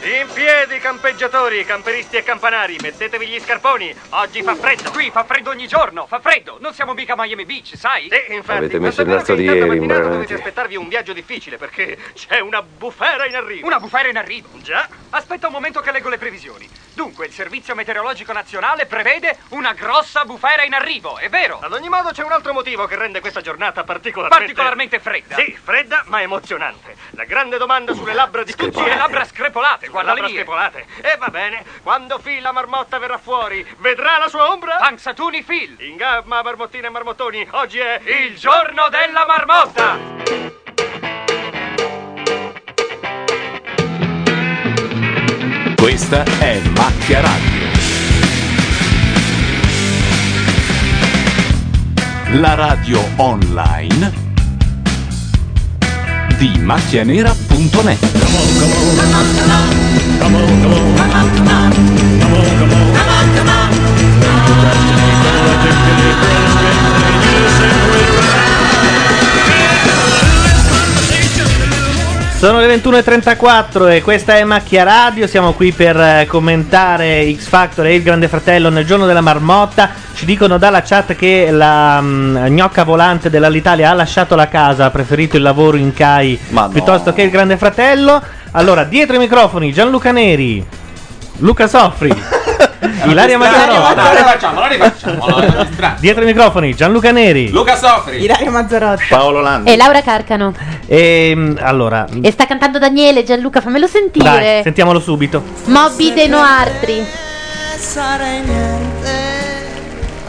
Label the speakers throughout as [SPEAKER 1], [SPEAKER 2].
[SPEAKER 1] In piedi, campeggiatori, camperisti e campanari, mettetevi gli scarponi. Oggi fa freddo.
[SPEAKER 2] Qui fa freddo ogni giorno, fa freddo. Non siamo mica a Miami Beach, sai?
[SPEAKER 1] Sì, infatti.
[SPEAKER 3] Avete
[SPEAKER 1] ma
[SPEAKER 3] messo il
[SPEAKER 1] sapete
[SPEAKER 3] nastro
[SPEAKER 1] che
[SPEAKER 3] di
[SPEAKER 1] intanto
[SPEAKER 3] ieri,
[SPEAKER 1] mattinata
[SPEAKER 3] imbranati.
[SPEAKER 1] Dovete aspettarvi un viaggio difficile perché c'è una bufera in arrivo.
[SPEAKER 2] Una bufera in arrivo.
[SPEAKER 1] Già.
[SPEAKER 2] Aspetta un momento che leggo le previsioni. Dunque, il Servizio Meteorologico Nazionale prevede una grossa bufera in arrivo, è vero?
[SPEAKER 1] Ad ogni modo c'è un altro motivo che rende questa giornata particolarmente...
[SPEAKER 2] Particolarmente fredda.
[SPEAKER 1] Sì, fredda ma emozionante. La grande domanda sulle labbra di tutti
[SPEAKER 2] Sì,
[SPEAKER 1] è
[SPEAKER 2] le labbra screpolate, guarda le
[SPEAKER 1] labbra
[SPEAKER 2] mie.
[SPEAKER 1] screpolate. E va bene, quando Phil la marmotta verrà fuori, vedrà la sua ombra?
[SPEAKER 2] Panzatuni Phil.
[SPEAKER 1] In gamma, marmottine e marmottoni, oggi è
[SPEAKER 2] Il giorno della marmotta.
[SPEAKER 4] Questa è Macchia Radio. La radio online di macchianera.net.
[SPEAKER 5] Sono le 21.34 e questa è Macchia Radio, siamo qui per eh, commentare X Factor e il Grande Fratello nel giorno della marmotta. Ci dicono dalla chat che la mm, gnocca volante dell'Alitalia ha lasciato la casa, ha preferito il lavoro in CAI piuttosto che il Grande Fratello. Allora, dietro i microfoni Gianluca Neri, Luca Soffri, Ilaria
[SPEAKER 6] La
[SPEAKER 5] Mazzarotta.
[SPEAKER 6] rifacciamo, la rifacciamo. la magistrata.
[SPEAKER 5] Dietro i microfoni Gianluca Neri.
[SPEAKER 6] Luca Sofri.
[SPEAKER 7] Ilaria Mazzarotti.
[SPEAKER 3] Paolo Landi.
[SPEAKER 8] E Laura Carcano.
[SPEAKER 5] E mm, allora,
[SPEAKER 8] E sta cantando Daniele, Gianluca, fammelo
[SPEAKER 5] dai,
[SPEAKER 8] sentire.
[SPEAKER 5] sentiamolo subito.
[SPEAKER 8] Moby De Noartri.
[SPEAKER 9] Sarei niente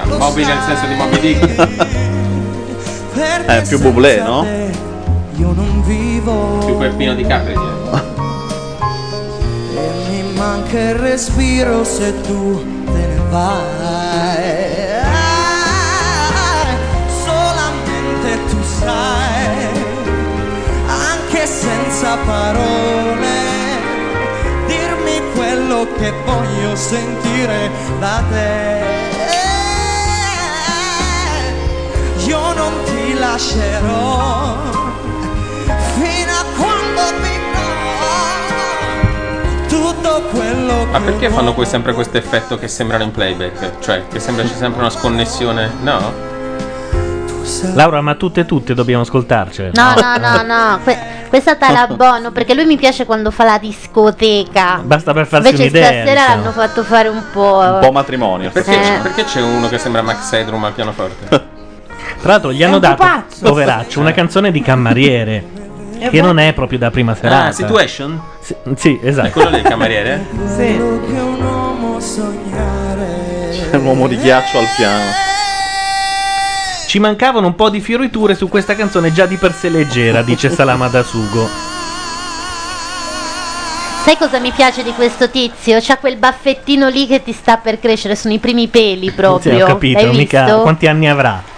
[SPEAKER 6] Moby nel senso di Moby Dick.
[SPEAKER 9] perché
[SPEAKER 3] Eh, più Bublé,
[SPEAKER 9] senza
[SPEAKER 3] no?
[SPEAKER 9] te Io non vivo
[SPEAKER 6] Più Peppino di Capri. direi.
[SPEAKER 9] E mi manca il respiro se tu te ne vai Ah, Solamente tu sai Anche senza parole Dirmi quello che voglio sentire da te Io non ti lascerò Fino a quando mi tutto quello che
[SPEAKER 6] Ma perché fanno
[SPEAKER 9] vuoi.
[SPEAKER 6] poi sempre questo effetto che sembrano in playback? Cioè, che sembra c'è sempre una sconnessione. No?
[SPEAKER 5] Laura, ma tutte e tutte dobbiamo ascoltarcele.
[SPEAKER 8] No, no, no, no. que- questa Talabono, perché lui mi piace quando fa la discoteca.
[SPEAKER 5] Basta per farsi
[SPEAKER 8] Invece
[SPEAKER 5] un'idea.
[SPEAKER 8] stasera
[SPEAKER 5] diciamo.
[SPEAKER 8] l'hanno fatto fare un po'.
[SPEAKER 3] Un po' matrimonio.
[SPEAKER 6] Perché, c'è-
[SPEAKER 8] Eh.
[SPEAKER 6] perché c'è uno che sembra Max Headroom al pianoforte?
[SPEAKER 5] Tra l'altro gli
[SPEAKER 7] È
[SPEAKER 5] hanno
[SPEAKER 7] un
[SPEAKER 5] dato,
[SPEAKER 7] pupazzo.
[SPEAKER 5] poveraccio, una canzone di Cammariere. che non è proprio da prima serata.
[SPEAKER 6] Ah, Situation?
[SPEAKER 5] Sì, sì,
[SPEAKER 6] È
[SPEAKER 5] esatto.
[SPEAKER 6] quello del cameriere?
[SPEAKER 7] Sì.
[SPEAKER 9] Quello che un uomo sognare
[SPEAKER 3] C'è un uomo di ghiaccio al piano.
[SPEAKER 5] Ci mancavano un po' di fioriture su questa canzone già di per sé leggera, dice Salama da Sugo.
[SPEAKER 8] Sai cosa mi piace di questo tizio? C'ha quel baffettino lì che ti sta per crescere, sono i primi peli proprio.
[SPEAKER 5] Sì, ho capito,
[SPEAKER 8] Hai
[SPEAKER 5] mica
[SPEAKER 8] visto?
[SPEAKER 5] quanti anni avrà?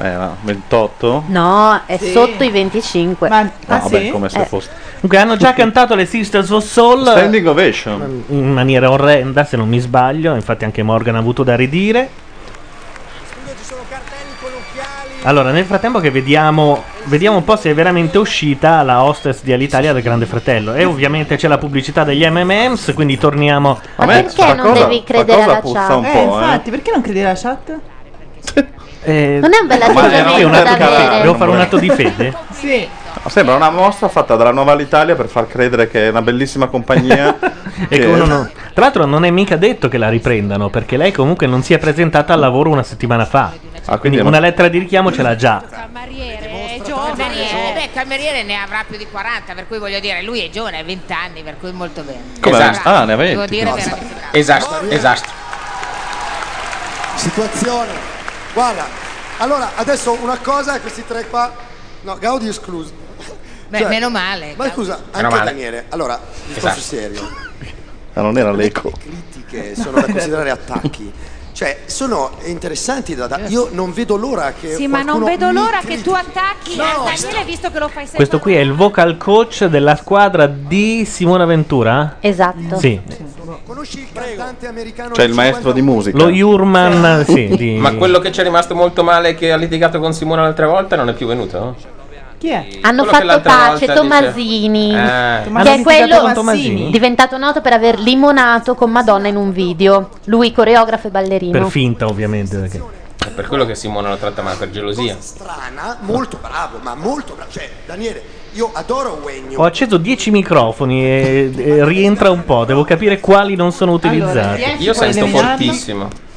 [SPEAKER 3] Eh, no, 28?
[SPEAKER 8] No, è
[SPEAKER 7] Sì.
[SPEAKER 8] sotto i 25.
[SPEAKER 7] Ma, ah,
[SPEAKER 3] No, beh,
[SPEAKER 7] sì?
[SPEAKER 3] come se
[SPEAKER 8] Eh.
[SPEAKER 3] fosse.
[SPEAKER 5] Comunque hanno già cantato le Sisters of Soul Mm,
[SPEAKER 3] Standing Ovation.
[SPEAKER 5] in maniera orrenda, se non mi sbaglio, infatti anche Morgan ha avuto da ridire. Allora, nel frattempo che vediamo, vediamo un po' se è veramente uscita la hostess di Alitalia del Grande Fratello. E ovviamente c'è la pubblicità degli MMMs, quindi torniamo
[SPEAKER 8] Ma perché
[SPEAKER 3] sta
[SPEAKER 8] non devi credere
[SPEAKER 3] sta cosa
[SPEAKER 8] alla
[SPEAKER 3] puzza
[SPEAKER 8] chat?
[SPEAKER 3] un
[SPEAKER 7] Eh,
[SPEAKER 3] po', eh.
[SPEAKER 7] infatti, perché non credi alla chat?
[SPEAKER 5] Eh,
[SPEAKER 8] Non è un bel
[SPEAKER 3] Ma
[SPEAKER 8] atteggiamento
[SPEAKER 3] era un
[SPEAKER 8] da
[SPEAKER 3] atto carino.
[SPEAKER 8] avere.
[SPEAKER 5] Devo fare un atto di fede?
[SPEAKER 7] Sì.
[SPEAKER 3] Sembra una mossa fatta dalla Nuova Italia per far credere che è una bellissima compagnia.
[SPEAKER 5] E che
[SPEAKER 3] Eh.
[SPEAKER 5] uno non- Tra l'altro non è mica detto che la riprendano, perché lei comunque non si è presentata al lavoro una settimana fa.
[SPEAKER 3] Ah,
[SPEAKER 5] Quindi
[SPEAKER 3] quindi
[SPEAKER 5] una lettera di richiamo ce l'ha già.
[SPEAKER 10] Cameriere è giovane. eh, Beh, cameriere ne avrà più di 40, per cui voglio dire, lui è giovane, ha 20 anni, per cui molto bene. Esatto.
[SPEAKER 3] Come?
[SPEAKER 10] Bravo.
[SPEAKER 3] Ah, ne aveva
[SPEAKER 10] Devo
[SPEAKER 3] 20,
[SPEAKER 10] dire
[SPEAKER 3] no,
[SPEAKER 10] veramente bravo.
[SPEAKER 6] Esatto, esatto.
[SPEAKER 11] Situazione. Guarda, allora adesso una cosa, questi tre qua, no, Gaudi escluso.
[SPEAKER 10] Beh,
[SPEAKER 11] Cioè,
[SPEAKER 10] meno male.
[SPEAKER 11] Ma scusa, anche
[SPEAKER 6] male.
[SPEAKER 11] Daniele, allora, discorso
[SPEAKER 6] Esatto.
[SPEAKER 11] serio,
[SPEAKER 3] Ah, non era l'eco.
[SPEAKER 11] critiche sono da considerare attacchi. Cioè, sono interessanti da, da- Io non vedo l'ora che
[SPEAKER 10] Certo. Sì, ma non
[SPEAKER 11] Eh, qualcuno
[SPEAKER 10] vedo
[SPEAKER 11] mi
[SPEAKER 10] l'ora
[SPEAKER 11] critichi.
[SPEAKER 10] che tu attacchi
[SPEAKER 11] No.
[SPEAKER 10] a Daniele visto che lo fai sempre.
[SPEAKER 5] Questo qui è il vocal coach della squadra di Simona Ventura?
[SPEAKER 8] Esatto.
[SPEAKER 5] Sì,
[SPEAKER 11] Conosci il cantante americano
[SPEAKER 3] Cioè il
[SPEAKER 11] del
[SPEAKER 3] maestro
[SPEAKER 11] 50?
[SPEAKER 3] di musica.
[SPEAKER 5] lo Jurman, sì, di-
[SPEAKER 6] Ma quello che ci è rimasto molto male che ha litigato con Simone l'altra volta non è più venuto?
[SPEAKER 7] Chi è?
[SPEAKER 6] Quello
[SPEAKER 8] Hanno
[SPEAKER 6] che
[SPEAKER 8] fatto
[SPEAKER 6] l'altra
[SPEAKER 8] pace
[SPEAKER 6] volta
[SPEAKER 8] Tomasini,
[SPEAKER 6] dice- Eh.
[SPEAKER 8] che
[SPEAKER 6] Tomasini
[SPEAKER 8] è quello
[SPEAKER 6] con Tomasini?
[SPEAKER 8] diventato noto per aver limonato con Madonna in un video. Lui coreografo e ballerino.
[SPEAKER 5] Per finta, ovviamente. Perché.
[SPEAKER 6] È per quello che Simone lo tratta male, per gelosia.
[SPEAKER 11] Strana, molto bravo, ma molto bravo. Cioè, Daniele, io adoro Wegno.
[SPEAKER 5] Ho acceso 10 microfoni e, e rientra un po'. Devo capire quali non sono utilizzati.
[SPEAKER 6] Io sento fortissimo.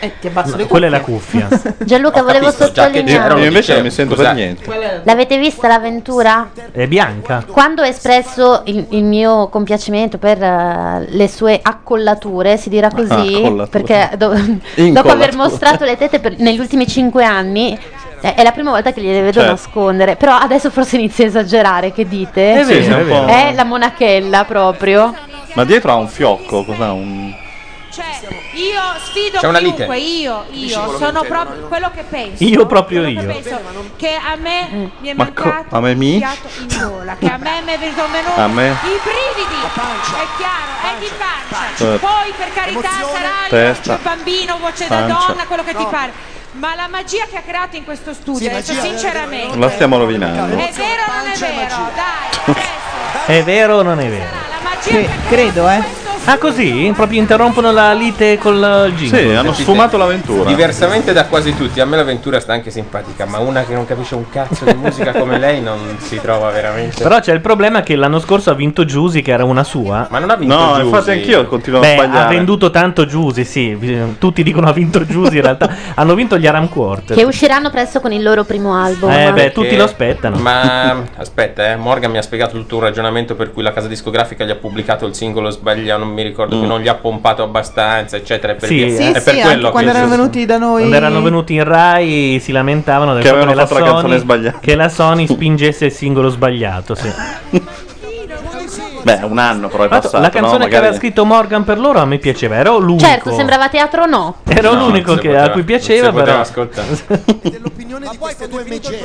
[SPEAKER 7] E Eh, ti abbasso
[SPEAKER 5] No, quella è la cuffia.
[SPEAKER 8] Gianluca, volevo
[SPEAKER 6] capito, già che
[SPEAKER 8] sottolineare.
[SPEAKER 6] c'era, lo
[SPEAKER 3] Io invece non mi
[SPEAKER 6] dicevo,
[SPEAKER 3] sento per
[SPEAKER 6] scusate.
[SPEAKER 3] niente.
[SPEAKER 8] L'avete vista l'avventura?
[SPEAKER 5] È bianca.
[SPEAKER 8] Quando ho espresso il, il mio compiacimento per eh, le sue accollature, si dirà così,
[SPEAKER 3] Ah, Accollature.
[SPEAKER 8] perché do- dopo
[SPEAKER 3] Incollature.
[SPEAKER 8] aver mostrato le tette per- negli ultimi cinque anni, eh, è la prima volta che gliele vedo
[SPEAKER 3] Certo.
[SPEAKER 8] nascondere. Però adesso forse inizia a esagerare, che dite?
[SPEAKER 3] È vero, Sì, sì, è Certo. è vero. un po'.
[SPEAKER 8] È la monachella proprio.
[SPEAKER 3] Ma dietro ha un fiocco, cos'ha un...
[SPEAKER 12] Cioè, Io sfido
[SPEAKER 3] C'è una lite.
[SPEAKER 12] chiunque, io, io
[SPEAKER 3] quello
[SPEAKER 12] sono
[SPEAKER 3] che intendo,
[SPEAKER 12] proprio quello che penso.
[SPEAKER 3] Io proprio
[SPEAKER 12] Quello che
[SPEAKER 3] io.
[SPEAKER 12] penso, che a me mi è
[SPEAKER 3] Ma co-
[SPEAKER 12] mancato
[SPEAKER 3] a me mi?
[SPEAKER 12] il fiato in gola, che a me mi è venuto venuto
[SPEAKER 3] A me?
[SPEAKER 12] i brividi. È chiaro, è di pancia.
[SPEAKER 3] pancia.
[SPEAKER 12] Poi per carità sarà il
[SPEAKER 3] Certo. Testa.
[SPEAKER 12] voce bambino, voce da
[SPEAKER 3] Pancia.
[SPEAKER 12] donna, quello che ti pare. Ma la magia che ha creato in questo studio, adesso
[SPEAKER 11] magia,
[SPEAKER 12] sinceramente.
[SPEAKER 3] La stiamo
[SPEAKER 12] È
[SPEAKER 3] rovinando.
[SPEAKER 12] vero o non è vero? Dai,
[SPEAKER 5] È vero o non è vero?
[SPEAKER 7] credo, eh.
[SPEAKER 5] Ah, così? Proprio interrompono la lite col jingle.
[SPEAKER 6] Diversamente da quasi tutti, a me l'avventura sta anche simpatica, ma una che non capisce un cazzo di musica come lei non si trova veramente.
[SPEAKER 5] Però c'è il problema che l'anno scorso ha vinto Giusy, che era una sua.
[SPEAKER 6] Ma non ha vinto
[SPEAKER 3] No,
[SPEAKER 6] Giusy.
[SPEAKER 3] infatti anch'io continuo a
[SPEAKER 5] Beh,
[SPEAKER 3] sbagliare.
[SPEAKER 5] ha venduto tanto Giusy, sì. Tutti dicono ha vinto Giusy, in realtà hanno vinto gli Aram
[SPEAKER 8] Che
[SPEAKER 5] Quartet.
[SPEAKER 8] usciranno presto con il loro primo album.
[SPEAKER 5] Eh, beh,
[SPEAKER 6] Perché-
[SPEAKER 5] tutti lo aspettano.
[SPEAKER 6] Ma aspetta, eh, Morgan mi ha spiegato tutto un ragionamento per cui la casa discografica gli ha pubblicato il singolo sbagliato, non mi ricordo che non gli ha pompato abbastanza, eccetera. è Per
[SPEAKER 5] Mm. Sì,
[SPEAKER 6] via-
[SPEAKER 5] Sì,
[SPEAKER 6] è per
[SPEAKER 7] sì, anche
[SPEAKER 6] quello
[SPEAKER 7] quando
[SPEAKER 6] che
[SPEAKER 7] erano venuti da noi-
[SPEAKER 5] Quando erano venuti in Rai si lamentavano del
[SPEAKER 3] Che
[SPEAKER 5] fatto che
[SPEAKER 3] avevano
[SPEAKER 5] la,
[SPEAKER 3] fatto la canzone
[SPEAKER 5] Sony,
[SPEAKER 3] sbagliata.
[SPEAKER 5] che la Sony spingesse il singolo sbagliato. Sì.
[SPEAKER 3] Beh, un anno però è
[SPEAKER 5] Tra l'altro,
[SPEAKER 3] passato,
[SPEAKER 5] la canzone
[SPEAKER 3] no?
[SPEAKER 5] che aveva
[SPEAKER 3] Magari-
[SPEAKER 5] scritto Morgan per loro a me piaceva, ero l'unico.
[SPEAKER 8] Certo, sembrava teatro no.
[SPEAKER 5] Ero
[SPEAKER 6] No,
[SPEAKER 5] l'unico
[SPEAKER 6] non si
[SPEAKER 5] che- a
[SPEAKER 6] poteva-
[SPEAKER 5] cui
[SPEAKER 6] non
[SPEAKER 5] piaceva,
[SPEAKER 6] si poteva
[SPEAKER 5] però.
[SPEAKER 6] ascoltare.
[SPEAKER 11] L'opinione di questo due megere.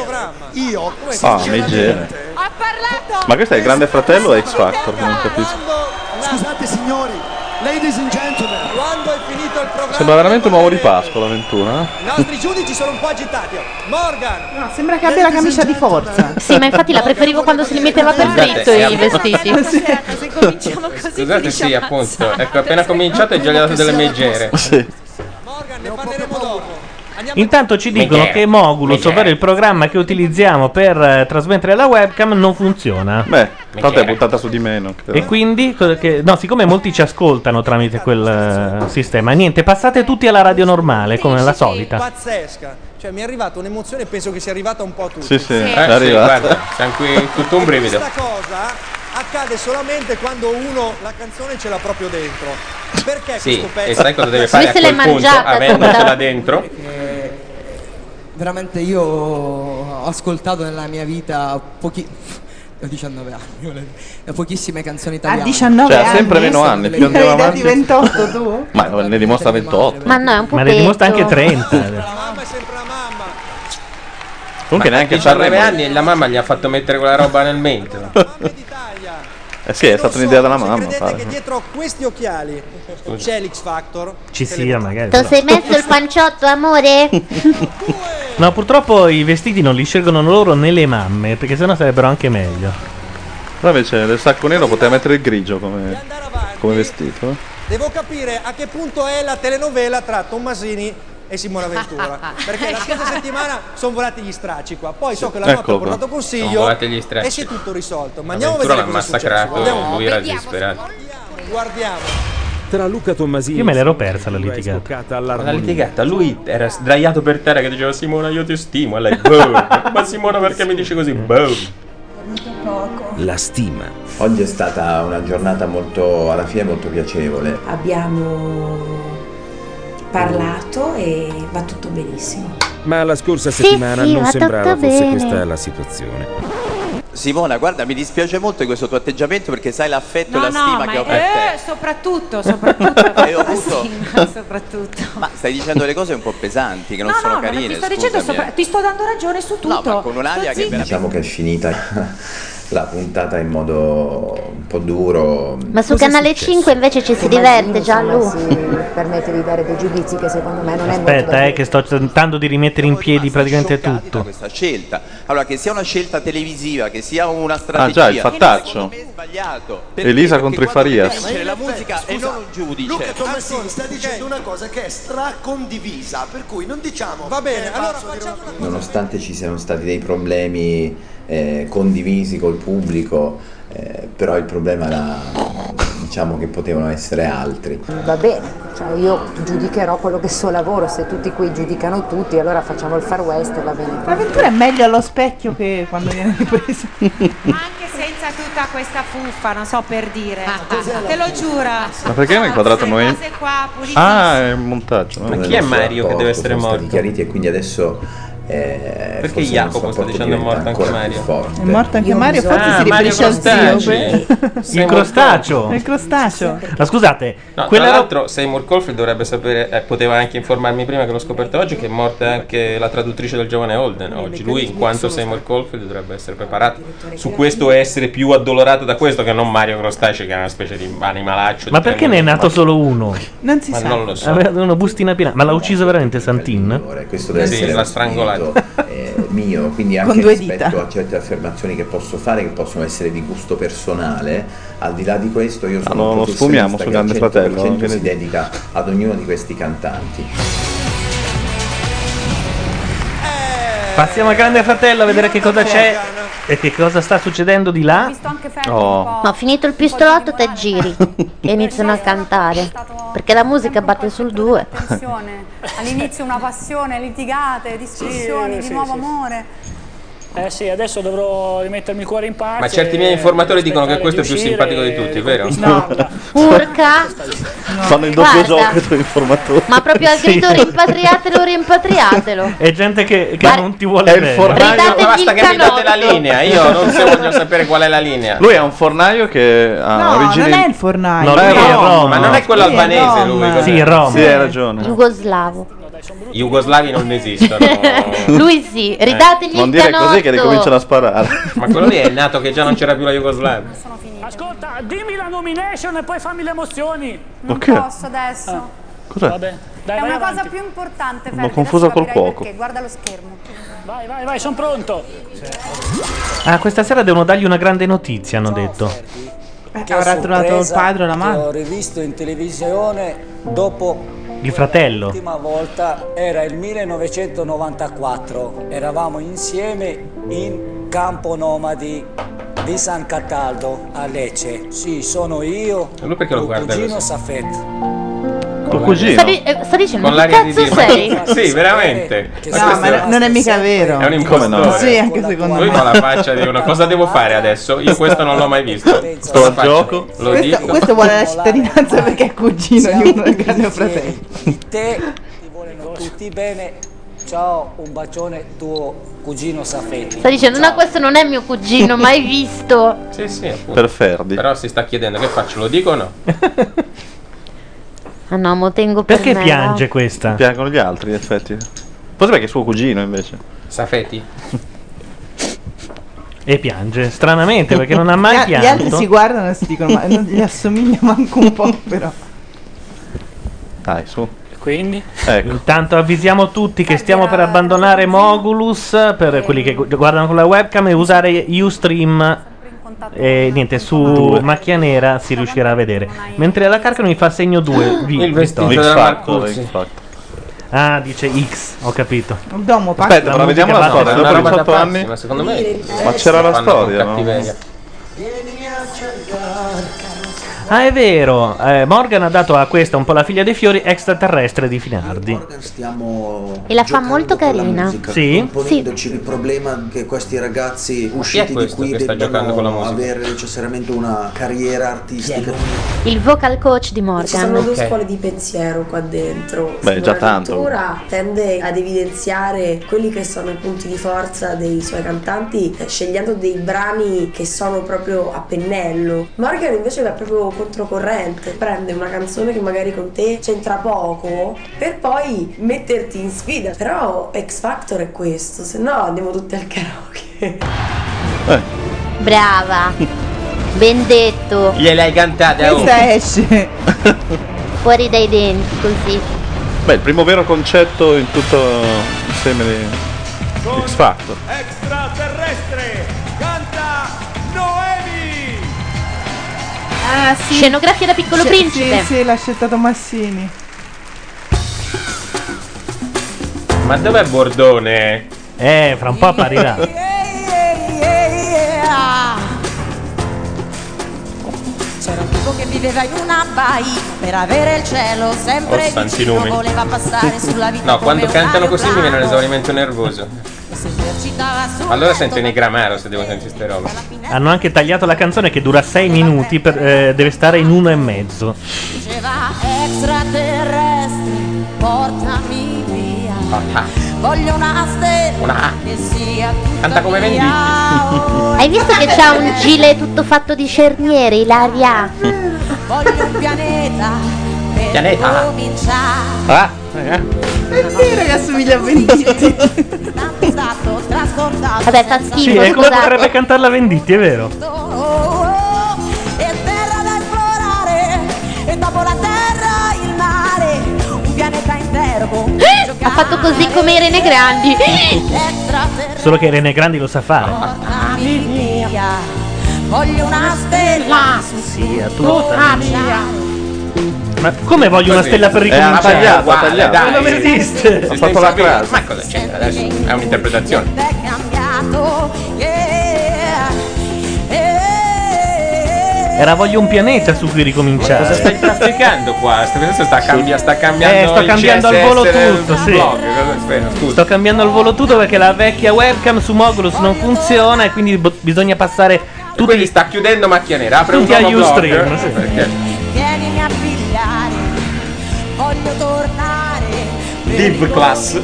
[SPEAKER 11] Io,
[SPEAKER 3] Ah, leggere. Ma questo è il grande fratello o è X Factor? Non capisco.
[SPEAKER 11] Scusate signori, ladies and gentlemen. Quando è finito il programma?
[SPEAKER 3] Sembra veramente un uovo di Pasqua eh? la 21.
[SPEAKER 11] I nostri giudici sono un po' agitati. Morgan!
[SPEAKER 7] No, sembra che abbia la camicia di forza.
[SPEAKER 8] Sì, ma infatti la preferivo quando se li metteva
[SPEAKER 3] Esatto.
[SPEAKER 8] per
[SPEAKER 6] Scusate,
[SPEAKER 8] dritto
[SPEAKER 6] è
[SPEAKER 8] i vestiti.
[SPEAKER 12] se cominciamo così
[SPEAKER 6] Scusate,
[SPEAKER 12] finisce
[SPEAKER 6] sì,
[SPEAKER 12] abbastanza.
[SPEAKER 6] appunto. Ecco, appena cominciato è già gli ha dato delle megere.
[SPEAKER 3] Eh,
[SPEAKER 5] Intanto ci dicono
[SPEAKER 6] Megera,
[SPEAKER 5] che Mogulus, ovvero il programma che utilizziamo per eh, trasmettere la webcam, non funziona.
[SPEAKER 3] Beh, tanto è buttata su di me, Cioè, non credo.
[SPEAKER 5] E quindi, cosa che- no, siccome molti ci ascoltano tramite quel eh, sistema, niente, passate tutti alla radio normale, come la solita.
[SPEAKER 13] Pazzesca. Cioè, mi è arrivata un'emozione, penso che sia arrivata un po' a tutti.
[SPEAKER 5] Sì, sì, Sì. è
[SPEAKER 6] Eh, sì,
[SPEAKER 5] arrivato.
[SPEAKER 6] guarda, siamo qui tutto un brivido.
[SPEAKER 13] Questa cosa accade solamente quando uno la canzone ce l'ha proprio dentro. Perché
[SPEAKER 6] Sì,
[SPEAKER 13] questo pezzo?
[SPEAKER 6] e sai cosa deve fare a
[SPEAKER 13] Lui se l'è
[SPEAKER 6] quel punto,
[SPEAKER 13] mangiata
[SPEAKER 6] avendocela
[SPEAKER 13] tutta.
[SPEAKER 6] dentro?
[SPEAKER 14] Veramente io ho ascoltato nella mia vita pochi... ho 19 anni, volevo dire, pochissime canzoni italiane.
[SPEAKER 7] 19
[SPEAKER 3] Cioè, ha sempre meno anni, più andiamo
[SPEAKER 7] Hai
[SPEAKER 3] avanti.
[SPEAKER 7] dati 28 tu?
[SPEAKER 3] Ma ne dimostra 28.
[SPEAKER 8] Ma no, è un po'
[SPEAKER 3] Ma ne dimostra anche 30. Comunque neanche
[SPEAKER 6] a 19
[SPEAKER 3] Sanremo.
[SPEAKER 6] anni e la mamma gli ha fatto mettere quella roba nel mento.
[SPEAKER 3] Eh sì, è stata un'idea della mamma,
[SPEAKER 13] che
[SPEAKER 3] pare.
[SPEAKER 13] dietro questi occhiali c'è l'X Factor.
[SPEAKER 5] Ci sia, magari.
[SPEAKER 8] Ti sei messo il panciotto, amore?
[SPEAKER 5] No, purtroppo i vestiti non li scelgono loro né le mamme, perché sennò sarebbero anche meglio.
[SPEAKER 3] Però invece nel sacco nero poteva mettere il grigio come, come vestito. eh.
[SPEAKER 13] Devo capire a che punto è la telenovela tra Tommasini e Simona Ventura. Perché la scorsa
[SPEAKER 10] Esatto.
[SPEAKER 13] settimana sono volati gli stracci qua. Poi so che la notte
[SPEAKER 6] Eccolo
[SPEAKER 13] ha
[SPEAKER 6] qua.
[SPEAKER 13] portato
[SPEAKER 6] Ecco, Sono
[SPEAKER 13] consiglio
[SPEAKER 6] volati gli stracci.
[SPEAKER 13] e si è tutto risolto. Ma andiamo a
[SPEAKER 6] Ventura l'ha
[SPEAKER 13] vedere cosa è successo.
[SPEAKER 6] massacrato
[SPEAKER 13] Guardiamo.
[SPEAKER 6] e lui era disperato.
[SPEAKER 13] Guardiamo.
[SPEAKER 15] Tra Luca Tommasini.
[SPEAKER 5] Io me l'ero persa la litigata.
[SPEAKER 6] Ma la litigata, lui era sdraiato per terra che diceva Simona io ti stimo e lei boom. Ma Simona perché mi dici così? Boh. Boom.
[SPEAKER 9] La stima. Oggi è stata una giornata molto, alla fine molto piacevole.
[SPEAKER 16] Abbiamo parlato e va tutto benissimo.
[SPEAKER 15] Ma la scorsa
[SPEAKER 16] Sì, settimana sì, non va sembrava tutto fosse bene. questa
[SPEAKER 9] la situazione. Simona, guarda, mi dispiace molto questo tuo atteggiamento perché sai l'affetto
[SPEAKER 12] No,
[SPEAKER 9] e la
[SPEAKER 12] no,
[SPEAKER 9] stima
[SPEAKER 12] ma
[SPEAKER 9] che ho per te.
[SPEAKER 12] eh, soprattutto, soprattutto.
[SPEAKER 9] E ho avuto-
[SPEAKER 12] ma soprattutto.
[SPEAKER 9] Ma stai dicendo delle cose un po' pesanti, che non
[SPEAKER 12] no,
[SPEAKER 9] sono
[SPEAKER 12] no, ma
[SPEAKER 9] carine.
[SPEAKER 12] ti sto dicendo,
[SPEAKER 9] scusami,
[SPEAKER 12] sopra-
[SPEAKER 9] eh.
[SPEAKER 12] ti sto dando ragione su tutto.
[SPEAKER 9] No, ma con un'aria
[SPEAKER 12] Sto
[SPEAKER 9] che
[SPEAKER 12] zitta.
[SPEAKER 9] veramente...
[SPEAKER 2] Diciamo che è finita
[SPEAKER 9] la puntata in modo un po' duro.
[SPEAKER 8] Ma su
[SPEAKER 9] Cosa è
[SPEAKER 8] Canale
[SPEAKER 9] successo?
[SPEAKER 8] 5 invece ci si
[SPEAKER 2] Immagino,
[SPEAKER 8] diverte,
[SPEAKER 2] insomma,
[SPEAKER 8] Gianlu.
[SPEAKER 2] si permette di dare dei giudizi che secondo me non è molto da
[SPEAKER 5] Aspetta, eh, che sto tentando di rimettere in piedi praticamente tutto.
[SPEAKER 17] questa scelta. Allora, che sia una scelta televisiva, che sia una
[SPEAKER 3] Ah,
[SPEAKER 17] strategia.
[SPEAKER 3] già, il fattaccio.
[SPEAKER 17] sbagliato.
[SPEAKER 3] Elisa contro i Farias.
[SPEAKER 17] Perché la musica e non un giudice.
[SPEAKER 11] Cioè, Luca Tommasini sta dicendo una cosa che è stracondivisa, per cui non diciamo. Va bene, allora facciamo una
[SPEAKER 9] Nonostante ci siano stati dei problemi eh, condivisi col pubblico, eh, però il problema era diciamo che potevano essere altri.
[SPEAKER 2] Va bene, cioè io giudicherò quello che so lavoro, se tutti qui giudicano tutti, allora facciamo il far west e va bene.
[SPEAKER 7] Ma Ventura è meglio allo specchio che quando viene ripreso.
[SPEAKER 12] Anche senza tutta questa fuffa, non so per dire.
[SPEAKER 3] Ah,
[SPEAKER 12] Te lo giuro.
[SPEAKER 3] Ma perché mi ha inquadrato noi?
[SPEAKER 12] Queste qua pulite.
[SPEAKER 3] Ah, è un montaggio. no?
[SPEAKER 9] Nel nostro rapporto sono stati chiariti e quindi adesso eh,
[SPEAKER 6] Perché
[SPEAKER 9] forse il
[SPEAKER 6] Jacopo
[SPEAKER 9] nostro
[SPEAKER 6] sta
[SPEAKER 9] rapporto
[SPEAKER 6] dicendo è
[SPEAKER 9] diventa
[SPEAKER 6] morto anche
[SPEAKER 9] ancora
[SPEAKER 6] Mario?
[SPEAKER 9] più forte.
[SPEAKER 7] È morto anche
[SPEAKER 5] Io
[SPEAKER 7] Mario,
[SPEAKER 5] mi sono-
[SPEAKER 7] forse
[SPEAKER 5] Ah,
[SPEAKER 7] si
[SPEAKER 5] Mario
[SPEAKER 7] riferisce al
[SPEAKER 5] Costacci.
[SPEAKER 7] zio.
[SPEAKER 5] Il crostaceo.
[SPEAKER 7] Il crostaceo.
[SPEAKER 5] Ma scusate,
[SPEAKER 6] No,
[SPEAKER 5] quella
[SPEAKER 6] tra
[SPEAKER 5] roba.
[SPEAKER 6] l'altro Seymour Colfield dovrebbe sapere, eh, poteva anche informarmi prima che l'ho scoperto oggi, che è morta anche la traduttrice del giovane Holden oggi. Lui, in quanto Seymour Colfield, dovrebbe essere preparato su questo e essere più addolorato da questo che non Mario Crostacei, che è una specie di animalaccio.
[SPEAKER 5] Ma
[SPEAKER 6] di
[SPEAKER 5] perché
[SPEAKER 6] tre
[SPEAKER 5] ne è
[SPEAKER 6] minuti.
[SPEAKER 5] nato solo uno?
[SPEAKER 7] Non si
[SPEAKER 6] Ma sa. non lo so.
[SPEAKER 5] Aveva una bustina piena. Ma l'ha ucciso veramente Santin?
[SPEAKER 9] Questo deve
[SPEAKER 6] Sì,
[SPEAKER 9] essere
[SPEAKER 6] l'ha
[SPEAKER 9] uno
[SPEAKER 6] strangolato.
[SPEAKER 9] spirito, eh, mio, quindi
[SPEAKER 5] Con
[SPEAKER 9] anche
[SPEAKER 5] due
[SPEAKER 9] rispetto
[SPEAKER 5] dita.
[SPEAKER 9] a certe affermazioni che posso fare, che possono essere di gusto personale, al di là di questo io sono
[SPEAKER 3] Ah, no,
[SPEAKER 9] un
[SPEAKER 3] non sfumiamo su
[SPEAKER 9] professionista che
[SPEAKER 3] Grande
[SPEAKER 9] al
[SPEAKER 3] Fratello,
[SPEAKER 9] 100%
[SPEAKER 3] non
[SPEAKER 9] si
[SPEAKER 3] viene-
[SPEAKER 9] dedica ad ognuno di questi cantanti.
[SPEAKER 5] Passiamo al Grande Fratello a vedere che cosa c'è e che cosa sta succedendo di là. Oh.
[SPEAKER 8] Ma ho finito il pistolotto, te giri e iniziano a cantare. Perché la musica batte sul 2.
[SPEAKER 18] Passione. All'inizio una passione, litigate, discussioni,
[SPEAKER 19] Sì,
[SPEAKER 18] di
[SPEAKER 19] sì,
[SPEAKER 18] nuovo
[SPEAKER 19] sì, sì.
[SPEAKER 18] amore.
[SPEAKER 19] Eh sì, adesso dovrò rimettermi il cuore in pace.
[SPEAKER 6] Ma certi miei informatori dicono che questo è più simpatico di tutti, vero?
[SPEAKER 8] Urca,
[SPEAKER 3] Fanno il doppio
[SPEAKER 8] Guarda.
[SPEAKER 3] gioco tra informatori.
[SPEAKER 8] ma proprio al
[SPEAKER 3] Sì.
[SPEAKER 8] grido rimpatriatelo, rimpatriatelo.
[SPEAKER 5] È gente che, che non ti vuole
[SPEAKER 3] È il
[SPEAKER 5] bene.
[SPEAKER 3] fornaio-
[SPEAKER 8] Ridategli
[SPEAKER 6] Ma basta
[SPEAKER 8] il
[SPEAKER 6] che mi date la
[SPEAKER 8] canotto.
[SPEAKER 6] linea, io non so, voglio sapere qual è la linea.
[SPEAKER 3] Lui è un fornaio che ha
[SPEAKER 7] No,
[SPEAKER 3] origini.
[SPEAKER 7] non è il fornaio.
[SPEAKER 3] No, lui Ah, è rom,
[SPEAKER 6] ma non è quello
[SPEAKER 3] Sì, è
[SPEAKER 6] albanese lui.
[SPEAKER 3] rom.
[SPEAKER 6] cos'è?
[SPEAKER 3] Sì, è rom. Sì, hai ragione.
[SPEAKER 8] Jugoslavo.
[SPEAKER 6] I jugoslavi non esistono. Eh.
[SPEAKER 8] Lui sì, ridategli
[SPEAKER 3] Non
[SPEAKER 8] il
[SPEAKER 3] dire
[SPEAKER 8] canotto.
[SPEAKER 3] così che ricominciano a sparare.
[SPEAKER 6] Ma quello lì è nato che già non c'era più la Jugoslavia.
[SPEAKER 19] Ascolta, dimmi la nomination e poi fammi le emozioni. Ah,
[SPEAKER 3] Non Ok.
[SPEAKER 18] Posso adesso?
[SPEAKER 3] Cos'è?
[SPEAKER 19] Vabbè, dai,
[SPEAKER 18] È
[SPEAKER 19] vai
[SPEAKER 18] una
[SPEAKER 19] avanti.
[SPEAKER 18] cosa più importante,
[SPEAKER 3] L'ho
[SPEAKER 18] Ferdi.
[SPEAKER 3] confusa
[SPEAKER 18] adesso
[SPEAKER 3] col
[SPEAKER 18] capirai
[SPEAKER 3] cuoco.
[SPEAKER 18] Perché. Guarda lo schermo.
[SPEAKER 19] Vai, vai, vai, sono pronto.
[SPEAKER 5] Ah, questa sera devono dargli una grande notizia, hanno detto.
[SPEAKER 7] Eh, avrà trovato il padre o la
[SPEAKER 5] Ah.
[SPEAKER 7] madre.
[SPEAKER 20] L'ho rivisto in televisione dopo
[SPEAKER 5] Il fratello.
[SPEAKER 20] l'ultima volta era il 1994. Eravamo insieme in campo nomadi di San Cataldo a Lecce. Sì, sono io,
[SPEAKER 6] Lui perché lo
[SPEAKER 20] tuo
[SPEAKER 6] Oh, guarda
[SPEAKER 20] cugino
[SPEAKER 6] così?
[SPEAKER 20] Safet.
[SPEAKER 6] Tuo
[SPEAKER 8] Sta, di- eh, sta dicendo,
[SPEAKER 6] Con
[SPEAKER 8] ma che
[SPEAKER 6] l'aria di
[SPEAKER 8] cazzo
[SPEAKER 6] dire. ma-
[SPEAKER 8] sei?
[SPEAKER 6] Sì, veramente.
[SPEAKER 7] No, ma no- non è mica vero.
[SPEAKER 6] È un impostore.
[SPEAKER 7] Come no? Sì, anche secondo
[SPEAKER 6] Lui
[SPEAKER 7] me.
[SPEAKER 6] fa la faccia di uno. Cosa devo fare adesso? Io questo non l'ho mai visto. Sto al gioco. Lo
[SPEAKER 7] Questo,
[SPEAKER 6] dico.
[SPEAKER 7] questo vuole la cittadinanza perché è cugino di uno del grande fratello.
[SPEAKER 20] Te ti vogliono tutti bene. Ciao, un bacione tuo cugino Safet.
[SPEAKER 8] Sta dicendo, no, questo non è mio cugino, mai visto.
[SPEAKER 6] Sì, sì, appunto.
[SPEAKER 3] Per Ferdi.
[SPEAKER 6] Però si sta chiedendo che faccio, lo dico o no?
[SPEAKER 8] Ah no, mo tengo per
[SPEAKER 3] Perché
[SPEAKER 8] me,
[SPEAKER 3] piange
[SPEAKER 5] questa?
[SPEAKER 3] Piangono gli altri, in effetti. Forse perché è suo cugino, invece.
[SPEAKER 6] Safeti?
[SPEAKER 5] E piange, stranamente, perché non ha mai
[SPEAKER 7] Gli- Gli altri
[SPEAKER 5] pianto.
[SPEAKER 7] si guardano e si dicono, ma non gli assomiglia manco un po', però.
[SPEAKER 3] Dai, su. Ecco.
[SPEAKER 19] Quindi?
[SPEAKER 5] Intanto avvisiamo tutti che stiamo per abbandonare Mogulus per quelli che gu- guardano con la webcam e usare Ustream. E niente, su macchia nera si riuscirà a vedere. Mentre la carca mi fa segno 2. Vi,
[SPEAKER 6] Il vestito
[SPEAKER 5] vittoria.
[SPEAKER 6] della Marcuzzi.
[SPEAKER 5] Ah, dice X, ho capito.
[SPEAKER 7] Domo, pa-
[SPEAKER 3] Aspetta, ma vediamo la
[SPEAKER 5] musica basta.
[SPEAKER 3] storia. Dopo
[SPEAKER 5] È una roba
[SPEAKER 3] 18
[SPEAKER 5] da
[SPEAKER 3] anni.
[SPEAKER 5] pazzi, ma secondo me-
[SPEAKER 3] Ma c'era la
[SPEAKER 5] Fanno
[SPEAKER 3] storia, no?
[SPEAKER 5] cattiveria.
[SPEAKER 11] Vieni a cercare.
[SPEAKER 5] Ah, è vero. eh, Morgan ha dato a questa un po' la figlia dei fiori extraterrestre di Finardi.
[SPEAKER 21] Stiamo
[SPEAKER 8] E la fa molto carina.
[SPEAKER 5] Sì.
[SPEAKER 21] ponendoci il problema che questi ragazzi usciti di
[SPEAKER 6] questo
[SPEAKER 21] qui
[SPEAKER 6] che sta giocando con la
[SPEAKER 21] debbano
[SPEAKER 6] musica?
[SPEAKER 21] avere necessariamente una carriera artistica.
[SPEAKER 8] Il vocal coach di
[SPEAKER 2] Ci sono
[SPEAKER 8] Morgan.
[SPEAKER 2] due scuole di pensiero qua dentro.
[SPEAKER 3] Beh, già tanto.
[SPEAKER 2] La tende ad evidenziare quelli che sono i punti di forza dei suoi cantanti, eh, scegliendo dei brani che sono proprio a pennello. Morgan invece va proprio controcorrente, prende una canzone che magari con te c'entra poco per poi metterti in sfida. Però X Factor è questo, se no andiamo tutti al karaoke.
[SPEAKER 3] Eh.
[SPEAKER 8] Brava. Ben detto.
[SPEAKER 22] Gliel'hai cantate
[SPEAKER 8] oh.
[SPEAKER 22] a
[SPEAKER 3] oh.
[SPEAKER 22] uno.
[SPEAKER 8] Questa esce. Fuori dai denti, così.
[SPEAKER 3] Beh, il primo vero concetto in tutto il seme di X Factor.
[SPEAKER 4] Extraterrestre, canta Noemi!
[SPEAKER 8] Ah, sì. Scenografia da piccolo
[SPEAKER 7] Sì,
[SPEAKER 8] principe.
[SPEAKER 7] Sì, sì, l'ha scelta Massini.
[SPEAKER 6] Ma dov'è Bordone?
[SPEAKER 5] Eh, fra un po' apparirà.
[SPEAKER 1] C'era un tipo che viveva in una baia per avere il cielo sempre
[SPEAKER 6] Oh, santi
[SPEAKER 1] vicino,
[SPEAKER 6] nomi.
[SPEAKER 1] voleva passare sulla vita
[SPEAKER 6] No, quando
[SPEAKER 1] come un
[SPEAKER 6] cantano così mi viene un
[SPEAKER 1] aeroplano.
[SPEAKER 6] esaurimento nervoso.
[SPEAKER 1] Si esercitava su
[SPEAKER 6] Allora sento i Negramaro se devo sentire ste robe.
[SPEAKER 5] Hanno anche tagliato la canzone che dura 6 minuti, per- eh, deve stare in uno e mezzo.
[SPEAKER 1] diceva extraterrestre, portami via. Voglio una stella
[SPEAKER 6] Una-
[SPEAKER 1] che sia
[SPEAKER 6] Canta come Venditti.
[SPEAKER 8] Hai visto che c'ha un gilet tutto fatto di cerniere, Ilaria?
[SPEAKER 1] Voglio un pianeta per
[SPEAKER 8] Pianeta.
[SPEAKER 1] cominciare.
[SPEAKER 6] Ah,
[SPEAKER 1] È vero che assomiglia a Venditti. Tanto stato trasportato.
[SPEAKER 8] Vabbè, fa
[SPEAKER 1] senza
[SPEAKER 5] Sì,
[SPEAKER 8] Schifo,
[SPEAKER 5] è come
[SPEAKER 8] scusate.
[SPEAKER 5] potrebbe cantarla Venditti, è vero.
[SPEAKER 1] E terra da esplorare. E dopo la terra il mare. Un pianeta intero. con
[SPEAKER 8] Ha fatto così come Irene Grandi.
[SPEAKER 1] Extraterrestri.
[SPEAKER 5] Solo che Rene Grandi lo sa fare.
[SPEAKER 1] via. Voglio una stella.
[SPEAKER 5] Sì, a
[SPEAKER 6] Ma
[SPEAKER 5] come voglio una stella
[SPEAKER 6] Eh,
[SPEAKER 5] per ricominciare? Guarda, dai.
[SPEAKER 6] dai.
[SPEAKER 5] Ma non esiste.
[SPEAKER 6] Se
[SPEAKER 5] Ha
[SPEAKER 6] stai
[SPEAKER 5] fatto la
[SPEAKER 6] sapendo-
[SPEAKER 5] frase.
[SPEAKER 6] Ma cosa c'entra adesso? È un'interpretazione.
[SPEAKER 1] È cambiato. Yeah.
[SPEAKER 5] Era voglio un pianeta su
[SPEAKER 6] Ma
[SPEAKER 5] cui
[SPEAKER 6] cosa stai
[SPEAKER 5] ricominciare.
[SPEAKER 6] trafficando qua? Sta- Questo sta, cambia- sta cambiando
[SPEAKER 5] Eh, sto
[SPEAKER 6] il
[SPEAKER 5] cambiando al
[SPEAKER 6] CSS
[SPEAKER 5] volo
[SPEAKER 6] del
[SPEAKER 5] tutto, sì.
[SPEAKER 6] blog. Cosa- aspetta, scusa.
[SPEAKER 5] Sto cambiando al volo tutto perché la vecchia webcam su Mogulus non funziona e quindi bo- bisogna passare tutti. Quindi
[SPEAKER 6] sta chiudendo macchia nera, apre un
[SPEAKER 5] tutti a
[SPEAKER 6] nuovo blog.
[SPEAKER 5] Ustream. sì.
[SPEAKER 6] Perché?
[SPEAKER 1] Vienimi a pigliare, voglio tornare. per
[SPEAKER 6] Div class.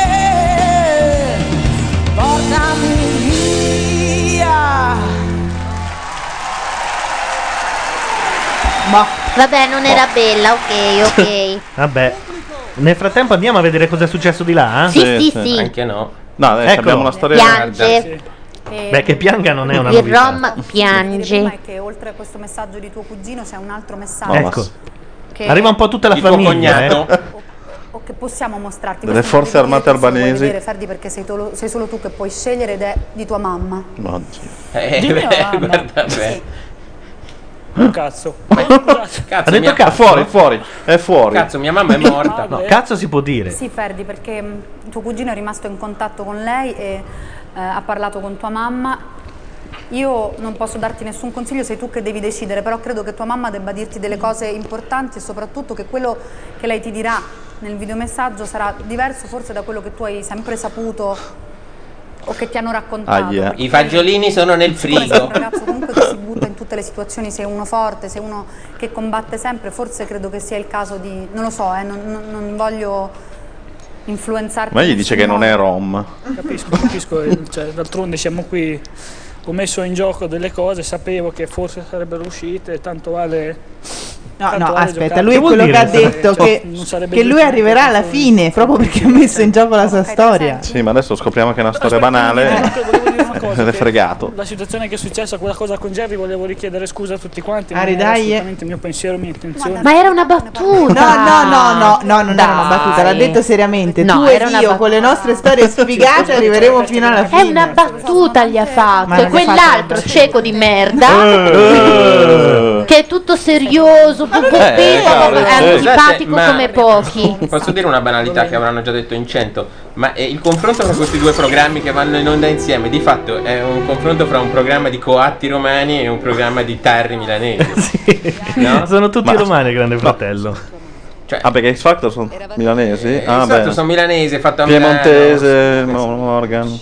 [SPEAKER 1] ricominciare. Portami via.
[SPEAKER 5] Ma
[SPEAKER 8] Vabbè, non era bella, ok, ok.
[SPEAKER 5] Vabbè. Nel frattempo andiamo a vedere cosa è successo di là. eh?
[SPEAKER 8] Sì, Sì, sì, sì. Anche
[SPEAKER 6] no.
[SPEAKER 3] No, adesso abbiamo una storia-
[SPEAKER 8] Piange.
[SPEAKER 5] Beh, che pianga non è una
[SPEAKER 8] Il
[SPEAKER 5] novità.
[SPEAKER 8] Rom
[SPEAKER 18] Voglio dire prima
[SPEAKER 8] piange.
[SPEAKER 18] Eh, è che oltre a questo messaggio di tuo cugino c'è un altro messaggio.
[SPEAKER 5] Ecco.
[SPEAKER 18] Che-
[SPEAKER 5] Arriva un po' tutta la
[SPEAKER 3] Il tuo
[SPEAKER 5] famiglia.
[SPEAKER 3] cognato.
[SPEAKER 5] eh.
[SPEAKER 18] O che possiamo mostrarti.
[SPEAKER 3] Delle
[SPEAKER 18] Questo non
[SPEAKER 3] forze
[SPEAKER 18] lo devi
[SPEAKER 3] armate
[SPEAKER 18] dire, questo lo
[SPEAKER 3] albanesi.
[SPEAKER 18] puoi vedere, Ferdi, perché sei, tolo- sei solo tu che puoi scegliere ed è di tua mamma.
[SPEAKER 6] Eh,
[SPEAKER 18] Dimmi,
[SPEAKER 6] beh,
[SPEAKER 18] mamma.
[SPEAKER 6] guarda, beh.
[SPEAKER 19] Cazzo.
[SPEAKER 6] Cazzo,
[SPEAKER 5] Ha detto
[SPEAKER 6] mia-
[SPEAKER 5] cazzo?
[SPEAKER 3] Fuori, fuori, è fuori.
[SPEAKER 6] Cazzo, mia mamma è morta.
[SPEAKER 5] No, cazzo si può dire.
[SPEAKER 18] Sì, Ferdi, perché mh, tuo cugino è rimasto in contatto con lei e eh, ha parlato con tua mamma. Io non posso darti nessun consiglio, sei tu che devi decidere, però credo che tua mamma debba dirti delle cose importanti e soprattutto che quello che lei ti dirà nel videomessaggio sarà diverso forse da quello che tu hai sempre saputo o che ti hanno raccontato.
[SPEAKER 6] I fagiolini sono nel frigo.
[SPEAKER 18] ragazzo comunque che si butta in tutte le situazioni, sei uno forte, sei uno che combatte sempre, forse credo che sia il caso di... non lo so, eh, non, non- non voglio influenzarti.
[SPEAKER 3] Ma gli
[SPEAKER 18] in
[SPEAKER 3] dice
[SPEAKER 18] nessun
[SPEAKER 3] che non è
[SPEAKER 18] modo.
[SPEAKER 3] Rom.
[SPEAKER 19] Capisco, capisco, eh, cioè, d'altronde siamo qui, ho messo in gioco delle cose, sapevo che forse sarebbero uscite, tanto vale...
[SPEAKER 7] No,
[SPEAKER 19] tanto
[SPEAKER 7] no,
[SPEAKER 19] vale
[SPEAKER 7] aspetta,
[SPEAKER 19] giocare.
[SPEAKER 7] lui è quello che ha detto
[SPEAKER 19] Cioè,
[SPEAKER 7] che,
[SPEAKER 19] non sarebbe
[SPEAKER 7] che lui
[SPEAKER 19] giusto.
[SPEAKER 7] arriverà alla fine, proprio perché ha messo in gioco la sua storia.
[SPEAKER 3] Sì, ma adesso scopriamo che è una storia banale. Ed è fregato.
[SPEAKER 19] La situazione che è successa, quella cosa con Jerry, volevo richiedere scusa a tutti quanti, non
[SPEAKER 7] Ari,
[SPEAKER 19] era
[SPEAKER 7] dai, eh.
[SPEAKER 19] assolutamente il mio pensiero, mia intenzione.
[SPEAKER 8] Ma era una battuta.
[SPEAKER 7] No, no, no, no, non era una
[SPEAKER 8] Dai.
[SPEAKER 7] battuta, l'ha detto seriamente.
[SPEAKER 8] No,
[SPEAKER 7] tu e
[SPEAKER 8] era una
[SPEAKER 7] io con le nostre storie sfigate arriveremo fino alla
[SPEAKER 8] È
[SPEAKER 7] fine.
[SPEAKER 8] una battuta gli ha
[SPEAKER 7] Ma
[SPEAKER 8] fatto.
[SPEAKER 7] non
[SPEAKER 8] E
[SPEAKER 7] gli ha fatto una
[SPEAKER 8] quell'altro
[SPEAKER 7] battuta.
[SPEAKER 8] cieco di merda.
[SPEAKER 5] Eh.
[SPEAKER 8] Che è tutto serioso,
[SPEAKER 6] Eh,
[SPEAKER 8] pupopino,
[SPEAKER 6] cavolo,
[SPEAKER 8] è
[SPEAKER 6] sì.
[SPEAKER 8] antipatico
[SPEAKER 6] Ma-
[SPEAKER 8] come pochi.
[SPEAKER 3] Esatto.
[SPEAKER 6] Posso dire una banalità che avranno già detto in 100, ma eh, il confronto fra questi due programmi che vanno in onda insieme, di fatto è un confronto fra un programma di coatti romani e un programma di tarri milanesi. No?
[SPEAKER 5] Sono tutti romani, grande fratello.
[SPEAKER 3] Ah, perché X Factor sono milanesi? Ah,
[SPEAKER 6] X
[SPEAKER 3] beh.
[SPEAKER 6] Factor sono milanesi, fatto a Milano.
[SPEAKER 3] Piemontese, Mo-
[SPEAKER 6] Ma
[SPEAKER 3] Morgan. sono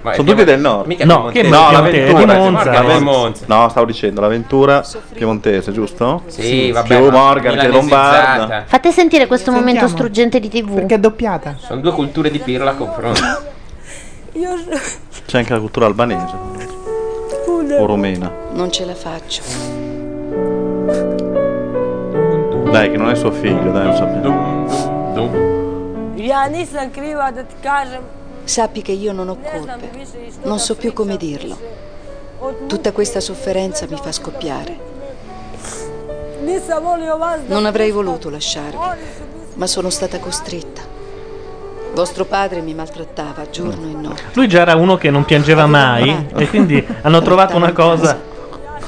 [SPEAKER 6] Piemonte-
[SPEAKER 3] tutti del nord.
[SPEAKER 6] mica No, Piemonte- che-
[SPEAKER 3] no, la
[SPEAKER 6] Piemonte-
[SPEAKER 3] Ventura.
[SPEAKER 6] di Monza.
[SPEAKER 3] la
[SPEAKER 6] Di
[SPEAKER 3] Ven-
[SPEAKER 6] Monza.
[SPEAKER 3] No, stavo dicendo, la Ventura piemontese, giusto?
[SPEAKER 6] Sì, vabbè,
[SPEAKER 3] Più
[SPEAKER 6] ma
[SPEAKER 3] Morgan che
[SPEAKER 6] milanesizzata.
[SPEAKER 3] Lombarda.
[SPEAKER 8] Fate sentire questo momento struggente di tv. Perché
[SPEAKER 7] è doppiata.
[SPEAKER 6] Sono due culture di pirla a confronto.
[SPEAKER 23] Io
[SPEAKER 3] C'è anche la cultura albanese o romena.
[SPEAKER 23] non ce la faccio.
[SPEAKER 3] Dai, che non è suo figlio, dai, lo sappiamo.
[SPEAKER 22] Ja nisam kriva da ti kažem.
[SPEAKER 23] Sappi che io non ho
[SPEAKER 22] Ne znam
[SPEAKER 23] colpe,
[SPEAKER 22] više iz toga
[SPEAKER 23] non so più come dirlo.
[SPEAKER 22] od-
[SPEAKER 23] Tutta questa sofferenza mi fa scoppiare.
[SPEAKER 22] Nisam volio vas da...
[SPEAKER 23] Non avrei voluto lasciarvi, ma sono stata costretta. Vostro padre mi maltrattava giorno e notte
[SPEAKER 5] Lui già era uno che non piangeva mai e quindi hanno trovato una cosa.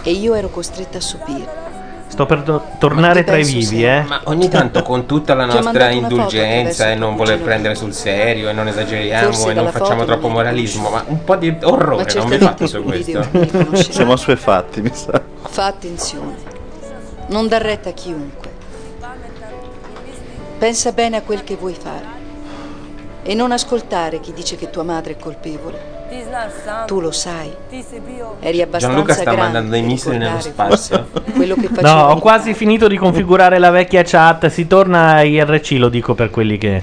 [SPEAKER 23] e io ero costretta a subire.
[SPEAKER 5] Sto per do- tornare tra i
[SPEAKER 23] penso
[SPEAKER 5] vivi,
[SPEAKER 23] sia-
[SPEAKER 5] eh.
[SPEAKER 6] Ma ogni tanto con tutta la
[SPEAKER 23] Ti ho mandato
[SPEAKER 6] nostra
[SPEAKER 23] una foto
[SPEAKER 6] indulgenza
[SPEAKER 23] adesso,
[SPEAKER 6] e non voler prendere sul serio e non esageriamo
[SPEAKER 23] Forse
[SPEAKER 6] e non
[SPEAKER 23] dalla
[SPEAKER 6] facciamo
[SPEAKER 23] foto
[SPEAKER 6] troppo moralismo, ma un po' di
[SPEAKER 23] Ma
[SPEAKER 6] orrore non vi
[SPEAKER 23] certamente
[SPEAKER 6] fate su
[SPEAKER 23] un
[SPEAKER 6] questo.
[SPEAKER 23] video non riconoscerà.
[SPEAKER 3] Siamo assuefatti, mi sa.
[SPEAKER 23] Fa attenzione, non dar retta a chiunque. Pensa bene a quel che vuoi fare e non ascoltare chi dice che tua madre è colpevole.
[SPEAKER 22] Ti znaš sam.
[SPEAKER 23] Tu lo sai,
[SPEAKER 22] Ti si bio...
[SPEAKER 23] eri abbastanza
[SPEAKER 6] Gianluca sta
[SPEAKER 23] grande
[SPEAKER 6] mandando dei
[SPEAKER 23] per
[SPEAKER 6] missili nello
[SPEAKER 23] ricordare
[SPEAKER 6] spazio.
[SPEAKER 23] Quello che facevi.
[SPEAKER 5] No, ho quasi finito di configurare la vecchia chat. Si torna a IRC, lo dico per quelli che.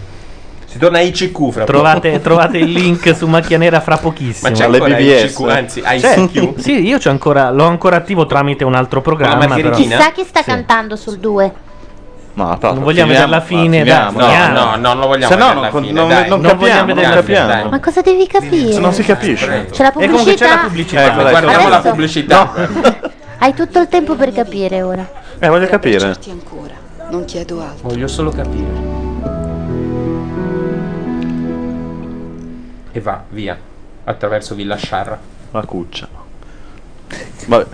[SPEAKER 6] Si torna a ICQ fra
[SPEAKER 5] trovate,
[SPEAKER 6] poco.
[SPEAKER 5] trovate il link su macchia nera fra pochissimo.
[SPEAKER 6] Ma c'è Alle ancora BBS? ICQ, anzi, ICQ?
[SPEAKER 5] Sì, io c'ho ancora, l'ho ancora attivo tramite un altro programma. Però.
[SPEAKER 8] Chissà chi sta cantando sul 2.
[SPEAKER 5] non vogliamo
[SPEAKER 3] finiamo-
[SPEAKER 5] vedere la fine. dai,
[SPEAKER 3] ma finiamo, no,
[SPEAKER 5] finiamo.
[SPEAKER 6] no, no, non lo vogliamo
[SPEAKER 5] Se no,
[SPEAKER 6] vedere la
[SPEAKER 5] non-
[SPEAKER 6] fine,
[SPEAKER 5] non-
[SPEAKER 6] dai.
[SPEAKER 5] non
[SPEAKER 6] Non
[SPEAKER 5] capiamo,
[SPEAKER 6] vogliamo
[SPEAKER 5] non
[SPEAKER 6] vedere la
[SPEAKER 5] capiamo.
[SPEAKER 8] Ma cosa devi capire?
[SPEAKER 3] Non si capisce.
[SPEAKER 8] C'è la
[SPEAKER 5] E comunque c'è
[SPEAKER 8] pubblicità.
[SPEAKER 5] la pubblicità.
[SPEAKER 3] Ecco, dai,
[SPEAKER 6] Guardiamo la
[SPEAKER 3] adesso.
[SPEAKER 6] pubblicità.
[SPEAKER 8] Hai tutto il tempo per capire ora.
[SPEAKER 3] Eh, voglio capire.
[SPEAKER 23] Non chiedo altro.
[SPEAKER 6] Voglio solo capire. E va via attraverso Villa Sciarra.
[SPEAKER 3] La cuccia. Vabbè.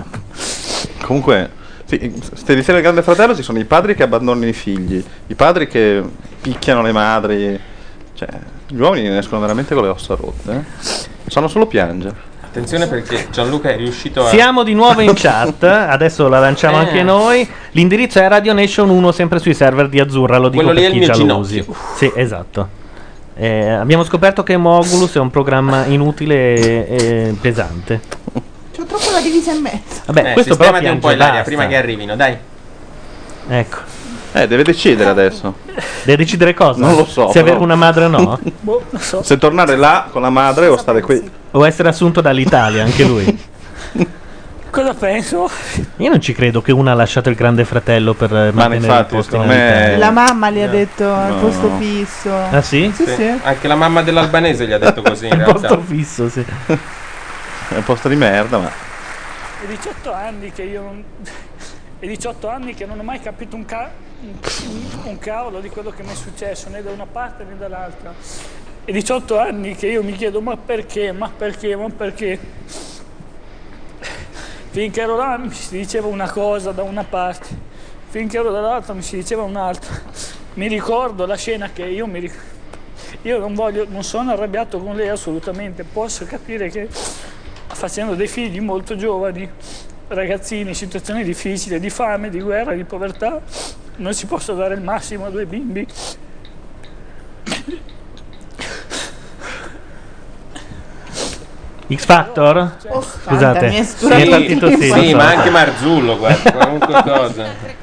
[SPEAKER 3] Comunque, sì, stasera del Grande Fratello ci sono i padri che abbandonano i figli, i padri che picchiano le madri. Cioè, gli uomini ne escono veramente con le ossa rotte. eh. Sanno solo piangere.
[SPEAKER 6] Attenzione perché Gianluca è riuscito a
[SPEAKER 5] Siamo di nuovo in chat, adesso la lanciamo
[SPEAKER 6] Eh.
[SPEAKER 5] anche noi. L'indirizzo è Radio Nation 1, sempre sui server di Azzurra, lo dico
[SPEAKER 6] Quello lì
[SPEAKER 5] per
[SPEAKER 6] è
[SPEAKER 5] chi
[SPEAKER 6] il
[SPEAKER 5] già
[SPEAKER 6] mio
[SPEAKER 5] lo usi. Sì, esatto. Eh, abbiamo scoperto che Mogulus è un programma inutile e, e pesante.
[SPEAKER 7] C'ho troppo la divisa in mezzo.
[SPEAKER 5] Vabbè,
[SPEAKER 6] Eh,
[SPEAKER 5] questo però
[SPEAKER 6] sistemati un po'
[SPEAKER 5] piange,
[SPEAKER 6] in l'aria
[SPEAKER 5] basta.
[SPEAKER 6] prima che arrivino, dai.
[SPEAKER 5] Ecco.
[SPEAKER 3] Eh, deve decidere adesso.
[SPEAKER 5] Deve decidere cosa?
[SPEAKER 3] Non lo so.
[SPEAKER 5] Se
[SPEAKER 3] però.
[SPEAKER 5] avere una madre o no?
[SPEAKER 19] Boh, non so.
[SPEAKER 3] Se tornare là con la madre o stare qui.
[SPEAKER 5] o essere assunto dall'Italia, anche lui.
[SPEAKER 19] Cosa penso?
[SPEAKER 5] Io non ci credo che una ha lasciato il grande fratello per eh,
[SPEAKER 3] Ma
[SPEAKER 5] mantenere il
[SPEAKER 3] infatti,
[SPEAKER 5] posto
[SPEAKER 3] secondo
[SPEAKER 5] in Italia.
[SPEAKER 3] me.
[SPEAKER 7] La mamma
[SPEAKER 5] Eh.
[SPEAKER 7] le ha detto al
[SPEAKER 3] No.
[SPEAKER 7] posto fisso.
[SPEAKER 5] Ah, sì?
[SPEAKER 7] Sì, sì.
[SPEAKER 6] Anche la mamma dell'albanese gli ha detto così in realtà.
[SPEAKER 5] fisso, sì.
[SPEAKER 3] È un posto di merda, ma.
[SPEAKER 19] È 18 anni che io non. È 18 anni che non ho mai capito un, ca- un- un cavolo di quello che mi è successo, né da una parte né dall'altra. È 18 anni che io mi chiedo ma perché, ma perché, ma perché. Finché ero là mi si diceva una cosa da una parte, finché ero dall'altra mi si diceva un'altra. Mi ricordo la scena che io mi ricordo. Io non voglio, non sono arrabbiato con lei assolutamente, posso capire che facendo dei figli molto giovani, ragazzini in situazioni difficili, di fame, di guerra, di povertà, non si possa dare il massimo a due bimbi.
[SPEAKER 5] X Factor? Scusate,
[SPEAKER 19] mi è
[SPEAKER 5] mi è partito il
[SPEAKER 6] sì,
[SPEAKER 5] senso.
[SPEAKER 6] ma anche Marzullo, guarda, qualunque cosa.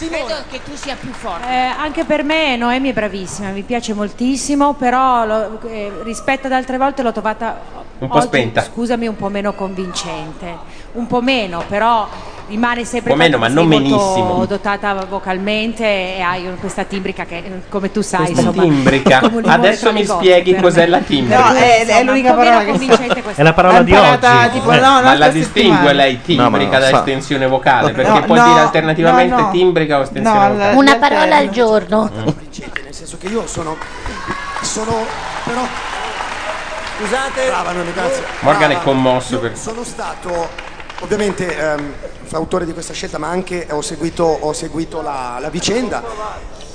[SPEAKER 10] Credo che tu sia più forte.
[SPEAKER 12] Eh, anche per me Noemi è bravissima, mi piace moltissimo, però lo- eh, rispetto ad altre volte l'ho trovata
[SPEAKER 6] Un po'
[SPEAKER 12] oggi,
[SPEAKER 6] spenta.
[SPEAKER 12] Scusami, un po' meno convincente, un po' meno, però rimane sempre
[SPEAKER 6] Un po' meno,
[SPEAKER 12] tanto
[SPEAKER 6] ma
[SPEAKER 12] che
[SPEAKER 6] non
[SPEAKER 12] sei molto
[SPEAKER 6] benissimo.
[SPEAKER 12] dotata vocalmente e hai questa timbrica che eh, come tu sai,
[SPEAKER 6] Questa
[SPEAKER 12] insomma,
[SPEAKER 6] timbrica.
[SPEAKER 12] è come un limone
[SPEAKER 6] Adesso
[SPEAKER 12] tra
[SPEAKER 6] mi
[SPEAKER 12] le gomme,
[SPEAKER 6] spieghi
[SPEAKER 12] per
[SPEAKER 6] cos'è
[SPEAKER 12] me.
[SPEAKER 6] la timbrica.
[SPEAKER 7] No, eh, è- è
[SPEAKER 12] Insomma,
[SPEAKER 7] l'unica
[SPEAKER 12] un po' meno
[SPEAKER 7] parola che sa.
[SPEAKER 12] convincente questa.
[SPEAKER 5] È la parola
[SPEAKER 7] L'ho
[SPEAKER 5] di
[SPEAKER 7] imparata,
[SPEAKER 5] oggi. Eh.
[SPEAKER 7] tipo, no, no,
[SPEAKER 6] ma la
[SPEAKER 7] questa
[SPEAKER 6] distingue
[SPEAKER 7] settimana.
[SPEAKER 6] lei timbrica
[SPEAKER 3] No, ma
[SPEAKER 6] da
[SPEAKER 3] sa-
[SPEAKER 6] estensione vocale? Perché
[SPEAKER 7] no,
[SPEAKER 6] puoi
[SPEAKER 7] no,
[SPEAKER 6] dire alternativamente
[SPEAKER 7] no, no.
[SPEAKER 6] timbrica o estensione
[SPEAKER 7] No,
[SPEAKER 6] vocale.
[SPEAKER 7] la-
[SPEAKER 8] Una
[SPEAKER 7] la
[SPEAKER 8] parola
[SPEAKER 7] terra.
[SPEAKER 8] al giorno.
[SPEAKER 11] Nel senso che io sono. Sono. Però. Scusate. Brava, non grazie.
[SPEAKER 6] Morgan è
[SPEAKER 11] Brava.
[SPEAKER 6] commosso per
[SPEAKER 11] Sono stato ovviamente ehm, fautore di questa scelta, ma anche ho seguito, ho seguito la, la vicenda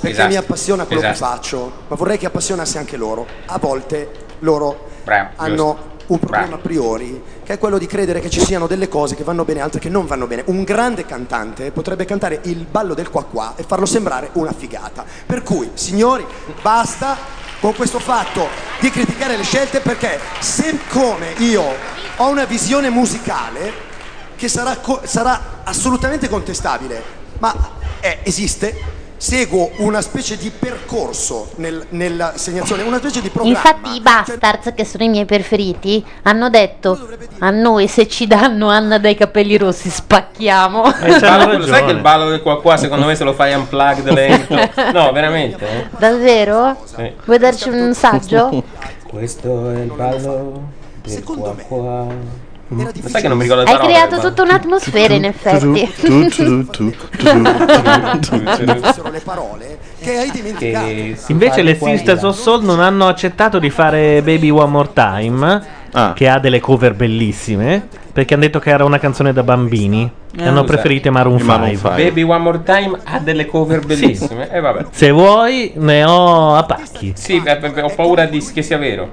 [SPEAKER 11] perché
[SPEAKER 6] Esatto.
[SPEAKER 11] mi appassiona quello
[SPEAKER 6] Esatto.
[SPEAKER 11] che faccio, ma vorrei che appassionasse anche loro. A volte loro
[SPEAKER 6] Bravo,
[SPEAKER 11] hanno
[SPEAKER 6] giusto.
[SPEAKER 11] un problema a priori, che è quello di credere che ci siano delle cose che vanno bene e altre che non vanno bene. Un grande cantante potrebbe cantare il ballo del qua qua e farlo sembrare una figata. Per cui, signori, basta con questo fatto di criticare le scelte perché se come io ho una visione musicale che sarà, co- sarà assolutamente contestabile, ma eh, esiste, seguo una specie di percorso nel- nella segnazione, una specie di programma.
[SPEAKER 8] Infatti i bastards, che sono i miei preferiti, hanno detto a noi se ci danno Anna dai capelli rossi spacchiamo.
[SPEAKER 5] Eh,
[SPEAKER 6] Il ballo- sai che il ballo del qua qua secondo me se lo fai unplugged lento? No, veramente? eh?
[SPEAKER 8] Davvero? Vuoi darci un saggio?
[SPEAKER 15] Questo è il ballo del Secondo
[SPEAKER 6] Ma sai che non mi ricordo la
[SPEAKER 8] Hai
[SPEAKER 6] parola
[SPEAKER 8] creato
[SPEAKER 6] del
[SPEAKER 8] tutta un'atmosfera in effetti.
[SPEAKER 11] Fossero le parole che hai dimenticato.
[SPEAKER 5] Invece le Sisters of Soul non hanno accettato di fare Baby One More Time,
[SPEAKER 6] Ah.
[SPEAKER 5] che ha delle cover bellissime, perché hanno detto che era una canzone da bambini.
[SPEAKER 7] Eh,
[SPEAKER 5] E
[SPEAKER 6] Ah.
[SPEAKER 5] hanno
[SPEAKER 6] Scusa,
[SPEAKER 5] preferito i Eh, Maroon
[SPEAKER 6] i Maroon
[SPEAKER 5] 5.
[SPEAKER 6] ballo. Baby One More Time ha delle cover bellissime. E vabbè.
[SPEAKER 5] Se vuoi, ne ho a pacchi.
[SPEAKER 6] Sì, eh, beh, beh, beh, ho paura di, che sia vero.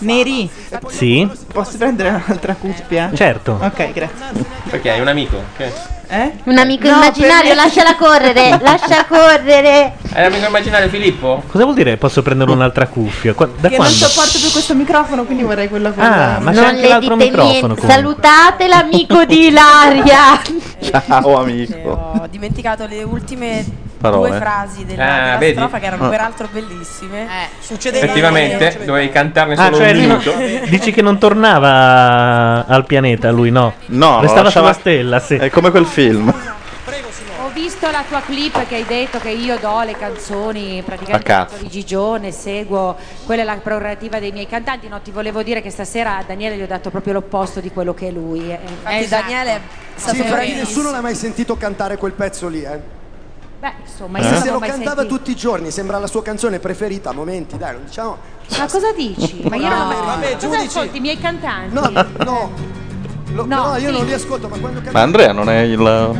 [SPEAKER 7] Mary,
[SPEAKER 5] Sì?
[SPEAKER 7] posso prendere un'altra cuffia?
[SPEAKER 5] Certo.
[SPEAKER 7] Ok, grazie.
[SPEAKER 6] Perché hai un amico. che-
[SPEAKER 7] Eh?
[SPEAKER 8] Un amico
[SPEAKER 7] No, per
[SPEAKER 8] immaginario,
[SPEAKER 7] me-
[SPEAKER 8] lasciala correre, lascia correre.
[SPEAKER 6] Hai un amico immaginario Filippo?
[SPEAKER 5] Cosa vuol dire posso prendere un'altra cuffia? Qua- da
[SPEAKER 7] Che non
[SPEAKER 5] quando?
[SPEAKER 7] sopporto più questo microfono, quindi vorrei quello con
[SPEAKER 5] Ah, ma c'è
[SPEAKER 8] Non
[SPEAKER 5] anche
[SPEAKER 8] le
[SPEAKER 5] l'altro
[SPEAKER 8] dite
[SPEAKER 5] microfono.
[SPEAKER 8] niente.
[SPEAKER 5] comunque.
[SPEAKER 8] Salutate l'amico di Ilaria.
[SPEAKER 3] Ciao amico.
[SPEAKER 13] Ho dimenticato le ultime
[SPEAKER 3] Parole.
[SPEAKER 13] due frasi della,
[SPEAKER 6] Ah,
[SPEAKER 13] della
[SPEAKER 6] vedi?
[SPEAKER 13] strofa che erano
[SPEAKER 6] Ah.
[SPEAKER 13] peraltro bellissime. Succedeva
[SPEAKER 6] Effettivamente, dovevi cantarne
[SPEAKER 5] Ah,
[SPEAKER 6] solo
[SPEAKER 5] cioè
[SPEAKER 6] un
[SPEAKER 5] lui non-
[SPEAKER 6] minuto.
[SPEAKER 5] dici che non tornava al pianeta lui, no?
[SPEAKER 3] No,
[SPEAKER 5] Restava
[SPEAKER 3] lasciava-
[SPEAKER 5] sulla stella, sì.
[SPEAKER 3] È come quel film.
[SPEAKER 12] Ho visto la tua clip che hai detto che io do le canzoni praticamente
[SPEAKER 3] A cazzo.
[SPEAKER 12] di Gigione, seguo, quella è la prerogativa dei miei cantanti, no ti volevo dire che stasera a Daniele gli ho dato proprio l'opposto di quello che è lui. eh.
[SPEAKER 13] Eh, Daniele è stato
[SPEAKER 11] Sì, però
[SPEAKER 13] bravissimo.
[SPEAKER 11] nessuno l'ha mai sentito cantare quel pezzo lì, eh.
[SPEAKER 12] Beh, insomma,
[SPEAKER 3] Eh?
[SPEAKER 11] Se
[SPEAKER 12] io non
[SPEAKER 11] se
[SPEAKER 12] l'ho
[SPEAKER 11] lo
[SPEAKER 12] mai
[SPEAKER 11] cantava
[SPEAKER 12] sentito.
[SPEAKER 11] tutti i giorni, sembra la sua canzone preferita a momenti, dai, non diciamo.
[SPEAKER 12] Ma cosa dici? Ma io
[SPEAKER 11] No,
[SPEAKER 12] non ho
[SPEAKER 11] vabbè,
[SPEAKER 12] mai Cosa
[SPEAKER 11] giudici.
[SPEAKER 12] ascolti i miei cantanti?
[SPEAKER 11] No, no. Lo-
[SPEAKER 12] No,
[SPEAKER 11] no, io
[SPEAKER 12] sì.
[SPEAKER 11] non li ascolto, ma quando
[SPEAKER 3] Ma Andrea non è il,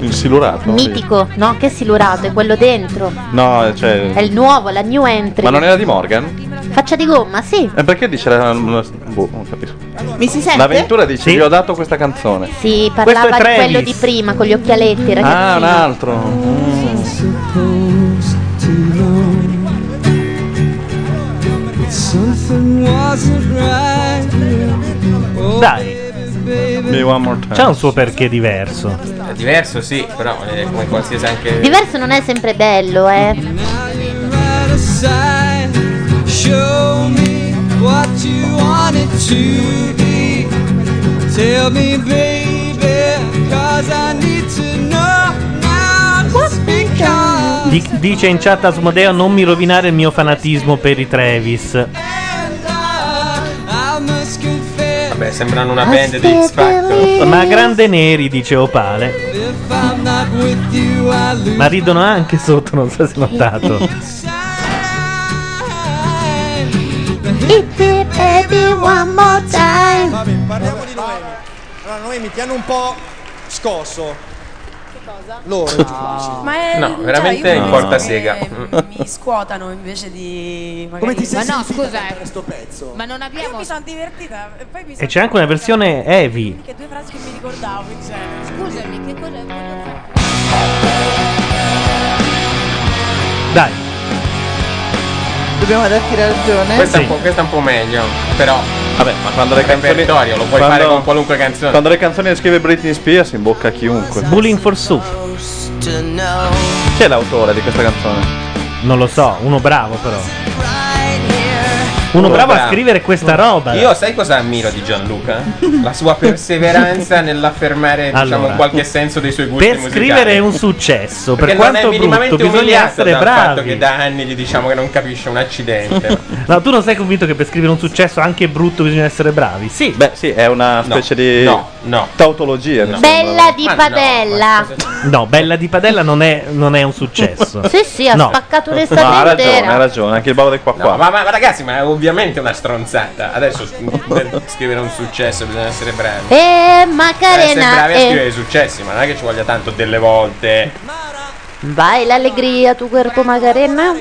[SPEAKER 3] il silurato?
[SPEAKER 8] Mitico, no? Che silurato, è quello dentro.
[SPEAKER 3] No,
[SPEAKER 8] È
[SPEAKER 3] cioè.
[SPEAKER 8] il nuovo, la new entry.
[SPEAKER 3] Ma non era di Morgan?
[SPEAKER 8] Faccia di gomma, sì.
[SPEAKER 3] E perché dice la. la- boh, non capisco.
[SPEAKER 8] Mi si sente?
[SPEAKER 3] L'avventura dice: Gli ho dato questa canzone.
[SPEAKER 8] Sì,
[SPEAKER 3] Questo è
[SPEAKER 8] parlava di
[SPEAKER 3] Travis.
[SPEAKER 8] quello di prima con gli occhialetti, il ragazzino.
[SPEAKER 3] Ah, un altro. Mm.
[SPEAKER 5] Dai.
[SPEAKER 3] Baby, one more time.
[SPEAKER 5] C'ha un suo perché diverso.
[SPEAKER 6] È diverso, sì, però è come qualsiasi anche.
[SPEAKER 8] Diverso non è sempre bello, eh.
[SPEAKER 4] Show me what you want it to be. Tell me, baby, cause I need to know now. Just because.
[SPEAKER 5] Di- dice in chat Asmodeo non mi rovinare il mio fanatismo per i Travis.
[SPEAKER 4] I must confess
[SPEAKER 6] Vabbè, sembrano una band di X Factor.
[SPEAKER 5] Ma grande neri, dice Opale.
[SPEAKER 4] if I'm not with you, I lose.
[SPEAKER 5] Ma ridono anche sotto, non so se notato.
[SPEAKER 11] Vabbè, parliamo di Noemi. Allora, Noemi, ti hanno un po' scosso. Loro.
[SPEAKER 10] Ah.
[SPEAKER 13] Ma è,
[SPEAKER 6] No, veramente
[SPEAKER 13] cioè, io
[SPEAKER 6] in
[SPEAKER 13] penso
[SPEAKER 6] porta
[SPEAKER 13] che
[SPEAKER 6] sega. Mm.
[SPEAKER 13] Mi scuotano invece di. Magari...
[SPEAKER 11] Come ti sei
[SPEAKER 13] ma no,
[SPEAKER 11] sentita
[SPEAKER 13] scusa, eh.
[SPEAKER 11] per questo pezzo?
[SPEAKER 13] Ma non abbiamo. Io mi sono divertita. E poi mi
[SPEAKER 5] E c'è anche una versione heavy.
[SPEAKER 13] Che due frasi che mi ricordavo cioè, in genere. Scusami, che cosa
[SPEAKER 5] Dai.
[SPEAKER 7] Dobbiamo darti ragione.
[SPEAKER 6] Questa, è un po', questa è un po' meglio, però.
[SPEAKER 3] Vabbè, ma quando le
[SPEAKER 6] il
[SPEAKER 3] canzoni-
[SPEAKER 6] repertorio lo puoi
[SPEAKER 3] quando-
[SPEAKER 6] fare con qualunque canzone.
[SPEAKER 3] Quando le canzoni le scrive Britney Spears in bocca a chiunque.
[SPEAKER 5] Bullying for Soup.
[SPEAKER 3] Chi è l'autore di questa canzone?
[SPEAKER 5] Non lo so, uno bravo però. Uno
[SPEAKER 6] Uno
[SPEAKER 5] bravo a
[SPEAKER 6] bravo.
[SPEAKER 5] scrivere questa roba.
[SPEAKER 6] Io sai cosa ammiro di Gianluca? La sua perseveranza nell'affermare,
[SPEAKER 5] Allora,
[SPEAKER 6] diciamo, qualche senso dei suoi gusti
[SPEAKER 5] Per
[SPEAKER 6] musicali.
[SPEAKER 5] scrivere è un successo, per
[SPEAKER 6] Perché
[SPEAKER 5] quanto
[SPEAKER 6] non è minimamente
[SPEAKER 5] brutto, bisogna
[SPEAKER 6] umiliato
[SPEAKER 5] essere
[SPEAKER 6] dal fatto che
[SPEAKER 5] bravi.
[SPEAKER 6] da anni gli diciamo che non capisce un accidente.
[SPEAKER 5] No, tu non sei convinto che per scrivere un successo anche brutto bisogna essere bravi? Sì.
[SPEAKER 3] Beh, sì, è una specie di.
[SPEAKER 5] no,
[SPEAKER 3] Tautologia. mi sembra.
[SPEAKER 8] Bella di padella.
[SPEAKER 5] No, Bella di Padella non è, non è un successo.
[SPEAKER 8] Sì, sì, ha
[SPEAKER 5] No.
[SPEAKER 8] spaccato
[SPEAKER 3] No, ha
[SPEAKER 8] l'estate
[SPEAKER 3] ragione, ha
[SPEAKER 8] intera.
[SPEAKER 3] ragione. Anche il ballo del qua
[SPEAKER 6] No,
[SPEAKER 3] qua.
[SPEAKER 6] ma, ma- ma ragazzi, ma è ovviamente una stronzata. Adesso per scrivere un successo bisogna essere bravi.
[SPEAKER 8] Eh,
[SPEAKER 6] Bisogna
[SPEAKER 8] E
[SPEAKER 6] essere
[SPEAKER 8] Macarena.
[SPEAKER 6] bravi a scrivere
[SPEAKER 8] E
[SPEAKER 6] i successi, ma non è che ci voglia tanto delle volte.
[SPEAKER 8] vai l'allegria tu corpo Macarena.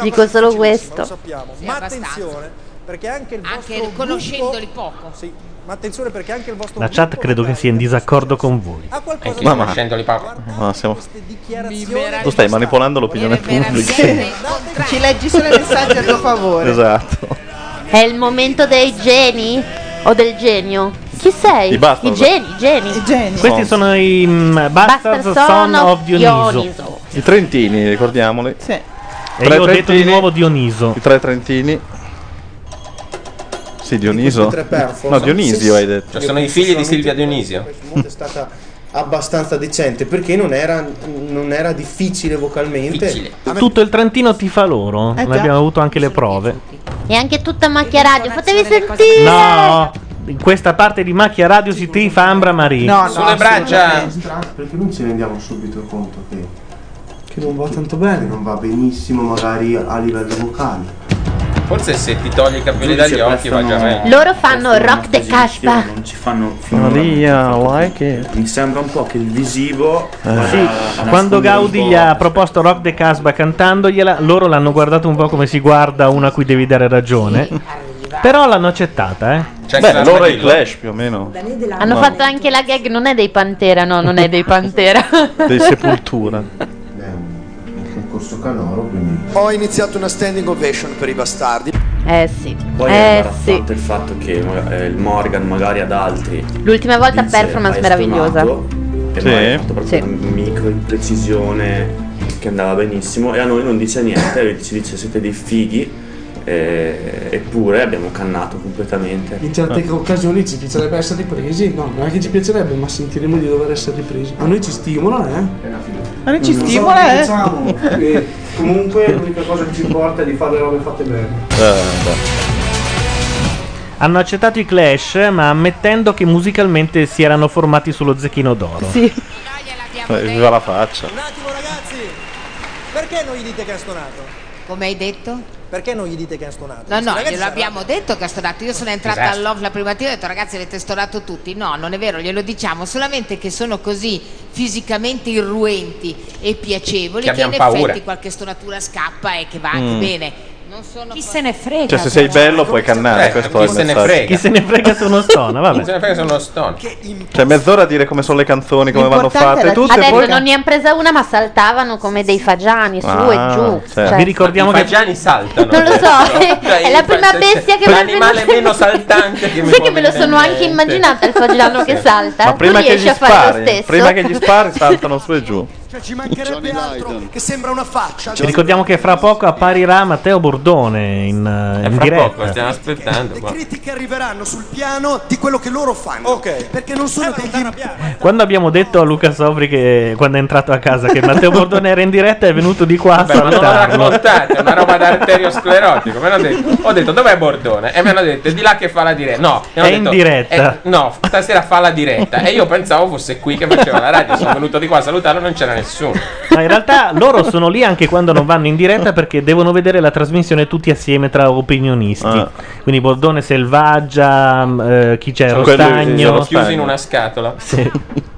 [SPEAKER 8] Dico solo questo.
[SPEAKER 11] ma attenzione, perché anche il vostro
[SPEAKER 10] Anche conoscendoli
[SPEAKER 11] poco. Sì, ma attenzione perché anche il vostro
[SPEAKER 5] La chat credo che sia in disaccordo con voi.
[SPEAKER 6] Anche io conoscendoli poco.
[SPEAKER 3] Ma siamo- Tu stai manipolando l'opinione pubblica.
[SPEAKER 7] Ci leggi solo i messaggi a tuo favore.
[SPEAKER 3] Esatto.
[SPEAKER 8] È il momento dei geni o del genio? Chi sei?
[SPEAKER 5] I Bastards.
[SPEAKER 8] geni, i geni.
[SPEAKER 5] Questi sono i mm, Bastards,
[SPEAKER 8] Bastard
[SPEAKER 5] Son
[SPEAKER 8] Son
[SPEAKER 5] of
[SPEAKER 8] of
[SPEAKER 5] Dioniso.
[SPEAKER 8] Dioniso.
[SPEAKER 3] I Trentini, ricordiamoli.
[SPEAKER 8] Sì. E
[SPEAKER 5] io ho detto di nuovo Dioniso.
[SPEAKER 3] I tre Trentini. Sì, Dioniso.
[SPEAKER 21] questi tre perfo?
[SPEAKER 3] No, Dionisio
[SPEAKER 21] Sì,
[SPEAKER 3] hai detto.
[SPEAKER 6] Cioè, sono i figli di Silvia Dionisio.
[SPEAKER 21] Monte è stata abbastanza decente perché non era, non era difficile vocalmente.
[SPEAKER 5] Tutto il Trentino ti fa loro.
[SPEAKER 8] Eh
[SPEAKER 5] Ne
[SPEAKER 8] già.
[SPEAKER 5] abbiamo avuto anche le prove.
[SPEAKER 8] E anche tutta macchia radio. Fatevi sentire.
[SPEAKER 5] No, in questa parte di macchia radio si tifa Ambra Marie.
[SPEAKER 14] Perché non ci rendiamo subito conto che, che non va tanto bene, non va benissimo magari a livello vocale.
[SPEAKER 6] Forse se ti togli i capelli
[SPEAKER 14] Giudice,
[SPEAKER 6] dagli occhi va già meglio.
[SPEAKER 8] Loro fanno rock the cashback.
[SPEAKER 14] Non ci fanno finora. Mi sembra un po' che il visivo...
[SPEAKER 3] Eh.
[SPEAKER 14] vada
[SPEAKER 5] Sì,
[SPEAKER 14] a nascondere
[SPEAKER 5] quando
[SPEAKER 14] un
[SPEAKER 5] Gaudi
[SPEAKER 14] po'.
[SPEAKER 5] gli ha proposto Rock de Casba cantandogliela, loro l'hanno guardato un po' come si guarda una a cui devi dare ragione. Però l'hanno accettata, eh.
[SPEAKER 3] C'è
[SPEAKER 14] Cioè,
[SPEAKER 3] Beh, anche loro e i Clash più o meno.
[SPEAKER 8] Hanno
[SPEAKER 3] No.
[SPEAKER 8] fatto anche la gag, non è dei Pantera, no, non è dei Pantera.
[SPEAKER 3] Dei Sepultura.
[SPEAKER 8] Mm.
[SPEAKER 21] Corso Canoro, quindi.
[SPEAKER 11] Ho iniziato una standing ovation per i bastardi.
[SPEAKER 8] eh sì,
[SPEAKER 14] Poi è
[SPEAKER 8] eh sì.
[SPEAKER 14] imbarazzante il fatto che ma- eh, il Morgan magari ad altri
[SPEAKER 8] L'ultima volta
[SPEAKER 14] dice,
[SPEAKER 8] performance
[SPEAKER 14] "Hai
[SPEAKER 8] meravigliosa.
[SPEAKER 14] stomaco", e Morgan ha fatto proprio una micro imprecisione che andava benissimo e a noi non dice niente, lui ci dice siete dei fighi eh, eppure abbiamo cannato completamente.
[SPEAKER 16] In certe
[SPEAKER 4] Ah.
[SPEAKER 16] occasioni ci piacerebbe essere ripresi, no, non è che ci piacerebbe, ma sentiremo di dover essere ripresi. A noi ci stimola, eh?
[SPEAKER 14] A noi ci
[SPEAKER 16] Non so
[SPEAKER 14] stimola,
[SPEAKER 16] che
[SPEAKER 14] eh?
[SPEAKER 16] facciamo. Eh, comunque l'unica cosa che ci importa è di fare le robe fatte bene.
[SPEAKER 5] Eh, Hanno accettato i Clash, ma ammettendo che musicalmente si erano formati sullo Zecchino d'Oro.
[SPEAKER 8] Sì.
[SPEAKER 5] Eh, viva la faccia.
[SPEAKER 17] Perché non gli dite che è stonato?
[SPEAKER 10] Come hai detto?
[SPEAKER 17] Perché non gli dite che è stonato?
[SPEAKER 10] No, no,
[SPEAKER 17] Ragazzi,
[SPEAKER 10] glielo abbiamo detto che ha stonato. Io sono entrata
[SPEAKER 17] Disastro.
[SPEAKER 10] all'off la prima mattina e ho detto ragazzi avete stonato tutti. No, non è vero, glielo diciamo solamente che sono così fisicamente irruenti e piacevoli
[SPEAKER 3] Che
[SPEAKER 10] che, in
[SPEAKER 3] abbiamo paura.
[SPEAKER 10] effetti qualche stonatura scappa e che va anche
[SPEAKER 3] Mm.
[SPEAKER 10] bene.
[SPEAKER 12] Chi se ne frega?
[SPEAKER 3] Cioè, se sei bello puoi cannare.
[SPEAKER 6] Eh,
[SPEAKER 3] questo
[SPEAKER 6] chi
[SPEAKER 3] è il
[SPEAKER 6] se ne
[SPEAKER 3] messaggio.
[SPEAKER 6] frega? Chi se
[SPEAKER 5] ne frega se uno stona,
[SPEAKER 6] Non se ne frega sono stone.
[SPEAKER 3] Cioè, mezz'ora a dire come sono le canzoni, come vanno fatte,
[SPEAKER 8] ha
[SPEAKER 3] tutte e
[SPEAKER 8] detto
[SPEAKER 3] poi.
[SPEAKER 8] non ne hanno presa una, ma saltavano come dei fagiani su
[SPEAKER 3] Ah,
[SPEAKER 8] e giù.
[SPEAKER 3] certo.
[SPEAKER 8] Cioè,
[SPEAKER 5] Vi ricordiamo che
[SPEAKER 6] Gianni saltano.
[SPEAKER 8] non lo so,
[SPEAKER 6] Cioè,
[SPEAKER 8] è la prima bestia che mi è
[SPEAKER 6] L'animale
[SPEAKER 8] venuta.
[SPEAKER 6] meno saltante che mi
[SPEAKER 8] Sai
[SPEAKER 6] può
[SPEAKER 8] che me lo
[SPEAKER 6] venire
[SPEAKER 8] sono
[SPEAKER 6] in
[SPEAKER 8] anche
[SPEAKER 6] mente.
[SPEAKER 8] immaginata il fagiano che salta.
[SPEAKER 3] Ma prima
[SPEAKER 8] tu
[SPEAKER 3] che
[SPEAKER 8] riesci
[SPEAKER 3] gli
[SPEAKER 8] a fare lo
[SPEAKER 3] spari,
[SPEAKER 8] stesso.
[SPEAKER 3] prima che gli spari, saltano su e giù.
[SPEAKER 11] Cioè, ci mancherebbe altro che sembra una faccia.
[SPEAKER 5] Vi ricordiamo che fra poco apparirà Matteo Bordone in, eh, in
[SPEAKER 6] Fra
[SPEAKER 5] diretta.
[SPEAKER 6] poco, stiamo aspettando.
[SPEAKER 11] Le
[SPEAKER 6] qua.
[SPEAKER 11] critiche arriveranno sul piano di quello che loro fanno. Perché non sono degli
[SPEAKER 5] Quando abbiamo detto a Luca Sofri che quando è entrato a casa che Matteo Bordone era in diretta è venuto di qua a
[SPEAKER 6] Beh, ma non l'ho
[SPEAKER 5] salutarlo.
[SPEAKER 6] raccontato, è una roba da arteriosclerotico. Me l'hanno detto. Ho detto dov'è Bordone? E mi hanno detto è di là che fa la diretta. No, mi hanno
[SPEAKER 5] È in
[SPEAKER 6] detto,
[SPEAKER 5] diretta.
[SPEAKER 6] "Eh, no, stasera fa la diretta. E io pensavo fosse qui che faceva la radio. Sono venuto di qua a salutarlo, non c'era nessuno.
[SPEAKER 5] Ma in realtà loro sono lì anche quando non vanno in
[SPEAKER 6] Ah.
[SPEAKER 5] diretta perché devono vedere la trasmissione tutti assieme tra opinionisti.
[SPEAKER 6] Ah.
[SPEAKER 5] Quindi Bordone Selvaggia, m, eh, chi c'è?
[SPEAKER 6] Sono quelli- eh,
[SPEAKER 5] Rostagno.
[SPEAKER 6] sono chiusi in una scatola.
[SPEAKER 5] Sì.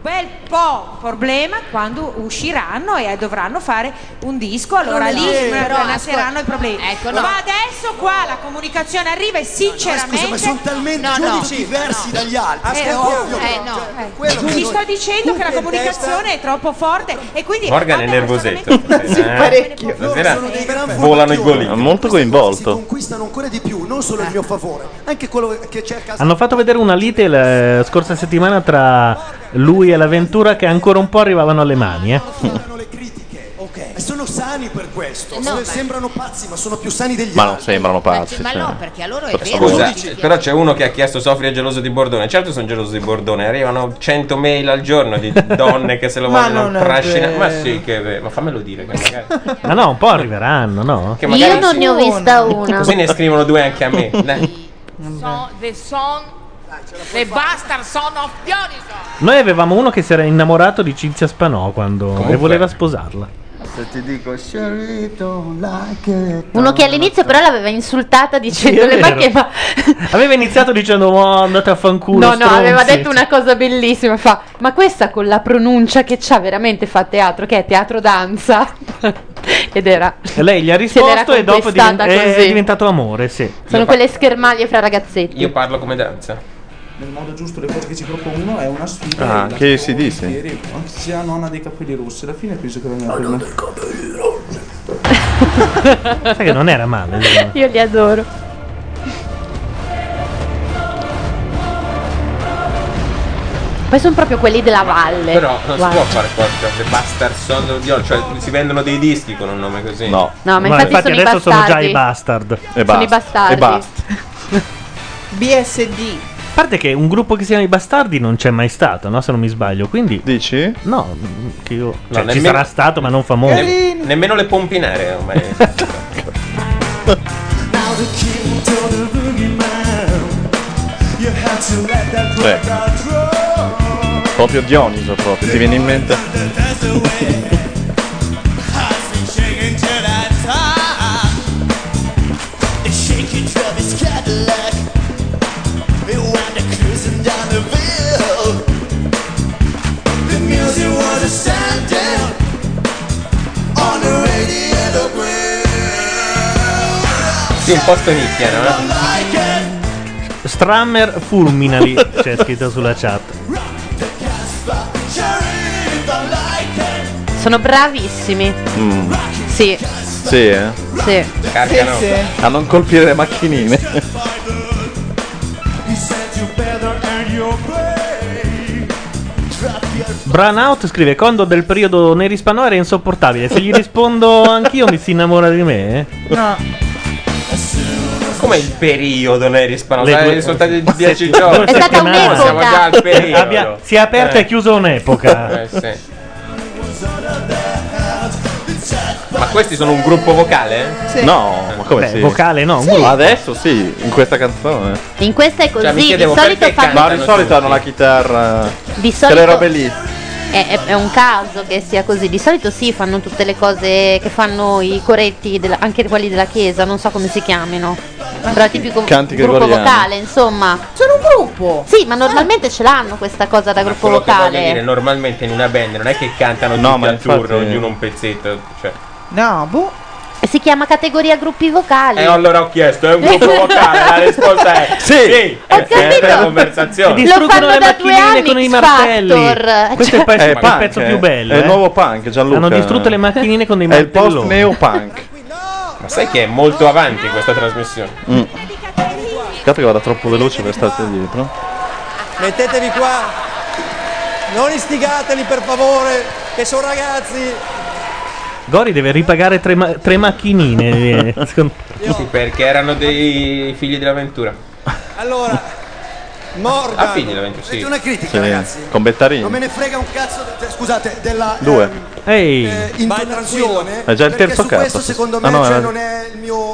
[SPEAKER 12] Quel po' problema quando usciranno e dovranno fare un disco, allora
[SPEAKER 10] No,
[SPEAKER 12] lì
[SPEAKER 10] no,
[SPEAKER 12] una-
[SPEAKER 10] però
[SPEAKER 12] nasceranno i problemi.
[SPEAKER 10] Ecco, no.
[SPEAKER 12] Ma adesso qua la comunicazione arriva e sinceramente...
[SPEAKER 11] scusa, ma sono talmente giudici diversi dagli altri.
[SPEAKER 12] Eh,
[SPEAKER 11] È
[SPEAKER 12] oh,
[SPEAKER 11] ovvio,
[SPEAKER 12] eh,
[SPEAKER 11] però,
[SPEAKER 12] no.
[SPEAKER 11] cioè,
[SPEAKER 12] Eh,
[SPEAKER 11] quello che
[SPEAKER 12] Vi
[SPEAKER 11] non-
[SPEAKER 12] sto dicendo che la comunicazione è troppo forte e quindi...
[SPEAKER 6] Morgan è nervosetto. stasera, eh.
[SPEAKER 11] parecchio.
[SPEAKER 6] Stasera
[SPEAKER 11] Sono dei gran
[SPEAKER 6] volano i goli.
[SPEAKER 3] Molto coinvolto.
[SPEAKER 11] Conquistano ancora di più, non solo il mio favore, anche quello che c'è a casa.
[SPEAKER 5] Hanno fatto vedere una lite la eh, scorsa settimana tra lui e l'avventura che ancora un po' arrivavano alle mani. eh.
[SPEAKER 11] E Eh, sono sani per questo.
[SPEAKER 10] No, ma-
[SPEAKER 11] Sembrano pazzi, ma sono più sani degli
[SPEAKER 3] Ma
[SPEAKER 11] altri.
[SPEAKER 3] non sembrano pazzi.
[SPEAKER 10] Ma
[SPEAKER 3] cioè.
[SPEAKER 10] no, perché a loro è
[SPEAKER 3] Per
[SPEAKER 10] vero.
[SPEAKER 3] favore.
[SPEAKER 10] che
[SPEAKER 6] Scusa,
[SPEAKER 10] ci piace.
[SPEAKER 6] però c'è uno che ha chiesto Sofri è geloso di Bordone. Certo sono geloso di Bordone, arrivano 100 mail al giorno di donne che se lo
[SPEAKER 5] Ma
[SPEAKER 6] vogliono
[SPEAKER 5] non è
[SPEAKER 6] trascinare. Ma
[SPEAKER 5] vero.
[SPEAKER 6] sì, che è vero. Ma fammelo dire che magari.
[SPEAKER 5] Ma no, un po' arriveranno, no?
[SPEAKER 6] Che magari
[SPEAKER 8] Io non
[SPEAKER 6] sì.
[SPEAKER 8] ne ho vista una.
[SPEAKER 6] Così ne scrivono due anche a me. dai.
[SPEAKER 10] So- the son, the bastard son of Dioniso.
[SPEAKER 5] Noi avevamo uno che si era innamorato di Cinzia Spanò quando e voleva sposarla.
[SPEAKER 14] Se ti dico "Sherry, don't like it",
[SPEAKER 8] Uno che all'inizio però l'aveva insultata dicendole
[SPEAKER 5] Sì, è
[SPEAKER 8] ma
[SPEAKER 5] vero.
[SPEAKER 8] che ma...
[SPEAKER 5] Aveva iniziato dicendo "Oh, andate a fanculo".
[SPEAKER 8] No, no, aveva
[SPEAKER 5] stronzi".
[SPEAKER 8] detto una cosa bellissima, fa, ma questa con la pronuncia che c'ha veramente fa teatro, che è teatro danza. Ed era,
[SPEAKER 5] E lei gli ha
[SPEAKER 8] Se l'era
[SPEAKER 5] risposto e dopo eh, è, diven-
[SPEAKER 8] conquistata
[SPEAKER 5] è
[SPEAKER 8] così.
[SPEAKER 5] diventato amore, sì.
[SPEAKER 8] sono quelle schermaglie fra ragazzetti.
[SPEAKER 6] Io parlo come danza.
[SPEAKER 16] Nel modo giusto le cose che ci propongono è una sfida.
[SPEAKER 3] Ah,
[SPEAKER 16] La-
[SPEAKER 3] che si dice?
[SPEAKER 16] Ieri, anche se la nonna ha dei capelli rossi, alla fine penso che venga per me.
[SPEAKER 5] Sai che non era male. insomma.
[SPEAKER 8] Io li adoro. Poi sono proprio quelli della valle.
[SPEAKER 6] Però non si
[SPEAKER 8] Guarda.
[SPEAKER 6] può fare qualcosa, The Bastard Sons of the Old, cioè si vendono dei dischi con un nome così.
[SPEAKER 3] No.
[SPEAKER 8] No, ma infatti sono i
[SPEAKER 5] adesso sono già
[SPEAKER 8] bastardi.
[SPEAKER 5] i bastard.
[SPEAKER 8] Sono basta. i bastardi.
[SPEAKER 3] E basta.
[SPEAKER 7] BSD.
[SPEAKER 5] A parte che un gruppo che si chiama i bastardi non c'è mai stato, no? Se non mi sbaglio. Quindi.
[SPEAKER 3] Dici?
[SPEAKER 5] No, mm, che io. Cioè, ci
[SPEAKER 6] nemmeno-
[SPEAKER 5] sarà stato, ma non famoso.
[SPEAKER 6] Ne- nemmeno le pompinere ormai.
[SPEAKER 9] Now the king told the boogeyman, you had to let that
[SPEAKER 3] Eh.
[SPEAKER 9] crocodile roar.
[SPEAKER 3] Proprio Dioniso proprio, ti viene in mente?
[SPEAKER 9] That's the way. Hearts been shaking to that time. It's shaking Travis Cadillac. It wound up cruising down the bill. The music was a stand down on the radio. The
[SPEAKER 6] Sì, un po' stonicchiano, eh.
[SPEAKER 5] Strammer Fulminali c'è scritto sulla chat.
[SPEAKER 8] Sono bravissimi.
[SPEAKER 3] Mm.
[SPEAKER 8] Sì.
[SPEAKER 3] Sì, eh.
[SPEAKER 8] Sì.
[SPEAKER 9] Carcano. Sì, sì.
[SPEAKER 3] A non colpire le macchinine.
[SPEAKER 9] He said you better earn your pay. Drop your
[SPEAKER 5] Brownout scrive: Condo del periodo Nerispanò era insopportabile. Se gli rispondo anch'io, mi si innamora di me. Eh?
[SPEAKER 9] No.
[SPEAKER 6] Come il periodo neri
[SPEAKER 5] Le
[SPEAKER 6] spanosai?
[SPEAKER 5] due-
[SPEAKER 6] Sono stati
[SPEAKER 5] Ma
[SPEAKER 6] 10
[SPEAKER 5] senti,
[SPEAKER 6] giorni.
[SPEAKER 5] due È stata settimane. un'epoca.
[SPEAKER 6] Siamo già al periodo.
[SPEAKER 5] Abbia- si è aperta e chiusa un'epoca.
[SPEAKER 6] Eh, sì. Ma questi sono un gruppo vocale? Eh.
[SPEAKER 3] Sì. No, ma come
[SPEAKER 5] Beh,
[SPEAKER 3] sì?
[SPEAKER 5] vocale no, un
[SPEAKER 3] Ma Adesso sì, in questa canzone.
[SPEAKER 8] In questa è
[SPEAKER 6] Cioè,
[SPEAKER 8] così.
[SPEAKER 5] Cioè,
[SPEAKER 3] mi
[SPEAKER 8] di
[SPEAKER 3] chiedevo
[SPEAKER 8] solito
[SPEAKER 3] perché
[SPEAKER 8] fanno.
[SPEAKER 3] Ma di solito hanno la chitarra.
[SPEAKER 8] Di
[SPEAKER 3] Quelle
[SPEAKER 8] solito-
[SPEAKER 3] robe lì.
[SPEAKER 8] È, è- è un caso che sia così. Di solito sì, fanno tutte le cose che fanno i coretti, della- anche quelli della chiesa, non so come si chiamino. Però è tipico
[SPEAKER 3] Canti
[SPEAKER 8] gruppo
[SPEAKER 3] gregoriani.
[SPEAKER 8] vocale, insomma. Sono un gruppo! Sì, ma normalmente ce l'hanno questa cosa da gruppo
[SPEAKER 6] Quello che voglio
[SPEAKER 8] vocale.
[SPEAKER 6] dire, normalmente in una band non è che cantano
[SPEAKER 3] No,
[SPEAKER 6] tutti
[SPEAKER 3] ma
[SPEAKER 6] al turno,
[SPEAKER 3] infatti-
[SPEAKER 6] ognuno un pezzetto. Cioè.
[SPEAKER 8] No, boh. Si chiama categoria gruppi vocali.
[SPEAKER 6] E Eh, allora ho chiesto, è un gruppo vocale? La risposta è sì. Eh, È sempre la conversazione.
[SPEAKER 8] Lo fanno da due anni
[SPEAKER 5] con i
[SPEAKER 8] X
[SPEAKER 5] martelli.
[SPEAKER 8] Factor. Cioè,
[SPEAKER 5] Questo è il pezzo,
[SPEAKER 3] È
[SPEAKER 5] il
[SPEAKER 3] punk,
[SPEAKER 5] pezzo
[SPEAKER 3] eh.
[SPEAKER 5] più bello.
[SPEAKER 3] È il
[SPEAKER 5] Cioè, eh.
[SPEAKER 3] nuovo punk, Gianluca.
[SPEAKER 5] Hanno distrutto le macchinine con dei
[SPEAKER 3] È il
[SPEAKER 5] martelloni.
[SPEAKER 3] post neopunk.
[SPEAKER 6] Ma sai che è molto avanti questa trasmissione?
[SPEAKER 3] Mm. Peccato che vada troppo veloce per starti dietro.
[SPEAKER 11] Mettetevi qua, non istigateli per favore, che sono ragazzi.
[SPEAKER 5] Gori deve ripagare tre, ma- tre macchinine. eh, secondo-
[SPEAKER 6] Sì, perché erano dei figli dell'avventura.
[SPEAKER 11] Allora, Morgan,
[SPEAKER 6] Ah, figli dell'avventura, sì.
[SPEAKER 11] avete una critica,
[SPEAKER 3] Sì,
[SPEAKER 11] ragazzi?
[SPEAKER 3] Con
[SPEAKER 11] Non me
[SPEAKER 3] Bettarini.
[SPEAKER 11] ne frega un cazzo, de- scusate, della
[SPEAKER 3] Due.
[SPEAKER 5] Ehi.
[SPEAKER 11] Eh, intonazione.
[SPEAKER 3] È già il
[SPEAKER 11] perché
[SPEAKER 3] terzo
[SPEAKER 11] su
[SPEAKER 3] capo,
[SPEAKER 11] questo
[SPEAKER 3] sì.
[SPEAKER 11] secondo me
[SPEAKER 3] Ah, no,
[SPEAKER 11] cioè,
[SPEAKER 3] era-
[SPEAKER 11] non è il mio...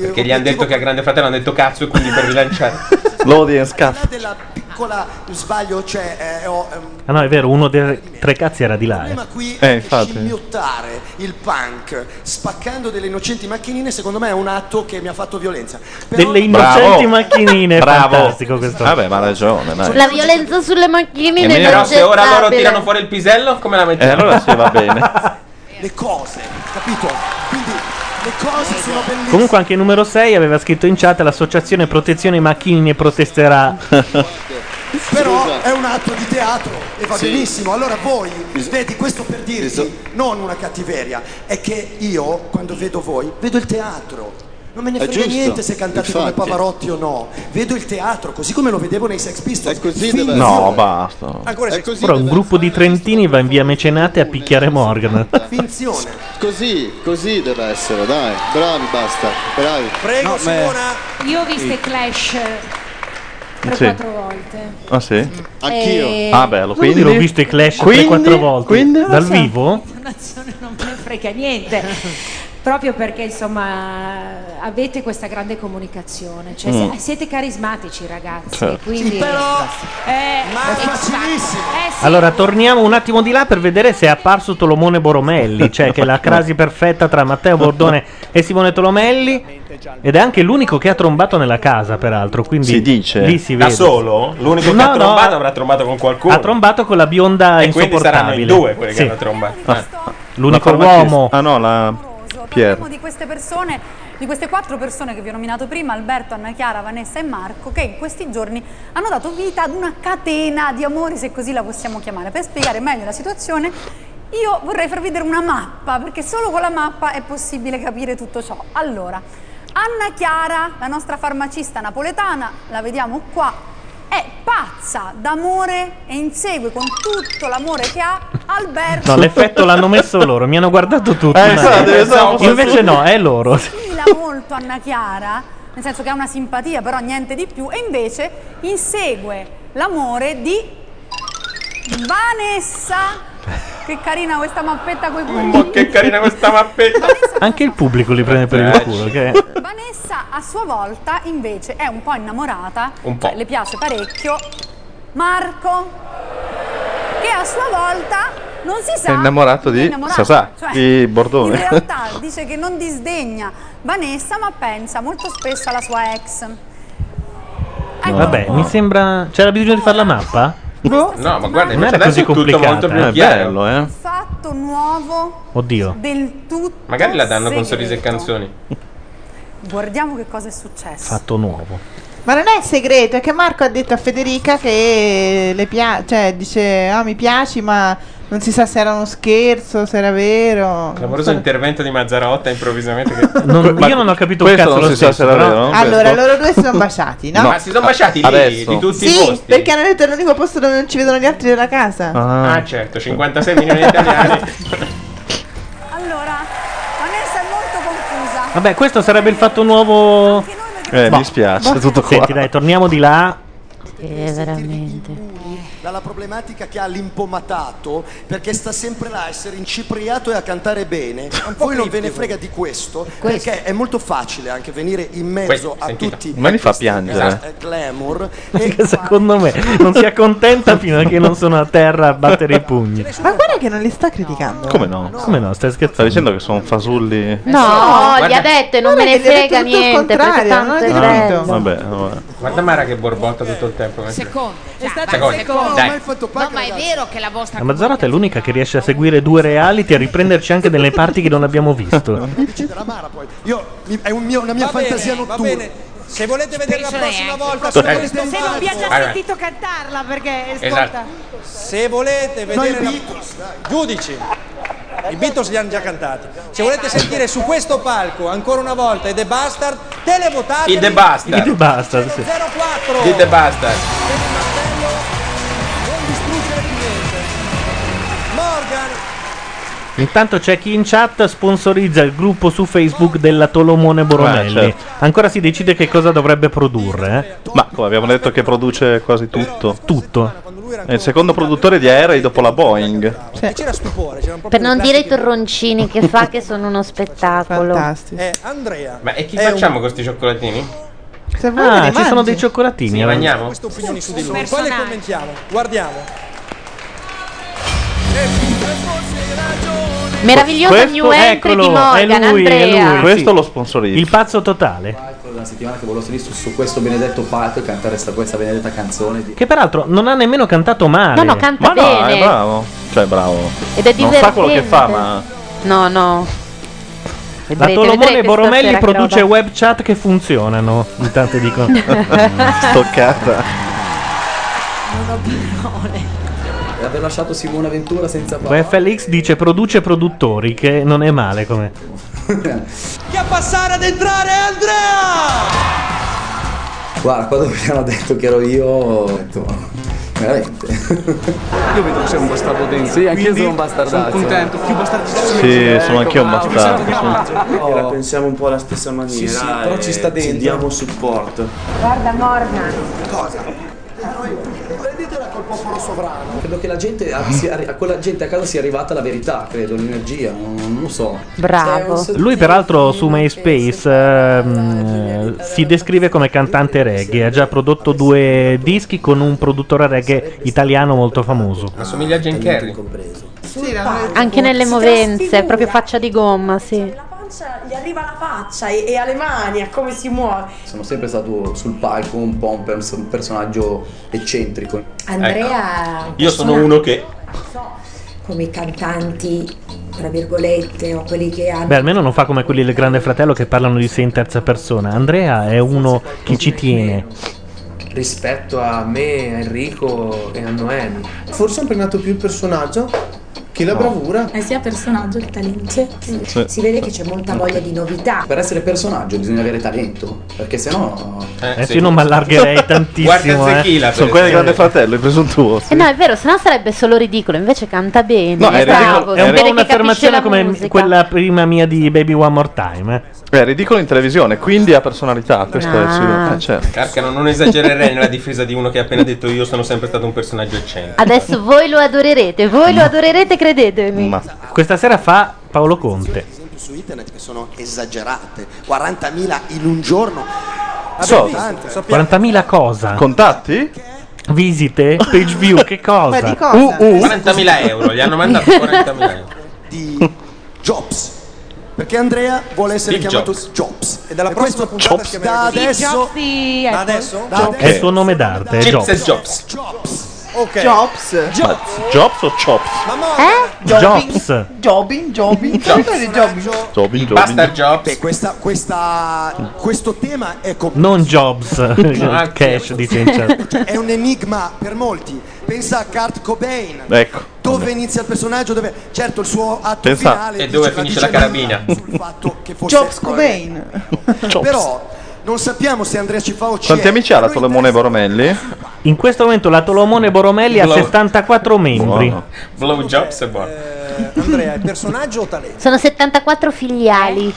[SPEAKER 6] Perché gli hanno detto che a Grande Fratello hanno detto cazzo, quindi per rilanciare.
[SPEAKER 3] L'audience cut.
[SPEAKER 11] della piccola sbaglio, cioè, eh, ho, ehm,
[SPEAKER 5] Ah no, è vero, uno dei tre cazzi era di là. eh.
[SPEAKER 3] Eh, infatti.
[SPEAKER 11] scimmiottare il punk spaccando delle innocenti macchinine secondo me è un atto che mi ha fatto violenza Però-
[SPEAKER 5] Delle innocenti
[SPEAKER 3] Bravo.
[SPEAKER 5] macchinine. è
[SPEAKER 3] Bravo.
[SPEAKER 5] Fantastico questo.
[SPEAKER 3] Vabbè, ma ha ragione, dai.
[SPEAKER 8] La violenza sulle macchinine non
[SPEAKER 6] Però
[SPEAKER 8] c'è
[SPEAKER 6] se ora loro
[SPEAKER 8] stabile.
[SPEAKER 6] tirano fuori il pisello, come la
[SPEAKER 3] E
[SPEAKER 5] Eh,
[SPEAKER 6] mettiamo?
[SPEAKER 3] allora sì, va bene.
[SPEAKER 11] le cose
[SPEAKER 8] Eh,
[SPEAKER 11] capito quindi le cose sono bellissime
[SPEAKER 5] Comunque anche il numero 6 aveva scritto in chat l'associazione protezione macchinine protesterà.
[SPEAKER 11] però è un atto di teatro e va
[SPEAKER 5] Sì.
[SPEAKER 11] benissimo allora voi vedi questo per dirti non una cattiveria è che io quando vedo voi vedo il teatro non me ne
[SPEAKER 17] È
[SPEAKER 11] frega
[SPEAKER 17] giusto,
[SPEAKER 11] niente se cantate come
[SPEAKER 17] infatti.
[SPEAKER 11] Pavarotti o no vedo il teatro così come lo vedevo nei Sex Pistols è così
[SPEAKER 5] No, basta.
[SPEAKER 11] ancora c'è
[SPEAKER 5] Ora un gruppo di trentini va in via Mecenate a picchiare Morgan.
[SPEAKER 11] finzione
[SPEAKER 17] Così, così deve essere, dai. Bravi, basta. Bravi.
[SPEAKER 11] Prego,
[SPEAKER 17] Simona.
[SPEAKER 12] Io ho visto
[SPEAKER 17] Sì.
[SPEAKER 12] i Clash
[SPEAKER 3] Sì.
[SPEAKER 12] 3-4 volte.
[SPEAKER 3] Ah sì?
[SPEAKER 12] Anch'io. Eh,
[SPEAKER 3] Ah bello,
[SPEAKER 12] quindi-
[SPEAKER 3] quindi
[SPEAKER 5] Io l'ho visto i Clash
[SPEAKER 3] Quindi?
[SPEAKER 5] 3-4 volte.
[SPEAKER 3] Quindi?
[SPEAKER 5] Dal
[SPEAKER 3] Sì.
[SPEAKER 5] vivo?
[SPEAKER 12] L'intonazione non me ne frega niente. Proprio perché insomma avete questa grande comunicazione, cioè se-
[SPEAKER 9] Mm.
[SPEAKER 12] siete carismatici ragazzi,
[SPEAKER 5] Certo.
[SPEAKER 12] quindi
[SPEAKER 9] Sì, però-
[SPEAKER 12] Eh,
[SPEAKER 9] Ma è
[SPEAKER 12] X Factor.
[SPEAKER 9] facilissimo.
[SPEAKER 12] Eh, sì.
[SPEAKER 5] Allora torniamo un attimo di là per vedere se è apparso Tolomone Boromelli, cioè che è la crasi perfetta tra Matteo Bordone e Simone Tolomelli. Ed è anche l'unico che ha trombato nella casa, peraltro. Quindi
[SPEAKER 3] Si dice?
[SPEAKER 5] Lì si
[SPEAKER 6] da
[SPEAKER 5] vede.
[SPEAKER 6] solo? L'unico che
[SPEAKER 5] No,
[SPEAKER 6] ha
[SPEAKER 5] no.
[SPEAKER 6] trombato avrà trombato con qualcuno.
[SPEAKER 5] Ha trombato con la bionda
[SPEAKER 6] e quindi saranno
[SPEAKER 5] insopportabile.
[SPEAKER 6] i due quelli
[SPEAKER 5] Sì.
[SPEAKER 6] che hanno trombato. Ah.
[SPEAKER 5] L'unico
[SPEAKER 3] La farmacista-
[SPEAKER 5] uomo.
[SPEAKER 3] Ah no, la Pier.
[SPEAKER 18] Parliamo di queste persone, di queste quattro persone che vi ho nominato prima, Alberto, Anna Chiara, Vanessa e Marco, che in questi giorni hanno dato vita ad una catena di amori, se così la possiamo chiamare. Per spiegare meglio la situazione, io vorrei farvi vedere una mappa, perché solo con la mappa è possibile capire tutto ciò. Allora, Anna Chiara, la nostra farmacista napoletana, la vediamo qua, è pazza d'amore e insegue con tutto l'amore che ha Alberto.
[SPEAKER 5] No, l'effetto l'hanno messo loro, mi hanno guardato tutti.
[SPEAKER 3] Eh, esatto, esatto.
[SPEAKER 5] Io invece no, è loro.
[SPEAKER 18] simila molto Anna Chiara, nel senso che ha una simpatia, però niente di più, e invece insegue l'amore di Vanessa. Che carina questa mappetta coi puntini.
[SPEAKER 6] Che carina questa mappetta! Eh,
[SPEAKER 5] Anche il pubblico li prende per il culo. Che...
[SPEAKER 18] Vanessa a sua volta invece è un po' innamorata,
[SPEAKER 5] Un po'.
[SPEAKER 18] cioè, le piace parecchio Marco, che a sua volta non si sa...
[SPEAKER 3] Sei innamorato
[SPEAKER 18] è
[SPEAKER 3] di
[SPEAKER 18] innamorato,
[SPEAKER 3] Sasà,
[SPEAKER 18] cioè,
[SPEAKER 3] di Bordone.
[SPEAKER 18] In realtà dice che non disdegna Vanessa ma pensa molto spesso alla sua ex.
[SPEAKER 5] Vabbè, mi sembra. C'era bisogno di fare la mappa?
[SPEAKER 18] No,
[SPEAKER 6] ma guarda,
[SPEAKER 5] non
[SPEAKER 6] invece
[SPEAKER 5] era
[SPEAKER 6] adesso
[SPEAKER 5] così
[SPEAKER 6] è tutto
[SPEAKER 5] complicata.
[SPEAKER 6] molto più
[SPEAKER 5] eh,
[SPEAKER 6] chiaro.
[SPEAKER 5] eh.
[SPEAKER 18] Fatto nuovo
[SPEAKER 5] Oddio.
[SPEAKER 18] del tutto.
[SPEAKER 6] Magari la danno con
[SPEAKER 18] segreto.
[SPEAKER 6] sorrisi e canzoni.
[SPEAKER 18] Guardiamo che cosa è successo.
[SPEAKER 5] Fatto nuovo.
[SPEAKER 7] Ma non è segreto, è che Marco ha detto a Federica che le piace, cioè dice ah mi piaci ma non si sa se era uno scherzo, se era vero.
[SPEAKER 6] L'amoroso intervento di Mazzarotta improvvisamente. Che...
[SPEAKER 5] Non- io non ho capito un
[SPEAKER 6] questo
[SPEAKER 5] cazzo
[SPEAKER 6] non
[SPEAKER 5] lo
[SPEAKER 6] si sa
[SPEAKER 5] stesso.
[SPEAKER 6] se era
[SPEAKER 5] però-
[SPEAKER 6] vero, no?
[SPEAKER 7] Allora loro due si sono baciati, no?
[SPEAKER 6] Ma si sono baciati lì
[SPEAKER 3] Adesso.
[SPEAKER 6] di tutti i
[SPEAKER 7] Sì,
[SPEAKER 6] posti.
[SPEAKER 7] perché hanno detto è l'unico posto dove non ci vedono gli altri della casa.
[SPEAKER 6] Ah. certo, 56 milioni di italiani.
[SPEAKER 18] Allora, Vanessa è molto confusa.
[SPEAKER 5] Vabbè, questo sarebbe il fatto nuovo. Boh.
[SPEAKER 3] Eh, mi spiace, è tutto qua.
[SPEAKER 5] Senti, dai, torniamo di là.
[SPEAKER 8] Eh, veramente.
[SPEAKER 11] Dalla problematica che ha l'impomatato, perché sta sempre là a essere incipriato e a cantare bene. Voi non ve ne frega di questo, perché è molto facile anche venire in mezzo
[SPEAKER 3] Que-
[SPEAKER 11] a
[SPEAKER 3] sentite.
[SPEAKER 11] tutti
[SPEAKER 3] Ma li fa
[SPEAKER 11] questi,
[SPEAKER 3] piangere.
[SPEAKER 11] eh, glamour
[SPEAKER 5] Che secondo me non si accontenta fino a che non sono a terra a battere i pugni.
[SPEAKER 7] Ma guarda che non li sta criticando.
[SPEAKER 3] Come no?
[SPEAKER 5] Come no? Stai scherzando?
[SPEAKER 3] Stai dicendo che sono fasulli?
[SPEAKER 8] No, gli ha detto non me ne
[SPEAKER 7] Guarda che gli ha
[SPEAKER 8] frega
[SPEAKER 7] detto tutto il
[SPEAKER 8] niente, perché
[SPEAKER 7] contrario,
[SPEAKER 8] tanto
[SPEAKER 7] non
[SPEAKER 8] è
[SPEAKER 7] è
[SPEAKER 8] bello.
[SPEAKER 3] Ah, Vabbè, vabbè.
[SPEAKER 6] Guarda Mara che borbotta tutto il tempo. eh. mentre-
[SPEAKER 10] È
[SPEAKER 6] stato Secondo. il secondo. Dai. Ormai
[SPEAKER 10] No, ma è vero che la vostra
[SPEAKER 5] La Mazzarotta è l'unica che riesce a seguire due reality e a riprenderci anche delle parti che non abbiamo visto.
[SPEAKER 11] Deciderà Mara poi. Io, mi- è un mio- una mia
[SPEAKER 2] Va bene,
[SPEAKER 11] fantasia
[SPEAKER 2] va
[SPEAKER 11] notturna.
[SPEAKER 2] bene.
[SPEAKER 11] Se volete
[SPEAKER 2] vedere la prossima volta
[SPEAKER 3] Ecco.
[SPEAKER 2] sono questo
[SPEAKER 11] Se
[SPEAKER 2] palco.
[SPEAKER 11] non vi ha già
[SPEAKER 2] Allora.
[SPEAKER 11] sentito
[SPEAKER 7] cantarla perché
[SPEAKER 2] Esatto. Se volete
[SPEAKER 7] No,
[SPEAKER 2] vedere
[SPEAKER 7] i
[SPEAKER 2] la- giudici. I Beatles li hanno già cantati. Se volete sentire su questo palco ancora una volta i The Bastard, televotate
[SPEAKER 6] I The Bastard.
[SPEAKER 5] I The Bastard, sì.
[SPEAKER 2] 04.
[SPEAKER 6] I The Bastard.
[SPEAKER 2] Non distruggere più niente. Morgan,
[SPEAKER 5] Intanto c'è chi in chat sponsorizza il gruppo su Facebook della Tolomone Boronelli.
[SPEAKER 3] Ah, certo.
[SPEAKER 5] Ancora si decide che cosa dovrebbe produrre. eh.
[SPEAKER 3] Ma come abbiamo detto che produce quasi tutto.
[SPEAKER 5] Tutto.
[SPEAKER 3] È il secondo produttore di aerei dopo la Boeing.
[SPEAKER 2] e c'era stupore, c'era un po'
[SPEAKER 8] Per non dire i torroncini che fa che sono uno spettacolo. Fantastico.
[SPEAKER 2] Eh, Andrea.
[SPEAKER 6] Ma e chi facciamo con questi cioccolatini?
[SPEAKER 5] Se
[SPEAKER 6] vuoi
[SPEAKER 5] ah,
[SPEAKER 6] li
[SPEAKER 5] ci
[SPEAKER 6] mangi.
[SPEAKER 5] sono dei cioccolatini.
[SPEAKER 6] Sì,
[SPEAKER 3] eh.
[SPEAKER 5] allora.
[SPEAKER 6] mangiamo.
[SPEAKER 2] queste opinioni su di
[SPEAKER 6] Un
[SPEAKER 2] lui. Poi le
[SPEAKER 6] personaggio.
[SPEAKER 2] commentiamo. Guardiamo.
[SPEAKER 8] Meravigliosa
[SPEAKER 5] Questo-
[SPEAKER 8] new entry
[SPEAKER 5] eccolo,
[SPEAKER 8] di Morgan,
[SPEAKER 5] è lui, è lui,
[SPEAKER 8] Andrea.
[SPEAKER 5] sì.
[SPEAKER 3] Questo lo sponsorizza.
[SPEAKER 5] Il pazzo totale.
[SPEAKER 9] la settimana che volevo salire su, su questo benedetto palco e cantare sta- questa benedetta canzone di
[SPEAKER 5] Che peraltro non ha nemmeno cantato male.
[SPEAKER 8] No, no, canta
[SPEAKER 3] Ma no,
[SPEAKER 8] bene.
[SPEAKER 3] è bravo. Cioè, bravo.
[SPEAKER 8] Ed è
[SPEAKER 3] Non sa quello che fa,
[SPEAKER 8] divertente.
[SPEAKER 3] ma.
[SPEAKER 8] No, no.
[SPEAKER 5] La
[SPEAKER 8] Vedrete,
[SPEAKER 5] Tolomone
[SPEAKER 8] vedrete
[SPEAKER 5] Boromelli
[SPEAKER 8] stasera che
[SPEAKER 5] produce
[SPEAKER 8] roba.
[SPEAKER 5] web chat che funzionano. Intanto dicono.
[SPEAKER 3] Stoccata.
[SPEAKER 9] Non ho parole. E aver lasciato Simona Ventura senza parole.
[SPEAKER 5] VFLX dice produce produttori, che non è male come.
[SPEAKER 2] Chi a passare ad entrare è Andrea!
[SPEAKER 9] Guarda, quando mi hanno detto che ero io, ho detto veramente. io vedo che sei un bastardo dentro. Sì, anch'io sono un bastardazzo. Sono contento, più Ah, bastardi
[SPEAKER 3] Sì, sono anch'io un bastardo.
[SPEAKER 17] La pensiamo un po' alla stessa maniera.
[SPEAKER 9] Oh. Sì, sì, però
[SPEAKER 17] e
[SPEAKER 9] ci sta dentro.
[SPEAKER 17] Ci diamo supporto.
[SPEAKER 24] Guarda Morgan.
[SPEAKER 2] Cosa? Prendetela col popolo sovrano.
[SPEAKER 9] Credo che la gente, a, sia arri- a quella gente a casa sia arrivata la verità, credo, l'energia, non, non lo so. Cioè,
[SPEAKER 8] Bravo.
[SPEAKER 5] Lui peraltro su MySpace ehm, si descrive come cantante reggae, ha già prodotto due dischi con un produttore reggae italiano molto famoso.
[SPEAKER 6] Assomiglia a Jane Carrey.
[SPEAKER 8] Anche nelle
[SPEAKER 25] Si
[SPEAKER 8] movenze,
[SPEAKER 25] trasfigura.
[SPEAKER 8] proprio faccia di gomma, sì.
[SPEAKER 25] pancia gli arriva la faccia e, e alle mani, a come si muove.
[SPEAKER 9] Sono sempre stato sul palco un po' un, pers- un personaggio eccentrico.
[SPEAKER 12] Andrea,
[SPEAKER 9] Io sono uno che...
[SPEAKER 12] come i cantanti, tra virgolette, o quelli che hanno
[SPEAKER 5] Beh, almeno non fa come quelli del Grande Fratello che parlano di sé in terza persona. Andrea è uno che ci tiene.
[SPEAKER 26] rispetto a me, a Enrico e a Noemi.
[SPEAKER 27] Forse ho impregnato più il personaggio
[SPEAKER 21] Che la
[SPEAKER 3] No.
[SPEAKER 21] bravura.
[SPEAKER 2] Hai Eh, sia personaggio che talento.
[SPEAKER 1] Sì.
[SPEAKER 2] Si vede che c'è molta voglia di novità.
[SPEAKER 1] Per essere personaggio bisogna avere talento, perché sennò...
[SPEAKER 5] Adesso io Eh, non mi allargherei tantissimo. eh.
[SPEAKER 3] Sono quelli del Grande Fratello, i presuntuosi.
[SPEAKER 8] Eh no, è vero, sennò sarebbe solo ridicolo, invece canta bene.
[SPEAKER 3] No, è ridicolo-
[SPEAKER 8] bravo, si
[SPEAKER 3] è
[SPEAKER 8] vede
[SPEAKER 3] ridicolo.
[SPEAKER 8] che capisce
[SPEAKER 5] Un'affermazione
[SPEAKER 8] la
[SPEAKER 5] come
[SPEAKER 8] musica.
[SPEAKER 5] quella prima mia di Baby One More Time. eh.
[SPEAKER 3] È ridicolo in televisione, quindi ha personalità. Questo è il suo. Eh, certo.
[SPEAKER 6] Carcano, non esagererei nella difesa di uno che ha appena detto io sono sempre stato un personaggio eccentrico.
[SPEAKER 8] Adesso voi lo adorerete, voi lo adorerete, credetemi.
[SPEAKER 5] Questa sera fa Paolo Conte.
[SPEAKER 11] su internet che sono esagerate 40.000 in un giorno
[SPEAKER 6] Ah,
[SPEAKER 5] So,
[SPEAKER 11] Abbiamo tante.
[SPEAKER 5] 40.000 cosa?
[SPEAKER 3] Contatti?
[SPEAKER 5] Visite? Page view? Che cosa?
[SPEAKER 11] Ma di cosa?
[SPEAKER 5] Uh, uh.
[SPEAKER 6] 40.000 euro, gli hanno mandato 40.000 euro.
[SPEAKER 11] di Jobs perché Andrea vuole essere
[SPEAKER 6] Steve
[SPEAKER 11] chiamato
[SPEAKER 6] Jobs.
[SPEAKER 11] Jobs e dalla prossima puntata si chiamerà
[SPEAKER 17] Steve
[SPEAKER 11] così. da adesso da adesso da
[SPEAKER 5] È il suo nome d'arte, è Jobs.
[SPEAKER 6] Jobs.
[SPEAKER 17] Ok.
[SPEAKER 7] Jobs.
[SPEAKER 3] Ma Jobs o Chops?
[SPEAKER 7] Eh?
[SPEAKER 5] Jobs.
[SPEAKER 7] Jobin, Jobin. Tanto è di Jobin.
[SPEAKER 3] Jobin, Jobin.
[SPEAKER 6] Basta Jobs.
[SPEAKER 11] Beh, questa, questa, questo tema è complesso
[SPEAKER 5] Non
[SPEAKER 6] Ah,
[SPEAKER 5] Jobs. Cash dice in
[SPEAKER 3] certo
[SPEAKER 5] chat.
[SPEAKER 11] è un enigma per molti. Pensa a Kurt Cobain.
[SPEAKER 3] Ecco.
[SPEAKER 11] Dove inizia il personaggio? Dove... Certo, il suo atto
[SPEAKER 3] Pensa-
[SPEAKER 11] finale
[SPEAKER 6] E dove
[SPEAKER 11] dice-
[SPEAKER 6] finisce
[SPEAKER 11] dice
[SPEAKER 6] la carabina?
[SPEAKER 11] che fosse-
[SPEAKER 7] Jobs Cobain.
[SPEAKER 11] Però non sappiamo se Andrea ci fa o ci
[SPEAKER 3] Quanti
[SPEAKER 11] è.
[SPEAKER 3] amici ha la Solomone Boromelli?
[SPEAKER 5] In questo momento la Tolomone Boromelli ha
[SPEAKER 3] Blow.
[SPEAKER 5] 74 membri.
[SPEAKER 6] Blow Jobs e
[SPEAKER 3] Eh,
[SPEAKER 6] buono.
[SPEAKER 11] Andrea, è personaggio o talento?
[SPEAKER 8] Sono 74 filiali.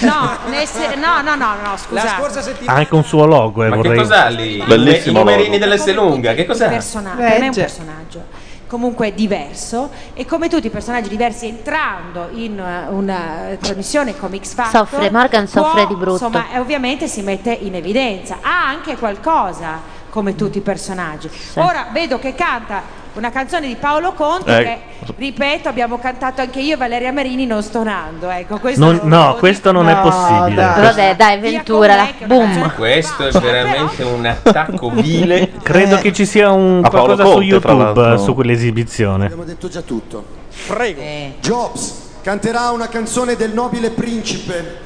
[SPEAKER 12] No, nel se- no, no, no, no, scusa. La scorsa
[SPEAKER 5] Ha anche un suo logo, eh,
[SPEAKER 6] Ma che
[SPEAKER 5] vorrei.
[SPEAKER 6] cos'ha lì? I
[SPEAKER 5] Bellissimo
[SPEAKER 6] nume- I numerini
[SPEAKER 5] logo.
[SPEAKER 6] dell'S lunga, che
[SPEAKER 12] un
[SPEAKER 6] cos'è?
[SPEAKER 12] personaggio, per me è un
[SPEAKER 6] Legge.
[SPEAKER 12] personaggio. Comunque diverso e come tutti i personaggi diversi entrando in eh, una trasmissione come X Factor
[SPEAKER 8] Soffre, Morgan soffre di brutto.
[SPEAKER 12] Insomma, eh, ovviamente si mette in evidenza, ha anche qualcosa come tutti i personaggi. Ora vedo che canta una canzone di Paolo Conte
[SPEAKER 5] Eh.
[SPEAKER 12] che ripeto abbiamo cantato anche io e Valeria Marini non stonando, ecco, questo
[SPEAKER 5] Non-
[SPEAKER 12] lo-
[SPEAKER 5] no, questo non è
[SPEAKER 12] No,
[SPEAKER 5] possibile.
[SPEAKER 12] dai.
[SPEAKER 8] Vabbè, dai, Ventura, la- boom.
[SPEAKER 6] Questo è veramente un attacco vile.
[SPEAKER 5] Credo che ci sia un
[SPEAKER 6] A Paolo
[SPEAKER 5] qualcosa su
[SPEAKER 6] Conte, tra
[SPEAKER 5] YouTube
[SPEAKER 6] l'altro.
[SPEAKER 5] eh, su quell'esibizione.
[SPEAKER 11] Abbiamo detto già tutto. Prego. Jobs canterà una canzone del nobile principe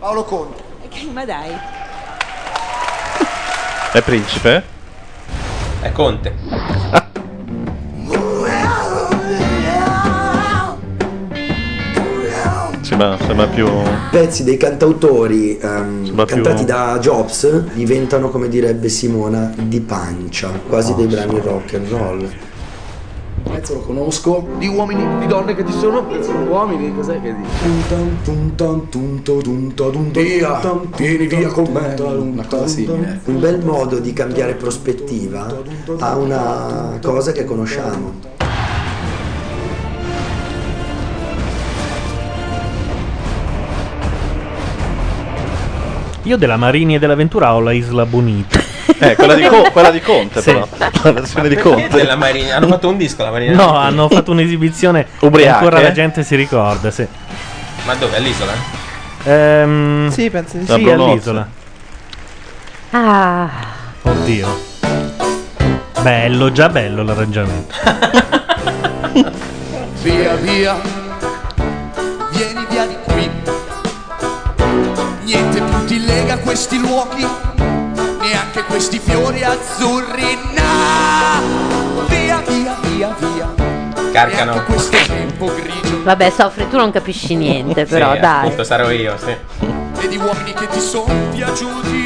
[SPEAKER 11] Paolo Conte.
[SPEAKER 12] Ma dai.
[SPEAKER 3] È principe?
[SPEAKER 6] È Conte.
[SPEAKER 3] Sembra, sembra più.
[SPEAKER 17] Pezzi dei cantautori ehm,
[SPEAKER 3] più-
[SPEAKER 17] cantati da Jobs diventano, come direbbe Simona, di pancia, quasi
[SPEAKER 3] Ah,
[SPEAKER 17] dei brani rock and roll.
[SPEAKER 1] Il pezzo lo conosco. Di uomini, di donne che ci sono. Uomini, cos'è che dici?
[SPEAKER 17] Via, vieni via con me. Un bel modo di cambiare prospettiva a una cosa che conosciamo.
[SPEAKER 5] Io della Marini e dell'Avventura ho la Isla Bonita.
[SPEAKER 3] Eh, quella di, Co- quella di Conte,
[SPEAKER 5] Sì.
[SPEAKER 3] però. La versione di
[SPEAKER 6] Perché
[SPEAKER 3] Conte.
[SPEAKER 6] della Marina? Hanno fatto un disco la Marina?
[SPEAKER 5] No, hanno fatto un'esibizione e
[SPEAKER 3] Ubriache.
[SPEAKER 5] ancora la gente si ricorda, sì.
[SPEAKER 6] Ma dov'è l'isola?
[SPEAKER 5] Ehm,
[SPEAKER 7] Sì, penso di
[SPEAKER 5] sì,
[SPEAKER 7] sì. La Brunozza.
[SPEAKER 5] all'isola.
[SPEAKER 8] Ah,
[SPEAKER 5] Oddio. Bello, già bello l'arrangiamento.
[SPEAKER 4] Via via, vieni via di qui. Niente più ti lega a questi luoghi, neanche questi fiori azzurri. No! Via via via via,
[SPEAKER 6] Carcano.
[SPEAKER 4] questo tempo grigio
[SPEAKER 8] vabbè, soffre, tu non capisci niente, però
[SPEAKER 5] eh.
[SPEAKER 6] Sì,
[SPEAKER 8] dai.
[SPEAKER 6] appunto, sarò io, sì.
[SPEAKER 4] e di uomini che ti sono piaciuti.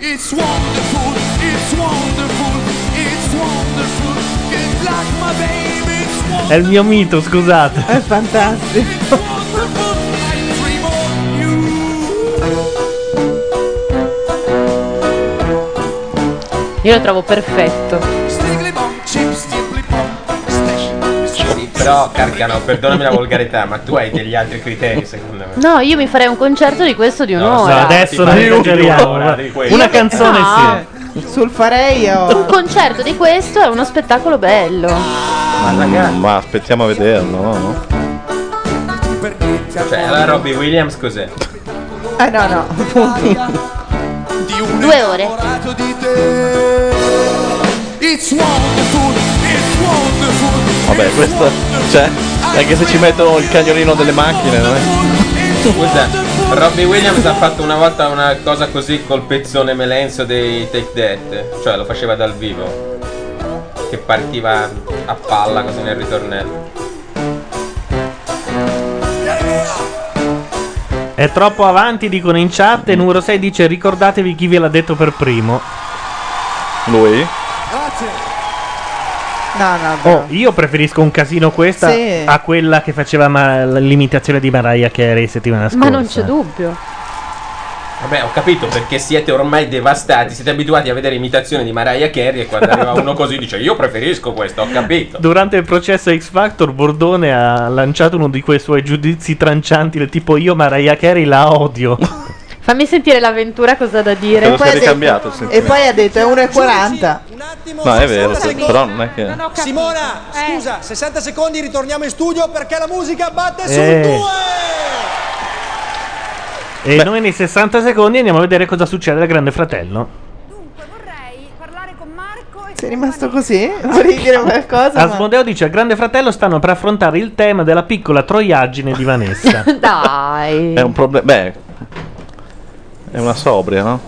[SPEAKER 4] It's wonderful, it's wonderful, it's wonderful. It's like my baby, it's
[SPEAKER 5] È il mio mito, scusate.
[SPEAKER 7] È fantastico.
[SPEAKER 4] wonderful. I dream of you.
[SPEAKER 8] Io lo trovo perfetto.
[SPEAKER 4] Stiggly bong, chip, stiggly bong, stash.
[SPEAKER 6] Sì, Però Carcano, perdonami la volgarità, ma tu hai degli altri criteri secondo me.
[SPEAKER 8] No, io mi farei un concerto di questo di un'ora.
[SPEAKER 5] No, adesso non esageriamo.
[SPEAKER 6] un'ora,
[SPEAKER 5] guarda.
[SPEAKER 6] di quello.
[SPEAKER 5] Una canzone
[SPEAKER 8] No.
[SPEAKER 5] sì.
[SPEAKER 7] Sul farei
[SPEAKER 8] Un
[SPEAKER 7] o...
[SPEAKER 8] concerto di questo è uno spettacolo bello.
[SPEAKER 3] Mm, ma aspettiamo a vederlo, no?
[SPEAKER 6] Cioè, allora Robbie Williams cos'è?
[SPEAKER 7] Eh no, no.
[SPEAKER 8] Due ore.
[SPEAKER 4] It's wonderful, it's wonderful.
[SPEAKER 3] Vabbè, questo. Cioè, anche se ci mettono il cagnolino delle macchine, no?
[SPEAKER 6] Scusa, Robbie Williams ha fatto una volta una cosa così col pezzone melenso dei Take That, cioè lo faceva dal vivo. che partiva a palla così nel ritornello.
[SPEAKER 5] È troppo avanti, dicono in chat. E numero 6 dice: Ricordatevi chi ve l'ha detto per primo.
[SPEAKER 3] Lui?
[SPEAKER 7] No, no, no.
[SPEAKER 5] Oh, io preferisco un casino questa
[SPEAKER 7] Sì.
[SPEAKER 5] a quella che faceva ma- l'imitazione di Mariah Carey settimana scorsa.
[SPEAKER 8] Ma non c'è dubbio.
[SPEAKER 6] Vabbè, ho capito perché siete ormai devastati, siete abituati a vedere imitazioni di Mariah Carey e quando arriva uno così dice io preferisco questo, ho capito.
[SPEAKER 5] Durante il processo X Factor, Bordone ha lanciato uno di quei suoi giudizi trancianti del tipo io Mariah Carey la odio.
[SPEAKER 8] Fammi sentire l'avventura cosa ha da dire.
[SPEAKER 5] Te lo sei
[SPEAKER 8] Poi ha detto-
[SPEAKER 5] ricambiato, sì.
[SPEAKER 7] E poi ha detto è 1,40.
[SPEAKER 3] No, è vero, però non è che...
[SPEAKER 11] Simona,
[SPEAKER 8] Eh.
[SPEAKER 11] scusa, 60 secondi, ritorniamo in studio perché la musica batte sul
[SPEAKER 5] Eh.
[SPEAKER 11] due.
[SPEAKER 5] E noi nei 60 secondi andiamo a vedere cosa succede al Grande Fratello.
[SPEAKER 7] Sei rimasto così? Volevi dire qualcosa? ma-
[SPEAKER 5] Asmodeo dice: Al Grande Fratello stanno per affrontare il tema della piccola troiaggine di Vanessa.
[SPEAKER 8] Dai.
[SPEAKER 5] È un problema. Beh, è una sobria, no?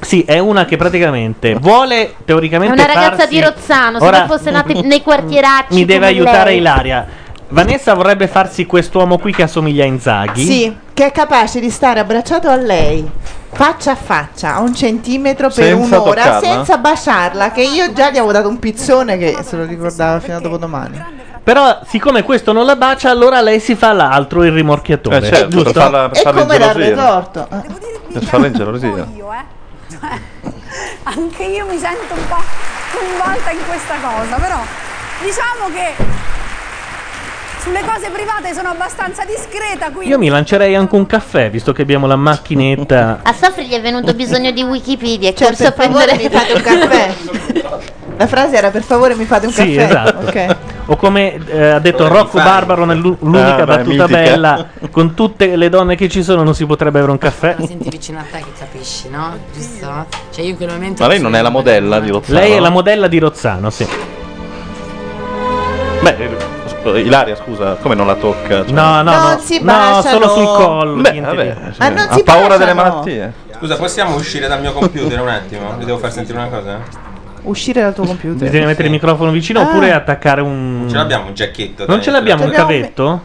[SPEAKER 5] Sì, è una che praticamente vuole
[SPEAKER 8] È
[SPEAKER 5] teoricamente.
[SPEAKER 8] una ragazza
[SPEAKER 5] farsi-
[SPEAKER 8] di Rozzano, se
[SPEAKER 5] Ora-
[SPEAKER 8] non fosse nata nei quartieracci.
[SPEAKER 5] Mi deve
[SPEAKER 8] come
[SPEAKER 5] aiutare
[SPEAKER 8] lei.
[SPEAKER 5] Ilaria. Vanessa vorrebbe farsi quest'uomo qui che assomiglia a Inzaghi.
[SPEAKER 7] Sì, che è capace di stare abbracciato a lei, faccia a faccia, a un centimetro per
[SPEAKER 5] Senza
[SPEAKER 7] un'ora,
[SPEAKER 5] toccarla?
[SPEAKER 7] senza baciarla, che io già gli avevo dato un pizzone che se lo ricordava fino a dopodomani.
[SPEAKER 5] Però, siccome questo non la bacia, allora lei si fa l'altro il rimorchiatore.
[SPEAKER 3] Eh, certo, per farla- per
[SPEAKER 7] E come darle torto?
[SPEAKER 3] Per farla ingelosire.
[SPEAKER 18] Anche io mi sento un po' coinvolta in questa cosa, però diciamo che sulle cose private sono abbastanza discreta, quindi
[SPEAKER 5] Io mi lancerei anche un caffè, visto che abbiamo la macchinetta.
[SPEAKER 8] A Sofri gli è venuto bisogno di Wikipedia. È
[SPEAKER 7] Cioè,
[SPEAKER 8] corso a
[SPEAKER 7] per favore
[SPEAKER 8] prendere
[SPEAKER 7] mi fate un caffè. La frase era per favore mi fate un
[SPEAKER 5] Sì,
[SPEAKER 7] caffè.
[SPEAKER 5] esatto.
[SPEAKER 7] Ok.
[SPEAKER 5] O come eh, ha detto Rocco Barbaro nell'unica
[SPEAKER 3] Ah, beh,
[SPEAKER 5] battuta
[SPEAKER 3] mitica.
[SPEAKER 5] bella, con tutte le donne che ci sono non si potrebbe avere un caffè.
[SPEAKER 22] La senti vicino a te che capisci, no? Giusto? Cioè io in quel momento...
[SPEAKER 5] Ma lei non è la
[SPEAKER 3] modella di Rozzano.
[SPEAKER 5] Lei è la modella di Rozzano, sì.
[SPEAKER 3] Beh, eh, scu- Ilaria, scusa, come non la tocca? Cioè?
[SPEAKER 5] Ah, No, no,
[SPEAKER 7] Non no. si No, baciano. solo sul collo,
[SPEAKER 3] Beh,
[SPEAKER 5] niente
[SPEAKER 3] vabbè,
[SPEAKER 5] di-
[SPEAKER 3] sì.
[SPEAKER 7] Ma non
[SPEAKER 3] ha
[SPEAKER 7] si
[SPEAKER 3] paura
[SPEAKER 7] baciano.
[SPEAKER 3] delle malattie.
[SPEAKER 6] Scusa, possiamo uscire dal mio computer un attimo? Vi devo far sentire una cosa?
[SPEAKER 7] Uscire dal tuo computer.
[SPEAKER 5] Bisogna mettere il microfono vicino
[SPEAKER 7] Ah.
[SPEAKER 5] oppure attaccare un.
[SPEAKER 6] Non ce l'abbiamo un giacchetto.
[SPEAKER 5] Non
[SPEAKER 6] dai,
[SPEAKER 5] ce l'abbiamo un
[SPEAKER 6] abbiamo-
[SPEAKER 5] cavetto?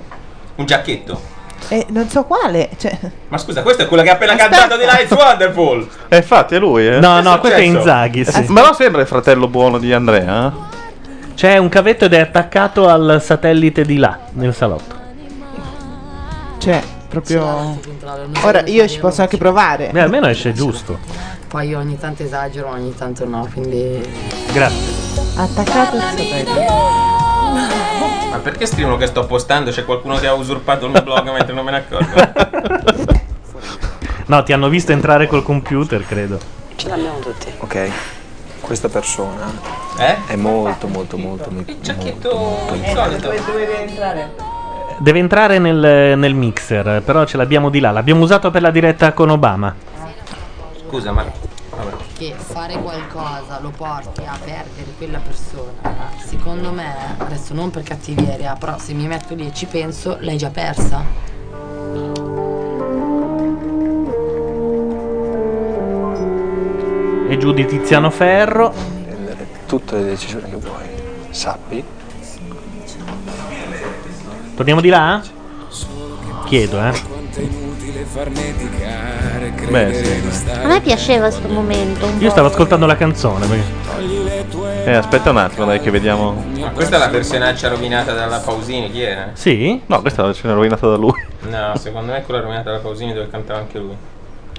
[SPEAKER 6] Un giacchetto.
[SPEAKER 7] Eh, non so quale. Cioè,
[SPEAKER 6] Ma scusa, questa è quella che ha appena cantato di Lights Wonderful.
[SPEAKER 3] Eh, infatti è lui, eh.
[SPEAKER 5] No, Che no, è questo è successo? Inzaghi, sì.
[SPEAKER 3] Eh, Ma non sembra il fratello buono di Andrea? eh?
[SPEAKER 5] C'è un cavetto ed è attaccato al satellite di là, nel salotto.
[SPEAKER 7] cioè proprio... Ora io ci posso anche provare.
[SPEAKER 5] Beh, almeno esce giusto.
[SPEAKER 22] Poi io ogni tanto esagero, ogni tanto no, quindi...
[SPEAKER 5] Grazie.
[SPEAKER 7] Attaccato il
[SPEAKER 6] Ma perché scrivono che sto postando? C'è qualcuno che ha usurpato il mio blog mentre non me ne accorgo?
[SPEAKER 5] No, ti hanno visto entrare col computer, credo.
[SPEAKER 20] Ce l'abbiamo tutti. Ok. Questa persona è molto molto molto molto.
[SPEAKER 4] eh, Dove dovevi entrare?
[SPEAKER 5] Deve entrare nel, nel mixer, però ce l'abbiamo di là. L'abbiamo usato per la diretta con Obama.
[SPEAKER 6] Scusa, ma... vabbè.
[SPEAKER 22] Che fare qualcosa lo porti a perdere quella persona. eh. Secondo me, adesso non per cattiveria, però se mi metto lì e ci penso, l'hai già persa.
[SPEAKER 5] E giù di Tiziano Ferro.
[SPEAKER 20] prendere tutte le decisioni che vuoi. Sappi.
[SPEAKER 5] Torniamo di là? Chiedo, eh.
[SPEAKER 3] Beh, sì.
[SPEAKER 8] A me piaceva sto momento. un
[SPEAKER 5] Io
[SPEAKER 8] po'.
[SPEAKER 5] stavo ascoltando la canzone. perché-
[SPEAKER 3] Eh, aspetta un attimo, dai, che vediamo.
[SPEAKER 6] Ma questa è la versionaccia rovinata dalla Pausini, chi era?
[SPEAKER 5] Sì?
[SPEAKER 3] No, questa è la versione rovinata da lui.
[SPEAKER 6] No, secondo me è quella rovinata dalla Pausini dove cantava anche lui.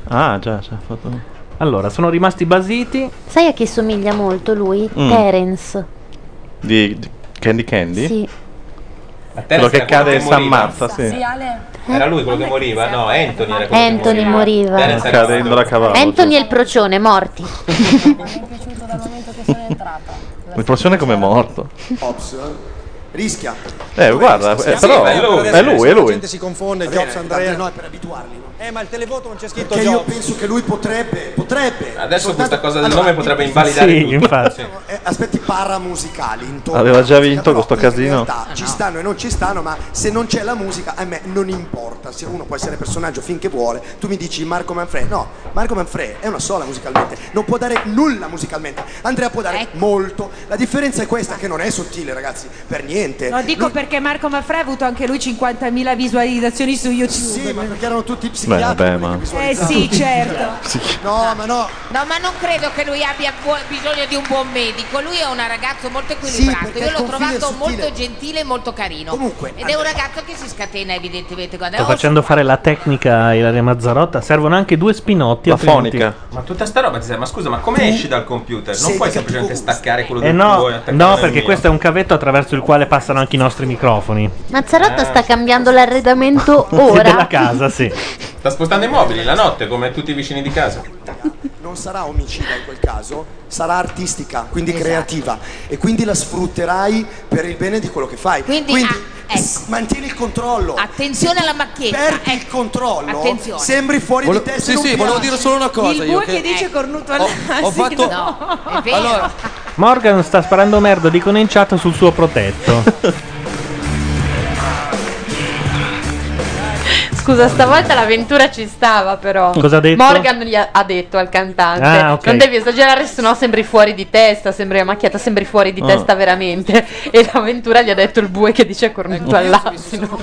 [SPEAKER 3] Ah, già, già, ha fatto.
[SPEAKER 5] Allora, sono rimasti basiti.
[SPEAKER 8] Sai a chi somiglia molto lui?
[SPEAKER 3] Mm.
[SPEAKER 8] Terence.
[SPEAKER 3] Di, di Candy Candy?
[SPEAKER 8] Sì.
[SPEAKER 3] Quello che
[SPEAKER 6] era quello
[SPEAKER 3] cade e
[SPEAKER 6] che
[SPEAKER 3] si
[SPEAKER 6] moriva.
[SPEAKER 3] ammazza, sì.
[SPEAKER 6] Era lui quello che moriva? No, Anthony era quello
[SPEAKER 8] Anthony
[SPEAKER 6] che moriva.
[SPEAKER 8] moriva.
[SPEAKER 6] Terence era
[SPEAKER 3] Cadendo da cavallo.
[SPEAKER 8] Anthony e il procione morti.
[SPEAKER 3] Il procione come è morto.
[SPEAKER 11] Ops. Rischia.
[SPEAKER 3] Eh, guarda, eh, però
[SPEAKER 11] Sì, ma
[SPEAKER 3] è lui, è
[SPEAKER 11] La
[SPEAKER 3] lui.
[SPEAKER 11] gente si confonde, Jobs Andrea, no, è per abituarli. no?
[SPEAKER 13] Eh, ma il televoto non c'è scritto
[SPEAKER 11] Che io
[SPEAKER 13] Jobs.
[SPEAKER 11] penso che lui potrebbe, potrebbe.
[SPEAKER 6] Adesso questa cosa del
[SPEAKER 11] Allora,
[SPEAKER 6] nome potrebbe invalidare tutto.
[SPEAKER 11] eh, aspetti paramusicali intorno.
[SPEAKER 3] Aveva già
[SPEAKER 11] alla musica,
[SPEAKER 3] vinto
[SPEAKER 11] però
[SPEAKER 3] questo
[SPEAKER 11] in
[SPEAKER 3] casino.
[SPEAKER 11] realtà
[SPEAKER 13] Ah,
[SPEAKER 11] ci stanno e non ci stanno, ma se non c'è la musica, a me non importa. Se uno può essere personaggio finché vuole, tu mi dici Marco Manfred. No, Marco Manfred è una sola musicalmente, non può dare nulla musicalmente. Andrea può dare
[SPEAKER 13] Ecco.
[SPEAKER 11] molto. La differenza è questa, che non è sottile, ragazzi, per niente.
[SPEAKER 12] Lo dico perché Marco Maffrè ha avuto anche lui 50.000 visualizzazioni su YouTube. Sì, ma
[SPEAKER 11] perché erano tutti
[SPEAKER 3] Beh, vabbè, ma.
[SPEAKER 12] Eh sì, certo.
[SPEAKER 11] No, ma no.
[SPEAKER 10] No, ma non credo che lui abbia bu- bisogno di un buon medico. Lui è un ragazzo molto
[SPEAKER 11] Sì,
[SPEAKER 10] equilibrato.
[SPEAKER 11] perché
[SPEAKER 10] Io
[SPEAKER 11] il
[SPEAKER 10] l'ho
[SPEAKER 11] confine è
[SPEAKER 10] trovato
[SPEAKER 11] sottile.
[SPEAKER 10] molto gentile e molto carino.
[SPEAKER 11] Comunque,
[SPEAKER 10] Ed è un ragazzo che si scatena, evidentemente. Quando
[SPEAKER 5] Sto
[SPEAKER 10] oh,
[SPEAKER 5] facendo fare la tecnica a Ilaria Mazzarotta. Servono anche due spinotti.
[SPEAKER 6] La
[SPEAKER 5] altrimenti-
[SPEAKER 6] Ma tutta sta roba ti serve. Ma scusa, ma come esci dal computer? Non puoi semplicemente staccare quello
[SPEAKER 5] Eh
[SPEAKER 6] del tuo
[SPEAKER 5] no,
[SPEAKER 6] e attaccare
[SPEAKER 5] no,
[SPEAKER 6] il
[SPEAKER 5] perché
[SPEAKER 6] mio?
[SPEAKER 5] questo è un cavetto attraverso il quale passano anche i nostri microfoni.
[SPEAKER 28] Mazzarotta
[SPEAKER 6] Eh.
[SPEAKER 28] sta cambiando l'arredamento
[SPEAKER 5] Sì,
[SPEAKER 28] ora.
[SPEAKER 5] della casa, sì.
[SPEAKER 6] Sta spostando i mobili la notte, come tutti i vicini di casa.
[SPEAKER 11] non sarà omicida in quel caso, sarà artistica, quindi
[SPEAKER 10] Esatto.
[SPEAKER 11] creativa e quindi la sfrutterai per il bene di quello che fai. Quindi,
[SPEAKER 8] ah, ecco.
[SPEAKER 11] s- mantieni il controllo.
[SPEAKER 10] Attenzione alla macchietta.
[SPEAKER 11] Perdi il controllo.
[SPEAKER 10] Attenzione.
[SPEAKER 11] Sembri fuori
[SPEAKER 13] Vole-
[SPEAKER 11] di testa.
[SPEAKER 13] sì,
[SPEAKER 11] non
[SPEAKER 13] sì,
[SPEAKER 11] piaci.
[SPEAKER 13] volevo dire solo una cosa. io che...
[SPEAKER 12] cornuto
[SPEAKER 13] al Ho fatto.
[SPEAKER 10] No, è vero.
[SPEAKER 13] Allora,
[SPEAKER 5] Morgan sta sparando merda, dicono in chat, sul suo protetto.
[SPEAKER 8] Scusa, stavolta l'avventura ci stava, però.
[SPEAKER 5] Cosa ha detto?
[SPEAKER 8] Morgan gli ha, ha detto al cantante: cioè,
[SPEAKER 5] Ah, ok.
[SPEAKER 8] Non devi esagerare, sennò sembri fuori di testa. Sembri a macchiata, sembri fuori di
[SPEAKER 13] Ah.
[SPEAKER 8] testa veramente. E l'avventura gli ha detto il bue che dice cornuto all'asino.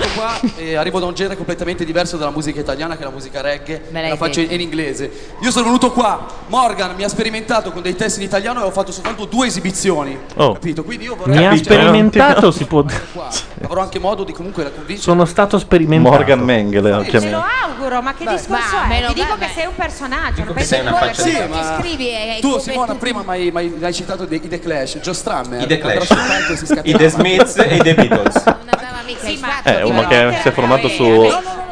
[SPEAKER 13] eh, arrivo da un genere completamente diverso dalla musica italiana, che è la musica reggae.
[SPEAKER 8] Me l'hai
[SPEAKER 13] la faccio in,
[SPEAKER 8] detto.
[SPEAKER 13] in inglese. Io sono venuto qua. Morgan mi ha sperimentato con dei test in italiano e ho fatto soltanto due esibizioni.
[SPEAKER 5] Oh.
[SPEAKER 13] Capito? Quindi io vorrei.
[SPEAKER 5] Mi ha
[SPEAKER 13] capire-
[SPEAKER 5] sperimentato, si può.
[SPEAKER 13] Qua. Avrò anche modo di comunque la convincere.
[SPEAKER 5] Sono stato sperimentato.
[SPEAKER 3] Morgan Mengele ha
[SPEAKER 12] Ce lo
[SPEAKER 3] chiamato.
[SPEAKER 12] auguro, ma che discorso
[SPEAKER 10] va,
[SPEAKER 12] è?
[SPEAKER 10] meno
[SPEAKER 12] Ti dico
[SPEAKER 10] male.
[SPEAKER 12] che sei un personaggio. non
[SPEAKER 3] che sei una faccia
[SPEAKER 12] cioè,
[SPEAKER 13] Sì,
[SPEAKER 3] di-
[SPEAKER 13] ma-
[SPEAKER 10] Scrivi e e
[SPEAKER 13] Tu,
[SPEAKER 10] come-
[SPEAKER 13] Simona, prima mi hai- mi hai, mi hai citato dei- i The Clash, Joe Strummer,
[SPEAKER 6] I The
[SPEAKER 13] Andrea
[SPEAKER 6] Clash.
[SPEAKER 13] Soltanto si scatenava.
[SPEAKER 6] I The Smiths e i The Beatles.
[SPEAKER 3] Eh, uno che si è formato su.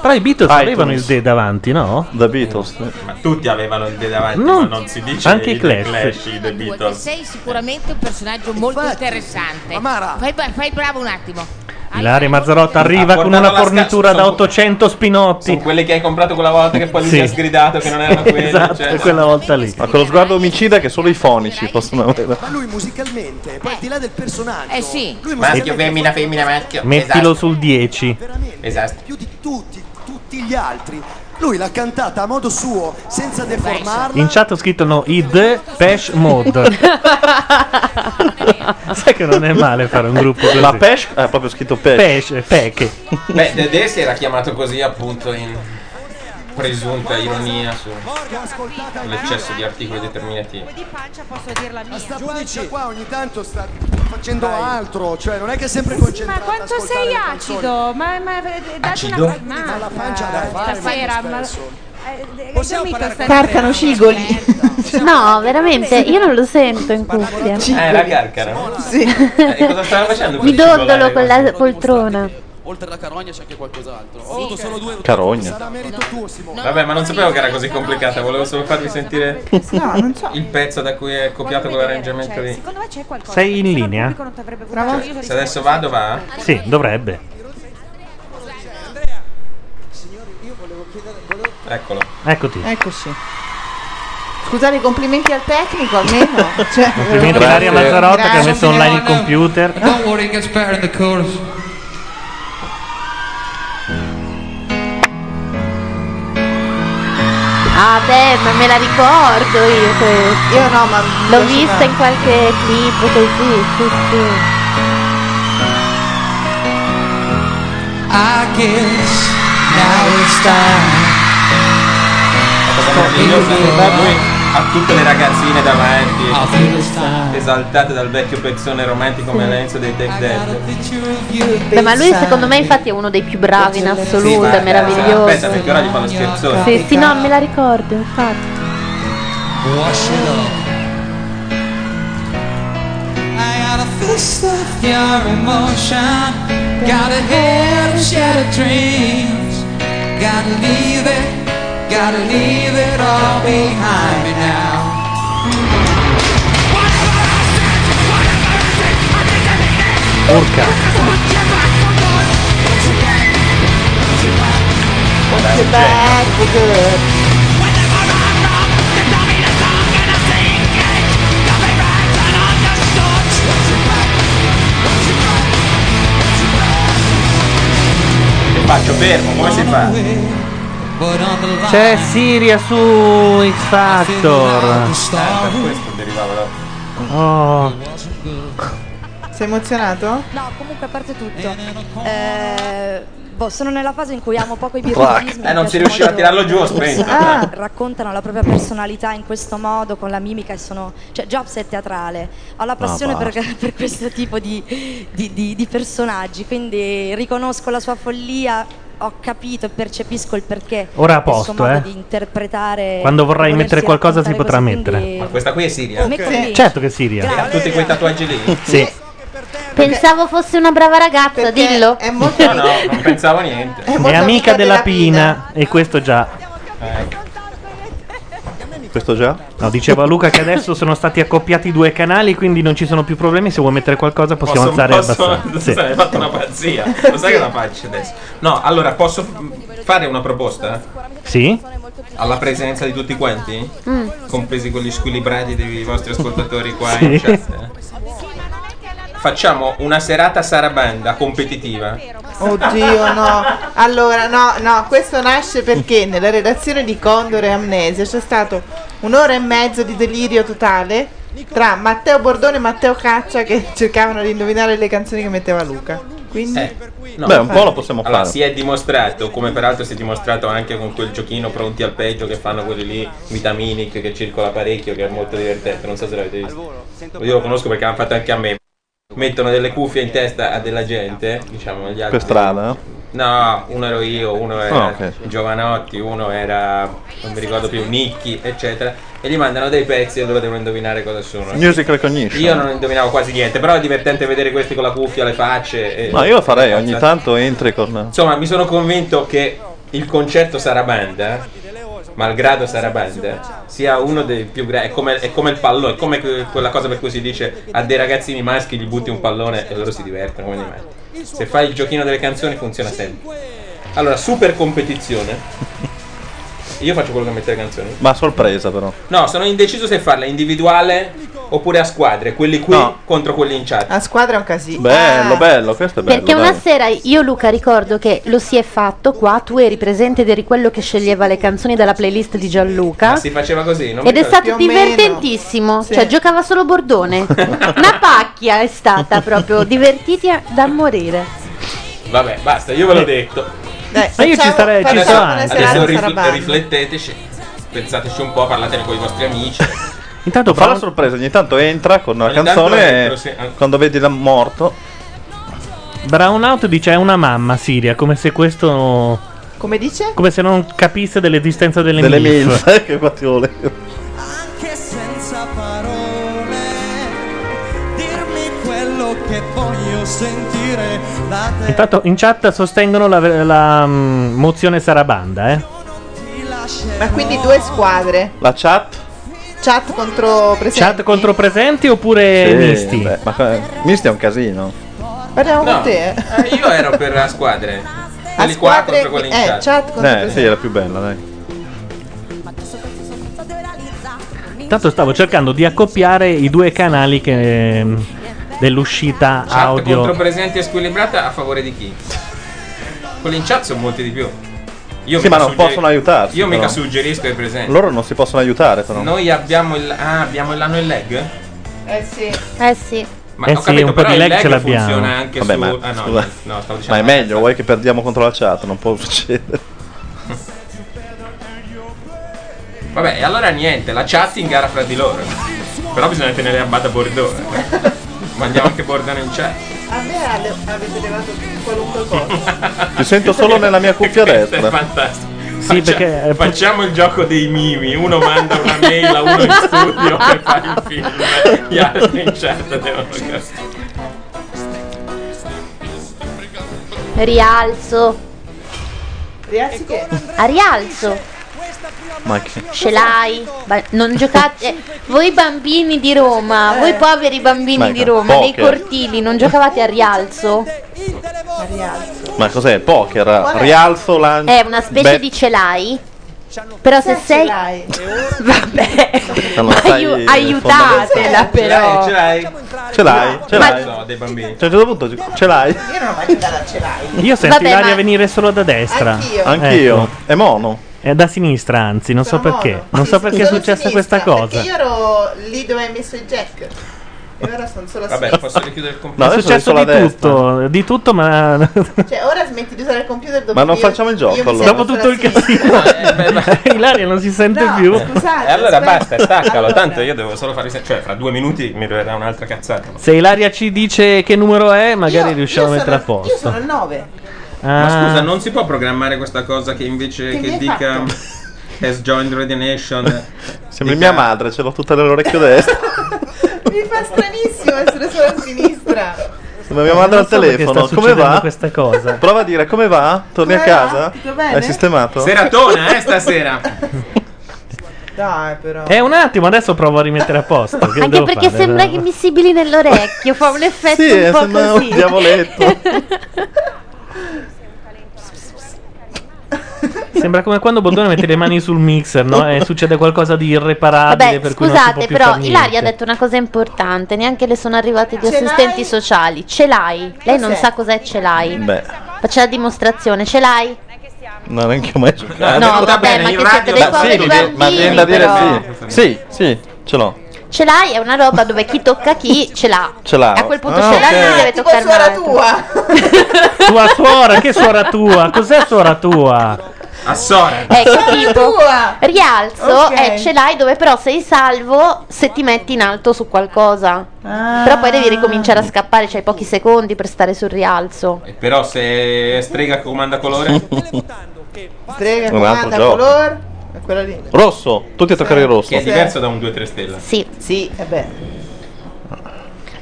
[SPEAKER 5] Però i Beatles
[SPEAKER 3] iTunes.
[SPEAKER 5] avevano il D davanti, no?
[SPEAKER 3] The Beatles.
[SPEAKER 6] Ma tutti avevano il D davanti,
[SPEAKER 5] Non-
[SPEAKER 6] ma non si dice
[SPEAKER 5] anche
[SPEAKER 6] i The
[SPEAKER 5] i Clash.
[SPEAKER 6] Clash, i The
[SPEAKER 10] che
[SPEAKER 6] Beatles.
[SPEAKER 10] sei sicuramente un personaggio molto interessante. Fai, fai bravo un attimo.
[SPEAKER 5] Ilaria Mazzarotta arriva
[SPEAKER 6] Ha
[SPEAKER 5] con una
[SPEAKER 6] portato la
[SPEAKER 5] fornitura
[SPEAKER 6] scassa-
[SPEAKER 5] da 800 spinotti.
[SPEAKER 6] Sono quelli che hai comprato quella volta che poi lui ti ha sgridato che non erano quelli.
[SPEAKER 5] Esatto,
[SPEAKER 6] cioè.
[SPEAKER 5] quella volta lì.
[SPEAKER 3] Ma con lo sguardo omicida che solo i fonici possono avere.
[SPEAKER 11] Ma lui musicalmente, poi al di là del personaggio,
[SPEAKER 10] Eh sì.
[SPEAKER 11] lui
[SPEAKER 6] Maschio,
[SPEAKER 11] musicalmente
[SPEAKER 6] femmina, femmina, maschio.
[SPEAKER 5] Mettilo sul 10.
[SPEAKER 6] Esatto.
[SPEAKER 11] più di tutti, tutti gli altri. Lui l'ha cantata a modo suo, senza deformarla.
[SPEAKER 5] In chat ho scritto no, i The Pesh Mode. Sai che non è male fare un gruppo così.
[SPEAKER 3] La Pesh ha proprio scritto Pesh.
[SPEAKER 5] Pesh, peche.
[SPEAKER 6] Beh, Dede si era chiamato così appunto in presunta ironia sull'eccesso di articoli determinativi.
[SPEAKER 12] Di pancia posso dir la mia.
[SPEAKER 11] Sta pancia qua ogni tanto sta facendo altro, cioè non è che è sempre concentrata.
[SPEAKER 12] Ma quanto sei acido? Ma, ma eh, dati
[SPEAKER 11] Acido?
[SPEAKER 12] una
[SPEAKER 11] Ma la pancia
[SPEAKER 12] calmata.
[SPEAKER 11] da fare,
[SPEAKER 12] eh, Stasera,
[SPEAKER 11] ma
[SPEAKER 12] ma...
[SPEAKER 11] spesso.
[SPEAKER 12] eh, eh,
[SPEAKER 11] Possiamo
[SPEAKER 12] dormito
[SPEAKER 11] parlare
[SPEAKER 12] stasera? cioè,
[SPEAKER 11] Carcano
[SPEAKER 8] Scigoli. No, veramente, io non lo sento in cuffia.
[SPEAKER 6] Eh, la carcara. E cosa stava facendo?
[SPEAKER 8] Mi dondolo con la poltrona.
[SPEAKER 13] Oltre alla carogna c'è anche qualcos'altro. Ho avuto
[SPEAKER 12] certo.
[SPEAKER 13] solo due.
[SPEAKER 3] Carogna.
[SPEAKER 6] Vabbè, ma non sapevo che era così complicata, volevo solo farvi sentire il pezzo da cui è copiato quell'arrangiamento lì.
[SPEAKER 12] cioè, Secondo me c'è qualcosa.
[SPEAKER 5] Sei in linea?
[SPEAKER 12] Dico non ti avrebbe
[SPEAKER 6] Cioè,
[SPEAKER 12] voluto.
[SPEAKER 6] se adesso vado va.
[SPEAKER 5] Sì, dovrebbe.
[SPEAKER 6] Eccolo.
[SPEAKER 5] Eccoti.
[SPEAKER 7] Eccoci. Scusate, i complimenti al tecnico almeno. Cioè,
[SPEAKER 5] Complimenti a Ilaria
[SPEAKER 7] veramente.
[SPEAKER 5] Mazzarotta che ha
[SPEAKER 7] Grazie.
[SPEAKER 5] messo online il computer.
[SPEAKER 13] Don't worry, it gets better in the chorus.
[SPEAKER 8] Ah beh, ma me la ricordo io questa.
[SPEAKER 7] Io no, ma
[SPEAKER 8] l'ho
[SPEAKER 7] adesso
[SPEAKER 8] vista
[SPEAKER 7] no.
[SPEAKER 8] in qualche clip così, sì, sì.
[SPEAKER 9] I guess now it's time.
[SPEAKER 6] Cosa meravigliosa è che lui ha tutte le ragazzine davanti, esaltate dal vecchio pezzone romantico melenzo dei Tech Dead.
[SPEAKER 8] Beh, ma lui secondo me infatti è uno dei più bravi in
[SPEAKER 6] Sì,
[SPEAKER 8] assoluto,
[SPEAKER 6] ma-
[SPEAKER 8] è meraviglioso.
[SPEAKER 6] Aspetta, perché ora gli fanno scherzoni.
[SPEAKER 8] Sì, sì, no, me la ricordo, infatti.
[SPEAKER 9] Wash it off. I gotta fist up your emotion. Gotta head and shattered dreams. Gotta leave it, gotta leave it all behind me now.
[SPEAKER 5] Urca.
[SPEAKER 6] Dai, Jack. E faccio fermo, come si fa?
[SPEAKER 5] C'è Siria su X Factor.
[SPEAKER 6] Eh, per questo derivava da...
[SPEAKER 5] Oh.
[SPEAKER 7] Sei emozionato?
[SPEAKER 9] No, comunque a parte tutto. eh, boh, sono nella fase in cui amo poco i
[SPEAKER 6] Fuck.
[SPEAKER 9] birrinismi.
[SPEAKER 6] Eh, non si
[SPEAKER 9] in
[SPEAKER 6] riusciva a
[SPEAKER 9] questo
[SPEAKER 6] tirarlo giù, ho
[SPEAKER 9] modo
[SPEAKER 6] spento.
[SPEAKER 9] Ah, raccontano la propria personalità in questo modo, con la mimica e sono. Cioè, Jobs è teatrale. Ho la passione
[SPEAKER 16] Ah, basta.
[SPEAKER 9] per, per questo tipo di, di- di- di personaggi. Quindi riconosco la sua follia. Ho capito e percepisco il perché.
[SPEAKER 5] Ora a
[SPEAKER 9] del suo
[SPEAKER 5] posto,
[SPEAKER 9] modo
[SPEAKER 5] eh.
[SPEAKER 9] di interpretare.
[SPEAKER 5] Quando vorrai
[SPEAKER 9] volersi
[SPEAKER 5] mettere qualcosa si potrà
[SPEAKER 9] raccontare cose,
[SPEAKER 5] mettere.
[SPEAKER 9] quindi-
[SPEAKER 6] Ma questa qui è Siria.
[SPEAKER 9] Me convince.
[SPEAKER 5] Certo che è Siria.
[SPEAKER 6] Tutti quei tatuaggi lì.
[SPEAKER 5] Sì.
[SPEAKER 8] Pensavo fosse una brava ragazza, dillo.
[SPEAKER 6] No, no, non pensavo niente.
[SPEAKER 5] È amica della Pina. E questo già.
[SPEAKER 3] Questo già?
[SPEAKER 5] No, diceva Luca che adesso sono stati accoppiati i due canali, quindi non ci sono più problemi. Se vuoi mettere qualcosa possiamo
[SPEAKER 6] Posso-
[SPEAKER 5] alzare
[SPEAKER 6] posso-
[SPEAKER 5] abbastanza.
[SPEAKER 6] Sai, Hai
[SPEAKER 5] Sì.
[SPEAKER 6] fatto una pazzia. Lo sai cosa faccio adesso? No, allora posso f- fare una proposta eh?
[SPEAKER 5] Sì?
[SPEAKER 6] alla presenza di tutti quanti?
[SPEAKER 5] Mm.
[SPEAKER 6] Compresi quelli squilibrati dei vostri ascoltatori qua
[SPEAKER 5] Sì.
[SPEAKER 6] in chat. eh? Facciamo una serata sarabanda competitiva.
[SPEAKER 7] Oddio, no. Allora, no, no, questo nasce perché nella redazione di Condore e Amnesia c'è stato un'ora e mezzo di delirio totale tra Matteo Bordone e Matteo Caccia che cercavano di indovinare le canzoni che metteva Luca. Quindi
[SPEAKER 4] Eh.
[SPEAKER 3] Beh, un po' lo possiamo
[SPEAKER 6] Allora,
[SPEAKER 3] fare.
[SPEAKER 6] si è dimostrato, come peraltro si è dimostrato anche con quel giochino pronti al peggio che fanno quelli lì, Vitaminic, che circola parecchio, che è molto divertente, non so se l'avete visto. Io lo conosco perché l'hanno fatto anche a me. Mettono delle cuffie in testa a della gente, diciamo gli altri.
[SPEAKER 3] Per strada?
[SPEAKER 6] No, uno ero io, uno era
[SPEAKER 3] Ah, ok.
[SPEAKER 6] Giovanotti, uno era, non mi ricordo più, Nicchi, eccetera. E gli mandano dei pezzi dove devono indovinare cosa sono.
[SPEAKER 3] Music recognition.
[SPEAKER 6] Io non indovinavo quasi niente, però è divertente vedere questi con la cuffia, le facce. e-
[SPEAKER 3] No, io lo farei, ogni tanto entri con...
[SPEAKER 6] Insomma, mi sono convinto che il concerto Sarabanda, malgrado Sarabanda, sia uno dei più grandi. È come, è come il pallone, è come que- quella cosa per cui si dice a dei ragazzini maschi gli butti un pallone e loro si divertono come dei matti. Se fai il giochino delle canzoni funziona sempre. Allora, super competizione. Io faccio quello che mette le canzoni.
[SPEAKER 3] Ma a sorpresa però.
[SPEAKER 6] No, sono indeciso se farla individuale oppure a squadre, quelli qui contro quelli in chat.
[SPEAKER 7] la squadra è un casino. Ah.
[SPEAKER 3] Bello, bello, questo è bello.
[SPEAKER 8] Perché una
[SPEAKER 3] dai.
[SPEAKER 8] sera io Luca ricordo che lo si è fatto qua, tu eri presente ed eri quello che sceglieva le canzoni dalla playlist di Gianluca.
[SPEAKER 6] Si faceva così, non mi
[SPEAKER 8] Ed è
[SPEAKER 6] ricordo.
[SPEAKER 8] stato divertentissimo, cioè giocava solo Bordone. Una pacchia è stata proprio, divertiti a- da morire.
[SPEAKER 6] Vabbè, basta, io ve l'ho detto.
[SPEAKER 5] Ma io ci starei, ci
[SPEAKER 6] Adesso,
[SPEAKER 5] sto anche.
[SPEAKER 6] adesso rifl- rifletteteci, pensateci un po', parlatene con i vostri amici.
[SPEAKER 3] Intanto fa la sorpresa, ogni tanto entra con una
[SPEAKER 6] Ogni tanto
[SPEAKER 3] canzone
[SPEAKER 6] entro,
[SPEAKER 3] e
[SPEAKER 6] sì, anche-
[SPEAKER 3] quando vedi la morto.
[SPEAKER 5] Brownout dice è una mamma Siria, come se questo.
[SPEAKER 7] Come dice?
[SPEAKER 5] Come se non capisse dell'esistenza delle,
[SPEAKER 3] Delle
[SPEAKER 5] MILF.
[SPEAKER 3] MILF, che qua ti volevo.
[SPEAKER 4] anche senza parole. Dirmi quello che voglio sentire da te.
[SPEAKER 5] Intanto in chat sostengono la, la, mm, mozione Sarabanda, eh.
[SPEAKER 7] Ma quindi due squadre,
[SPEAKER 3] La chat?
[SPEAKER 7] chat contro presente.
[SPEAKER 5] Chat contro presenti oppure
[SPEAKER 3] Sì,
[SPEAKER 5] misti?
[SPEAKER 3] beh, ma qua- misti è un casino.
[SPEAKER 7] Parliamo
[SPEAKER 6] No.
[SPEAKER 7] con te. eh.
[SPEAKER 6] Eh, io ero per la squadre. Quelli qua
[SPEAKER 7] squadre
[SPEAKER 6] contro quelli in
[SPEAKER 7] che- eh,
[SPEAKER 6] chat.
[SPEAKER 7] chat contro
[SPEAKER 3] Eh, sì, era più bella, dai.
[SPEAKER 5] Intanto stavo cercando di accoppiare i due canali che, mm, dell'uscita
[SPEAKER 6] Chat contro
[SPEAKER 5] audio.
[SPEAKER 6] presenti e squilibrata a favore di chi? Quelli in chat sono molti di più. Io
[SPEAKER 3] sì,
[SPEAKER 6] mica
[SPEAKER 3] ma non
[SPEAKER 6] suggeri-
[SPEAKER 3] possono aiutarsi.
[SPEAKER 6] Io mica
[SPEAKER 3] però.
[SPEAKER 6] suggerisco ai presenti.
[SPEAKER 3] Loro non si possono aiutare, però.
[SPEAKER 6] Noi abbiamo il. Ah, abbiamo il lano e il leg?
[SPEAKER 7] Eh sì.
[SPEAKER 8] Eh sì.
[SPEAKER 6] Ma
[SPEAKER 3] Eh
[SPEAKER 6] ho
[SPEAKER 3] sì,
[SPEAKER 6] capito,
[SPEAKER 3] un po'
[SPEAKER 6] però
[SPEAKER 3] di
[SPEAKER 6] il
[SPEAKER 3] lag
[SPEAKER 6] lag
[SPEAKER 3] ce l'abbiamo.
[SPEAKER 6] funziona anche
[SPEAKER 3] Vabbè,
[SPEAKER 6] su.
[SPEAKER 3] ma,
[SPEAKER 6] ah, no,
[SPEAKER 3] scusa.
[SPEAKER 6] no, stavo dicendo.
[SPEAKER 3] Ma è meglio, vuoi che perdiamo contro la chat? Non può succedere.
[SPEAKER 6] Vabbè, e allora niente, la chat in gara fra di loro. Però bisogna tenere a bada eh. Bordone. Mandiamo anche Bordone in chat.
[SPEAKER 7] A me ale- avete levato qualunque cosa.
[SPEAKER 3] Ti sento solo nella mia cuffia
[SPEAKER 6] È
[SPEAKER 3] destra.
[SPEAKER 6] fantastico. Faccia- Facciamo il gioco dei mimi. Uno manda una mail a uno in studio per fare il film. Gli altri in chat devono
[SPEAKER 8] Rialzo.
[SPEAKER 7] Rialzi che?
[SPEAKER 6] Eh,
[SPEAKER 8] A rialzo.
[SPEAKER 3] Ma che...
[SPEAKER 8] Ce l'hai? Ba- non giocate. eh, Voi bambini di Roma,
[SPEAKER 7] Eh.
[SPEAKER 8] voi poveri bambini
[SPEAKER 3] Ma
[SPEAKER 8] di Roma, nei
[SPEAKER 3] poker.
[SPEAKER 8] cortili, non giocavate a rialzo?
[SPEAKER 3] Ma cos'è? Poker? ah,
[SPEAKER 5] Ah,
[SPEAKER 8] Vabbè.
[SPEAKER 3] Rialzo, lancio.
[SPEAKER 8] È una specie
[SPEAKER 3] bet-
[SPEAKER 8] di ce l'hai. Però se sei.
[SPEAKER 3] Non stai
[SPEAKER 8] Aiu-
[SPEAKER 3] fondando-
[SPEAKER 8] aiutatela
[SPEAKER 6] Cioè,
[SPEAKER 8] però.
[SPEAKER 6] Ce l'hai?
[SPEAKER 3] Ce l'hai? Ce
[SPEAKER 6] Ma-
[SPEAKER 3] l'hai?
[SPEAKER 6] No, dei bambini.
[SPEAKER 3] Cioè, a un certo punto ce l'hai?
[SPEAKER 7] Io non ho mai giocato a ce l'hai.
[SPEAKER 5] Io sento
[SPEAKER 7] Vabbè,
[SPEAKER 5] l'aria
[SPEAKER 7] ma-
[SPEAKER 5] venire solo da destra.
[SPEAKER 7] Anch'io.
[SPEAKER 3] Anch'io.
[SPEAKER 5] È mono. È da sinistra, anzi, non so perché. Non so perché è
[SPEAKER 7] Sono
[SPEAKER 5] successa
[SPEAKER 7] sinistra,
[SPEAKER 5] questa cosa.
[SPEAKER 7] Perché io ero lì dove hai messo il jack. E ora sono solo a
[SPEAKER 6] Vabbè,
[SPEAKER 7] sinistra.
[SPEAKER 6] posso richiudere il
[SPEAKER 5] è
[SPEAKER 6] computer?
[SPEAKER 5] successo di tutto, di tutto, ma
[SPEAKER 3] Eh,
[SPEAKER 7] Cioè, ora smetti di usare il computer dopo
[SPEAKER 5] Ma non
[SPEAKER 7] io-
[SPEAKER 5] facciamo il
[SPEAKER 7] io
[SPEAKER 5] gioco,
[SPEAKER 7] mi sento
[SPEAKER 5] allora. Dopo
[SPEAKER 7] solo
[SPEAKER 5] tutto il
[SPEAKER 7] sinistra.
[SPEAKER 5] Ilaria non si sente
[SPEAKER 7] No,
[SPEAKER 5] più.
[SPEAKER 7] Scusate.
[SPEAKER 6] E allora
[SPEAKER 7] scusate.
[SPEAKER 6] basta, staccalo.
[SPEAKER 7] Allora.
[SPEAKER 6] Tanto io devo solo fare. Cioè, fra due minuti mi verrà un'altra cazzata.
[SPEAKER 5] Se Ilaria ci dice che numero è, magari riusciamo a
[SPEAKER 6] io
[SPEAKER 5] mettere a
[SPEAKER 6] sono- io
[SPEAKER 5] posto.
[SPEAKER 7] Sono il 9.
[SPEAKER 6] Ma
[SPEAKER 5] Ah.
[SPEAKER 6] scusa, non si può programmare questa cosa che invece
[SPEAKER 7] Che
[SPEAKER 6] che,
[SPEAKER 7] mi hai
[SPEAKER 6] dica has joined Radio Nation. Ecco.
[SPEAKER 3] Sembra Cioè, mia madre, ce l'ho tutta nell'orecchio destro.
[SPEAKER 7] Mi fa stranissimo essere solo a sinistra.
[SPEAKER 3] Sembra mia madre
[SPEAKER 5] Non
[SPEAKER 3] al
[SPEAKER 5] so perché
[SPEAKER 3] telefono.
[SPEAKER 5] sta
[SPEAKER 3] Come
[SPEAKER 5] succedendo
[SPEAKER 3] va?
[SPEAKER 5] questa cosa.
[SPEAKER 3] Prova a dire come va? Torni a
[SPEAKER 7] Come va?
[SPEAKER 3] casa?
[SPEAKER 7] Tutto bene?
[SPEAKER 3] Hai sistemato?
[SPEAKER 6] Seratona, eh, stasera.
[SPEAKER 7] Dai, però.
[SPEAKER 5] Eh, un attimo, adesso provo a rimettere a posto. Che
[SPEAKER 8] Anche
[SPEAKER 5] devo
[SPEAKER 8] perché
[SPEAKER 5] fare? eh?
[SPEAKER 8] sembra che mi sibili nell'orecchio, fa un effetto
[SPEAKER 5] Sì, eh,
[SPEAKER 8] un po'
[SPEAKER 5] sembra un
[SPEAKER 8] così.
[SPEAKER 5] diavoletto. Sembra come quando Bordone mette le mani sul mixer, no? E succede qualcosa di irreparabile.
[SPEAKER 8] Vabbè,
[SPEAKER 5] per cui non si può
[SPEAKER 8] scusate,
[SPEAKER 5] più
[SPEAKER 8] però
[SPEAKER 5] far
[SPEAKER 8] Ilaria ha
[SPEAKER 5] niente.
[SPEAKER 8] detto una cosa importante, neanche le sono arrivate gli
[SPEAKER 7] Ce
[SPEAKER 8] assistenti
[SPEAKER 7] l'hai?
[SPEAKER 8] sociali. Ce l'hai? Lei non sa cos'è ce l'hai.
[SPEAKER 3] Beh,
[SPEAKER 8] Faccia la dimostrazione, ce l'hai?
[SPEAKER 3] non neanche ho mai giocato.
[SPEAKER 8] No, vabbè, ma che siete dei poveri bambini,
[SPEAKER 3] ma viene da dire
[SPEAKER 8] però.
[SPEAKER 3] sì. Sì, sì, ce l'ho.
[SPEAKER 8] Ce l'hai è una roba dove chi tocca chi ce l'ha.
[SPEAKER 3] Ce l'ha.
[SPEAKER 8] A quel punto
[SPEAKER 3] Ah,
[SPEAKER 7] Cioè,
[SPEAKER 8] ce l'ha
[SPEAKER 3] ok.
[SPEAKER 8] non deve toccare un altro.
[SPEAKER 5] Tua suora, che suora tua? Cos'è suora tua?
[SPEAKER 6] Assore.
[SPEAKER 8] Ecco, tipo rialzo
[SPEAKER 7] Ok.
[SPEAKER 8] è ce l'hai dove però sei salvo se ti metti in alto su qualcosa. Però poi devi ricominciare a scappare, c'hai pochi secondi per stare sul rialzo.
[SPEAKER 6] Però se strega comanda colore.
[SPEAKER 7] Strega,
[SPEAKER 6] Un altro
[SPEAKER 7] comanda,
[SPEAKER 6] gioco.
[SPEAKER 7] color. È quella lì.
[SPEAKER 3] Rosso, tutti a toccare il rosso.
[SPEAKER 6] Che è diverso da un 2-3 stella.
[SPEAKER 8] Sì.
[SPEAKER 7] Sì, è bello.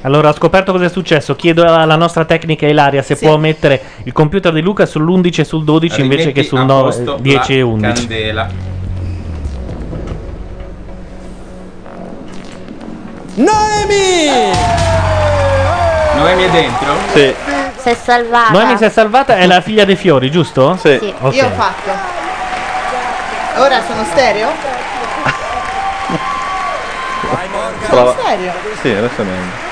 [SPEAKER 5] Allora, ho scoperto cosa è successo. Chiedo alla nostra tecnica Ilaria se può mettere il computer di Luca sull'11 e sul 12 invece
[SPEAKER 6] Rimetti
[SPEAKER 5] che sul
[SPEAKER 6] a
[SPEAKER 5] 9,
[SPEAKER 6] posto
[SPEAKER 5] 10 e
[SPEAKER 6] la
[SPEAKER 5] 11.
[SPEAKER 6] Candela.
[SPEAKER 4] Noemi!
[SPEAKER 6] Noemi è dentro?
[SPEAKER 3] Sì.
[SPEAKER 8] Sei salvata.
[SPEAKER 5] Noemi si è salvata, è la figlia dei fiori, giusto?
[SPEAKER 3] Sì.
[SPEAKER 5] Ok.
[SPEAKER 7] Io ho fatto. Ora sono stereo?
[SPEAKER 3] Prova.
[SPEAKER 7] serio?
[SPEAKER 3] Sì, adesso è meglio.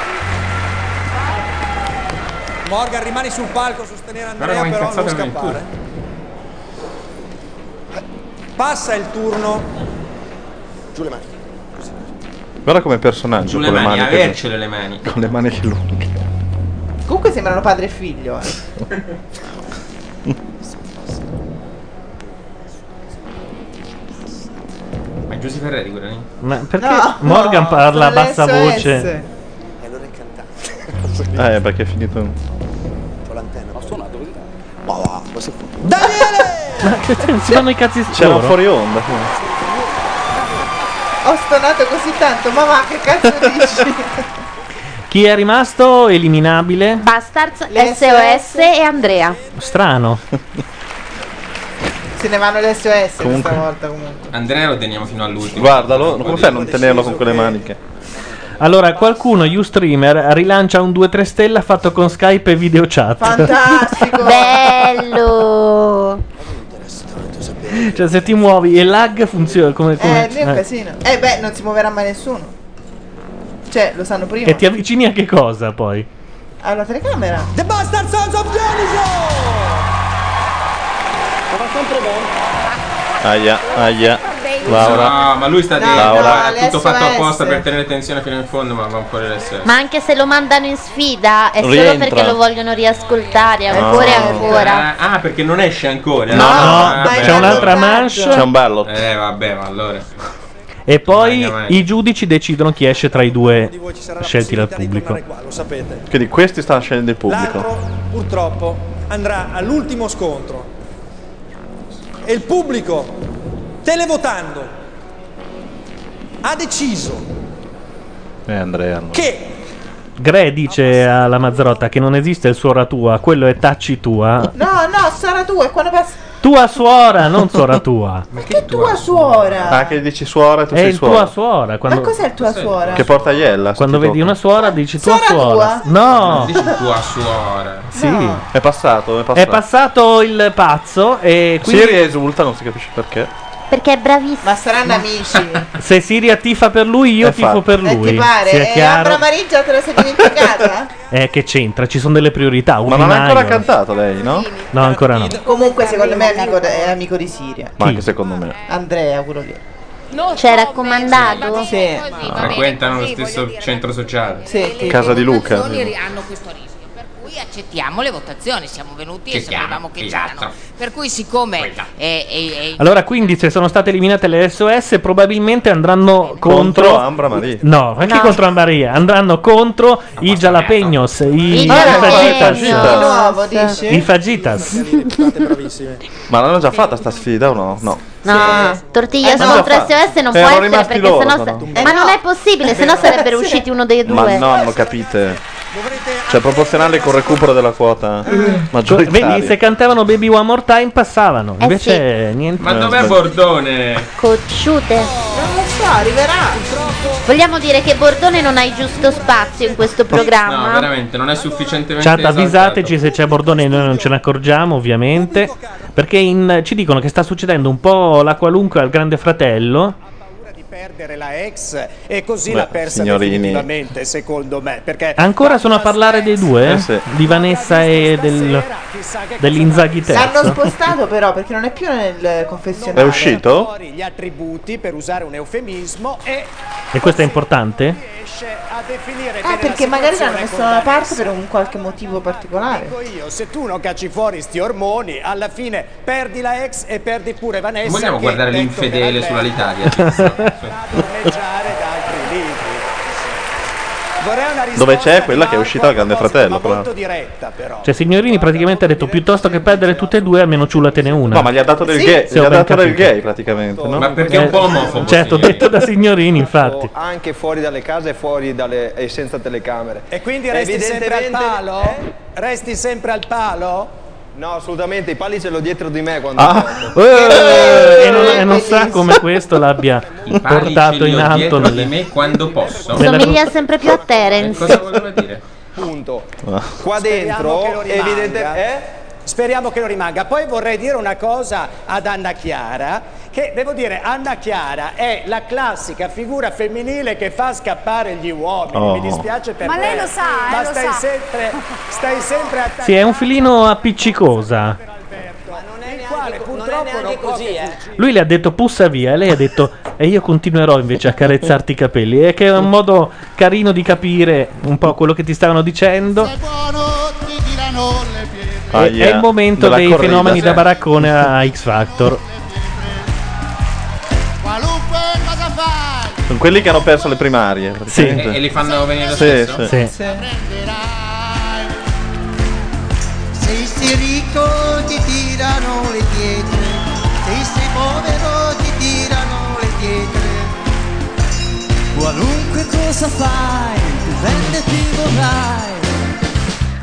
[SPEAKER 4] Morgan rimani sul palco a sostenere Andrea
[SPEAKER 6] come
[SPEAKER 4] però non
[SPEAKER 6] incazzato nel
[SPEAKER 4] scappare. Passa il turno. Giù le mani.
[SPEAKER 3] Guarda come personaggio.
[SPEAKER 6] Giù
[SPEAKER 3] con
[SPEAKER 6] le
[SPEAKER 3] le
[SPEAKER 6] mani,
[SPEAKER 3] maniche-
[SPEAKER 6] avercele le mani.
[SPEAKER 3] Con le maniche lunghe.
[SPEAKER 7] Comunque sembrano padre e figlio. eh.
[SPEAKER 6] Ma è Giuseppe Ferreri quella lì?
[SPEAKER 5] Ma perché
[SPEAKER 7] No,
[SPEAKER 5] Morgan
[SPEAKER 7] no,
[SPEAKER 5] parla a
[SPEAKER 7] sono
[SPEAKER 5] bassa
[SPEAKER 7] le
[SPEAKER 5] voce?
[SPEAKER 11] E allora è cantante.
[SPEAKER 3] Ah, è perché è finito.
[SPEAKER 11] Ho l'antenna. Ho suonato così.
[SPEAKER 5] si fanno i cazzi
[SPEAKER 3] C'era
[SPEAKER 5] loro?
[SPEAKER 3] fuori onda.
[SPEAKER 7] Ho stonato così tanto, mamma che cazzo dici?
[SPEAKER 5] Chi è rimasto eliminabile?
[SPEAKER 8] Bastards, SOS e Andrea.
[SPEAKER 5] Strano.
[SPEAKER 7] Se ne vanno le SOS
[SPEAKER 3] Comunque.
[SPEAKER 7] questa volta comunque.
[SPEAKER 6] Andrea lo teniamo fino all'ultimo.
[SPEAKER 3] Guardalo, come fai a non tenerlo con quelle maniche?
[SPEAKER 5] Allora, qualcuno, YouStreamer, rilancia un 2-3 stella fatto con Skype e video chat.
[SPEAKER 8] Bello!
[SPEAKER 5] cioè, se ti muovi e lag funziona come... come-
[SPEAKER 7] Eh, lì è un
[SPEAKER 5] eh.
[SPEAKER 7] casino. Eh beh, non si muoverà mai nessuno. Cioè, lo sanno prima.
[SPEAKER 5] eh, E ti avvicini a che cosa poi?
[SPEAKER 7] Alla telecamera.
[SPEAKER 4] The Bastard Sons of
[SPEAKER 3] Aia, aia. Laura.
[SPEAKER 6] No, ma lui sta
[SPEAKER 3] No,
[SPEAKER 6] dentro,
[SPEAKER 3] no,
[SPEAKER 6] è tutto
[SPEAKER 8] l'SOS.
[SPEAKER 6] fatto apposta per tenere tensione fino in fondo, ma va un po' l'SS.
[SPEAKER 8] Ma anche se lo mandano in sfida è solo
[SPEAKER 6] Rientra.
[SPEAKER 8] perché lo vogliono riascoltare
[SPEAKER 5] Ah.
[SPEAKER 8] ancora e
[SPEAKER 6] No.
[SPEAKER 8] ancora.
[SPEAKER 6] Ah, ah, perché non esce ancora? Ah,
[SPEAKER 5] No, no,
[SPEAKER 6] vabbè,
[SPEAKER 5] c'è un'altra
[SPEAKER 6] allora.
[SPEAKER 5] manche. C'è un
[SPEAKER 3] ballo.
[SPEAKER 6] Eh, vabbè, ma allora.
[SPEAKER 5] E poi
[SPEAKER 6] Vai, vai.
[SPEAKER 5] i giudici decidono chi esce tra i due scelti dal pubblico.
[SPEAKER 4] Lo sapete.
[SPEAKER 3] Quindi questi stanno scegliendo il pubblico.
[SPEAKER 4] Purtroppo andrà all'ultimo scontro. E il pubblico, televotando, ha deciso
[SPEAKER 3] Eh, Andrea. allora.
[SPEAKER 4] che
[SPEAKER 5] Gre dice alla Mazzarotta che non esiste il suo ora tua, quello è tacci tua.
[SPEAKER 7] No, no, sarà tu, è quando passa.
[SPEAKER 5] Tua suora, non suora tua.
[SPEAKER 7] Che tua suora?
[SPEAKER 3] Ah, che dici suora e tu
[SPEAKER 5] È
[SPEAKER 3] sei
[SPEAKER 5] il
[SPEAKER 3] suora.
[SPEAKER 5] tua suora. Quando,
[SPEAKER 7] Ma cos'è tua suora?
[SPEAKER 3] Che porta iella.
[SPEAKER 5] quando vedi una suora dici tua suora.
[SPEAKER 7] tua?
[SPEAKER 5] No.
[SPEAKER 6] tua suora.
[SPEAKER 5] Sì.
[SPEAKER 3] È passato, è passato.
[SPEAKER 5] È passato il pazzo e quindi...
[SPEAKER 3] Siri esulta, non si capisce perché.
[SPEAKER 8] Perché è bravissimo.
[SPEAKER 7] Ma saranno amici.
[SPEAKER 5] Se Siria tifa per lui, io
[SPEAKER 3] Eh,
[SPEAKER 5] tifo
[SPEAKER 3] fa-
[SPEAKER 5] per
[SPEAKER 7] Eh,
[SPEAKER 5] lui.
[SPEAKER 7] ti pare?
[SPEAKER 5] Sia
[SPEAKER 7] Eh, Ambra
[SPEAKER 5] chiaro.
[SPEAKER 7] Mariggia te la sei dimenticata?
[SPEAKER 5] Eh, che c'entra, ci sono delle priorità.
[SPEAKER 3] Ma non ha ancora cantato lei, no?
[SPEAKER 5] No, ancora no.
[SPEAKER 7] Comunque, secondo me è amico, è amico di Siria.
[SPEAKER 3] Ma anche secondo me.
[SPEAKER 7] Andrea, quello lì.
[SPEAKER 8] C'è raccomandato?
[SPEAKER 7] Sì.
[SPEAKER 6] Frequentano lo stesso centro sociale.
[SPEAKER 7] Sì.
[SPEAKER 3] Casa di Luca.
[SPEAKER 10] Ri- hanno questo rischio. Per cui accettiamo le votazioni, siamo venuti e
[SPEAKER 6] Che chiaro,
[SPEAKER 10] sapevamo che
[SPEAKER 6] esatto.
[SPEAKER 10] c'erano. Per cui siccome è, è- è-
[SPEAKER 5] Allora, quindi, se sono state eliminate le SOS, probabilmente andranno contro.
[SPEAKER 3] Contro Ambra Maria.
[SPEAKER 5] No, anche
[SPEAKER 3] No.
[SPEAKER 5] contro Maria. Andranno contro i Jalapenos. I,
[SPEAKER 3] I
[SPEAKER 5] fagitas.
[SPEAKER 3] jalapenos. Di
[SPEAKER 7] nuovo, dici?
[SPEAKER 5] I fagitas.
[SPEAKER 3] Ma l'hanno già fatta sta sfida o no? No.
[SPEAKER 8] No, tortiglia
[SPEAKER 3] Eh,
[SPEAKER 8] sono
[SPEAKER 3] no.
[SPEAKER 8] contro SOS non
[SPEAKER 3] Erano
[SPEAKER 8] può essere
[SPEAKER 3] rimasti
[SPEAKER 8] perché
[SPEAKER 3] loro,
[SPEAKER 8] sennò.
[SPEAKER 3] però.
[SPEAKER 8] sa- Ma non è possibile, sennò sarebbero usciti uno dei
[SPEAKER 3] Ma
[SPEAKER 8] due.
[SPEAKER 3] no, non capite. Cioè, proporzionale col recupero della quota maggioritaria.
[SPEAKER 5] Vedi, se cantavano Baby One More Time, passavano. Invece, niente.
[SPEAKER 3] Eh,
[SPEAKER 6] Ma dov'è Bordone?
[SPEAKER 8] Cocciute.
[SPEAKER 7] Non lo so, arriverà.
[SPEAKER 8] Vogliamo dire che Bordone non ha il giusto spazio in questo
[SPEAKER 6] No,
[SPEAKER 8] programma?
[SPEAKER 6] veramente, non è sufficientemente
[SPEAKER 5] Chat,
[SPEAKER 6] esaltato.
[SPEAKER 5] avvisateci se c'è Bordone, noi non ce ne accorgiamo ovviamente. Perché in- ci dicono che sta succedendo un po' la qualunque al Grande Fratello.
[SPEAKER 14] perdere la ex e così
[SPEAKER 5] Beh,
[SPEAKER 14] la persa
[SPEAKER 5] signorini.
[SPEAKER 14] definitivamente secondo me perché
[SPEAKER 5] Ancora sono a parlare dei due,
[SPEAKER 14] Eh,
[SPEAKER 5] di Vanessa e del, dell'Inzaghi
[SPEAKER 7] L'hanno
[SPEAKER 5] terzo.
[SPEAKER 7] spostato però perché non è più nel confessionale.
[SPEAKER 5] È uscito?
[SPEAKER 14] fuori gli attributi per usare un eufemismo e
[SPEAKER 5] E questo è importante?
[SPEAKER 14] riesce a definire
[SPEAKER 7] Ah,
[SPEAKER 14] bene
[SPEAKER 7] perché
[SPEAKER 14] la
[SPEAKER 7] magari l'hanno
[SPEAKER 14] situazione
[SPEAKER 7] messo
[SPEAKER 14] con
[SPEAKER 7] da una
[SPEAKER 14] la
[SPEAKER 7] parte per un qualche motivo particolare.
[SPEAKER 14] Dico io, se tu non cacci fuori sti ormoni, alla fine perdi la ex e perdi pure Vanessa.
[SPEAKER 6] Vogliamo
[SPEAKER 14] che
[SPEAKER 6] guardare
[SPEAKER 14] detto che
[SPEAKER 6] l'infedele
[SPEAKER 14] la
[SPEAKER 6] sull'Alitalia?
[SPEAKER 14] torneggiare da altri libri. Vorrei una risposta
[SPEAKER 3] Dove c'è quella che è uscita dal Grande Fratello, però.
[SPEAKER 14] molto diretta, però.
[SPEAKER 5] Cioè, Signorini praticamente ha detto piuttosto che perdere tutte e due, almeno ciulatene una.
[SPEAKER 3] No, ma gli ha dato del
[SPEAKER 5] Sì.
[SPEAKER 3] gay,
[SPEAKER 5] Se
[SPEAKER 3] gli
[SPEAKER 5] ho
[SPEAKER 3] ha
[SPEAKER 5] ben
[SPEAKER 3] dato del
[SPEAKER 5] capito.
[SPEAKER 3] gay praticamente, no?
[SPEAKER 5] Ma perché è un po' omofobo, Certo, Signorini. detto da Signorini, infatti.
[SPEAKER 16] Oh, Anche fuori dalle case e fuori dalle, e senza telecamere.
[SPEAKER 14] E quindi resti sempre al
[SPEAKER 16] Evidentemente-
[SPEAKER 14] palo?
[SPEAKER 4] Eh?
[SPEAKER 14] Resti sempre al palo?
[SPEAKER 16] No, assolutamente, i pali ce l'ho dietro di me quando
[SPEAKER 5] Ah,
[SPEAKER 16] porto.
[SPEAKER 5] eh, e non, e non sa come questo l'abbia
[SPEAKER 16] pali
[SPEAKER 5] portato
[SPEAKER 16] ce li
[SPEAKER 5] in
[SPEAKER 16] ho
[SPEAKER 5] alto
[SPEAKER 16] dietro
[SPEAKER 5] nelle...
[SPEAKER 16] di
[SPEAKER 6] Me quando posso.
[SPEAKER 5] Nella-
[SPEAKER 8] Somiglia sempre più a
[SPEAKER 3] Eh,
[SPEAKER 8] Terence.
[SPEAKER 16] Punto.
[SPEAKER 3] Ah.
[SPEAKER 14] Qua eh?
[SPEAKER 16] dentro, evidente-
[SPEAKER 14] Speriamo che lo rimanga. Poi vorrei dire una cosa ad Anna Chiara, che devo dire, Anna Chiara è la classica figura femminile che fa scappare gli uomini.
[SPEAKER 5] Oh.
[SPEAKER 14] Mi dispiace per
[SPEAKER 13] Ma
[SPEAKER 14] te,
[SPEAKER 13] lei lo sa, eh,
[SPEAKER 14] ma
[SPEAKER 13] lo
[SPEAKER 14] stai
[SPEAKER 13] sa.
[SPEAKER 14] sempre stai sempre a
[SPEAKER 5] Sì, è un filino appiccicosa.
[SPEAKER 14] il quale purtroppo non, può che fuggire.
[SPEAKER 5] Lui le ha detto pussa via e lei ha detto e io continuerò invece a carezzarti i capelli. E che è un modo carino di capire un po' quello che ti stavano dicendo. E-
[SPEAKER 3] Ahia,
[SPEAKER 5] è il momento
[SPEAKER 3] della
[SPEAKER 5] dei
[SPEAKER 3] corrida.
[SPEAKER 5] fenomeni da
[SPEAKER 3] Sì.
[SPEAKER 5] baraccone a X Factor.
[SPEAKER 3] Sono quelli che hanno perso le primarie. praticamente.
[SPEAKER 6] E, e li fanno venire lo
[SPEAKER 3] Sì,
[SPEAKER 6] stesso?
[SPEAKER 3] sì.
[SPEAKER 23] Se sei ricco ti tirano le pietre, se sei povero ti tirano le pietre. Qualunque cosa fai, più bene ti vorrai.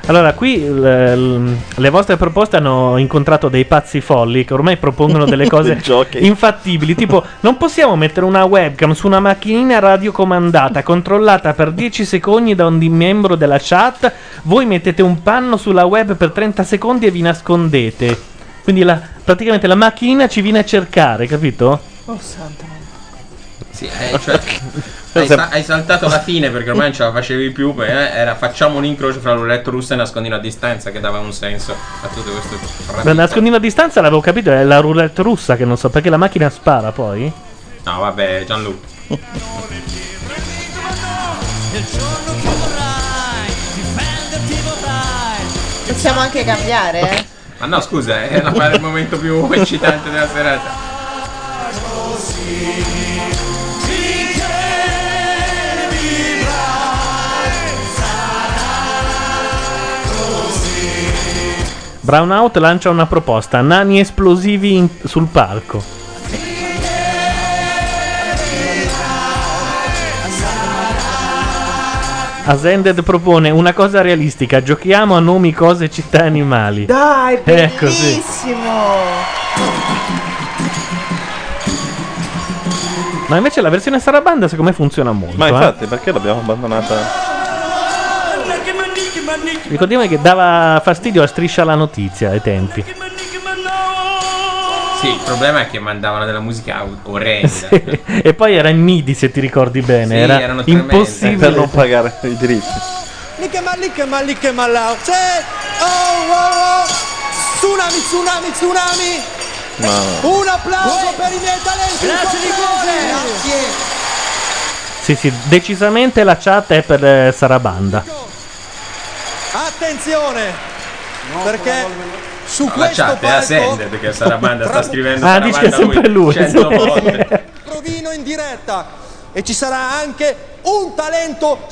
[SPEAKER 5] Allora, qui l- l- le vostre proposte hanno incontrato dei pazzi folli che ormai propongono delle cose
[SPEAKER 3] Giochi.
[SPEAKER 5] infattibili. Tipo, non possiamo mettere una webcam su una macchinina radiocomandata controllata per 10 secondi da ogni membro della chat. Voi mettete un panno sulla web per 30 secondi e vi nascondete. Quindi la- praticamente la macchinina ci viene a cercare, capito?
[SPEAKER 7] Oh, santa.
[SPEAKER 6] Sì, eh, cioè, hai, sa- hai saltato la fine perché ormai non ce la facevi più. beh, eh, era facciamo un incrocio fra l'uletto russo e nascondino a distanza che dava un senso a tutto questo.
[SPEAKER 5] La
[SPEAKER 6] trafitto.
[SPEAKER 5] nascondina a distanza l'avevo capito, è la roulette russa che non so perché la macchina spara poi.
[SPEAKER 6] No, vabbè, Gianluca.
[SPEAKER 7] Possiamo anche cambiare, eh?
[SPEAKER 6] Ma no, scusa, eh, era il momento più eccitante della serata.
[SPEAKER 5] Brownout lancia una proposta: nani esplosivi in- sul palco. Ascended propone una cosa realistica: giochiamo a nomi, cose, città, animali.
[SPEAKER 7] Dai,
[SPEAKER 5] Ecco, sì.
[SPEAKER 7] bellissimo!
[SPEAKER 5] Ma invece la versione Sarabanda secondo me funziona molto.
[SPEAKER 3] Ma
[SPEAKER 5] eh.
[SPEAKER 3] infatti, perché l'abbiamo abbandonata?
[SPEAKER 5] Ricordiamo che dava fastidio a striscia la notizia ai tempi.
[SPEAKER 6] Sì, il problema è che mandavano della musica au- orrenda.
[SPEAKER 5] e poi era in midi, se ti ricordi bene.
[SPEAKER 6] Sì, erano
[SPEAKER 5] era
[SPEAKER 6] tremende.
[SPEAKER 5] impossibile.
[SPEAKER 6] Per non
[SPEAKER 3] pagare i diritti.
[SPEAKER 4] Nicca ma nicca ma nicca ma la C'è Oh oh oh Tsunami tsunami tsunami
[SPEAKER 6] Ah.
[SPEAKER 2] Oh.
[SPEAKER 3] No.
[SPEAKER 4] Un applauso per i miei talenti Grazie Nicole Grazie
[SPEAKER 5] Sì, sì, decisamente la chat è per eh, Sarabanda.
[SPEAKER 4] Attenzione Perché su
[SPEAKER 6] La
[SPEAKER 4] questo
[SPEAKER 6] chat è a
[SPEAKER 4] palco
[SPEAKER 6] Sender perché Sarabanda sta scrivendo
[SPEAKER 5] Ah, dice che è
[SPEAKER 6] Sarabanda
[SPEAKER 5] sempre lui.
[SPEAKER 6] lui 100 volte.
[SPEAKER 4] Provino in diretta e ci sarà anche un talento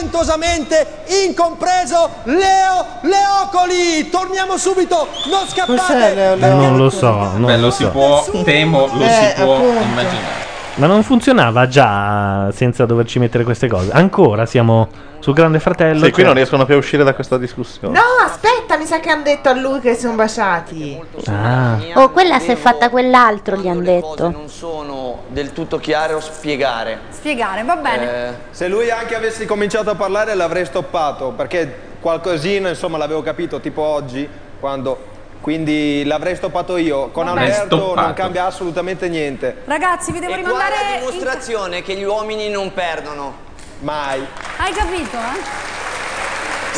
[SPEAKER 4] spaventosamente incompreso Leo Leocoli torniamo subito non scappate
[SPEAKER 5] Non lo so. Non
[SPEAKER 6] Beh,
[SPEAKER 5] lo
[SPEAKER 6] lo si
[SPEAKER 5] so.
[SPEAKER 6] Cioè, può, temo, lo
[SPEAKER 4] Eh,
[SPEAKER 6] si può
[SPEAKER 4] appunto.
[SPEAKER 6] immaginare.
[SPEAKER 5] Ma non funzionava già senza doverci mettere queste cose. Ancora siamo sul Grande Fratello. cioè
[SPEAKER 3] Sì, qui non riescono più a uscire da questa discussione.
[SPEAKER 7] No, aspetta, mi sa che hanno detto a lui che si sono baciati.
[SPEAKER 5] Ah.
[SPEAKER 8] Oh, quella si è fatta quell'altro, gli hanno detto.
[SPEAKER 16] Sono del tutto chiaro spiegare.
[SPEAKER 18] Spiegare, va bene.
[SPEAKER 16] Eh, se lui anche avessi cominciato a parlare l'avrei stoppato, perché qualcosina insomma l'avevo capito, tipo oggi, quando... Quindi l'avrei stoppato io. Con
[SPEAKER 18] Vabbè.
[SPEAKER 16] Alberto
[SPEAKER 18] Stoppato.
[SPEAKER 16] non cambia assolutamente niente.
[SPEAKER 18] Ragazzi, vi devo
[SPEAKER 16] E qua
[SPEAKER 18] rimandare.
[SPEAKER 16] la
[SPEAKER 18] dimostrazione
[SPEAKER 16] che gli uomini non perdono. Mai.
[SPEAKER 18] Hai capito, eh?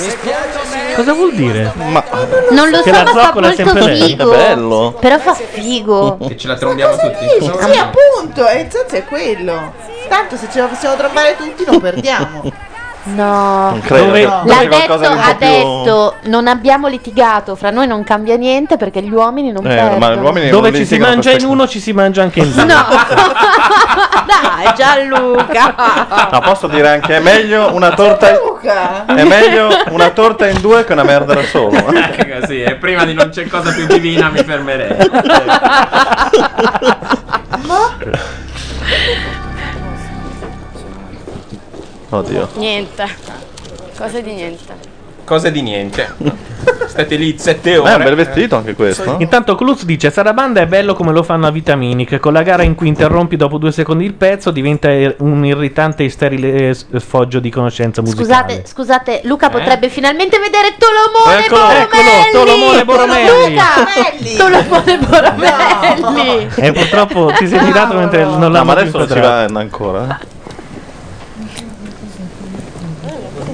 [SPEAKER 16] Mi spiace me.
[SPEAKER 5] Cosa vuol dire?
[SPEAKER 3] Ma
[SPEAKER 8] Non lo
[SPEAKER 5] Che
[SPEAKER 8] so,
[SPEAKER 5] la
[SPEAKER 8] ma fa
[SPEAKER 5] zoccola è
[SPEAKER 8] molto
[SPEAKER 5] sempre lei.
[SPEAKER 8] figo.
[SPEAKER 5] È bello.
[SPEAKER 8] Però fa figo.
[SPEAKER 6] Che ce la trombiamo tutti.
[SPEAKER 7] Sì, sì, appunto, e il senso è quello. Tanto se ce la possiamo trovare tutti non perdiamo.
[SPEAKER 8] No,
[SPEAKER 3] Non credo, Dove- credo
[SPEAKER 8] l'ha
[SPEAKER 3] sia
[SPEAKER 8] detto,
[SPEAKER 3] qualcosa di un
[SPEAKER 8] ha
[SPEAKER 3] po' più-
[SPEAKER 8] detto, non abbiamo litigato, fra noi non cambia niente perché gli uomini non
[SPEAKER 3] Eh,
[SPEAKER 8] perdono.
[SPEAKER 3] ma gli uomini
[SPEAKER 5] Dove
[SPEAKER 3] non
[SPEAKER 5] ci si
[SPEAKER 3] litigano
[SPEAKER 5] mangia
[SPEAKER 3] per
[SPEAKER 5] in uno, ci si mangia anche in due.
[SPEAKER 8] Dai, Gianluca.
[SPEAKER 3] Ma Ah, posso dire anche è meglio una torta è meglio una torta in due che una merda da solo.
[SPEAKER 6] Ecco così, e prima di non c'è cosa più divina mi fermerei.
[SPEAKER 8] Boh.
[SPEAKER 3] Oddio.
[SPEAKER 1] Niente. Cosa di niente.
[SPEAKER 6] Cose di niente. State lì 7
[SPEAKER 3] Ma
[SPEAKER 6] ore.
[SPEAKER 3] è Eh, un bel vestito anche questo.
[SPEAKER 5] Intanto Cluz dice Sarabanda è bello come lo fanno a Vitamini che con la gara in cui interrompi dopo due secondi il pezzo diventa ir- un irritante e sterile eh, s- sfoggio di conoscenza musicale.
[SPEAKER 8] Scusate, scusate, Luca
[SPEAKER 5] Eh?
[SPEAKER 8] potrebbe finalmente vedere Tolomone
[SPEAKER 5] Eccolo,
[SPEAKER 8] Boromelli.
[SPEAKER 5] eccolo, Tolomone Boromelli.
[SPEAKER 8] Luca, Tolomone Boromelli.
[SPEAKER 5] E Eh, purtroppo ti sei girato mentre non l'ha
[SPEAKER 3] No, ma adesso ci va ancora. eh.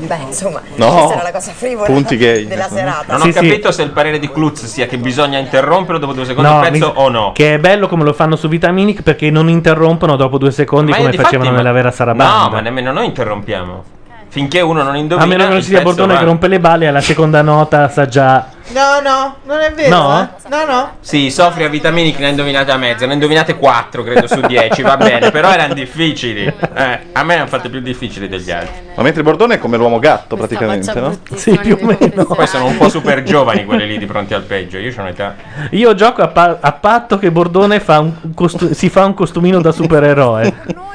[SPEAKER 2] Beh, insomma,
[SPEAKER 6] No.
[SPEAKER 2] questa era la cosa frivola
[SPEAKER 6] Punti gay.
[SPEAKER 2] della serata.
[SPEAKER 6] Non ho capito se il parere di Klutz sia che bisogna interrompere dopo due secondi
[SPEAKER 5] No,
[SPEAKER 6] il pezzo
[SPEAKER 5] mi-
[SPEAKER 6] o no.
[SPEAKER 5] Che è bello come lo fanno su Vitaminic perché non interrompono dopo due secondi
[SPEAKER 6] Ma io
[SPEAKER 5] come
[SPEAKER 6] difatti-
[SPEAKER 5] facevano nella vera Sarabanda.
[SPEAKER 6] No, ma nemmeno noi interrompiamo. Finché uno non indovina.
[SPEAKER 5] a meno che non
[SPEAKER 6] il
[SPEAKER 5] ci sia
[SPEAKER 6] pezzo
[SPEAKER 5] Bordone
[SPEAKER 6] va.
[SPEAKER 5] che rompe le balle alla seconda nota sa già
[SPEAKER 7] No, no, non è vero.
[SPEAKER 6] No?
[SPEAKER 7] eh. no, no.
[SPEAKER 6] Sì, soffri a vitamini che ne ha indovinate a mezza, ne ha indovinate 4 credo su 10, va bene, però erano difficili. Eh, a me ne hanno fatte più difficili degli altri.
[SPEAKER 3] Ma mentre Bordone è come l'uomo gatto praticamente, no?
[SPEAKER 5] Sì, più o meno.
[SPEAKER 18] Esatto.
[SPEAKER 6] Poi sono un po' super giovani quelli lì di pronti al peggio, io sono età.
[SPEAKER 5] Io gioco a, pa- a patto che Bordone fa un costu- si fa un costumino da supereroe.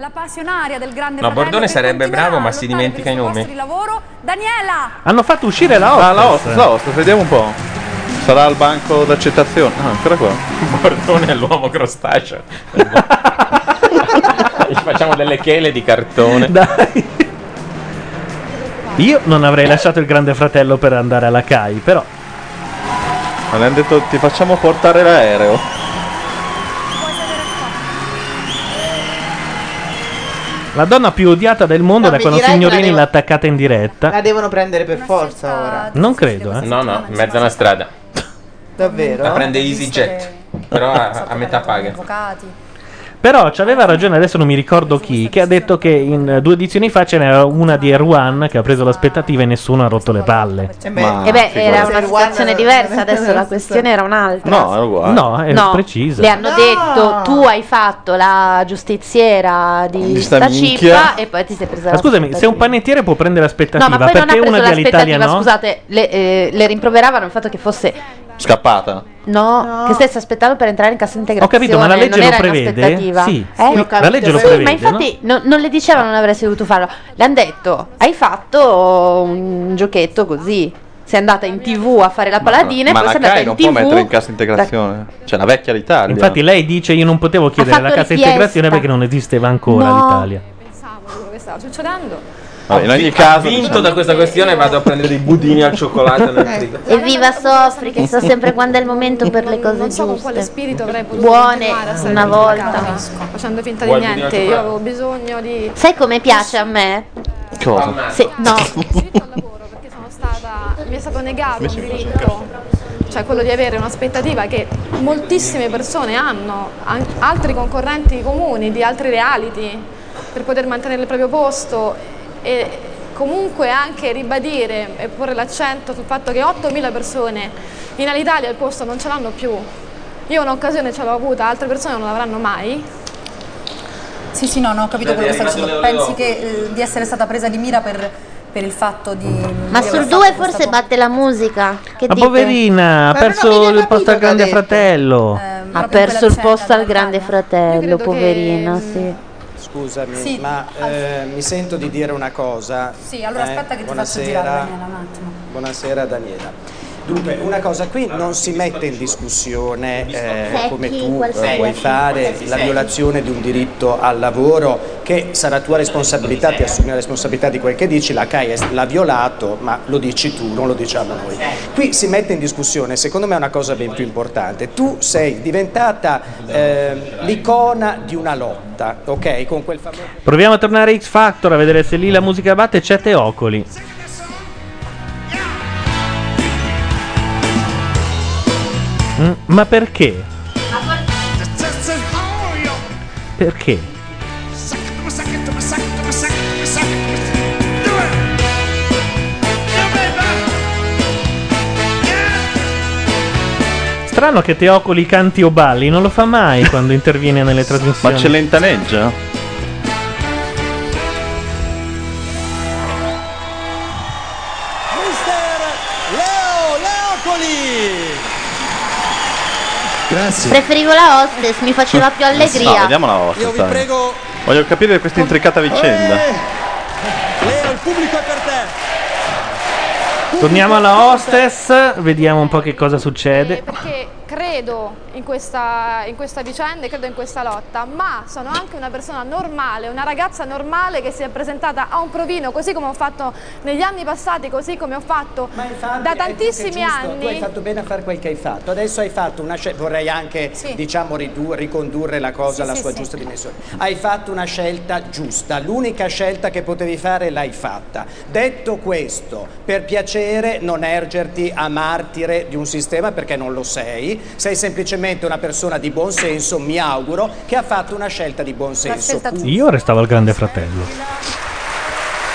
[SPEAKER 18] La passionaria del grande
[SPEAKER 6] No,
[SPEAKER 18] fratello
[SPEAKER 6] Bordone
[SPEAKER 18] che
[SPEAKER 6] sarebbe
[SPEAKER 18] continuerà
[SPEAKER 6] bravo,
[SPEAKER 18] a
[SPEAKER 6] ma si
[SPEAKER 18] lottare
[SPEAKER 6] dimentica i
[SPEAKER 18] per
[SPEAKER 6] nomi.
[SPEAKER 18] suoi posti di lavoro. Daniela!
[SPEAKER 5] Hanno fatto uscire la hostess.
[SPEAKER 3] Ah, la hostess, la hostess, vediamo un po'. Sarà al banco d'accettazione. Ah, ancora qua.
[SPEAKER 6] Bordone è l'uomo crostaceo. Ci facciamo delle chele di cartone.
[SPEAKER 5] Dai. Io non avrei lasciato il grande fratello per andare alla CAI, però.
[SPEAKER 3] Ma ne hanno detto ti facciamo portare l'aereo.
[SPEAKER 5] La donna più odiata del mondo
[SPEAKER 7] No,
[SPEAKER 5] da
[SPEAKER 7] mi
[SPEAKER 5] quando
[SPEAKER 7] dirai che la
[SPEAKER 5] Signorini
[SPEAKER 7] devo-
[SPEAKER 5] l'ha attaccata in diretta.
[SPEAKER 7] La devono prendere per forza ora.
[SPEAKER 5] Non credo, eh.
[SPEAKER 6] No, no, in mezzo a una strada.
[SPEAKER 7] Davvero?
[SPEAKER 6] La prende EasyJet, però a, a metà paga.
[SPEAKER 5] Però c'aveva ragione, adesso non mi ricordo chi, che ha detto che in eh, due edizioni fa ce n'era una di Erwan che ha preso l'aspettativa e nessuno ha rotto le palle.
[SPEAKER 3] Ma-
[SPEAKER 8] e Eh beh,
[SPEAKER 3] figurati.
[SPEAKER 8] era una situazione diversa, adesso la questione era un'altra.
[SPEAKER 3] No, è uguale.
[SPEAKER 5] No, è
[SPEAKER 8] No,
[SPEAKER 5] precisa.
[SPEAKER 8] Le hanno detto tu hai fatto la giustiziera di
[SPEAKER 5] Di sta
[SPEAKER 8] sta
[SPEAKER 5] minchia."
[SPEAKER 8] cippa e poi ti sei presa
[SPEAKER 5] Ma
[SPEAKER 8] la
[SPEAKER 5] scusami, se un panettiere può prendere
[SPEAKER 8] No,
[SPEAKER 5] l'aspettativa,
[SPEAKER 8] ma poi non ha
[SPEAKER 5] perché
[SPEAKER 8] preso
[SPEAKER 5] una di Alitalia
[SPEAKER 8] l'aspettativa,
[SPEAKER 5] no?
[SPEAKER 8] scusate, le, eh, le rimproveravano il fatto che fosse
[SPEAKER 3] Scappata.
[SPEAKER 8] no, che stesse aspettando per entrare in cassa integrazione.
[SPEAKER 5] Ho capito, ma la legge
[SPEAKER 8] non
[SPEAKER 5] lo
[SPEAKER 8] era in
[SPEAKER 5] prevede?
[SPEAKER 8] aspettativa.
[SPEAKER 5] Sì, sì, la legge lo
[SPEAKER 8] Sì,
[SPEAKER 5] prevede,
[SPEAKER 8] ma infatti no- non le dicevano non avresti dovuto farlo. Le hanno detto, hai fatto un giochetto così.
[SPEAKER 19] sei andata in tv a fare la paladina
[SPEAKER 3] ma
[SPEAKER 19] e poi
[SPEAKER 3] la
[SPEAKER 19] sei andata
[SPEAKER 3] CAI
[SPEAKER 19] in
[SPEAKER 3] non può mettere in
[SPEAKER 19] tv
[SPEAKER 3] cassa integrazione. Cioè, la vecchia d'Italia.
[SPEAKER 5] Infatti lei dice io non potevo chiedere
[SPEAKER 19] fatto
[SPEAKER 5] la cassa
[SPEAKER 19] richiesta.
[SPEAKER 5] integrazione perché non esisteva ancora
[SPEAKER 19] No.
[SPEAKER 5] l'Italia.
[SPEAKER 22] Pensavo a quello che cioè, stava succedendo.
[SPEAKER 3] Vabbè, Ah, in ogni caso.
[SPEAKER 6] Vinto
[SPEAKER 3] diciamo-
[SPEAKER 6] da questa questione vado a prendere dei budini al cioccolato
[SPEAKER 18] Eh,
[SPEAKER 5] Eh.
[SPEAKER 6] nel frigo.
[SPEAKER 8] Evviva Sofri, che so sempre quando è il momento per le cose giuste. Non so con quale
[SPEAKER 22] spirito avrei potuto
[SPEAKER 8] Buone,
[SPEAKER 22] continuare a stare
[SPEAKER 8] una
[SPEAKER 22] lì,
[SPEAKER 8] volta.
[SPEAKER 22] Facendo finta di
[SPEAKER 8] Vuoi venire
[SPEAKER 22] niente,
[SPEAKER 8] anche
[SPEAKER 22] io
[SPEAKER 8] qua?
[SPEAKER 22] avevo bisogno di.
[SPEAKER 8] Sai come piace a me?
[SPEAKER 3] Cosa?
[SPEAKER 8] Se, no,
[SPEAKER 22] Perché sono stata. Mi è stato negato un
[SPEAKER 3] Messi in
[SPEAKER 22] diritto, cioè quello di avere un'aspettativa che moltissime persone hanno, an- altri concorrenti comuni di altri reality, per poter mantenere il proprio posto e comunque anche ribadire e porre l'accento sul fatto che 8.000 persone in Alitalia il posto non ce l'hanno più. Io un'occasione ce l'ho avuta, altre persone non l'avranno mai.
[SPEAKER 18] Sì, sì, no, no, ho capito
[SPEAKER 22] Beh,
[SPEAKER 18] quello che stai
[SPEAKER 22] è rimasto
[SPEAKER 18] dicendo.
[SPEAKER 22] nelle
[SPEAKER 18] Pensi che, eh, di essere stata presa di mira per, per il fatto di...
[SPEAKER 8] ma sul 2 forse batte la musica. Che
[SPEAKER 5] Ma
[SPEAKER 8] dite?
[SPEAKER 5] poverina, ha perso il posto al grande fratello.
[SPEAKER 8] ha perso il posto al grande fratello, poverino, sì.
[SPEAKER 14] Scusami,
[SPEAKER 18] Sì,
[SPEAKER 14] ma eh, mi sento di dire una cosa.
[SPEAKER 18] Sì, allora
[SPEAKER 14] Eh,
[SPEAKER 18] aspetta che ti faccio
[SPEAKER 14] buonasera.
[SPEAKER 18] girare, Daniela, un attimo.
[SPEAKER 14] Buonasera Daniela. Dunque, una cosa, qui non si mette in discussione eh,
[SPEAKER 18] Secchi,
[SPEAKER 14] come tu
[SPEAKER 18] qualsiasi.
[SPEAKER 14] eh, vuoi fare la violazione di un diritto al lavoro che sarà tua responsabilità, ti assumi la responsabilità di quel che dici, la CAI è- l'ha violato, ma lo dici tu, non lo diciamo noi. Qui si mette in discussione, secondo me, una cosa ben più importante. Tu sei diventata ehm, l'icona di una lotta, ok? Con quel famoso...
[SPEAKER 5] Proviamo a tornare a X Factor a vedere se lì la musica batte. C'è Teocoli. Mm, ma perché? Perché? Strano che Teocoli canti o balli, non lo fa mai quando interviene nelle trasmissioni.
[SPEAKER 3] Ma c'è lentaneggia? Grazie.
[SPEAKER 8] Preferivo la hostess, mi faceva più
[SPEAKER 3] No,
[SPEAKER 8] allegria.
[SPEAKER 3] vediamo la vostra. dai. Voglio capire questa
[SPEAKER 2] Eh,
[SPEAKER 3] intricata vicenda.
[SPEAKER 14] Leo, il pubblico è per te.
[SPEAKER 5] Torniamo alla hostess, vediamo un po' che cosa succede.
[SPEAKER 22] perché credo in questa, in questa vicenda e credo in questa lotta, ma sono anche una persona normale, una ragazza normale che si è presentata a un provino, così come ho fatto negli anni passati, così come ho fatto da
[SPEAKER 14] È
[SPEAKER 22] tantissimi
[SPEAKER 14] Eh, giusto, Tu hai
[SPEAKER 22] anni.
[SPEAKER 14] fatto bene a fare quel che hai fatto. Adesso hai fatto una scelta. Vorrei anche, diciamo, ridu- ricondurre la cosa
[SPEAKER 22] Sì,
[SPEAKER 14] alla
[SPEAKER 22] sì,
[SPEAKER 14] sua
[SPEAKER 22] sì.
[SPEAKER 14] giusta dimensione. Hai fatto una scelta giusta. L'unica scelta che potevi fare l'hai fatta. Detto questo, per piacere, non ergerti a martire di un sistema perché non lo sei. Sei semplicemente una persona di buon senso. Mi auguro che ha fatto una scelta di buon senso. Punto.
[SPEAKER 5] Io restavo al grande fratello.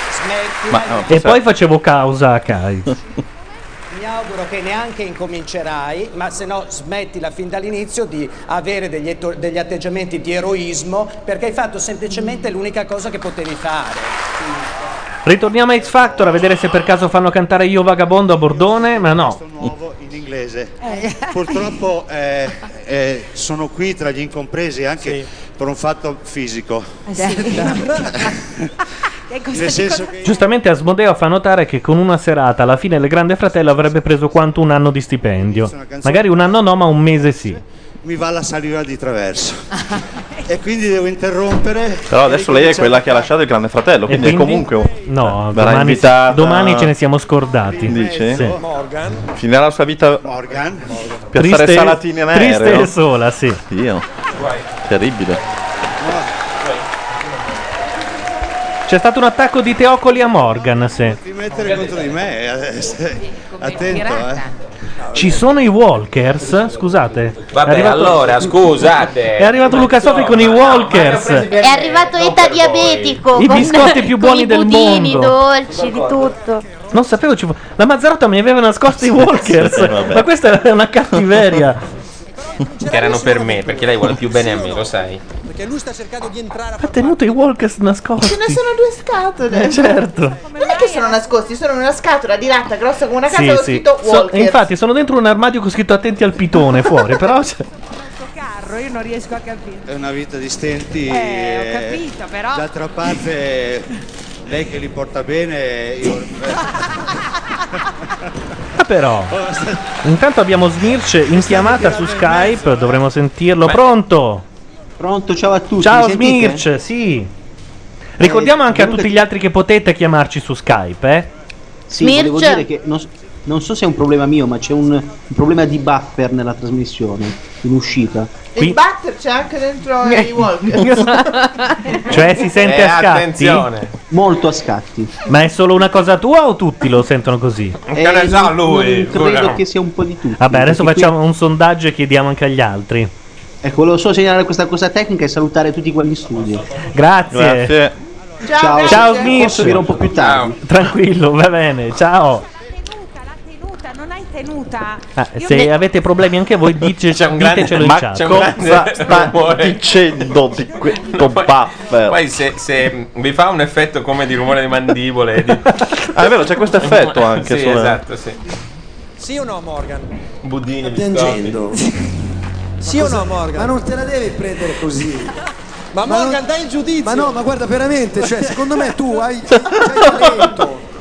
[SPEAKER 14] Smettila di-
[SPEAKER 5] e poi facevo causa a Kai.
[SPEAKER 14] Mi auguro che neanche incomincerai, ma se no smettila fin dall'inizio di avere degli, eto- degli atteggiamenti di eroismo perché hai fatto semplicemente l'unica cosa che potevi fare.
[SPEAKER 5] Ritorniamo a X Factor a vedere se per caso fanno cantare Io Vagabondo a Bordone, ma no.
[SPEAKER 17] in inglese.
[SPEAKER 12] Eh.
[SPEAKER 17] Purtroppo eh, eh, sono qui tra gli incompresi anche per un fatto fisico.
[SPEAKER 12] Eh,
[SPEAKER 17] Nel senso che
[SPEAKER 5] Giustamente Asmodeo fa notare che con una serata alla fine del Grande Fratello avrebbe preso quanto un anno di stipendio. Magari un anno no, ma un mese sì.
[SPEAKER 17] mi va la saliva di traverso. e quindi devo interrompere.
[SPEAKER 3] Però adesso lei è quella che ha lasciato il grande fratello, quindi,
[SPEAKER 5] quindi?
[SPEAKER 3] è comunque.
[SPEAKER 5] No,
[SPEAKER 3] verrà
[SPEAKER 5] domani,
[SPEAKER 3] invitata-
[SPEAKER 5] domani ce ne siamo scordati.
[SPEAKER 3] Dici?
[SPEAKER 5] Sì.
[SPEAKER 17] Morgan.
[SPEAKER 3] Finirà la sua vita
[SPEAKER 17] Morgan.
[SPEAKER 3] per
[SPEAKER 5] Triste-
[SPEAKER 3] stare salatini in aereo.
[SPEAKER 5] triste e sola, sì.
[SPEAKER 3] Dio. Terribile.
[SPEAKER 5] C'è stato un attacco di Teocoli a Morgan, sì.
[SPEAKER 17] Ti mettere contro di me. adesso. Attento, eh.
[SPEAKER 5] Ci sono i Walkers? Scusate.
[SPEAKER 6] Vabbè,
[SPEAKER 5] È arrivato-
[SPEAKER 6] allora, scusate.
[SPEAKER 5] È arrivato Luca Sofri con i Walkers.
[SPEAKER 8] È arrivato Eta diabetico.
[SPEAKER 5] I
[SPEAKER 8] con-
[SPEAKER 5] biscotti più
[SPEAKER 8] con
[SPEAKER 5] buoni
[SPEAKER 8] i
[SPEAKER 5] del
[SPEAKER 8] budini,
[SPEAKER 5] mondo.
[SPEAKER 8] i dolci, di tutto.
[SPEAKER 5] Non sapevo ci fo- La Mazzarotta mi aveva nascosto i Walkers.
[SPEAKER 6] sì, vabbè.
[SPEAKER 5] ma questa è una cattiveria.
[SPEAKER 6] Che erano per me, perché lei vuole più bene a me, lo sai.
[SPEAKER 14] Perché lui sta cercando di entrare
[SPEAKER 5] Ha tenuto i Walkers nascosti.
[SPEAKER 7] Ce ne sono due scatole.
[SPEAKER 5] Eh, certo.
[SPEAKER 7] Non è che sono nascosti, sono in una scatola diretta grossa come una casa
[SPEAKER 5] Sì,
[SPEAKER 7] con
[SPEAKER 5] sì.
[SPEAKER 7] scritto
[SPEAKER 5] So-
[SPEAKER 7] Walker.
[SPEAKER 5] infatti, sono dentro un armadio con scritto attenti al pitone fuori, però c'è-
[SPEAKER 12] carro, io non riesco a capire.
[SPEAKER 17] È una vita di stenti.
[SPEAKER 12] Eh, ho
[SPEAKER 17] eh,
[SPEAKER 12] capito, però.
[SPEAKER 17] D'altra parte, lei che li porta bene, io.
[SPEAKER 5] Ah però, intanto abbiamo Smirce in chiamata su Skype, dovremmo sentirlo.
[SPEAKER 15] Beh.
[SPEAKER 5] Pronto?
[SPEAKER 15] Pronto, ciao a tutti.
[SPEAKER 5] Ciao
[SPEAKER 15] mi sentite? Eh,
[SPEAKER 5] Smirce, sì. Ricordiamo anche a
[SPEAKER 15] comunque-
[SPEAKER 5] tutti gli altri che potete chiamarci su Skype, eh?
[SPEAKER 15] Sì, volevo dire che non, s- non so se è un problema mio, ma c'è un, un problema di buffer nella trasmissione, in uscita.
[SPEAKER 7] Il butter c'è anche dentro i walker.
[SPEAKER 5] Cioè si sente
[SPEAKER 15] Eh,
[SPEAKER 5] a scatti?
[SPEAKER 15] attenzione. Molto a scatti.
[SPEAKER 5] Ma è solo una cosa tua o tutti lo sentono così?
[SPEAKER 15] Eh, non- non credo che sia un po' di tutto.
[SPEAKER 5] Vabbè, adesso
[SPEAKER 15] perché qui-
[SPEAKER 5] facciamo un sondaggio e chiediamo anche agli altri.
[SPEAKER 15] Ecco, volevo solo segnalare questa cosa tecnica e salutare tutti quelli in studio.
[SPEAKER 5] Grazie.
[SPEAKER 15] Grazie. Ciao, Ciao,
[SPEAKER 5] ciao
[SPEAKER 15] grazie.
[SPEAKER 5] Smirce.
[SPEAKER 15] Posso dire un po' più tardi?
[SPEAKER 5] Tranquillo, va bene. Ciao.
[SPEAKER 12] Non hai tenuta.
[SPEAKER 5] Ah, se avete problemi anche voi, dice,
[SPEAKER 6] grande-
[SPEAKER 5] ditecelo in
[SPEAKER 6] ma
[SPEAKER 5] chat.
[SPEAKER 6] c'è un grande Cosa sta rumore.
[SPEAKER 5] dicendo di questo buffer?
[SPEAKER 6] Poi se, se vi fa un effetto come di rumore di mandibole. Di...
[SPEAKER 3] Ah, è vero, c'è questo effetto anche.
[SPEAKER 6] Sì,
[SPEAKER 3] sulla-
[SPEAKER 6] esatto, sì.
[SPEAKER 2] Sì o no, Morgan?
[SPEAKER 6] Budini,
[SPEAKER 11] Piangendo.
[SPEAKER 2] Sì o no, Morgan?
[SPEAKER 11] Ma non te la devi prendere così.
[SPEAKER 2] Ma Morgan, dai il giudizio.
[SPEAKER 11] Ma no, ma guarda, veramente, cioè, secondo me tu hai, hai talento.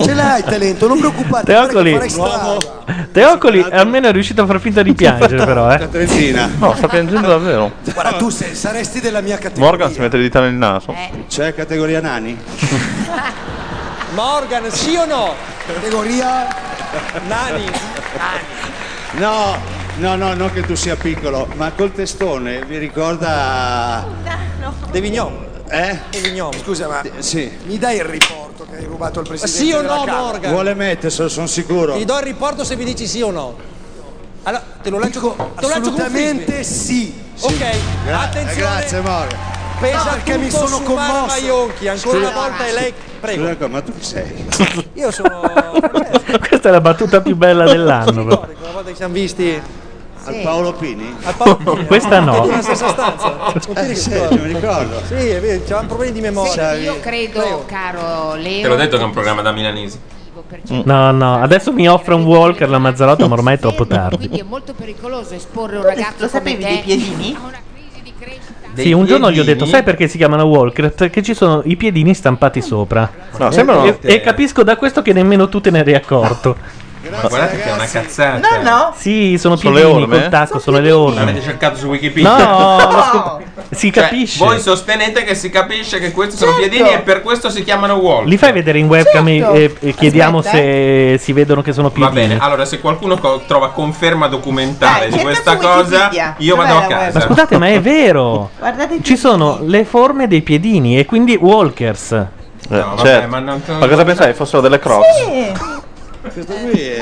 [SPEAKER 11] Ce l'hai il talento, non preoccuparti. guarda che
[SPEAKER 5] Teocoli.
[SPEAKER 11] farai strada.
[SPEAKER 5] Teocoli almeno è riuscito a far finta di piangere, però. Eh.
[SPEAKER 17] trentina.
[SPEAKER 3] No, sta piangendo davvero.
[SPEAKER 11] Guarda, tu sei- saresti della mia categoria.
[SPEAKER 3] Morgan si mette le dita nel naso.
[SPEAKER 2] Eh.
[SPEAKER 17] C'è categoria nani?
[SPEAKER 2] Morgan, sì o no? Categoria Nani.
[SPEAKER 17] No, no, no, non che tu sia piccolo, ma col testone mi ricorda...
[SPEAKER 2] De Vignon.
[SPEAKER 17] Eh?
[SPEAKER 2] De Vignon.
[SPEAKER 11] Scusa, ma
[SPEAKER 17] Sì.
[SPEAKER 11] mi dai il riporto che hai rubato al presidente?
[SPEAKER 2] Sì o
[SPEAKER 11] della
[SPEAKER 2] no,
[SPEAKER 11] Camera?
[SPEAKER 2] Morgan?
[SPEAKER 17] Vuole metterselo, sono sicuro.
[SPEAKER 2] Ti do il riporto se mi dici sì o no. Allora, te lo lancio, te lo lancio
[SPEAKER 11] assolutamente
[SPEAKER 2] sì. Ok,
[SPEAKER 17] Gra-
[SPEAKER 2] attenzione.
[SPEAKER 17] Grazie, Morgan.
[SPEAKER 2] Pesa
[SPEAKER 11] No, perché
[SPEAKER 2] tutto
[SPEAKER 11] mi sono
[SPEAKER 2] su Mara
[SPEAKER 11] commosso.
[SPEAKER 2] Maionchi, ancora
[SPEAKER 17] Scusa-
[SPEAKER 2] una volta è lei. Prego.
[SPEAKER 17] Scusa, Ecco, ma tu chi sei?
[SPEAKER 2] Io sono
[SPEAKER 5] Questa è la battuta più bella dell'anno. però.
[SPEAKER 2] una volta che ci siamo visti
[SPEAKER 17] Al Paolo Pini?
[SPEAKER 2] Al Paolo Pini.
[SPEAKER 5] Questa no.
[SPEAKER 2] Nella stessa stanza. Non ti
[SPEAKER 17] Eh, sì,
[SPEAKER 2] ricordi?
[SPEAKER 17] mi ricordo.
[SPEAKER 2] Sì, è vero, c'avevamo problemi di memoria.
[SPEAKER 10] Senti, io credo, caro Leo.
[SPEAKER 6] Te l'ho detto che è un programma da milanesi.
[SPEAKER 5] No, no, adesso mi offre un Walker la Mazzarotta, ma ormai è troppo tardi.
[SPEAKER 10] Quindi è molto pericoloso esporre un ragazzo
[SPEAKER 20] lo sapevi
[SPEAKER 10] come te
[SPEAKER 20] dei piedini?
[SPEAKER 10] a una crisi di crescita.
[SPEAKER 5] Sì, un giorno gli ho detto, sai perché si chiamano Walker? Perché ci sono i piedini
[SPEAKER 6] Ah.
[SPEAKER 5] stampati sopra.
[SPEAKER 3] No,
[SPEAKER 5] E-
[SPEAKER 3] sembrano-
[SPEAKER 5] e, e capisco da questo che nemmeno tu te ne eri accorto.
[SPEAKER 6] Ma guardate che è una cazzata.
[SPEAKER 5] Sì, sono
[SPEAKER 6] Sono
[SPEAKER 5] piedini
[SPEAKER 6] le orme?
[SPEAKER 5] col tacco, sono le
[SPEAKER 6] L'avete
[SPEAKER 5] orme.
[SPEAKER 6] cercato su Wikipedia?
[SPEAKER 5] No, l'ho scop- si
[SPEAKER 6] Cioè,
[SPEAKER 5] capisce.
[SPEAKER 6] Voi sostenete che si capisce che questi sono
[SPEAKER 5] Certo.
[SPEAKER 6] piedini e per questo si chiamano wall.
[SPEAKER 5] Li fai vedere in webcam e- e, e chiediamo
[SPEAKER 6] Certo. Aspetta,
[SPEAKER 5] se si vedono che sono
[SPEAKER 6] Va
[SPEAKER 5] piedini.
[SPEAKER 6] bene, allora se qualcuno co- trova conferma documentale
[SPEAKER 5] Dai,
[SPEAKER 6] di
[SPEAKER 5] cerca
[SPEAKER 6] questa
[SPEAKER 5] su
[SPEAKER 6] cosa,
[SPEAKER 5] Wikipedia.
[SPEAKER 6] io
[SPEAKER 5] Dov'è
[SPEAKER 6] vado a
[SPEAKER 5] la
[SPEAKER 6] casa.
[SPEAKER 5] Ma scusate, ma è vero.
[SPEAKER 6] Guardate i
[SPEAKER 5] Ci sono le forme dei piedini e quindi walkers.
[SPEAKER 3] Eh,
[SPEAKER 6] vabbè,
[SPEAKER 3] certo.
[SPEAKER 6] ma
[SPEAKER 3] ma,
[SPEAKER 6] non-
[SPEAKER 3] cosa pensavi fossero delle crocs?
[SPEAKER 17] Questo
[SPEAKER 13] Eh.
[SPEAKER 17] qui è...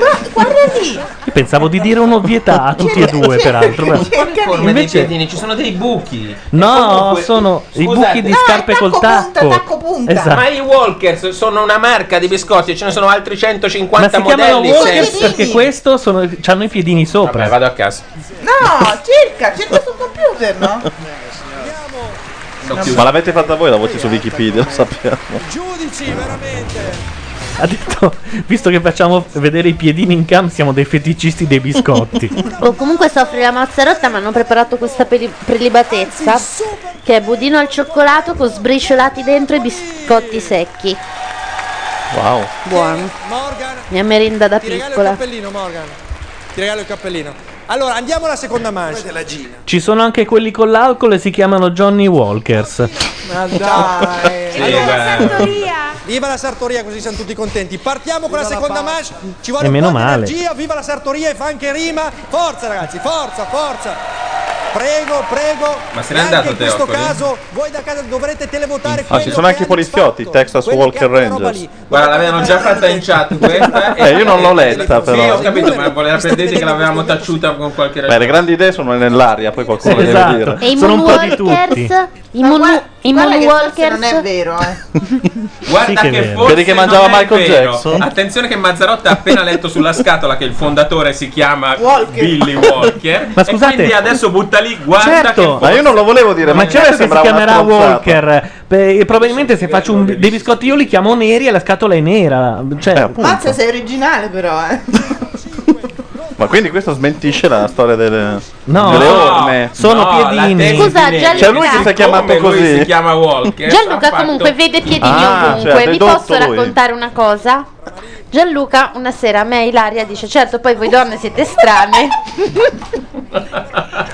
[SPEAKER 5] Io pensavo di dire un'ovvietà a tutti e due, peraltro. però.
[SPEAKER 6] Forme dei
[SPEAKER 5] Invece-
[SPEAKER 6] piedini, ci sono dei buchi.
[SPEAKER 5] No,
[SPEAKER 6] Comunque-
[SPEAKER 5] sono i
[SPEAKER 6] Scusate.
[SPEAKER 5] buchi di scarpe col tacco. Esatto.
[SPEAKER 6] Ma i Walkers sono una marca di biscotti e ce ne sono altri
[SPEAKER 5] Ma
[SPEAKER 6] 150
[SPEAKER 5] si chiamano
[SPEAKER 6] modelli.
[SPEAKER 5] walkers
[SPEAKER 6] se-
[SPEAKER 5] perché questo sono, hanno i piedini sopra.
[SPEAKER 6] Vabbè, vado a casa.
[SPEAKER 7] No, cerca, cerca sul computer, no?
[SPEAKER 15] Eh,
[SPEAKER 3] Ma l'avete fatta voi la voce su Wikipedia, lo sappiamo.
[SPEAKER 2] Giudici, veramente.
[SPEAKER 5] Ha detto, visto che facciamo vedere i piedini in cam, siamo dei feticisti dei biscotti.
[SPEAKER 8] O Oh, comunque soffri la mazzarotta, ma hanno preparato questa peri- prelibatezza che è budino al cioccolato con sbriciolati dentro i biscotti secchi.
[SPEAKER 3] Wow.
[SPEAKER 8] Buono.
[SPEAKER 2] Morgan,
[SPEAKER 8] Mia merenda da
[SPEAKER 2] ti regalo il
[SPEAKER 8] piccola.
[SPEAKER 2] cappellino, Morgan. Ti regalo il cappellino. Allora, andiamo alla seconda manche. della Gina.
[SPEAKER 5] Ci sono anche quelli con l'alcol e si chiamano Johnny Walkers.
[SPEAKER 2] Ma dai.
[SPEAKER 6] Sì,
[SPEAKER 5] Eh.
[SPEAKER 6] guarda.
[SPEAKER 2] Viva la sartoria, così siamo tutti contenti. Partiamo con la seconda manche. Ci vuole
[SPEAKER 5] E
[SPEAKER 2] un
[SPEAKER 5] meno
[SPEAKER 2] po' di
[SPEAKER 5] male.
[SPEAKER 2] energia. Viva la sartoria e fa anche rima. Forza, ragazzi, forza, forza. Prego, prego.
[SPEAKER 3] Ma se
[SPEAKER 2] E
[SPEAKER 3] n'è
[SPEAKER 2] anche
[SPEAKER 3] andato
[SPEAKER 2] In questo
[SPEAKER 3] Teofoli?
[SPEAKER 2] caso, voi da casa dovrete televotare
[SPEAKER 3] Ah, ci sono anche i poliziotti, Texas Walker Rangers.
[SPEAKER 6] Guarda, l'avevano già fatta in chat questa.
[SPEAKER 3] Eh, io non l'ho letta,
[SPEAKER 6] Sì, ho
[SPEAKER 3] però.
[SPEAKER 6] capito, ma voleva per dirti che l'avevamo tacciuta con qualche
[SPEAKER 3] Beh, le
[SPEAKER 6] ragione.
[SPEAKER 3] grandi idee sono nell'aria, poi qualcuno le
[SPEAKER 5] Esatto.
[SPEAKER 3] deve
[SPEAKER 8] E i
[SPEAKER 3] dire.
[SPEAKER 7] Cioè,
[SPEAKER 8] moonwalkers, i, moon- i
[SPEAKER 7] guarda che forse
[SPEAKER 8] moonwalkers,
[SPEAKER 7] non è vero, eh.
[SPEAKER 6] Guarda
[SPEAKER 3] Sì che è
[SPEAKER 6] che
[SPEAKER 3] vero.
[SPEAKER 6] forse
[SPEAKER 3] Vedi che mangiava
[SPEAKER 6] non è
[SPEAKER 3] Michael
[SPEAKER 6] vero.
[SPEAKER 3] Jackson?
[SPEAKER 6] Attenzione che Mazzarotta ha appena letto sulla scatola che il fondatore si chiama
[SPEAKER 3] Walker.
[SPEAKER 6] Billy Walker.
[SPEAKER 5] Ma scusate-
[SPEAKER 6] E quindi adesso butta lì, guarda che
[SPEAKER 5] Certo.
[SPEAKER 6] forse-
[SPEAKER 5] ma
[SPEAKER 6] a me
[SPEAKER 5] certo che si
[SPEAKER 6] sembrava una
[SPEAKER 5] chiamerà
[SPEAKER 6] stronzata.
[SPEAKER 5] Walker. Beh, e probabilmente se faccio un- dei biscotti io li chiamo neri e la scatola è nera. Cioè,
[SPEAKER 6] Eh.
[SPEAKER 7] Mazza, sei originale però, eh.
[SPEAKER 3] Ma quindi questo smentisce la storia delle,
[SPEAKER 5] No.
[SPEAKER 3] delle
[SPEAKER 5] No,
[SPEAKER 3] orme.
[SPEAKER 5] sono No, la piedini. tesi
[SPEAKER 8] Scusa, di Gianluca.
[SPEAKER 3] C'è lui che si è chiamato
[SPEAKER 6] Come lui
[SPEAKER 3] così.
[SPEAKER 6] si chiama Walker.
[SPEAKER 8] Gianluca comunque vede piedini
[SPEAKER 3] Ah,
[SPEAKER 8] ovunque.
[SPEAKER 3] cioè, ha
[SPEAKER 8] Vi
[SPEAKER 3] dedotto
[SPEAKER 8] posso
[SPEAKER 3] lui.
[SPEAKER 8] raccontare una cosa? Gianluca, una sera a me e Ilaria dice: Certo, poi voi donne siete strane.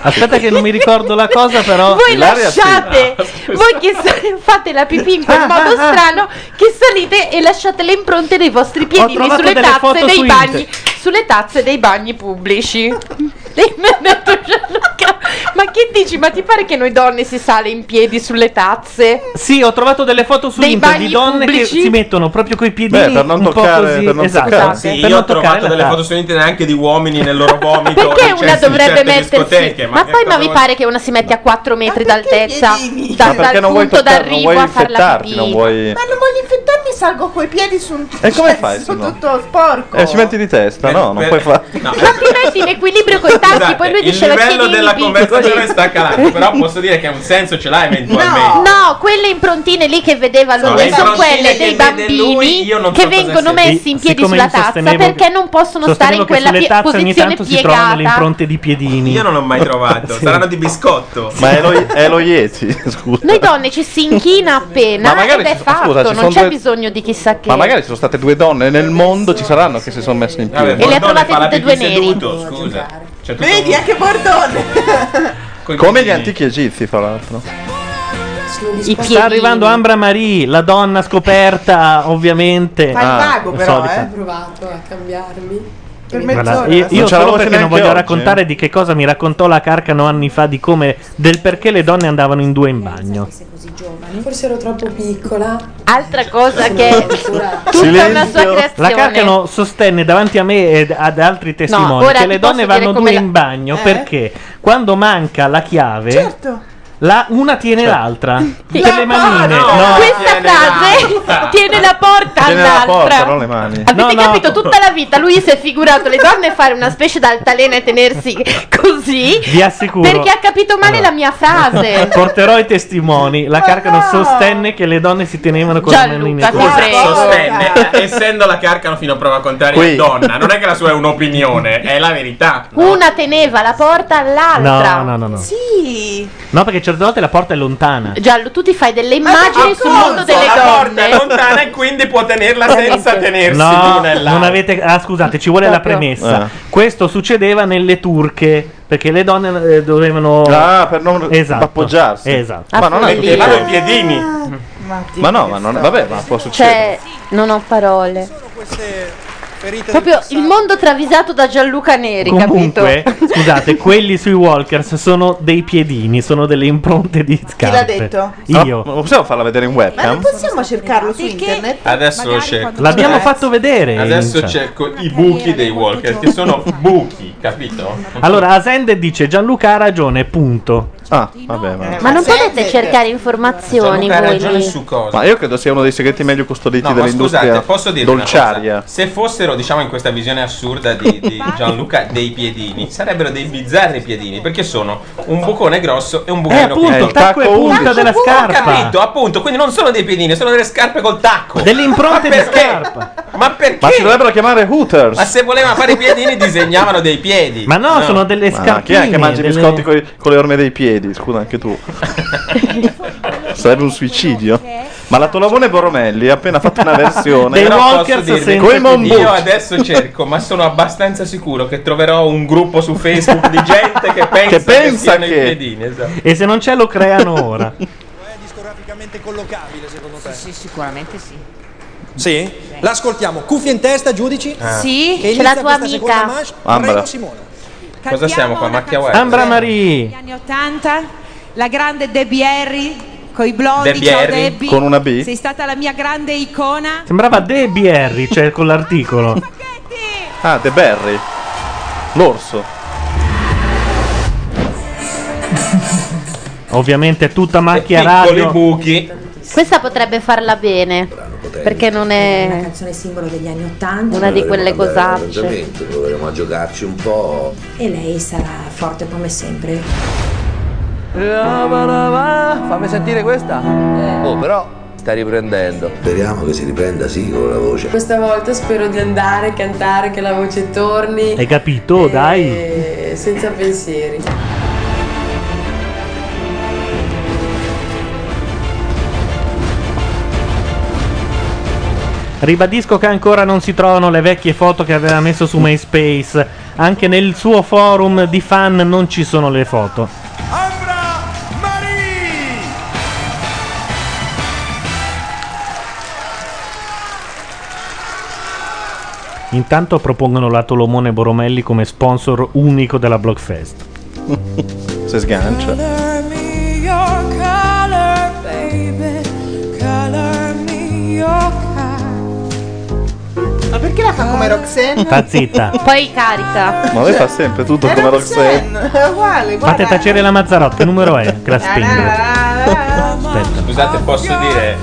[SPEAKER 5] Aspetta che non mi ricordo la cosa però
[SPEAKER 8] voi lasciate,
[SPEAKER 5] Ah,
[SPEAKER 8] voi che sa- fate la pipì in quel modo strano, che salite e lasciate le impronte dei vostri piedini
[SPEAKER 5] trovato
[SPEAKER 8] sulle
[SPEAKER 5] delle
[SPEAKER 8] tazze
[SPEAKER 5] foto
[SPEAKER 8] dei
[SPEAKER 5] su
[SPEAKER 8] bagni,
[SPEAKER 5] internet.
[SPEAKER 8] sulle tazze dei bagni pubblici. Lei mi ha detto Gianluca, ma che dici? Ma ti pare che noi donne si sale in piedi sulle tazze?
[SPEAKER 5] Sì, ho trovato delle foto su
[SPEAKER 8] Dei
[SPEAKER 5] internet
[SPEAKER 8] bagni
[SPEAKER 5] di donne
[SPEAKER 8] pubblici?
[SPEAKER 5] che si mettono proprio coi piedini
[SPEAKER 3] Beh, per non
[SPEAKER 5] un po'
[SPEAKER 3] toccare-
[SPEAKER 5] così.
[SPEAKER 3] per non
[SPEAKER 5] esatto,
[SPEAKER 3] toccare.
[SPEAKER 6] Sì,
[SPEAKER 5] per
[SPEAKER 6] io ho
[SPEAKER 5] non toccare
[SPEAKER 6] trovato
[SPEAKER 5] la
[SPEAKER 6] delle
[SPEAKER 5] tazza.
[SPEAKER 6] foto su internet anche di uomini nel loro vomito.
[SPEAKER 8] Perché
[SPEAKER 6] in
[SPEAKER 3] Cioè,
[SPEAKER 8] una
[SPEAKER 6] certe- in
[SPEAKER 8] dovrebbe
[SPEAKER 6] certe
[SPEAKER 8] mettersi?
[SPEAKER 6] discoteche,
[SPEAKER 8] Ma poi ma vi
[SPEAKER 6] cavolo-
[SPEAKER 8] pare che una si mette a 4 metri d'altezza da-
[SPEAKER 3] ecco, Ma perché
[SPEAKER 8] dal
[SPEAKER 3] non vuoi,
[SPEAKER 8] punto
[SPEAKER 3] toccare, non
[SPEAKER 8] d'arrivo
[SPEAKER 3] vuoi
[SPEAKER 8] a far la
[SPEAKER 3] infettarti,
[SPEAKER 8] pipì?
[SPEAKER 3] non vuoi...
[SPEAKER 7] Ma non voglio infettarmi, salgo coi piedi su un cioè,
[SPEAKER 3] E come fai,
[SPEAKER 7] su
[SPEAKER 3] se no?
[SPEAKER 7] tutto sporco.
[SPEAKER 3] Eh, ci metti di testa, no? Non puoi fare...
[SPEAKER 8] Ma ti metti in equilibrio con i tacchi, poi lui
[SPEAKER 6] il
[SPEAKER 8] diceva
[SPEAKER 6] livello
[SPEAKER 8] chiedimi
[SPEAKER 6] della
[SPEAKER 8] piccoli.
[SPEAKER 6] conversazione sta calando, però posso dire che un senso ce l'ha eventualmente.
[SPEAKER 8] No, quelle improntine lì che vedeva
[SPEAKER 6] No,
[SPEAKER 8] lui
[SPEAKER 6] le
[SPEAKER 8] sono
[SPEAKER 6] improntine
[SPEAKER 8] quelle
[SPEAKER 6] che vede
[SPEAKER 8] dei bambini
[SPEAKER 6] lui, io non
[SPEAKER 8] che
[SPEAKER 6] so cosa
[SPEAKER 8] vengono
[SPEAKER 6] sia.
[SPEAKER 8] messi in
[SPEAKER 5] Sì,
[SPEAKER 8] piedi
[SPEAKER 5] siccome
[SPEAKER 8] sulla
[SPEAKER 5] io
[SPEAKER 8] tazza
[SPEAKER 5] sostenevo
[SPEAKER 8] perché
[SPEAKER 5] che-
[SPEAKER 8] non possono stare in
[SPEAKER 5] Sostenevo che
[SPEAKER 8] quella
[SPEAKER 5] sulle
[SPEAKER 8] pie-
[SPEAKER 5] tazze ogni
[SPEAKER 8] posizione
[SPEAKER 5] tanto si trovano le
[SPEAKER 8] piegata.
[SPEAKER 5] impronte di piedini.
[SPEAKER 6] Io non ho mai trovato, saranno di biscotto.
[SPEAKER 3] Ma è lo, è lo Yeti, scusa.
[SPEAKER 8] Noi donne ci si inchina appena
[SPEAKER 3] Ma magari
[SPEAKER 8] ed è
[SPEAKER 3] ci- ma
[SPEAKER 8] fatto,
[SPEAKER 3] scusa, ci
[SPEAKER 8] non
[SPEAKER 3] sono
[SPEAKER 8] c'è
[SPEAKER 3] due-
[SPEAKER 8] bisogno di chissà che.
[SPEAKER 3] Ma magari ci sono state due donne nel mondo, ci saranno che si sono messe in piedi.
[SPEAKER 8] E le ha trovate tutte e due neri.
[SPEAKER 6] scusa.
[SPEAKER 7] Vedi anche Bordone.
[SPEAKER 3] Come gli antichi egizi, fra l'altro.
[SPEAKER 5] Sta arrivando Ambra Marie, la donna scoperta, ovviamente.
[SPEAKER 8] Ah,
[SPEAKER 13] Fai pago
[SPEAKER 5] la
[SPEAKER 13] però,
[SPEAKER 5] solita.
[SPEAKER 13] eh. Ho provato a cambiarmi. Per
[SPEAKER 5] Guarda,
[SPEAKER 13] mezz'ora.
[SPEAKER 5] io io
[SPEAKER 3] Non ce la
[SPEAKER 5] solo
[SPEAKER 3] voce
[SPEAKER 5] perché non
[SPEAKER 3] neanche
[SPEAKER 5] voglio
[SPEAKER 3] oggi,
[SPEAKER 8] eh.
[SPEAKER 5] raccontare di che cosa mi raccontò la Carcano anni fa di come del perché le donne andavano in due in bagno.
[SPEAKER 13] Forse ero troppo piccola.
[SPEAKER 8] Altra cosa che tutta una sua creazione.
[SPEAKER 5] La Carcano sostenne davanti a me e ad altri testimoni
[SPEAKER 8] ora
[SPEAKER 5] che
[SPEAKER 8] ti
[SPEAKER 5] le
[SPEAKER 8] posso
[SPEAKER 5] donne
[SPEAKER 8] dire
[SPEAKER 5] vanno
[SPEAKER 8] come
[SPEAKER 5] due
[SPEAKER 8] la-
[SPEAKER 5] in bagno
[SPEAKER 8] Eh?
[SPEAKER 5] perché quando manca la chiave,
[SPEAKER 13] Certo.
[SPEAKER 5] la- una tiene l'altra. Per le manine. No.
[SPEAKER 8] Questa frase Eh, tiene la porta
[SPEAKER 5] Tiene la
[SPEAKER 8] all'altra.
[SPEAKER 5] porta,
[SPEAKER 3] Non le mani.
[SPEAKER 8] Avete capito? Tutta la vita lui si è figurato le donne fare una specie d'altalena e tenersi così
[SPEAKER 5] Vi assicuro.
[SPEAKER 8] perché ha capito male la mia frase.
[SPEAKER 5] Porterò i testimoni. La Carcano sostenne che le donne si tenevano con le manine.
[SPEAKER 8] ti
[SPEAKER 6] Ah,
[SPEAKER 8] prego.
[SPEAKER 6] Sostenne, eh, essendo la carcano fino a prova contraria è donna, non è che la sua è un'opinione, è la verità.
[SPEAKER 8] Una teneva la porta all'altra.
[SPEAKER 5] No, no, no, no.
[SPEAKER 8] Sì.
[SPEAKER 5] No, perché certe volte la porta è lontana.
[SPEAKER 8] Giallo, tu ti fai delle immagini sul mondo delle
[SPEAKER 6] la porta
[SPEAKER 8] donne.
[SPEAKER 6] è lontana e quindi può tenerla senza tenersi
[SPEAKER 5] No,
[SPEAKER 6] l'una e l'altra.
[SPEAKER 5] non avete. Ah, scusate, ci vuole la
[SPEAKER 6] Proprio.
[SPEAKER 5] premessa.
[SPEAKER 6] Eh.
[SPEAKER 5] Questo succedeva nelle turche perché le donne eh, dovevano.
[SPEAKER 3] Ah, per non
[SPEAKER 5] Esatto.
[SPEAKER 3] appoggiarsi.
[SPEAKER 5] Esatto.
[SPEAKER 3] Ah, Ma non è
[SPEAKER 6] Mettevano i piedini.
[SPEAKER 3] Ma no, ma non, vabbè, ma può succedere.
[SPEAKER 8] Cioè, non ho parole. Proprio il mondo travisato da Gianluca Neri,
[SPEAKER 5] Comunque,
[SPEAKER 8] capito?
[SPEAKER 5] scusate, quelli sui walkers sono dei piedini, sono delle impronte di scarpe.
[SPEAKER 7] l'ha detto?
[SPEAKER 5] Io.
[SPEAKER 3] ma possiamo farla vedere in
[SPEAKER 7] Ma non
[SPEAKER 3] webcam?
[SPEAKER 7] possiamo cercarlo su internet?
[SPEAKER 6] Adesso lo cerco.
[SPEAKER 5] L'abbiamo fatto vedere. cioè.
[SPEAKER 6] Adesso
[SPEAKER 5] in chat.
[SPEAKER 6] cerco i buchi dei Walker, che sono buchi, capito?
[SPEAKER 5] Allora, Asende dice Gianluca ha ragione, punto.
[SPEAKER 3] Ah,
[SPEAKER 6] Eh,
[SPEAKER 3] vabbè, ma...
[SPEAKER 8] Ma non potete cercare informazioni
[SPEAKER 6] Gianluca ha
[SPEAKER 8] voi
[SPEAKER 6] Cioè, ragione
[SPEAKER 8] lì?
[SPEAKER 6] su cosa?
[SPEAKER 3] Ma io credo sia uno dei segreti meglio custoditi
[SPEAKER 6] No, ma
[SPEAKER 3] dell'industria
[SPEAKER 6] scusate, posso dire
[SPEAKER 3] dolciaria.
[SPEAKER 6] una cosa? Se fossero, diciamo, in questa visione assurda di, di Gianluca dei piedini, sarebbero dei bizzarri piedini, perché sono un bucone grosso e un bucone
[SPEAKER 5] Eh, appunto,
[SPEAKER 6] piccolo.
[SPEAKER 5] il tacco e
[SPEAKER 6] Tacco
[SPEAKER 5] punta
[SPEAKER 6] punta,
[SPEAKER 5] della
[SPEAKER 6] ho
[SPEAKER 5] scarpa.
[SPEAKER 6] Capito, appunto, quindi non sono dei piedini, sono delle scarpe col tacco.
[SPEAKER 5] Delle impronte
[SPEAKER 6] Ma
[SPEAKER 5] di
[SPEAKER 6] perché?
[SPEAKER 5] scarpa.
[SPEAKER 6] Ma perché?
[SPEAKER 3] Ma si dovrebbero chiamare Hooters.
[SPEAKER 6] Ma se voleva fare i piedini disegnavano dei piedi.
[SPEAKER 5] Ma no, sono delle
[SPEAKER 3] Ma chi è
[SPEAKER 5] scarpine,
[SPEAKER 3] che mangia i
[SPEAKER 5] delle-
[SPEAKER 3] biscotti coi- con, le orme dei piedi? Scusa, anche tu. Sarebbe un suicidio. Ma la Tolavone Boromelli ha appena fatto una versione.
[SPEAKER 6] Però posso dirvi,
[SPEAKER 3] Coi Monbucci.
[SPEAKER 6] Io adesso cerco, ma sono abbastanza sicuro che troverò un gruppo su Facebook di gente che pensa che,
[SPEAKER 5] pensa
[SPEAKER 6] siano
[SPEAKER 5] che-
[SPEAKER 6] i piedini. Esatto.
[SPEAKER 5] E se non c'è lo creano ora.
[SPEAKER 2] collocabile secondo te?
[SPEAKER 10] Sì, sicuramente sì.
[SPEAKER 2] Sì? L'ascoltiamo. Cuffie in testa, giudici?
[SPEAKER 5] Eh.
[SPEAKER 6] Ah.
[SPEAKER 10] Sì,
[SPEAKER 2] Che
[SPEAKER 10] c'è
[SPEAKER 2] inizia
[SPEAKER 10] la tua
[SPEAKER 2] questa seconda
[SPEAKER 10] amica.
[SPEAKER 2] manche.
[SPEAKER 3] Ambra.
[SPEAKER 2] Prego, Simone.
[SPEAKER 6] Cosa siamo qua? Macchia Web?
[SPEAKER 5] Ambra Marie.
[SPEAKER 12] anni 80, la grande Debbie Harry con i blog
[SPEAKER 5] Debbie Harry, con una B?
[SPEAKER 12] Sei stata la mia grande icona.
[SPEAKER 5] Sembrava Debbie Harry, cioè con l'articolo.
[SPEAKER 3] Ah, The Berry. L'orso.
[SPEAKER 5] Ovviamente tutta
[SPEAKER 3] Eh,
[SPEAKER 5] macchia
[SPEAKER 6] Piccoli
[SPEAKER 5] radio.
[SPEAKER 6] buchi.
[SPEAKER 8] Questa potrebbe farla bene. Perché non è. Una
[SPEAKER 13] canzone singolo degli anni Ottanta.
[SPEAKER 8] Una di quelle cosacce.
[SPEAKER 9] Arrangiamento, proveremo a giocarci un po'.
[SPEAKER 13] E lei sarà forte come sempre.
[SPEAKER 2] Fammi sentire questa.
[SPEAKER 9] Oh, però sta riprendendo. Speriamo che si riprenda, sì, con la voce.
[SPEAKER 13] Questa volta spero di andare, cantare, che la voce torni.
[SPEAKER 5] Hai capito? Dai.
[SPEAKER 13] eh, senza pensieri.
[SPEAKER 5] Ribadisco che ancora non si trovano le vecchie foto che aveva messo su MySpace. Anche nel suo forum di fan non ci sono le foto. Intanto propongono la Tolomone Boromelli come sponsor unico della Blockfest.
[SPEAKER 3] Se sgancia.
[SPEAKER 4] Color me your color, baby. Color me your color.
[SPEAKER 7] Ma perché la fa come Roxanne?
[SPEAKER 5] Sta zitta.
[SPEAKER 8] Poi carica.
[SPEAKER 3] Ma lei fa sempre tutto
[SPEAKER 7] È
[SPEAKER 3] come Roxanne.
[SPEAKER 7] Roxanne, è uguale,
[SPEAKER 5] Fate
[SPEAKER 7] guarda.
[SPEAKER 5] tacere la Mazzarotta, che numero è? Che la spinge.
[SPEAKER 6] Aspetta. Scusate, posso dire.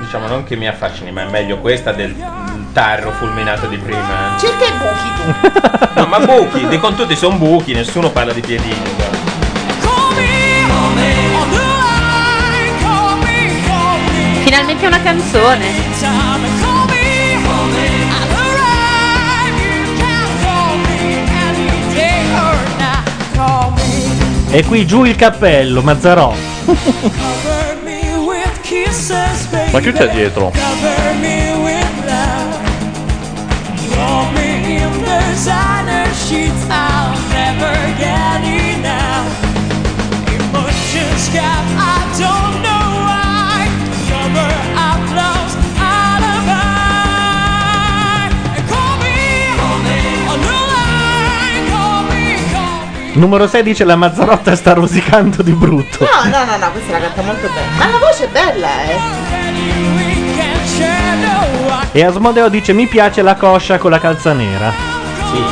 [SPEAKER 6] Diciamo non che mi affascini, ma è meglio questa del tarro fulminato di prima.
[SPEAKER 7] Cerca i buchi tu.
[SPEAKER 6] No, ma buchi, dei contuti sono buchi, nessuno parla di piedini.
[SPEAKER 8] Finalmente una canzone.
[SPEAKER 5] E qui giù il cappello, Mazzarò.
[SPEAKER 3] Ma chi c'è dietro?
[SPEAKER 5] Numero 6 dice la Mazzarotta sta rosicando di brutto.
[SPEAKER 7] No, no, no, no, questa la canta molto bene. Ma la voce è bella, eh.
[SPEAKER 5] E Asmodeo dice mi piace la coscia con la calza nera.
[SPEAKER 6] Sì.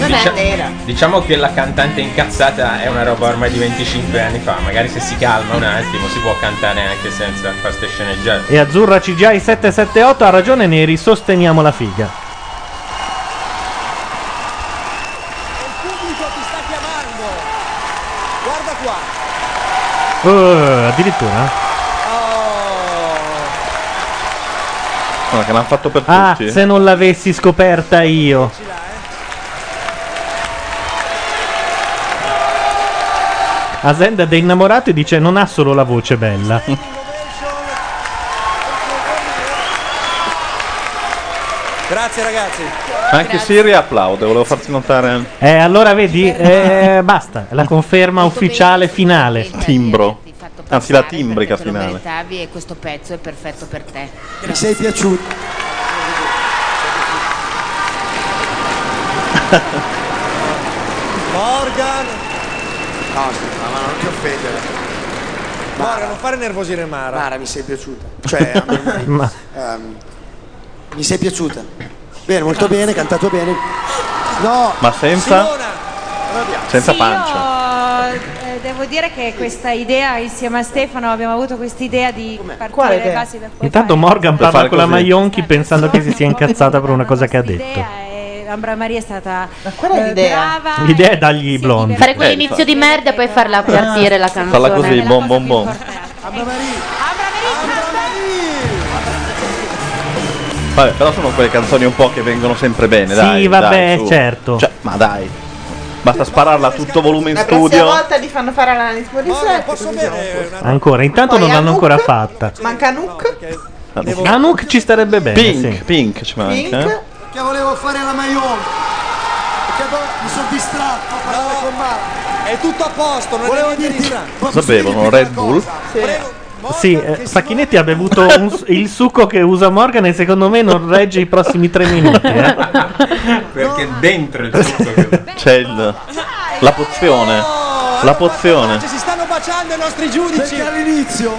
[SPEAKER 7] Non è
[SPEAKER 3] Cioè,
[SPEAKER 6] Dicia-
[SPEAKER 7] vera.
[SPEAKER 6] diciamo che la cantante incazzata è una roba ormai di 25 anni fa, magari se si calma un attimo si può cantare anche senza far ste sceneggiate.
[SPEAKER 5] E Azzurra CGI 778 ha ragione Neri, sosteniamo la figa. Eh, addirittura?
[SPEAKER 3] No, che l'hanno fatto per
[SPEAKER 5] Ah,
[SPEAKER 3] tutti.
[SPEAKER 5] se non l'avessi scoperta io. Asenda dei innamorati dice non ha solo la voce bella.
[SPEAKER 2] Grazie ragazzi.
[SPEAKER 3] Anche Siri applaude, volevo farti notare
[SPEAKER 5] Eh, allora vedi, eh, basta, la conferma ufficiale finale.
[SPEAKER 3] timbro. Anzi, la timbrica finale.
[SPEAKER 10] Tavi e questo pezzo è perfetto per te.
[SPEAKER 11] Mi sei piaciuto.
[SPEAKER 2] Morgan.
[SPEAKER 11] No, scusa, ma non ti offendere.
[SPEAKER 2] Morgan, non fare nervosire Mara.
[SPEAKER 11] Mara, mi sei piaciuta. Cioè, a me-
[SPEAKER 5] Ma-
[SPEAKER 11] ehm, mi sei piaciuta. Bene, molto bene, cantato bene. No.
[SPEAKER 3] Ma senza? Senza pancia.
[SPEAKER 12] Io eh, devo dire che questa idea, insieme a Stefano, abbiamo avuto questa idea di
[SPEAKER 7] Quale
[SPEAKER 12] partire dai
[SPEAKER 7] idea?
[SPEAKER 12] basi da
[SPEAKER 5] Intanto Morgan
[SPEAKER 3] Per
[SPEAKER 5] parla
[SPEAKER 3] fare
[SPEAKER 5] con la
[SPEAKER 3] così.
[SPEAKER 5] Maionchi pensando che si sia incazzata per una cosa che ha detto.
[SPEAKER 12] eh, Ambra Maria è stata
[SPEAKER 7] qual è
[SPEAKER 12] eh,
[SPEAKER 7] l'idea?
[SPEAKER 12] brava.
[SPEAKER 5] L'idea è dargli i blondi.
[SPEAKER 8] Fare quell'inizio di merda e poi farla partire la canzone.
[SPEAKER 3] Parla Eh, così, bom bom bom. Vabbè, però sono quelle canzoni un po' che vengono sempre bene,
[SPEAKER 5] Sì,
[SPEAKER 3] dai.
[SPEAKER 5] vabbè,
[SPEAKER 3] dai, su.
[SPEAKER 5] certo.
[SPEAKER 3] Cioè, ma dai. Basta spararla a tutto volume in
[SPEAKER 7] La prossima
[SPEAKER 3] studio.
[SPEAKER 7] volta ti fanno fare l'analisi morissette. così siamo a posto.
[SPEAKER 5] Ancora, intanto non l'hanno ancora fatta.
[SPEAKER 7] Manca Nook.
[SPEAKER 3] Ah,
[SPEAKER 5] Anuk ci starebbe bene.
[SPEAKER 3] Pink,
[SPEAKER 5] sì.
[SPEAKER 3] Pink ci manca. eh?
[SPEAKER 7] Pink.
[SPEAKER 11] Che volevo fare la maionca. Perché poi mi sono distratto a parlare con Mara. È tutto a posto, non volevo dirti
[SPEAKER 3] Cosa bevono? Red Bull?
[SPEAKER 5] Sì, eh, Facchinetti ha bevuto un su- il succo che usa Morgan e secondo me non regge i prossimi tre minuti. eh.
[SPEAKER 6] Perché dentro il tutto
[SPEAKER 3] C'è il, la pozione. La pozione.
[SPEAKER 2] Cioè, si stanno baciando i nostri giudici. Eh.
[SPEAKER 11] Perché all'inizio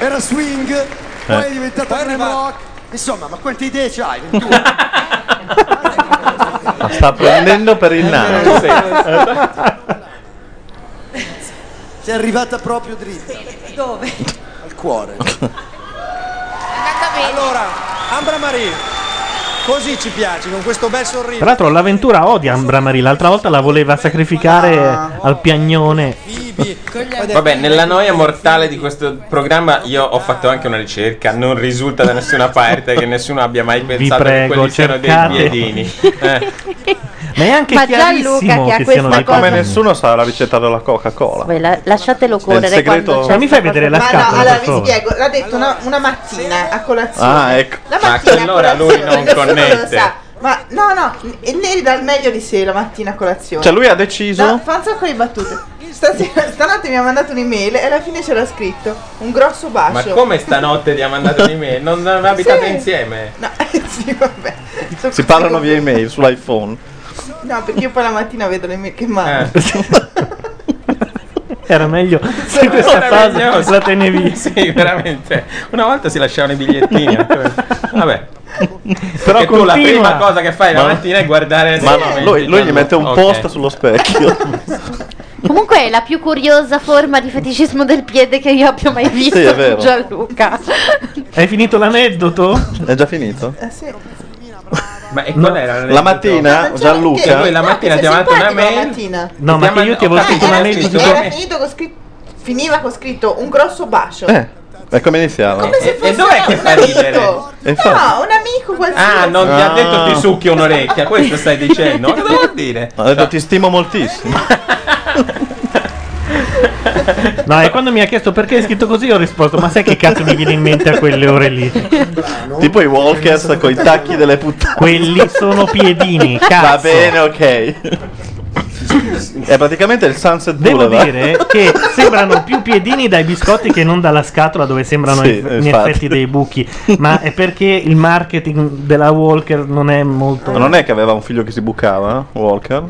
[SPEAKER 11] era swing, poi è diventata
[SPEAKER 2] Poi
[SPEAKER 11] un
[SPEAKER 2] arriva-
[SPEAKER 11] rock. Insomma, ma quante idee c'hai?
[SPEAKER 3] La Ah, sta prendendo per
[SPEAKER 6] Eh,
[SPEAKER 11] Eh,
[SPEAKER 3] il naso.
[SPEAKER 11] Sei arrivata proprio dritta. Dove? Al cuore.
[SPEAKER 2] Allora, Ambra Marie, così ci piaci, con questo bel sorriso.
[SPEAKER 5] Tra l'altro l'avventura odia Ambramari, l'altra volta la voleva sacrificare al piagnone.
[SPEAKER 6] Vabbè, nella noia mortale di questo programma io ho fatto anche una ricerca, non risulta da nessuna parte che nessuno abbia mai pensato
[SPEAKER 5] prego,
[SPEAKER 6] che quelli siano
[SPEAKER 5] cercate.
[SPEAKER 6] dei piedini. Eh,
[SPEAKER 5] Ma è anche
[SPEAKER 8] Ma
[SPEAKER 5] chiarissimo
[SPEAKER 8] Gianluca che ha
[SPEAKER 5] che siano
[SPEAKER 8] questa
[SPEAKER 5] le
[SPEAKER 3] Ma come
[SPEAKER 5] cose.
[SPEAKER 3] nessuno sa la ricetta della Coca-Cola.
[SPEAKER 8] Poi la- lasciatelo
[SPEAKER 3] il
[SPEAKER 8] correre
[SPEAKER 3] segreto-
[SPEAKER 8] quando c'è
[SPEAKER 3] Ma mi fai vedere la
[SPEAKER 8] Ma no,
[SPEAKER 3] scatola?
[SPEAKER 7] No, allora vi
[SPEAKER 3] Allora.
[SPEAKER 7] spiego, l'ha detto una, una mattina a colazione.
[SPEAKER 3] Ah, ecco.
[SPEAKER 7] La
[SPEAKER 6] Ma
[SPEAKER 7] mattina
[SPEAKER 6] che allora
[SPEAKER 7] a
[SPEAKER 6] lui
[SPEAKER 7] colazione,
[SPEAKER 6] non
[SPEAKER 7] nessuno lo
[SPEAKER 6] connette.
[SPEAKER 7] sa. Ma no, no, e lei dà il meglio di sé la mattina a colazione.
[SPEAKER 3] Cioè, lui ha deciso?
[SPEAKER 7] No, fa un sacco di battute. Stasera, stanotte mi ha mandato un'email e alla fine c'era scritto un grosso bacio.
[SPEAKER 6] Ma come stanotte ti ha mandato un'email? Non, non abitate
[SPEAKER 7] Ah, Sì.
[SPEAKER 6] insieme?
[SPEAKER 3] Si parlano via email sull'iPhone.
[SPEAKER 7] No, perché io poi la mattina vedo le mail che manda.
[SPEAKER 6] Eh.
[SPEAKER 5] Era meglio se questa fase la tenevi.
[SPEAKER 6] Sì, veramente. Una volta si lasciavano i bigliettini. Vabbè.
[SPEAKER 3] Però
[SPEAKER 6] Perché tu la
[SPEAKER 3] continua.
[SPEAKER 6] prima cosa che fai la
[SPEAKER 3] Ma-
[SPEAKER 6] mattina è guardare
[SPEAKER 3] Ma
[SPEAKER 6] se-
[SPEAKER 3] no, lui, lui gli mette un
[SPEAKER 6] Ok.
[SPEAKER 3] post sullo specchio.
[SPEAKER 8] Comunque è la più curiosa forma di feticismo del piede che io abbia mai visto.
[SPEAKER 3] Sì, è vero.
[SPEAKER 8] Gianluca.
[SPEAKER 5] Hai finito l'aneddoto?
[SPEAKER 3] È già finito?
[SPEAKER 7] Ah,
[SPEAKER 6] Ma e qual era
[SPEAKER 3] La mattina Gianluca.
[SPEAKER 6] Lui la mattina ti ha mandato una mail.
[SPEAKER 5] No, ma che io ti avevo
[SPEAKER 7] Ah,
[SPEAKER 5] scritto
[SPEAKER 7] era,
[SPEAKER 5] una
[SPEAKER 6] eh,
[SPEAKER 7] finito,
[SPEAKER 5] aneddoto.
[SPEAKER 7] era finito con scritto. Finiva con scritto un grosso bacio.
[SPEAKER 3] Eh, e come iniziava?
[SPEAKER 7] Come se fosse
[SPEAKER 6] dov'è che
[SPEAKER 7] un
[SPEAKER 6] fa
[SPEAKER 7] amico.
[SPEAKER 6] ridere?
[SPEAKER 3] E
[SPEAKER 7] No,
[SPEAKER 3] infatti-
[SPEAKER 7] un amico qualsiasi.
[SPEAKER 6] Ah, non ti ha
[SPEAKER 3] Ah.
[SPEAKER 6] detto ti succhio un'orecchia, questo stai dicendo. Ma Cosa vuol dire?
[SPEAKER 3] Ha detto ti stimo moltissimo.
[SPEAKER 5] No, e quando mi ha chiesto perché hai scritto così, ho risposto: Ma sai che cazzo mi viene in mente a quelle ore lì?
[SPEAKER 3] Tipo i walkers con i tacchi delle puttane.
[SPEAKER 5] Quelli sono piedini, cazzo.
[SPEAKER 3] Va bene, ok. È praticamente il Sunset
[SPEAKER 5] Devo
[SPEAKER 3] Boulevard.
[SPEAKER 5] dire che sembrano più piedini dai biscotti che non dalla scatola dove sembrano
[SPEAKER 3] Sì,
[SPEAKER 5] eff- in
[SPEAKER 3] infatti.
[SPEAKER 5] effetti dei buchi. Ma è perché il marketing della Walker non è molto.
[SPEAKER 3] Ma non è che aveva un figlio che si bucava, eh, Walker?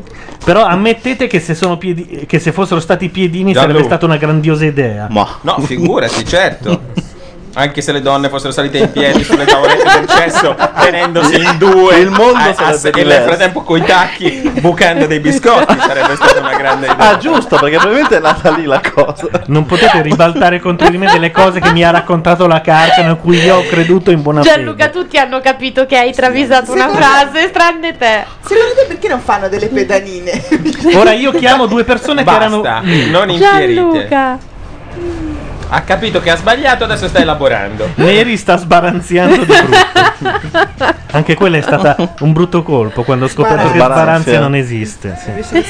[SPEAKER 5] Però ammettete che se, sono piedi- che se fossero stati piedini
[SPEAKER 6] Gianlu.
[SPEAKER 5] sarebbe stata una grandiosa idea.
[SPEAKER 3] Ma
[SPEAKER 6] No, figurati, certo. Anche se le donne fossero salite in piedi sulle tavolette del cesso, tenendosi in due,
[SPEAKER 3] Il mondo
[SPEAKER 6] a- a-
[SPEAKER 3] sarebbe
[SPEAKER 6] e nel
[SPEAKER 3] diverso.
[SPEAKER 6] frattempo coi tacchi bucando dei biscotti, sarebbe stata una grande idea.
[SPEAKER 3] Ah, giusto, perché probabilmente è nata lì la cosa.
[SPEAKER 5] Non potete ribaltare contro di me delle cose che mi ha raccontato la carta in cui io ho creduto in buona fede.
[SPEAKER 19] Gianluca, tutti hanno capito che hai travisato una
[SPEAKER 7] Secondo-
[SPEAKER 19] frase, tranne te.
[SPEAKER 7] Secondo te perché non fanno delle pedanine?
[SPEAKER 5] Ora io chiamo due persone
[SPEAKER 6] Basta,
[SPEAKER 5] che erano.
[SPEAKER 6] non infierite. Ha capito che ha sbagliato, adesso sta elaborando.
[SPEAKER 5] Neri sta sbaranziando di brutto. Anche quella è stata un brutto colpo quando ho scoperto che
[SPEAKER 3] Sbaranzia.
[SPEAKER 5] sbaranzia non esiste. sì.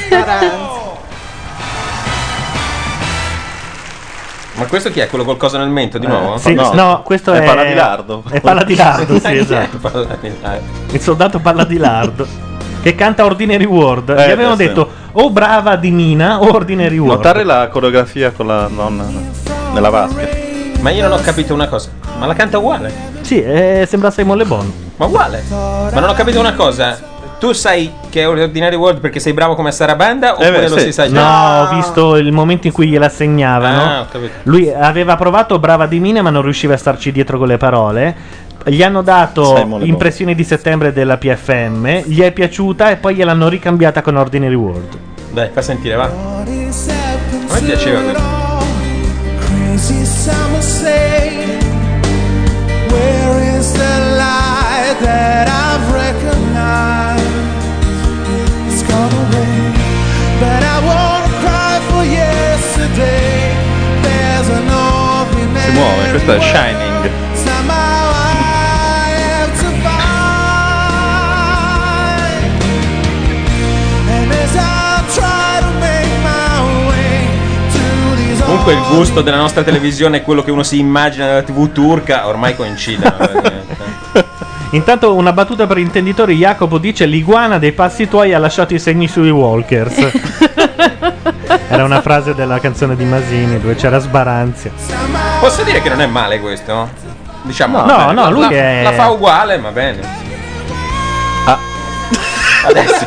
[SPEAKER 6] Ma questo chi è? Quello col coso nel mento di
[SPEAKER 5] Eh,
[SPEAKER 6] nuovo?
[SPEAKER 5] sì, no, questo è-
[SPEAKER 6] Paladilardo.
[SPEAKER 5] è Paladilardo, sì, esatto.
[SPEAKER 6] Paladilardo.
[SPEAKER 5] Il soldato parla di Lardo. Che canta Ordinary World.
[SPEAKER 3] Eh,
[SPEAKER 5] Gli avevano
[SPEAKER 3] questo è-
[SPEAKER 5] detto o brava di Mina o Ordinary World.
[SPEAKER 3] Notare la coreografia con la nonna nella vasca.
[SPEAKER 6] Ma io non ho capito una cosa. Ma la canta uguale?
[SPEAKER 5] Sì, eh, sembra Simon Le Bon.
[SPEAKER 6] Ah, Ma uguale? Ma non ho capito una cosa. Tu sai che è Ordinary World perché sei bravo come Sarabanda oppure lo si sa già?
[SPEAKER 5] Eh No, ho visto il momento in cui gliela assegnavano.
[SPEAKER 6] Ah, ho capito.
[SPEAKER 5] Lui aveva provato Brava di Mina, ma non riusciva a starci dietro con le parole. Gli hanno
[SPEAKER 3] Simon Le
[SPEAKER 5] dato
[SPEAKER 3] Bon.
[SPEAKER 5] impressioni di settembre della PFM. Gli è piaciuta e poi gliel'hanno ricambiata con Ordinary World.
[SPEAKER 6] Dai, fa sentire, va. A me piaceva questo.
[SPEAKER 4] Crazy summer sail. Where is the light that I've recognized? It's gone away, but I won't cry for yesterday. There's an
[SPEAKER 3] Si
[SPEAKER 4] ordinary
[SPEAKER 3] muove, questo è Shining.
[SPEAKER 4] somehow I have to find. And as I try to make my way to these
[SPEAKER 6] Comunque il gusto della nostra televisione e quello che uno si immagina nella TV turca ormai Eh, coincidono. veramente.
[SPEAKER 5] Intanto una battuta per intenditori. Jacopo dice: L'iguana dei passi tuoi ha lasciato i segni sui Walkers. Era una frase della canzone di Masini dove c'era sbaranzia.
[SPEAKER 6] Posso dire che non è male questo? Diciamo,
[SPEAKER 5] No,
[SPEAKER 6] va bene,
[SPEAKER 5] no,
[SPEAKER 6] la-
[SPEAKER 5] lui
[SPEAKER 6] la,
[SPEAKER 5] che è- Ah.
[SPEAKER 6] la fa uguale, ma bene. Adesso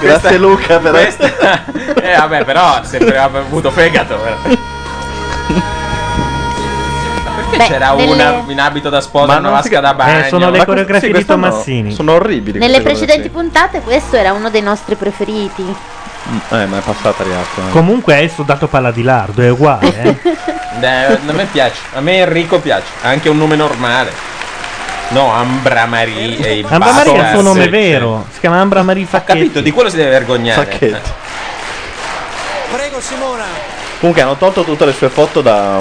[SPEAKER 3] Grazie Luca per
[SPEAKER 6] questa- eh vabbè, però sempre aveva avuto fegato. però. Perché
[SPEAKER 8] Beh,
[SPEAKER 6] c'era
[SPEAKER 8] nelle-
[SPEAKER 6] una in abito da sposa in una vasca da bagno?
[SPEAKER 5] eh,
[SPEAKER 6] Ma questo- sì, questo no.
[SPEAKER 3] Sono orribili.
[SPEAKER 8] Nelle
[SPEAKER 3] queste
[SPEAKER 8] precedenti puntate questo era uno dei nostri preferiti.
[SPEAKER 3] coreografie. Eh, ma è passata Riacqua.
[SPEAKER 5] Comunque è il soldato Paladilardo, è uguale. eh.
[SPEAKER 6] Eh, a me piace, a me Enrico piace, ha anche un nome normale. No, Ambra Marie e i
[SPEAKER 5] Ambra Marie è il suo
[SPEAKER 6] Bastards.
[SPEAKER 3] cioè.
[SPEAKER 5] nome vero. Si chiama Ambra Marie Facchetti.
[SPEAKER 6] Capito, di quello si deve vergognare.
[SPEAKER 3] Sacchetti.
[SPEAKER 2] Prego Simona.
[SPEAKER 3] Comunque hanno tolto tutte le sue foto da-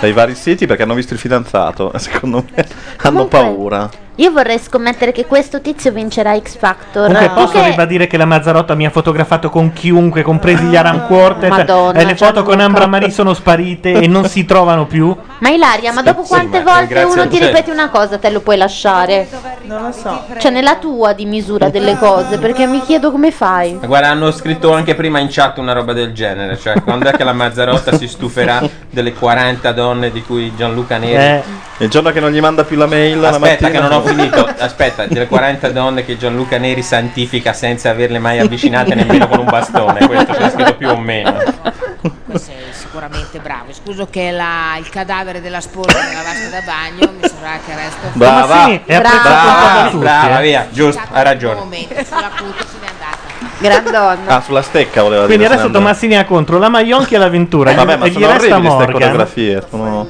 [SPEAKER 3] dai vari siti perché hanno visto il fidanzato. e Secondo me hanno paura.
[SPEAKER 8] Io vorrei scommettere che questo tizio vincerà X Factor.
[SPEAKER 5] Comunque
[SPEAKER 8] Tu
[SPEAKER 5] posso
[SPEAKER 8] che-
[SPEAKER 5] ribadire che la Mazzarotta mi ha fotografato con chiunque, compresi gli Aram Quartet.
[SPEAKER 8] Mm, Madonna,
[SPEAKER 5] e le foto con
[SPEAKER 8] Gianluca.
[SPEAKER 5] Ambra Marie sono sparite e non si trovano più.
[SPEAKER 8] Ma Ilaria, ma dopo quante
[SPEAKER 5] ma
[SPEAKER 8] volte
[SPEAKER 5] grazie
[SPEAKER 8] uno
[SPEAKER 5] a
[SPEAKER 8] ti
[SPEAKER 5] te.
[SPEAKER 8] ripete una cosa, te lo puoi lasciare?
[SPEAKER 7] Non lo so.
[SPEAKER 8] Cioè, nella tua di misura delle cose, perché mi chiedo come fai.
[SPEAKER 6] Ma Guarda, hanno scritto anche prima in chat una roba del genere, cioè quando è che la Mazzarotta si stuferà delle 40 donne di cui Gianluca Neri...
[SPEAKER 3] Il giorno che non gli manda più la mail Eh, la
[SPEAKER 6] Eh. Aspetta
[SPEAKER 3] mattina-
[SPEAKER 6] che non ho finito, aspetta, delle 40 donne che Gianluca Neri santifica senza averle mai avvicinate nemmeno con un bastone, questo c'è scritto più o meno.
[SPEAKER 10] Comunque sei sicuramente bravo. Scuso che la- il cadavere della spolvera nella vasca da bagno mi sembra che resto.
[SPEAKER 6] Brava,
[SPEAKER 10] brava,
[SPEAKER 6] brava,
[SPEAKER 10] brava,
[SPEAKER 6] brava, via, giusto, hai ragione.
[SPEAKER 10] momento sulla cuta se n'è andata.
[SPEAKER 8] Grandonna.
[SPEAKER 3] Ah, sulla stecca voleva
[SPEAKER 5] Quindi
[SPEAKER 3] dire.
[SPEAKER 5] adesso
[SPEAKER 3] Fernando.
[SPEAKER 5] Tomassini ha contro la Maionchi e la Ventura.
[SPEAKER 3] Eh, Vabbè, ma
[SPEAKER 5] e gli
[SPEAKER 3] sono
[SPEAKER 5] resta
[SPEAKER 3] orribili queste
[SPEAKER 5] Morgan.
[SPEAKER 3] coreografie. Sono...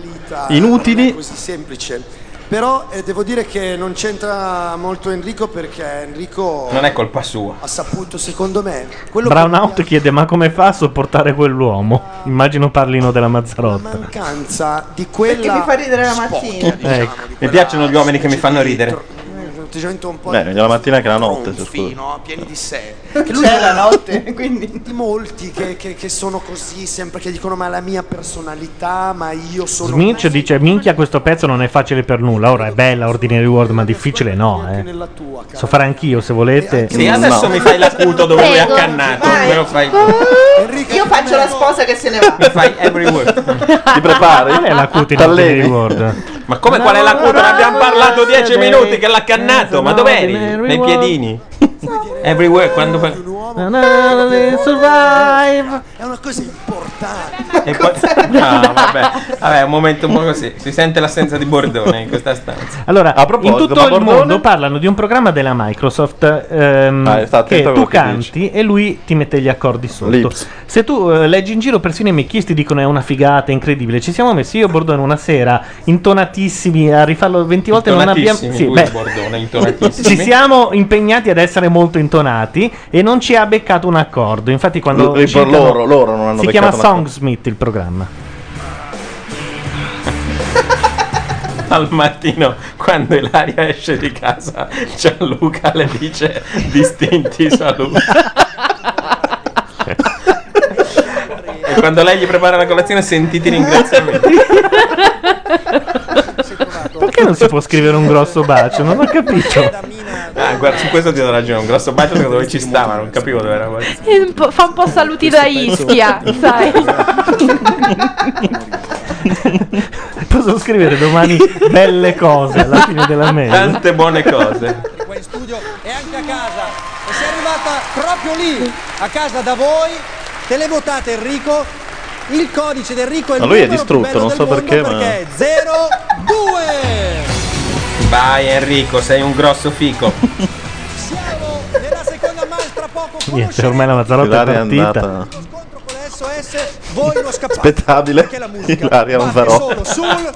[SPEAKER 11] inutili. Così semplice. Però eh, devo dire che non c'entra molto Enrico perché Enrico
[SPEAKER 6] Non è colpa sua.
[SPEAKER 11] ha saputo, secondo me, quello
[SPEAKER 5] Brownout chiede: Ma come fa a sopportare quell'uomo? Immagino parlino della Mazzarotta.
[SPEAKER 11] che mancanza di quella
[SPEAKER 7] Perché mi fa ridere la mattina.
[SPEAKER 5] Ecco.
[SPEAKER 6] Mi piacciono gli uomini che mi fanno ridere.
[SPEAKER 11] atteggiamento un po'
[SPEAKER 3] Beh, meglio la mattina che la notte. se scusa.
[SPEAKER 11] no, pieni di sé.
[SPEAKER 7] Che lui c'è la notte,
[SPEAKER 11] quindi di molti che, che- che sono così, sempre che dicono ma è la mia personalità, ma io sono
[SPEAKER 5] Sminch dice: Minchia, questo pezzo non è facile per nulla. Ora è bella, Ordinary World, ma difficile no. Eh. So fare anch'io se volete.
[SPEAKER 6] Sì, adesso mi fai l'acuto dove lui è
[SPEAKER 5] Prego.
[SPEAKER 6] accannato, me lo fai,
[SPEAKER 7] Io faccio la sposa che se ne va.
[SPEAKER 6] mi fai every word. Ti
[SPEAKER 5] prepari? Qual è l'acuto in Ordinary World?
[SPEAKER 6] Ma come qual è l'acuto? Ne abbiamo parlato 10 minuti che l'ha accannato, ma dov'eri?
[SPEAKER 5] Every
[SPEAKER 6] Nei
[SPEAKER 5] word.
[SPEAKER 6] piedini? Every word, quando...
[SPEAKER 5] Survive.
[SPEAKER 11] È una cosa importante.
[SPEAKER 6] E poi... No, vabbè. vabbè, un momento un po' così. Si sente l'assenza di Bordone in questa stanza.
[SPEAKER 5] Allora, in
[SPEAKER 6] proposito,
[SPEAKER 5] tutto
[SPEAKER 6] ma
[SPEAKER 5] il
[SPEAKER 6] Bordone?
[SPEAKER 5] mondo parlano di un programma della Microsoft ehm,
[SPEAKER 3] Ah, sta attento a
[SPEAKER 5] che
[SPEAKER 3] quello
[SPEAKER 5] tu
[SPEAKER 3] che
[SPEAKER 5] canti e lui ti mette gli accordi sotto.
[SPEAKER 3] Lips.
[SPEAKER 5] Se tu eh, leggi in giro, persino i mechisti dicono è una figata, è incredibile. Ci siamo messi io e Bordone una sera, intonatissimi, a rifarlo 20 volte. Non abbiamo...
[SPEAKER 6] Intonatissimi,
[SPEAKER 5] Sì,
[SPEAKER 6] lui
[SPEAKER 5] beh,
[SPEAKER 6] il Bordone, intonatissimi.
[SPEAKER 5] ci siamo impegnati ad essere molto intonati e non ci ha beccato un accordo. Infatti, quando
[SPEAKER 3] L- per
[SPEAKER 5] cercano-
[SPEAKER 3] loro- loro non hanno
[SPEAKER 5] si
[SPEAKER 3] beccato
[SPEAKER 5] chiama
[SPEAKER 3] un accordo.
[SPEAKER 5] Songsmith il programma.
[SPEAKER 6] Al mattino, quando Ilaria esce di casa, Gianluca le dice distinti saluti. e quando lei gli prepara la colazione, sentite i ringraziamenti.
[SPEAKER 5] Perché non si può scrivere un grosso bacio? Non ho capito.
[SPEAKER 6] Ah, guarda, su questo ti do ragione. Un grosso bacio perché dove ci stava, non capivo dove era.
[SPEAKER 19] E un po'- fa un po' saluti da Ischia, sai?
[SPEAKER 5] Posso scrivere domani belle cose alla fine della mail?
[SPEAKER 6] Tante buone cose.
[SPEAKER 2] proprio lì, a casa da voi, televotate Enrico. Il codice del Enrico è il
[SPEAKER 3] Ma lui è
[SPEAKER 2] numero più
[SPEAKER 3] distrutto,
[SPEAKER 2] bello
[SPEAKER 3] non
[SPEAKER 2] del
[SPEAKER 3] so
[SPEAKER 2] mondo
[SPEAKER 3] perché, ma-
[SPEAKER 2] perché è 02.
[SPEAKER 6] Vai Enrico, sei un grosso fico.
[SPEAKER 5] Niente, ormai la Mazzarotta è
[SPEAKER 3] Ilaria è
[SPEAKER 5] partita.
[SPEAKER 3] andata.
[SPEAKER 2] SOS, voi non scappate.
[SPEAKER 3] Aspettabile.
[SPEAKER 2] Perché la musica
[SPEAKER 3] Ilaria
[SPEAKER 2] parte
[SPEAKER 3] Mazzarotta.
[SPEAKER 2] solo sul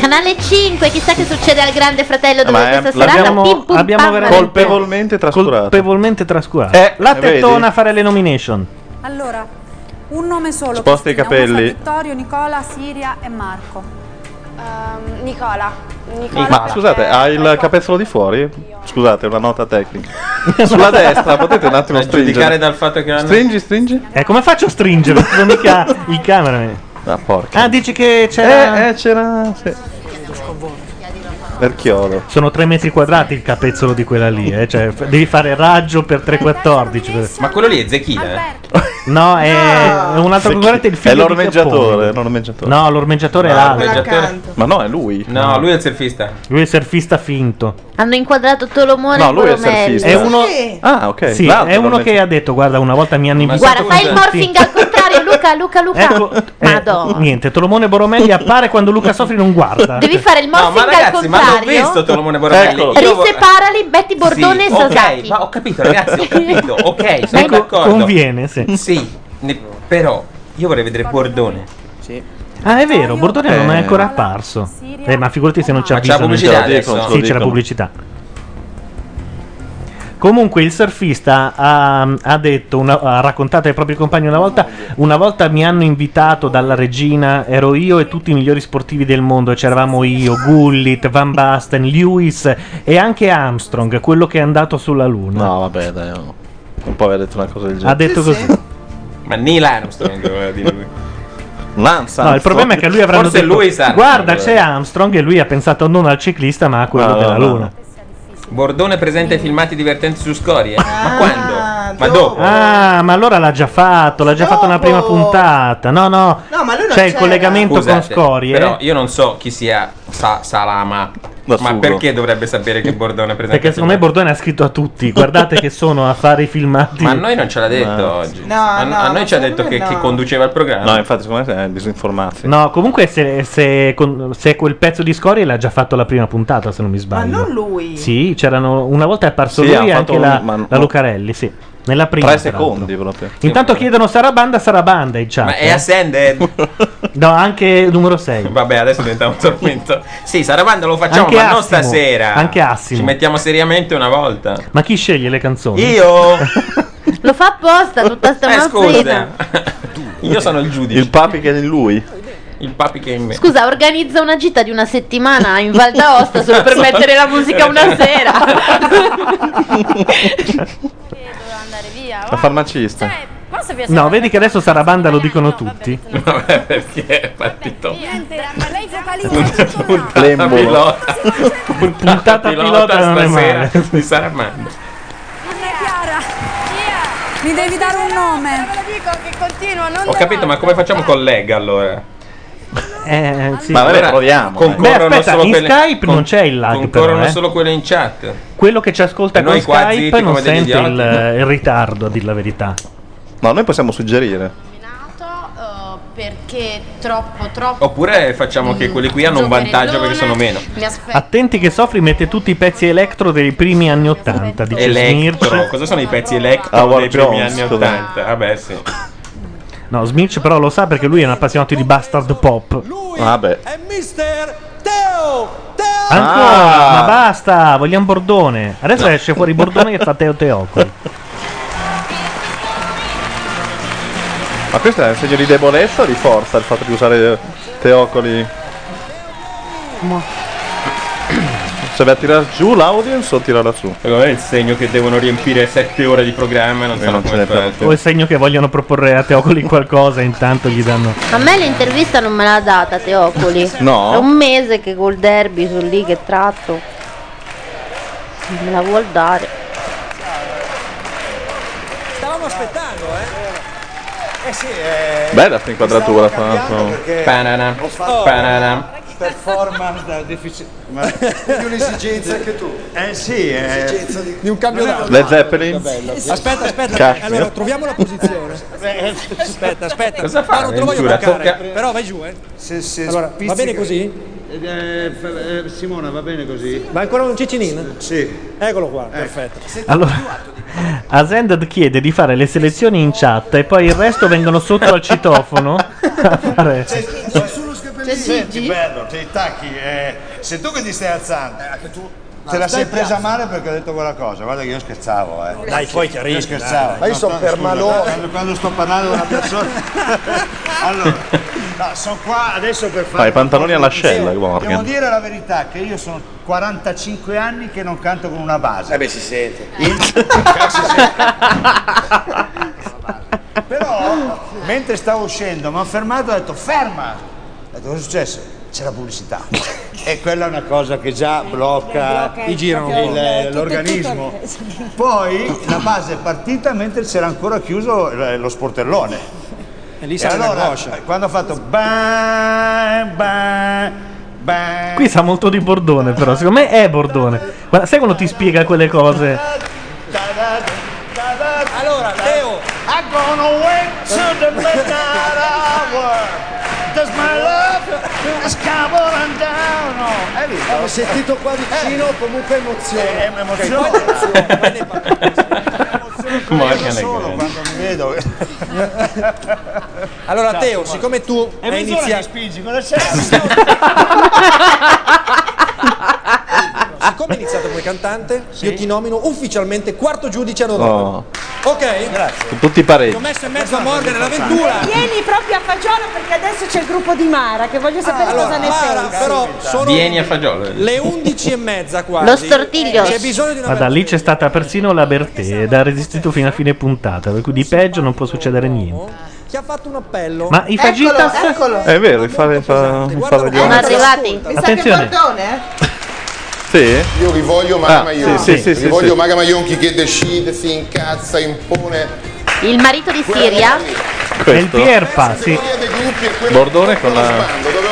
[SPEAKER 8] Canale 5, chissà che succede al Grande Fratello Cioè, dove
[SPEAKER 3] Eh, Ma è-
[SPEAKER 8] questa sarà la pim
[SPEAKER 5] eh, L'abbiamo
[SPEAKER 8] pum
[SPEAKER 5] abbiamo
[SPEAKER 8] pam.
[SPEAKER 5] veramente
[SPEAKER 3] colpevolmente trascurato.
[SPEAKER 5] Colpevolmente trascurato.
[SPEAKER 3] Eh,
[SPEAKER 5] la
[SPEAKER 3] eh, vedi?
[SPEAKER 5] tettona a fare le nomination.
[SPEAKER 18] Allora, un nome solo.
[SPEAKER 5] Sposta i
[SPEAKER 18] Cristina,
[SPEAKER 5] capelli.
[SPEAKER 18] Usa, Vittorio, Nicola, Siria e Marco.
[SPEAKER 20] Ehm, Nicola. Nicola
[SPEAKER 3] Ma
[SPEAKER 20] perché-
[SPEAKER 3] scusate, ha il capezzolo di fuori? Scusate, una nota tecnica. Sulla destra potete un attimo
[SPEAKER 6] A Eh, giudicare
[SPEAKER 3] stringere.
[SPEAKER 6] dal fatto che hanno...
[SPEAKER 3] Stringi, stringi.
[SPEAKER 5] Eh, come faccio a stringere? Sono mica il cameraman.
[SPEAKER 3] Ah, porca.
[SPEAKER 5] Ah, dici che c'era.
[SPEAKER 3] Eh, eh, c'era. Sì. Erchiolo.
[SPEAKER 5] Sono 3 metri quadrati il capezzolo di quella lì, eh. Cioè, f- devi fare raggio per 3,14. per-
[SPEAKER 6] Ma quello lì è Zechina, eh?
[SPEAKER 5] No, è è un altro concorrente, il figlio
[SPEAKER 3] È
[SPEAKER 5] di
[SPEAKER 3] l'ormeggiatore,
[SPEAKER 5] Chiappone.
[SPEAKER 3] è l'ormeggiatore.
[SPEAKER 5] No, l'ormeggiatore è
[SPEAKER 3] No,
[SPEAKER 5] l'altro.
[SPEAKER 3] l'ormeggiatore- Ma no, è lui.
[SPEAKER 6] No, lui è il surfista.
[SPEAKER 5] Lui è surfista finto.
[SPEAKER 8] Hanno inquadrato Tolomone
[SPEAKER 5] No,
[SPEAKER 8] e
[SPEAKER 5] lui è il
[SPEAKER 8] Colomelli.
[SPEAKER 5] surfista. È uno-
[SPEAKER 3] Ah, ok.
[SPEAKER 5] Sì,
[SPEAKER 3] l'altro
[SPEAKER 5] è uno
[SPEAKER 3] l'ormeggiatore.
[SPEAKER 5] che ha detto: Guarda, una volta mi hanno invitato.
[SPEAKER 8] Guarda, fai il morphing al contrario, Luca, Luca, Luca.
[SPEAKER 5] Ecco.
[SPEAKER 8] Madonna.
[SPEAKER 5] Niente, Tolomone Boromelli appare quando Luca Sofri non guarda. Cioè,
[SPEAKER 8] Devi fare il morphing
[SPEAKER 6] ma
[SPEAKER 8] al
[SPEAKER 6] ragazzi, ma l'ho
[SPEAKER 8] contrario.
[SPEAKER 6] visto Tolomone Borelli. Io vo-
[SPEAKER 8] Riseparali Betty
[SPEAKER 6] Sì,
[SPEAKER 8] Bordone e Sasaki. Eh,
[SPEAKER 6] ok, ma ho capito ragazzi, ho capito, ok, sono
[SPEAKER 5] Ecco,
[SPEAKER 6] d'accordo.
[SPEAKER 5] conviene, sì.
[SPEAKER 6] Sì, ne- però io vorrei vedere Bordone. Sì.
[SPEAKER 5] Ah, è vero, Bordone non è
[SPEAKER 6] Eh.
[SPEAKER 5] ancora apparso. Eh, ma figurati se non c'è
[SPEAKER 6] Ma c'è la
[SPEAKER 5] avvisano.
[SPEAKER 6] pubblicità adesso?
[SPEAKER 5] Sì, c'è la
[SPEAKER 6] Dicono.
[SPEAKER 5] pubblicità. Comunque il surfista ha, ha detto, una- ha raccontato ai propri compagni una volta, una volta mi hanno invitato dalla regina, ero io e tutti i migliori sportivi del mondo, c'eravamo io, Gullit, Van Basten, Lewis e anche Armstrong, quello che è andato sulla luna.
[SPEAKER 3] No, vabbè, Eh, dai, oh. no. non può aver detto una cosa del genere.
[SPEAKER 5] Ha detto Sì, sì. così.
[SPEAKER 6] Ma Neil Armstrong doveva dire lui.
[SPEAKER 3] Lance
[SPEAKER 5] No, il problema è che lui avrà
[SPEAKER 6] Forse
[SPEAKER 5] detto,
[SPEAKER 6] lui sa.
[SPEAKER 5] guarda c'è Armstrong e lui ha pensato non al ciclista ma a quello
[SPEAKER 6] No, no,
[SPEAKER 5] della
[SPEAKER 6] no.
[SPEAKER 5] luna.
[SPEAKER 6] Bordone presenta i filmati divertenti su Scorie. Ma quando? Ma dopo?
[SPEAKER 5] Ah, ma allora l'ha già fatto, l'ha già fatto nella prima puntata. No, no,
[SPEAKER 6] No, ma lui non
[SPEAKER 5] c'è il
[SPEAKER 6] c'era.
[SPEAKER 5] collegamento con
[SPEAKER 6] Scusate,
[SPEAKER 5] Scorie.
[SPEAKER 6] cioè, Però io non so chi sia Sa- Salama. Ma perché dovrebbe sapere che Bordone presenta
[SPEAKER 5] Perché
[SPEAKER 6] i
[SPEAKER 5] secondo me Bordone ha scritto a tutti, guardate che sono a fare i filmati.
[SPEAKER 6] Ma a noi non ce l'ha detto
[SPEAKER 5] Ma-
[SPEAKER 6] oggi. a, a noi ci ha detto che, che conduceva il programma.
[SPEAKER 3] No, infatti, secondo me è disinformarsi.
[SPEAKER 5] No, comunque se, se con- se quel pezzo di Scorie l'ha già fatto la prima puntata, se non mi sbaglio.
[SPEAKER 7] non lui.
[SPEAKER 5] Sì, c'erano, una volta è apparso
[SPEAKER 3] Sì,
[SPEAKER 5] lui
[SPEAKER 3] hanno
[SPEAKER 5] e
[SPEAKER 3] fatto
[SPEAKER 5] anche la,
[SPEAKER 3] un- ma-
[SPEAKER 5] la Lucarelli, sì. Nella prima.
[SPEAKER 3] Tre
[SPEAKER 5] tra l'altro.
[SPEAKER 3] secondi proprio.
[SPEAKER 5] Intanto chiedono Sarabanda, Sarabanda in chat.
[SPEAKER 6] Ma è
[SPEAKER 5] eh.
[SPEAKER 6] Ascended.
[SPEAKER 5] No, anche numero 6.
[SPEAKER 6] Vabbè, adesso diventa un tormento. Sì, Sarabanda lo facciamo,
[SPEAKER 5] Anche
[SPEAKER 6] ma non
[SPEAKER 5] Assimo.
[SPEAKER 6] stasera.
[SPEAKER 5] Anche Assimo.
[SPEAKER 6] Ci mettiamo seriamente una volta.
[SPEAKER 5] Ma chi sceglie le canzoni?
[SPEAKER 6] Io!
[SPEAKER 8] Lo fa apposta, tutta sta
[SPEAKER 6] Eh,
[SPEAKER 8] malfrida.
[SPEAKER 6] scusa. Io sono il giudice.
[SPEAKER 3] Il papi che è in lui.
[SPEAKER 6] Il papi che è in me.
[SPEAKER 8] Scusa, organizza una gita di una settimana in Val d'Aosta solo per mettere la
[SPEAKER 6] Eh.
[SPEAKER 8] musica una sera.
[SPEAKER 3] La farmacista.
[SPEAKER 5] No, vedi che adesso Sarabanda lo dicono tutti.
[SPEAKER 6] Vabbè, perché è partito.
[SPEAKER 5] Lembo.
[SPEAKER 6] Puntata pilota. Puntata
[SPEAKER 5] pilota non è
[SPEAKER 6] stasera
[SPEAKER 5] male.
[SPEAKER 6] di Saramanda.
[SPEAKER 18] Mi devi dare un nome.
[SPEAKER 20] dico che continua, non
[SPEAKER 6] Ho capito, ma come facciamo con Lega allora?
[SPEAKER 5] Eh, sì.
[SPEAKER 6] Ma vabbè, proviamo, dai.
[SPEAKER 5] Beh,
[SPEAKER 6] Concorrono
[SPEAKER 5] aspetta,
[SPEAKER 6] solo
[SPEAKER 5] in
[SPEAKER 6] quelle-
[SPEAKER 5] Skype
[SPEAKER 6] con-
[SPEAKER 5] non c'è il lag.
[SPEAKER 6] Concorrono
[SPEAKER 5] però, eh.
[SPEAKER 6] solo quello in chat.
[SPEAKER 5] Quello che ci ascolta
[SPEAKER 6] E
[SPEAKER 5] con
[SPEAKER 6] noi qua zitti
[SPEAKER 5] Skype
[SPEAKER 6] come
[SPEAKER 5] non
[SPEAKER 6] degli
[SPEAKER 5] sente il,
[SPEAKER 6] idioti.
[SPEAKER 5] il ritardo, a dir la verità.
[SPEAKER 3] No, noi possiamo suggerire.
[SPEAKER 16] perché troppo troppo
[SPEAKER 6] Oppure facciamo che quelli qui hanno un vantaggio perché sono meno.
[SPEAKER 16] mi aspetto
[SPEAKER 5] Attenti che Sofri mette tutti i pezzi electro dei primi anni 80, dice Ah,
[SPEAKER 6] Electro,
[SPEAKER 5] Smirch.
[SPEAKER 6] cosa sono i pezzi electro
[SPEAKER 5] Howard
[SPEAKER 6] dei primi
[SPEAKER 5] Jones,
[SPEAKER 6] anni
[SPEAKER 5] cos'è?
[SPEAKER 6] 80? Vabbè, sì.
[SPEAKER 5] No, Smirch però lo sa perché lui è un appassionato di bastard pop.
[SPEAKER 3] Vabbè.
[SPEAKER 5] Ancora,
[SPEAKER 3] Ah.
[SPEAKER 5] ma basta, vogliamo Bordone. Adesso
[SPEAKER 3] No.
[SPEAKER 5] esce fuori Bordone che fa Teo Teocoli.
[SPEAKER 3] Ma questo è un segno di debolezza o di forza il fatto di usare teocoli? Cioè, va a tirare giù l'audience o tirarla su?
[SPEAKER 6] Secondo me è il segno che devono riempire 7 ore di programma e non sanno
[SPEAKER 3] Eh, non ce
[SPEAKER 6] come
[SPEAKER 3] ne
[SPEAKER 6] fare.
[SPEAKER 5] O è segno che vogliono proporre a Teocoli qualcosa, intanto gli danno...
[SPEAKER 8] A me l'intervista non me l'ha data Teocoli.
[SPEAKER 5] No.
[SPEAKER 8] È un mese che col derby sono lì che tratto. Non me la vuol dare.
[SPEAKER 2] Stavamo aspettando, eh? Eh sì, eh.
[SPEAKER 3] Bella sta inquadratura, tra l'altro.
[SPEAKER 6] Panana.
[SPEAKER 2] Ho fatto-
[SPEAKER 6] Panana.
[SPEAKER 2] Performance da deficit. Ma di un'esigenza anche tu. Eh sì,
[SPEAKER 11] Esigenza
[SPEAKER 2] di, un campionato.
[SPEAKER 3] Led Zeppelin?
[SPEAKER 2] Aspetta, aspetta,
[SPEAKER 3] Cacchio.
[SPEAKER 2] allora troviamo la posizione.
[SPEAKER 17] Eh,
[SPEAKER 2] aspetta, aspetta.
[SPEAKER 6] Cosa fa?
[SPEAKER 2] No, non te lo voglio
[SPEAKER 6] Ventura,
[SPEAKER 2] bloccare,
[SPEAKER 6] tocca-
[SPEAKER 2] però vai giù, eh. allora, va bene così?
[SPEAKER 17] Eh, Simona, va bene così? Eh.
[SPEAKER 2] Ma ancora un cicinin? Sì. Eccolo qua, perfetto.
[SPEAKER 5] Allora, Asended chiede di fare le selezioni in chat e poi il resto vengono sotto al citofono a fare...
[SPEAKER 17] sullo scappellino. Senti, bello, ti attacchi. eh, sei tu che ti stai
[SPEAKER 29] Eh,
[SPEAKER 17] alzando. anche tu. Te la sei
[SPEAKER 11] Stai
[SPEAKER 17] presa
[SPEAKER 11] piano.
[SPEAKER 17] male perché ho detto quella cosa, guarda che io scherzavo, eh.
[SPEAKER 11] Dai, poi ti arrivi,
[SPEAKER 17] Io scherzavo.
[SPEAKER 11] dai. Ma io
[SPEAKER 17] No,
[SPEAKER 11] sono
[SPEAKER 17] no,
[SPEAKER 11] per
[SPEAKER 17] scusa,
[SPEAKER 11] malore.
[SPEAKER 17] Quando, quando sto parlando con una persona. allora, no, sono qua adesso per fare.
[SPEAKER 3] Fa i pantaloni all'ascella,
[SPEAKER 17] Devo
[SPEAKER 3] Morgan.
[SPEAKER 17] dire la verità che io sono 45 anni che non canto con una base. Eh beh, si sente. Però, mentre stavo uscendo, mi hanno fermato e ho detto ferma! Ho detto, cosa è successo? C'è la pubblicità. e quella è una cosa che già blocca
[SPEAKER 2] Ti girano un po'.
[SPEAKER 17] il- eh, l'organismo. Poi la base è partita mentre c'era ancora chiuso eh, lo sportellone. eh,
[SPEAKER 2] E lì sale l'angoscia.
[SPEAKER 17] quando ha fatto bam, bam, bam,
[SPEAKER 5] Qui sa molto di Bordone però, secondo me è Bordone. Guarda, sai quando ti spiega quelle cose?
[SPEAKER 17] Allora, Leo. I'm gonna wait till the midnight hour. Does my love is coming down on. Hai visto?
[SPEAKER 11] Ho sentito qua vicino comunque emozione.
[SPEAKER 17] Eh, emozione.
[SPEAKER 2] Ah,
[SPEAKER 11] Ok, poi emozione.
[SPEAKER 6] Morgan è
[SPEAKER 17] solo quando mi vedo.
[SPEAKER 2] Allora,
[SPEAKER 17] Ciao,
[SPEAKER 2] Teo,
[SPEAKER 17] Simone.
[SPEAKER 2] siccome tu
[SPEAKER 17] È
[SPEAKER 2] hai
[SPEAKER 17] mezz'ora
[SPEAKER 2] iniziato.
[SPEAKER 17] che spingi, cosa c'è?
[SPEAKER 11] Ah, come è iniziato come cantante, io ti nomino ufficialmente quarto giudice a Novara.
[SPEAKER 3] Oh,
[SPEAKER 11] Ok? Grazie.
[SPEAKER 3] con tutti i
[SPEAKER 11] Ti ho
[SPEAKER 3] pareggi.
[SPEAKER 11] messo in mezzo a Morgan e
[SPEAKER 17] Esatto.
[SPEAKER 11] l'avventura.
[SPEAKER 12] Vieni proprio a fagiolo perché adesso c'è il gruppo di Mara che voglio
[SPEAKER 6] Ah,
[SPEAKER 12] sapere cosa ne
[SPEAKER 11] Mara,
[SPEAKER 12] pensa.
[SPEAKER 11] però sono
[SPEAKER 6] Vieni a fagiolo.
[SPEAKER 11] le 11 e mezza quasi.
[SPEAKER 8] Lo stortiglio.
[SPEAKER 11] C'è bisogno di una
[SPEAKER 5] Ma da lì c'è stata persino la Bertè ed ha resistito fino a fine puntata, per cui di peggio non può succedere niente.
[SPEAKER 11] Chi ha fatto un appello?
[SPEAKER 5] Ma i Eh, fagitas-
[SPEAKER 3] È vero, il fare, fa,
[SPEAKER 6] Esatto.
[SPEAKER 3] il fare gli
[SPEAKER 11] Sono
[SPEAKER 3] altri.
[SPEAKER 11] arrivati.
[SPEAKER 7] Mi sa che
[SPEAKER 3] Attenzione.
[SPEAKER 7] Bordone, eh?
[SPEAKER 3] Sì?
[SPEAKER 16] Io rivoglio Mara
[SPEAKER 3] Ah,
[SPEAKER 16] Maionchi.
[SPEAKER 3] sì, sì, sì, sì,
[SPEAKER 16] rivoglio
[SPEAKER 3] sì.
[SPEAKER 16] Mara Maionchi che decide, si incazza, impone.
[SPEAKER 8] Il marito di Siria
[SPEAKER 3] Questo. il
[SPEAKER 5] Pierpa, sì.
[SPEAKER 3] Bordone con la...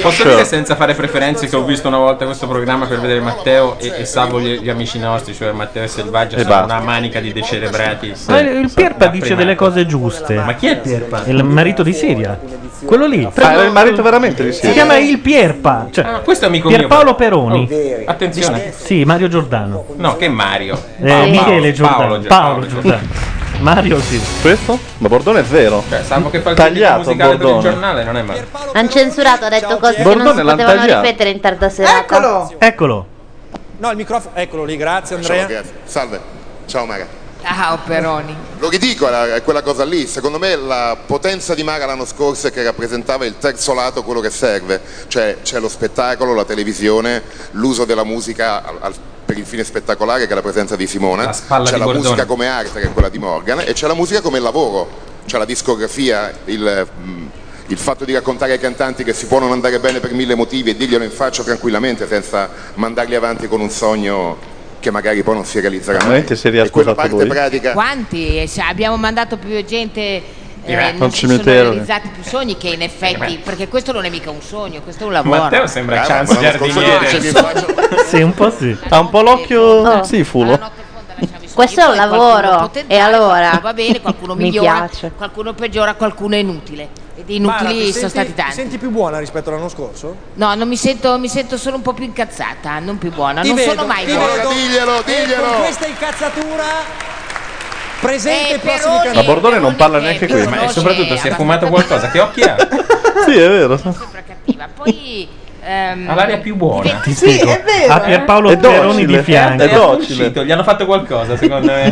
[SPEAKER 6] Posso
[SPEAKER 3] Sure.
[SPEAKER 6] dire senza fare preferenze che ho visto una volta questo programma per vedere Matteo e, e Salvo gli, gli amici nostri, cioè Matteo e Selvaggia,
[SPEAKER 5] E
[SPEAKER 6] sono
[SPEAKER 5] basta.
[SPEAKER 6] una manica di decerebrati.
[SPEAKER 5] Ma il il Pierpa
[SPEAKER 6] Da
[SPEAKER 5] dice
[SPEAKER 6] prima.
[SPEAKER 5] delle cose giuste.
[SPEAKER 6] Ma chi è il Pierpa?
[SPEAKER 5] Il marito di Siria. Quello lì.
[SPEAKER 3] Ah, era il marito veramente di
[SPEAKER 5] Si
[SPEAKER 3] Siria.
[SPEAKER 5] chiama il Pierpa. Cioè,
[SPEAKER 6] Ah, questo è amico mio.
[SPEAKER 5] Pierpaolo Peroni.
[SPEAKER 6] Oh, attenzione.
[SPEAKER 5] Sì, Mario Giordano.
[SPEAKER 6] No, che Mario.
[SPEAKER 5] Eh,
[SPEAKER 6] Paolo-
[SPEAKER 5] Michele Giordano.
[SPEAKER 6] Paolo Giordano.
[SPEAKER 5] Paolo Giordano. Mario sì.
[SPEAKER 3] Questo? Ma Bordone è vero.
[SPEAKER 6] Cioè, Salvo che fa il tagliato
[SPEAKER 3] Tagliato
[SPEAKER 6] musicale per il
[SPEAKER 3] Bordone.
[SPEAKER 6] giornale, non è male.
[SPEAKER 8] hanno censurato, ha detto cose che non
[SPEAKER 3] Bordone
[SPEAKER 8] si
[SPEAKER 3] l'han
[SPEAKER 8] potevano
[SPEAKER 3] tagliato.
[SPEAKER 8] ripetere in tarda serata.
[SPEAKER 11] Eccolo!
[SPEAKER 5] Eccolo.
[SPEAKER 11] No, il microfono. Eccolo lì, grazie
[SPEAKER 16] Ciao
[SPEAKER 11] Andrea.
[SPEAKER 16] ragazzi, salve. Ciao Mara.
[SPEAKER 10] Ciao Peroni.
[SPEAKER 16] Lo che dico era- è quella cosa lì, secondo me la potenza di Mara l'anno scorso è che rappresentava il terzo lato quello che serve, cioè c'è lo spettacolo, la televisione, l'uso della musica al- al- per il fine spettacolare che è la presenza di Simona,
[SPEAKER 6] spalla
[SPEAKER 16] c'è
[SPEAKER 6] di
[SPEAKER 16] la
[SPEAKER 6] Bordone.
[SPEAKER 16] musica come arte che è quella di Morgan e c'è la musica come lavoro, c'è la discografia, il, mm, il fatto di raccontare ai cantanti che si può non andare bene per mille motivi e dirglielo in faccia tranquillamente senza mandarli avanti con un sogno che magari poi non si realizzerà mai.
[SPEAKER 3] Veramente si è riascoltato
[SPEAKER 16] parte
[SPEAKER 3] lui.
[SPEAKER 16] pratica
[SPEAKER 10] Quanti? Eh, cioè, abbiamo mandato più gente. eh,
[SPEAKER 3] Direi.
[SPEAKER 10] non
[SPEAKER 3] Al
[SPEAKER 10] si sono
[SPEAKER 3] cimitero.
[SPEAKER 10] realizzati più sogni che in
[SPEAKER 11] Eh,
[SPEAKER 10] effetti, perché questo non è mica un sogno, questo è un lavoro.
[SPEAKER 6] Matteo sembra
[SPEAKER 10] Bravo,
[SPEAKER 6] Chance
[SPEAKER 10] l'anno scorso
[SPEAKER 6] Giardiniere.
[SPEAKER 5] Sì, un po' sì.
[SPEAKER 3] Ha un po' l'occhio
[SPEAKER 8] Oh.
[SPEAKER 3] sifulo.
[SPEAKER 8] Questo è un
[SPEAKER 10] Qualcuno
[SPEAKER 8] lavoro. E allora?
[SPEAKER 10] Va bene, qualcuno
[SPEAKER 8] Mi
[SPEAKER 10] migliora,
[SPEAKER 8] piace.
[SPEAKER 10] qualcuno peggiora, qualcuno è inutile. Ed inutili
[SPEAKER 11] Mara, ti
[SPEAKER 10] sono
[SPEAKER 11] senti-
[SPEAKER 10] stati tanti.
[SPEAKER 11] Ti senti più buona rispetto all'anno scorso?
[SPEAKER 10] No, non mi sento, mi sento solo un po' più incazzata, non più buona.
[SPEAKER 11] Ti
[SPEAKER 10] non
[SPEAKER 11] vedo,
[SPEAKER 10] sono mai Eh,
[SPEAKER 11] ti
[SPEAKER 10] buona.
[SPEAKER 11] vedo.
[SPEAKER 16] Diglielo,
[SPEAKER 11] E con questa incazzatura presente
[SPEAKER 10] Eh,
[SPEAKER 11] i prossimi
[SPEAKER 10] Peroni.
[SPEAKER 3] Ma
[SPEAKER 11] cantanti.
[SPEAKER 3] Bordone non parla
[SPEAKER 5] Eh,
[SPEAKER 3] neanche qui.
[SPEAKER 6] Ma e soprattutto si è fumato qualcosa, che occhi ha?
[SPEAKER 3] Sì, è vero.
[SPEAKER 10] Poi ehm,
[SPEAKER 6] Ha l'aria più buona.
[SPEAKER 5] Ti spiego. A Pierpaolo
[SPEAKER 6] È docile.
[SPEAKER 5] Peroni di fianco.
[SPEAKER 6] È docile. Gli hanno fatto qualcosa, secondo me.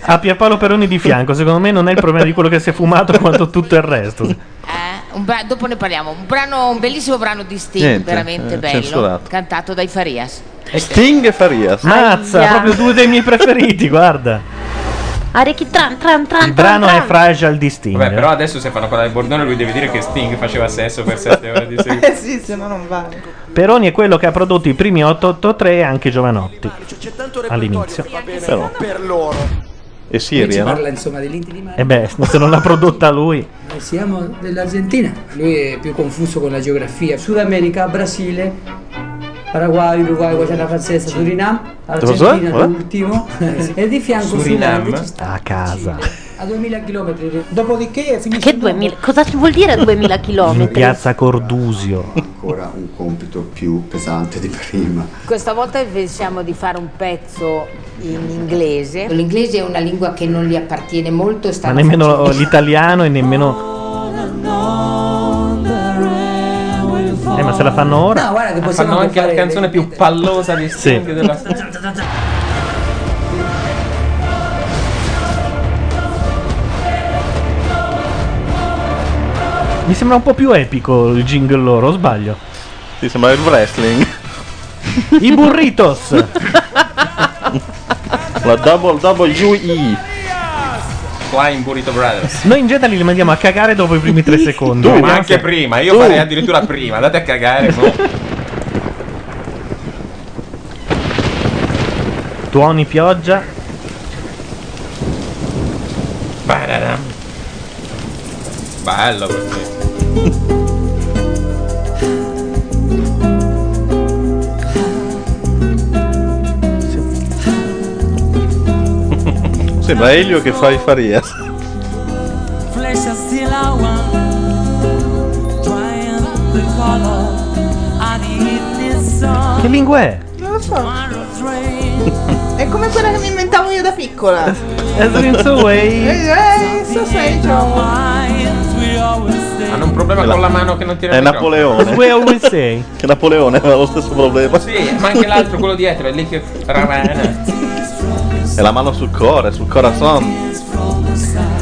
[SPEAKER 5] A Pierpaolo Peroni di fianco, secondo me non è il problema di quello che si è fumato quanto tutto il resto.
[SPEAKER 10] un bra- dopo ne parliamo. Un, brano, un bellissimo brano di Sting,
[SPEAKER 5] Niente,
[SPEAKER 10] veramente
[SPEAKER 5] eh,
[SPEAKER 10] bello,
[SPEAKER 5] censurato.
[SPEAKER 10] cantato dai Farias.
[SPEAKER 3] Sting e Farias.
[SPEAKER 5] Mazza,
[SPEAKER 10] Aia.
[SPEAKER 5] proprio due dei miei preferiti, guarda.
[SPEAKER 8] Arechi tran tran tran
[SPEAKER 5] Il brano
[SPEAKER 8] tran,
[SPEAKER 5] è
[SPEAKER 8] tran.
[SPEAKER 5] Fragile di Sting.
[SPEAKER 6] Vabbè, però adesso se fanno parlare di Bordone lui deve dire che Sting faceva sesso per 7 ore di seguito.
[SPEAKER 7] Eh sì, se no non vale.
[SPEAKER 5] Peroni è quello che ha prodotto i primi 883 e anche Giovanotti. All'inizio. Però.
[SPEAKER 11] per loro.
[SPEAKER 3] E
[SPEAKER 21] Ci
[SPEAKER 3] Siria, no?
[SPEAKER 21] parla insomma dell'Inti di Mare.
[SPEAKER 5] E Eh beh, se non l'ha prodotta lui.
[SPEAKER 21] Noi siamo dell'Argentina. Lui è più confuso con la geografia. Sud America, Brasile, Paraguay, Uruguay, Guayana Francesa, Suriname,
[SPEAKER 5] Cosa?
[SPEAKER 21] Argentina
[SPEAKER 5] Cosa?
[SPEAKER 21] l'ultimo. e di fianco
[SPEAKER 5] Suriname.
[SPEAKER 21] Suriname ci sta
[SPEAKER 5] A casa.
[SPEAKER 21] a 2000 km. Dopodiché finisce
[SPEAKER 8] Che 2000? Cosa vuol dire 2000
[SPEAKER 5] In
[SPEAKER 8] km?
[SPEAKER 5] piazza Cordusio.
[SPEAKER 23] ancora un compito più pesante di prima.
[SPEAKER 30] Questa volta pensiamo di fare un pezzo in inglese. L'inglese è una lingua che non gli appartiene molto.
[SPEAKER 5] Ma nemmeno l'italiano e nemmeno. Eh, ma se la fanno ora?
[SPEAKER 21] No, guarda che possiamo
[SPEAKER 6] Ah, Fanno anche la
[SPEAKER 21] fare-
[SPEAKER 6] canzone più pallosa di Sting della storia.
[SPEAKER 5] Mi sembra un po' più epico il jingle loro, o sbaglio?
[SPEAKER 3] Sì, sembra il wrestling.
[SPEAKER 5] I burritos!
[SPEAKER 3] La WWE.
[SPEAKER 6] Flying Burrito Brothers.
[SPEAKER 5] Noi in generale li mandiamo a cagare dopo i primi tre secondi.
[SPEAKER 6] Tu, ma
[SPEAKER 5] Vediamo
[SPEAKER 6] anche
[SPEAKER 5] se-
[SPEAKER 6] prima, io
[SPEAKER 5] Tu.
[SPEAKER 6] farei addirittura prima, andate a cagare. boh. mo.
[SPEAKER 5] Tuoni, pioggia.
[SPEAKER 6] Pararam. Bello questo.
[SPEAKER 3] Sembra Elio che fa i eh. Farias.
[SPEAKER 31] Flechas del agua, drying the color of the evening sun.
[SPEAKER 5] Che lingua è?
[SPEAKER 7] Non lo so. È come quella che mi inventavo io da piccola.
[SPEAKER 5] As in so way.
[SPEAKER 7] Eh, eh, so sei, Joe.
[SPEAKER 31] Minds we always stay.
[SPEAKER 6] Hanno un problema
[SPEAKER 3] Quella-
[SPEAKER 6] con la mano che non tiene
[SPEAKER 3] È
[SPEAKER 6] il microfono.
[SPEAKER 3] Napoleone. che Napoleone aveva lo stesso problema.
[SPEAKER 6] Sì, ma anche l'altro, quello dietro, è lì che ravana.
[SPEAKER 3] È la mano sul cuore, sul corazon.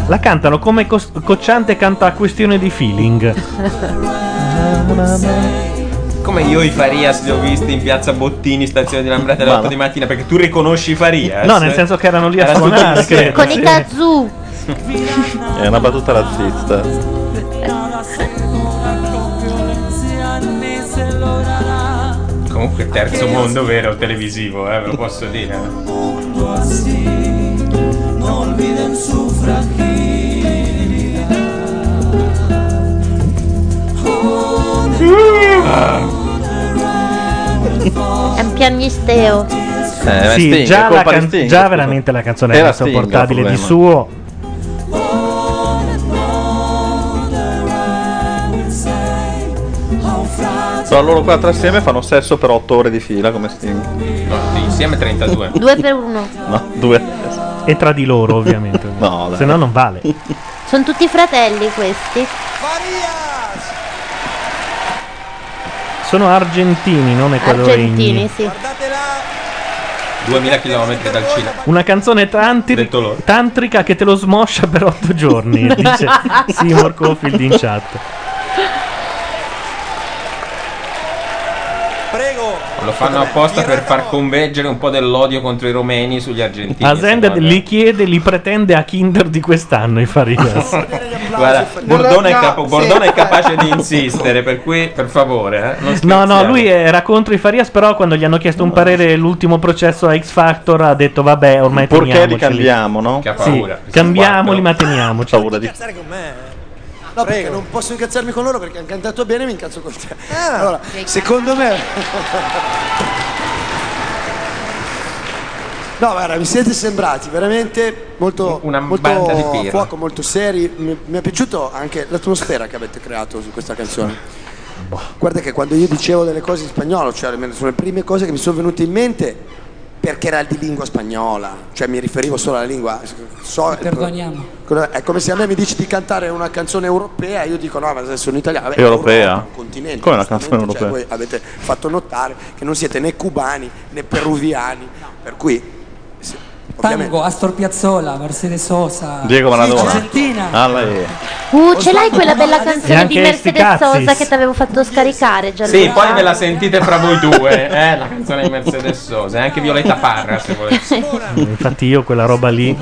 [SPEAKER 5] La cantano come cos- Cocciante canta questione di feeling.
[SPEAKER 6] Come io i Farias li ho visti in piazza Bottini, stazione di Lambretta alle
[SPEAKER 5] Ma
[SPEAKER 6] 8 di mattina, perché tu riconosci i Farias.
[SPEAKER 5] No, nel senso che erano lì a
[SPEAKER 6] Era tutti
[SPEAKER 5] suonare,
[SPEAKER 6] insieme.
[SPEAKER 5] credo, Con i Eh, sì.
[SPEAKER 8] Kazoo.
[SPEAKER 3] È una battuta razzista. Eh,
[SPEAKER 6] Comunque terzo mondo vero televisivo, eh, ve lo posso dire.
[SPEAKER 31] No olviden su fragilidad.
[SPEAKER 8] È un piagnisteo.
[SPEAKER 3] Eh,
[SPEAKER 5] sì,
[SPEAKER 3] Sting,
[SPEAKER 5] già, la
[SPEAKER 3] è colpa di
[SPEAKER 5] can-
[SPEAKER 3] Sting,
[SPEAKER 5] già
[SPEAKER 3] scusa.
[SPEAKER 5] veramente la canzone era
[SPEAKER 3] Era Sting il
[SPEAKER 5] insopportabile di
[SPEAKER 3] problema.
[SPEAKER 5] suo.
[SPEAKER 3] Sono loro quattro assieme e fanno sesso per 8 ore di fila come Sting.
[SPEAKER 6] No, insieme 32.
[SPEAKER 8] Due per uno.
[SPEAKER 3] No, due.
[SPEAKER 5] E tra di loro, ovviamente.
[SPEAKER 3] No, dai.
[SPEAKER 5] Se no, non vale.
[SPEAKER 8] Sono tutti fratelli questi.
[SPEAKER 5] Sono argentini, non ecuadorini.
[SPEAKER 8] Argentini, sì. Uh,
[SPEAKER 6] 2000 km dal Cile.
[SPEAKER 5] Una canzone tantri- tantrica che te lo smoscia per otto giorni, dice Seymour Cofield in chat.
[SPEAKER 6] Lo fanno apposta per far convergere un po' dell'odio contro i romeni sugli argentini. secondo
[SPEAKER 5] Azenda
[SPEAKER 6] me.
[SPEAKER 3] eh.
[SPEAKER 5] li chiede, li pretende a Kinder di quest'anno i Farias.
[SPEAKER 6] Guarda, Bordone, è,
[SPEAKER 5] No,
[SPEAKER 6] capo-
[SPEAKER 5] sì.
[SPEAKER 6] Bordone è capace di insistere, per cui per favore, eh, non
[SPEAKER 5] No, no,
[SPEAKER 6] scherziamo.
[SPEAKER 5] lui era contro i Farias, però quando gli hanno chiesto un parere all'ultimo processo a X Factor ha detto vabbè, ormai
[SPEAKER 3] Purché li
[SPEAKER 5] teniamoceli."
[SPEAKER 3] cambiamo, no? Che ha
[SPEAKER 5] Sì,
[SPEAKER 3] paura.
[SPEAKER 5] cambiamoli ma teniamoci.
[SPEAKER 3] Paura di
[SPEAKER 11] No, perché non posso incazzarmi con loro perché hanno cantato bene e mi incazzo con te. allora, secondo me. No, guarda, mi siete sembrati veramente molto,
[SPEAKER 6] Una
[SPEAKER 11] molto
[SPEAKER 6] banda di pirla.
[SPEAKER 11] a fuoco, molto seri. Mi, mi è piaciuto anche l'atmosfera che avete creato su questa canzone.
[SPEAKER 6] Boh.
[SPEAKER 11] Guarda che quando io dicevo delle cose in spagnolo, cioè almeno sono le prime cose che mi sono venute in mente perché era di lingua spagnola, cioè mi riferivo solo alla lingua. So,
[SPEAKER 21] Perdoniamo.
[SPEAKER 11] Cosa- È come se a me mi dici di cantare una canzone europea, io dico no, ma se sono italiano. Beh,
[SPEAKER 3] Europea?
[SPEAKER 11] Europa, un continente.
[SPEAKER 3] Come una canzone
[SPEAKER 11] giustamente,
[SPEAKER 3] europea?
[SPEAKER 11] Cioè, voi avete fatto notare che non siete né cubani né peruviani, per cui sì, ovviamente
[SPEAKER 21] Tango, Astor Piazzolla, Mercedes Sosa.
[SPEAKER 3] Diego Maradona.
[SPEAKER 21] Argentina.
[SPEAKER 3] Ah, lei.
[SPEAKER 8] Uh, ce l'hai quella bella
[SPEAKER 6] E
[SPEAKER 8] canzone
[SPEAKER 6] anche
[SPEAKER 8] di Mercedes
[SPEAKER 6] sti cazzi.
[SPEAKER 8] Sosa che ti avevo fatto scaricare già
[SPEAKER 6] Sì, poi ve la sentite fra voi due, eh, la canzone di Mercedes Sosa, e anche Violetta Parra, se volete.
[SPEAKER 5] Infatti io quella roba lì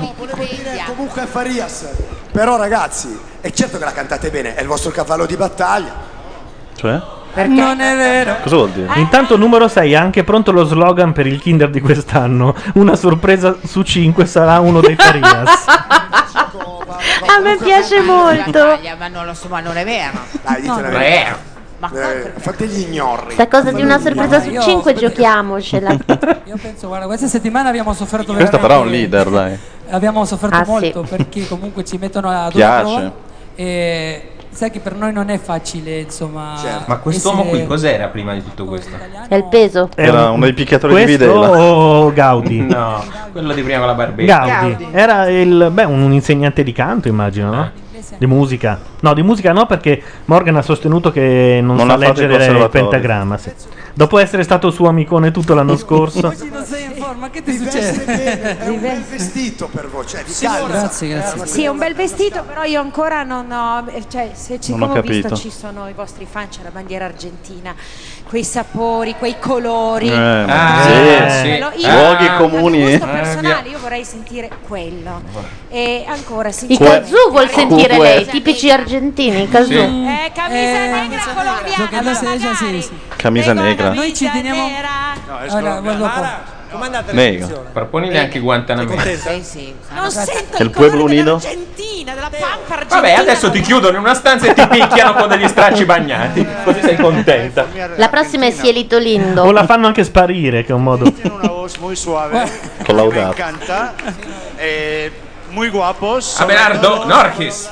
[SPEAKER 11] comunque è Farias. Però ragazzi, è certo che la cantate bene, è il vostro cavallo di battaglia.
[SPEAKER 3] Cioè?
[SPEAKER 21] Non è vero.
[SPEAKER 3] Cosa vuol dire?
[SPEAKER 5] Intanto numero 6 ha anche pronto lo slogan per il Kinder di quest'anno. Una sorpresa su 5 sarà uno dei Farias.
[SPEAKER 10] A
[SPEAKER 8] me piace molto.
[SPEAKER 10] Ma non lo so, ma non è vero.
[SPEAKER 11] Dai, dite la
[SPEAKER 10] No,
[SPEAKER 11] verità.
[SPEAKER 10] Ma
[SPEAKER 11] Eh, fate gli ignorri.
[SPEAKER 8] Sta cosa di una sorpresa su
[SPEAKER 21] Io-
[SPEAKER 8] 5 giochiamocela.
[SPEAKER 21] Io penso, guarda, questa settimana abbiamo sofferto
[SPEAKER 3] Questa
[SPEAKER 21] veramente.
[SPEAKER 3] però è un leader, dai.
[SPEAKER 21] Abbiamo sofferto
[SPEAKER 8] Ah, sì.
[SPEAKER 21] molto perché comunque ci mettono a dura
[SPEAKER 3] Piace.
[SPEAKER 21] prova. E sai che per noi non è facile, insomma.
[SPEAKER 6] Certo.
[SPEAKER 5] Certo.
[SPEAKER 6] Ma quest'uomo
[SPEAKER 21] essere-
[SPEAKER 6] qui cos'era prima di tutto questo?
[SPEAKER 8] È il peso.
[SPEAKER 3] Era uno dei picchiatori di
[SPEAKER 5] Ehm, Questo
[SPEAKER 3] Videla.
[SPEAKER 5] o Gaudi?
[SPEAKER 6] No, quello di prima con la barbetta.
[SPEAKER 5] Gaudi. Era il, beh, un, un insegnante di canto, immagino, no? Di musica. No, di musica no perché Morgan ha sostenuto che non,
[SPEAKER 3] Non
[SPEAKER 5] sa
[SPEAKER 3] ha fatto il
[SPEAKER 5] leggere il,
[SPEAKER 3] conservatorio.
[SPEAKER 5] pentagramma. sì. Dopo essere stato suo amicone tutto l'anno scorso.
[SPEAKER 21] Oggi non sei in forma, che ti
[SPEAKER 11] Vi
[SPEAKER 21] succede?
[SPEAKER 11] veste bene, è un bel vestito per voi, cioè vi
[SPEAKER 21] Signora.
[SPEAKER 11] calza.
[SPEAKER 21] Grazie, grazie.
[SPEAKER 11] Eh, ma
[SPEAKER 12] Sì, è un bel vestito, però io ancora non ho. eh, Cioè, se ci
[SPEAKER 3] Non ho
[SPEAKER 12] come ho visto,
[SPEAKER 3] capito.
[SPEAKER 12] ci sono i vostri fan, c'è la bandiera argentina, quei sapori, quei colori.
[SPEAKER 3] Eh, ma
[SPEAKER 12] Cioè,
[SPEAKER 3] sì,
[SPEAKER 12] eh,
[SPEAKER 3] sì.
[SPEAKER 12] quello- io-
[SPEAKER 3] Luoghi
[SPEAKER 12] a
[SPEAKER 3] comuni.
[SPEAKER 12] gusto
[SPEAKER 3] Eh,
[SPEAKER 12] personale,
[SPEAKER 3] abbiamo-
[SPEAKER 12] io vorrei sentire quello. E ancora
[SPEAKER 8] I
[SPEAKER 12] sinceramente-
[SPEAKER 8] Kazoo vuol sentire
[SPEAKER 3] Comunque-
[SPEAKER 8] lei, tipici argentini, i Kazoo.
[SPEAKER 12] Eh, camisa negra colombiana.
[SPEAKER 3] Camisa negra.
[SPEAKER 21] Noi ci teniamo. Allora, guarda qua.
[SPEAKER 3] Nega.
[SPEAKER 5] Eh,
[SPEAKER 6] Proponili anche Guantanamo.
[SPEAKER 12] Non sento
[SPEAKER 3] Il pueblo unido?
[SPEAKER 6] Vabbè, adesso ti chiudono in una stanza e ti picchiano con degli stracci bagnati. Così sei contenta.
[SPEAKER 8] La prossima è Sielito Lindo.
[SPEAKER 5] O la fanno anche sparire, che è un modo.
[SPEAKER 17] Una voz muy suave. Me
[SPEAKER 3] Esatto.
[SPEAKER 5] Collaudato.
[SPEAKER 17] encanta. Eh, muy guapos. sobre
[SPEAKER 6] Abelardo
[SPEAKER 17] todo.
[SPEAKER 6] Norchis.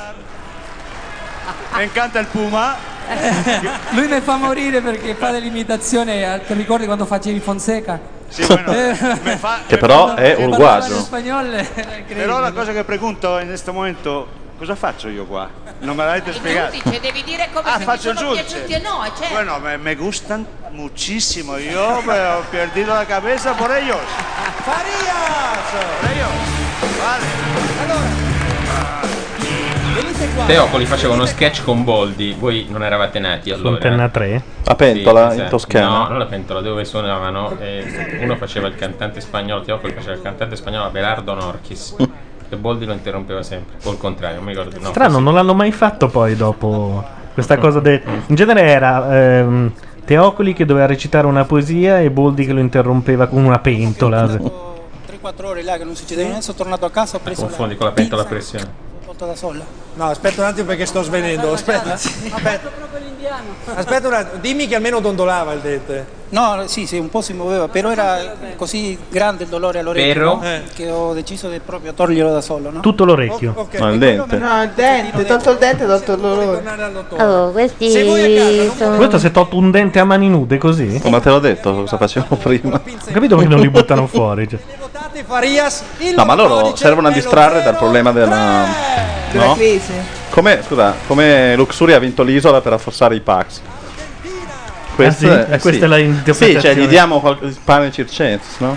[SPEAKER 17] Me encanta el Puma.
[SPEAKER 21] Lui mi fa morire perché fa dell'imitazione. eh, Ti ricordi quando facevi Fonseca? Eh.
[SPEAKER 17] Sì, bueno,
[SPEAKER 21] me
[SPEAKER 17] fa-
[SPEAKER 3] Che però è
[SPEAKER 21] in
[SPEAKER 3] uruguayo.
[SPEAKER 21] spagnolo.
[SPEAKER 17] Pero la cosa que pregunto en este momento, cosa faccio io qua?
[SPEAKER 22] Non me l'avete spiegato.
[SPEAKER 10] Giudice, devi dire come
[SPEAKER 22] Ah,
[SPEAKER 10] se ti
[SPEAKER 22] faccio il
[SPEAKER 10] sono
[SPEAKER 22] giudice.
[SPEAKER 10] piaciuti o no, eh, certo.
[SPEAKER 22] Bueno, me, me gustan muchísimo. Yo me he perdido la cabeza por ellos.
[SPEAKER 17] Faria!
[SPEAKER 2] Venite qua.
[SPEAKER 6] Teopoli faceva uno sketch con Boldi, voi non eravate nati allora.
[SPEAKER 5] Antenna 3.
[SPEAKER 3] La pentola
[SPEAKER 6] Sì,
[SPEAKER 3] in
[SPEAKER 6] sì.
[SPEAKER 3] Toscana.
[SPEAKER 6] No, non la pentola, dove suonavano. eh, uno faceva il cantante spagnolo, Teopoli faceva il cantante spagnolo Belardo Norchis. E Boldi lo interrompeva sempre, o il contrario, non mi ricordo. No,
[SPEAKER 5] Strano, non l'hanno mai fatto poi dopo questa cosa del... In genere era ehm, Teocoli che doveva recitare una poesia e Boldi che lo interrompeva con una pentola.
[SPEAKER 1] 3-4 ore là che non succedeva niente, sono tornato a casa, ho
[SPEAKER 3] Eh,
[SPEAKER 6] così.
[SPEAKER 1] preso
[SPEAKER 6] Confondi con la pentola a pressione.
[SPEAKER 1] porta da sola.
[SPEAKER 2] No, aspetta un attimo perché sto svenendo. Aspetta.
[SPEAKER 1] Aspetta proprio l'indiano.
[SPEAKER 2] Aspetta un attimo, dimmi che almeno dondolava il dente.
[SPEAKER 1] No, sì, sì, un po' si muoveva, però era così grande il dolore all'orecchio
[SPEAKER 2] Però?
[SPEAKER 1] no? Eh, che ho deciso di proprio toglierlo da solo, no?
[SPEAKER 5] Tutto l'orecchio.
[SPEAKER 3] Ma il dente.
[SPEAKER 7] No, il dente, tolto il dente, tolto il dolore.
[SPEAKER 8] Oh, questi sono...
[SPEAKER 5] Questo si è tolto un dente a mani nude così?
[SPEAKER 3] Ma te l'ho detto cosa facevo prima. Ho
[SPEAKER 5] capito perché non li buttano fuori. cioè.
[SPEAKER 2] Farias, il
[SPEAKER 3] No, ma loro servono a distrarre dal problema della.
[SPEAKER 7] Della
[SPEAKER 3] No?
[SPEAKER 7] crisi.
[SPEAKER 3] Come, scusa, come Luxuria ha vinto l'isola per rafforzare i Pax.
[SPEAKER 5] Ah, sì? Eh, questa è la interpretazione.
[SPEAKER 3] Sì, cioè gli diamo qual- il pane circensis, no?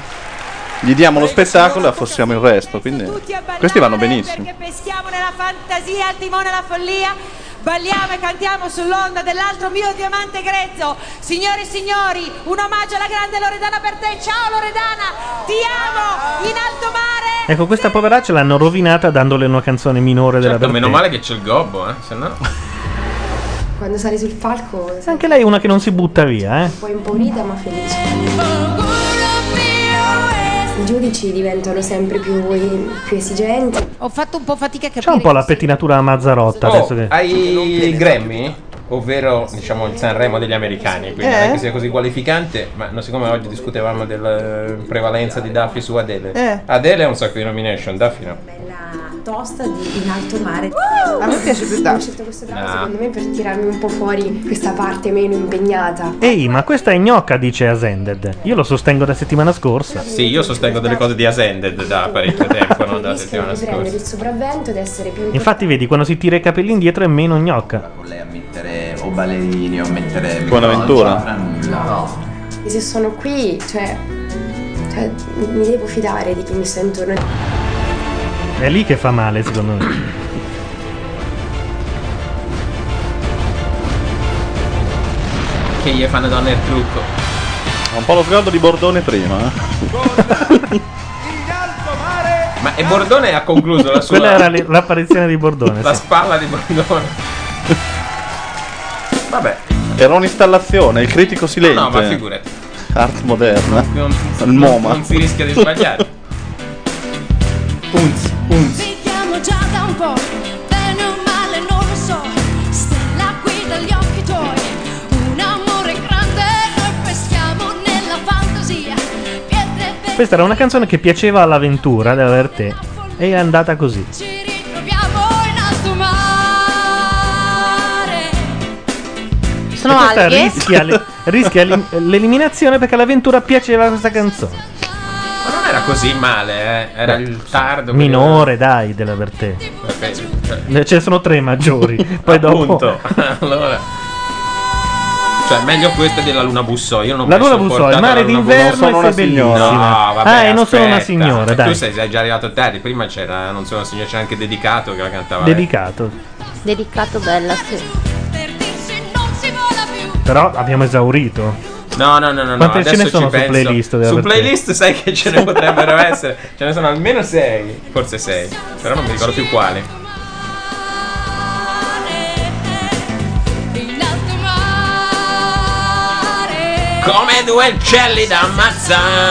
[SPEAKER 3] Gli diamo lo spettacolo e affossiamo il resto, quindi questi vanno benissimo.
[SPEAKER 12] peschiamo nella fantasia, al timone alla follia, balliamo e cantiamo sull'onda dell'altro mio diamante grezzo. Signore e signori, un omaggio alla grande Loredana per te. Ciao Loredana, ti amo in alto mare.
[SPEAKER 5] Ecco, questa poveraccia l'hanno rovinata dandole una canzone minore della
[SPEAKER 6] Certo, meno
[SPEAKER 5] Bertè.
[SPEAKER 6] male che c'è il gobbo, eh, se no.
[SPEAKER 15] Quando sali sul palco sei
[SPEAKER 5] Anche lei è una che non si butta via, eh.
[SPEAKER 15] un po' impaurita ma felice. I giudici diventano sempre più, più esigenti.
[SPEAKER 10] Ho fatto un po' fatica a
[SPEAKER 5] C'è un
[SPEAKER 10] capire.
[SPEAKER 5] po' la pettinatura a Mazzarotta
[SPEAKER 6] Oh,
[SPEAKER 5] adesso che...
[SPEAKER 6] hai il Grammy? Ovvero diciamo il Sanremo degli americani, quindi
[SPEAKER 7] Eh.
[SPEAKER 6] non è che sia così qualificante, ma no, siccome oggi discutevamo della eh, prevalenza di Duffy su Adele,
[SPEAKER 15] Eh.
[SPEAKER 6] Adele ha un sacco di nomination, Duffy no.
[SPEAKER 15] Tosta di in alto mare.
[SPEAKER 7] A me piace più
[SPEAKER 15] Ho
[SPEAKER 7] Dash.
[SPEAKER 15] scelto questo brano
[SPEAKER 6] Ah.
[SPEAKER 15] secondo me per tirarmi un po' fuori questa parte meno impegnata.
[SPEAKER 5] Ehi, ma questa è gnocca, dice Ascended. Io lo sostengo da settimana scorsa.
[SPEAKER 6] Sì, io sostengo delle cose di Ascended da parecchio tempo, non dalla
[SPEAKER 15] Rischiano
[SPEAKER 6] settimana
[SPEAKER 15] di prendere
[SPEAKER 6] scorsa.
[SPEAKER 15] il sopravvento ed essere più
[SPEAKER 5] Infatti, vedi, quando si tira i capelli indietro è meno gnocca.
[SPEAKER 14] mettere o ballerini o mettere
[SPEAKER 5] Buonaventura?
[SPEAKER 14] non c'entra nulla no
[SPEAKER 15] E se sono qui, cioè, cioè, mi devo fidare di chi mi sta intorno.
[SPEAKER 5] È lì che fa male, secondo me.
[SPEAKER 6] Che gli fanno donne il trucco.
[SPEAKER 3] Un po' lo sguardo di Bordone prima, eh.
[SPEAKER 6] Ma e Bordone ha concluso la sua
[SPEAKER 5] Quella era le- l'apparizione di Bordone.
[SPEAKER 6] la
[SPEAKER 5] sì.
[SPEAKER 6] spalla di Bordone. Vabbè,
[SPEAKER 3] Era un'installazione, il critico silente.
[SPEAKER 6] no, ma figurati.
[SPEAKER 3] Art moderna.
[SPEAKER 6] non,
[SPEAKER 3] il MoMA.
[SPEAKER 6] non si rischia di sbagliare. Unz, unz.
[SPEAKER 31] Vi chiamo già da un po', bene o male non lo so, stella qui dagli occhi tuoi, un amore grande, noi peschiamo nella fantasia, pietre per
[SPEAKER 5] Questa era una canzone che piaceva all'avventura della Bertè. E è andata così.
[SPEAKER 31] ci ritroviamo in alto mare.
[SPEAKER 5] E questa rischia, le- rischia l'im- l'eliminazione perché all'avventura piaceva questa canzone.
[SPEAKER 6] Ma non era così male, eh. Era il tardo. quindi-
[SPEAKER 5] Minore, dai, della Bertè.
[SPEAKER 6] Vabbè, cioè,
[SPEAKER 5] Ne- Ce ne sono tre maggiori. Poi dopo.
[SPEAKER 6] Appunto. allora. Cioè, meglio questa della Luna Bussò. Io non
[SPEAKER 5] La Luna
[SPEAKER 6] Bussò,
[SPEAKER 5] Bussò, il mare d'inverno
[SPEAKER 3] sono
[SPEAKER 5] e
[SPEAKER 3] una
[SPEAKER 5] sei bellissima.
[SPEAKER 6] No, vabbè,
[SPEAKER 5] ah, e non sono una
[SPEAKER 6] aspetta.
[SPEAKER 5] signora,
[SPEAKER 6] Tu
[SPEAKER 5] dai.
[SPEAKER 6] sei sei già arrivato tardi. Prima c'era Non sono una signora, c'era anche Dedicato che la cantava. eh.
[SPEAKER 5] Dedicato.
[SPEAKER 8] Dedicato bella, sì.
[SPEAKER 5] Però abbiamo esaurito.
[SPEAKER 6] No, no, no, no.
[SPEAKER 5] Quante
[SPEAKER 6] no,
[SPEAKER 5] ce
[SPEAKER 6] adesso
[SPEAKER 5] ne sono
[SPEAKER 6] ci
[SPEAKER 5] su
[SPEAKER 6] penso.
[SPEAKER 5] playlist della
[SPEAKER 6] Su
[SPEAKER 5] Bertè?
[SPEAKER 6] playlist sai che ce ne potrebbero essere. Ce ne sono almeno sei. Forse sei. Però non mi ricordo più quali. Come due uccelli da ammazzare.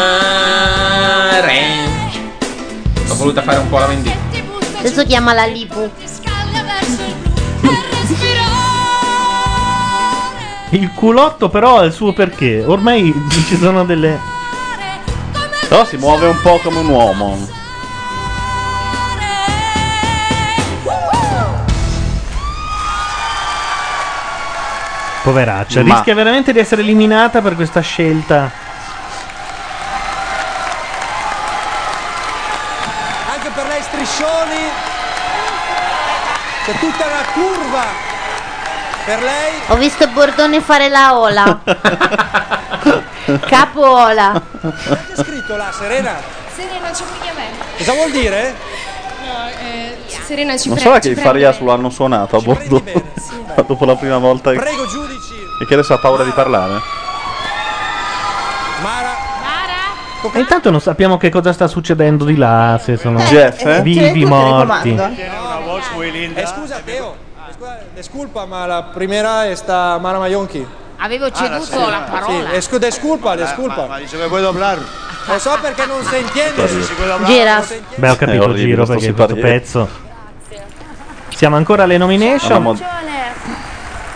[SPEAKER 6] Ho voluto fare un po' la vendita.
[SPEAKER 8] Adesso chiama la Lipu.
[SPEAKER 5] Il culotto, però, ha il suo perché. Ormai ci sono delle.
[SPEAKER 3] Però si muove un po' come un uomo.
[SPEAKER 5] Poveraccia.
[SPEAKER 3] Ma-
[SPEAKER 5] Cioè, Rischia veramente di essere eliminata per questa scelta.
[SPEAKER 2] Anche per lei striscioni. C'è tutta una curva per lei.
[SPEAKER 8] Ho visto Bordone fare la ola. Capo ola.
[SPEAKER 2] C'è scritto là, Serena.
[SPEAKER 4] Serena Ciprignamè.
[SPEAKER 3] Esatto.
[SPEAKER 2] Cosa vuol dire?
[SPEAKER 4] No, eh, Serena ci
[SPEAKER 3] Non
[SPEAKER 4] prende.
[SPEAKER 3] sarà che i Farias lo hanno suonato a bordo dopo la prima volta che-
[SPEAKER 4] Prego, Ah.
[SPEAKER 3] e che adesso ha paura di parlare?
[SPEAKER 5] E intanto non sappiamo che cosa sta succedendo di là, se sono
[SPEAKER 3] Jeff, eh?
[SPEAKER 1] Cioè,
[SPEAKER 5] vivi, morti.
[SPEAKER 22] Tiene una voce muy linda.
[SPEAKER 2] Eh, scusa, Teo, scusa, disculpa, ma la prima è sta Mara Maionchi.
[SPEAKER 10] Avevo ceduto la, parola.
[SPEAKER 2] Ah, Sì, scu- disculpa, disculpa.
[SPEAKER 22] Ma, ma dice me puoi doblar.
[SPEAKER 2] Lo so perché non si intende.
[SPEAKER 8] Gira.
[SPEAKER 5] Beh, ho
[SPEAKER 3] È
[SPEAKER 5] capito
[SPEAKER 3] orribile
[SPEAKER 5] Giro
[SPEAKER 3] sto
[SPEAKER 5] perché questo
[SPEAKER 3] sipario.
[SPEAKER 5] pezzo. Siamo ancora alle
[SPEAKER 3] Alla
[SPEAKER 5] nomination.
[SPEAKER 3] mod-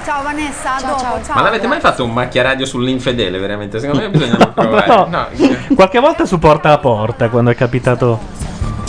[SPEAKER 31] Ciao Vanessa, a dopo. Ciao.
[SPEAKER 6] Ma l'avete mai fatto un macchiaradio sull'infedele, veramente? Secondo me bisogna provare.
[SPEAKER 5] No.
[SPEAKER 6] No,
[SPEAKER 5] Qualche volta su porta a porta quando è capitato.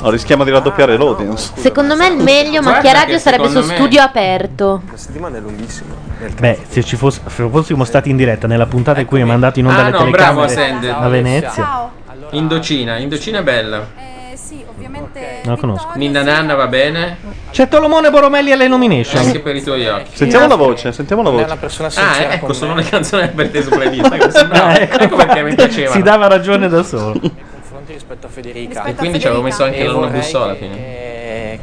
[SPEAKER 3] Oh, rischiamo
[SPEAKER 4] Ah,
[SPEAKER 3] di raddoppiare l'audience.
[SPEAKER 8] Secondo me il meglio
[SPEAKER 5] Guarda
[SPEAKER 8] macchiaraggio
[SPEAKER 5] che
[SPEAKER 8] sarebbe su
[SPEAKER 5] secondo me-
[SPEAKER 8] studio aperto.
[SPEAKER 14] La settimana è lunghissima.
[SPEAKER 5] Beh, se ci fosse- se fossimo stati in diretta nella puntata in cui è mandato in onda
[SPEAKER 6] Ah,
[SPEAKER 5] le
[SPEAKER 6] no, bravo,
[SPEAKER 5] telecamere
[SPEAKER 6] Ascended.
[SPEAKER 5] a Venezia.
[SPEAKER 6] Indocina, Indocina è bella.
[SPEAKER 31] Eh, sì, ovviamente.
[SPEAKER 5] Non la conosco.
[SPEAKER 6] Ninna Nanna va bene,
[SPEAKER 5] C'è Tolomone Boromelli alle nomination.
[SPEAKER 6] anche per i tuoi occhi.
[SPEAKER 5] Sentiamo la
[SPEAKER 3] voce, sentiamo la
[SPEAKER 5] voce.
[SPEAKER 6] Ah, eh, ecco, sono le canzoni del preteso playlist. ecco, sembrava- ecco perché mi piacevano.
[SPEAKER 5] Eh, Si dava ragione da solo.
[SPEAKER 13] confronti rispetto a Federica.
[SPEAKER 6] E quindi ci avevo messo anche
[SPEAKER 13] E
[SPEAKER 6] la nonna
[SPEAKER 13] vorrei
[SPEAKER 6] Bussò alla
[SPEAKER 13] che-
[SPEAKER 6] fine.
[SPEAKER 13] Che,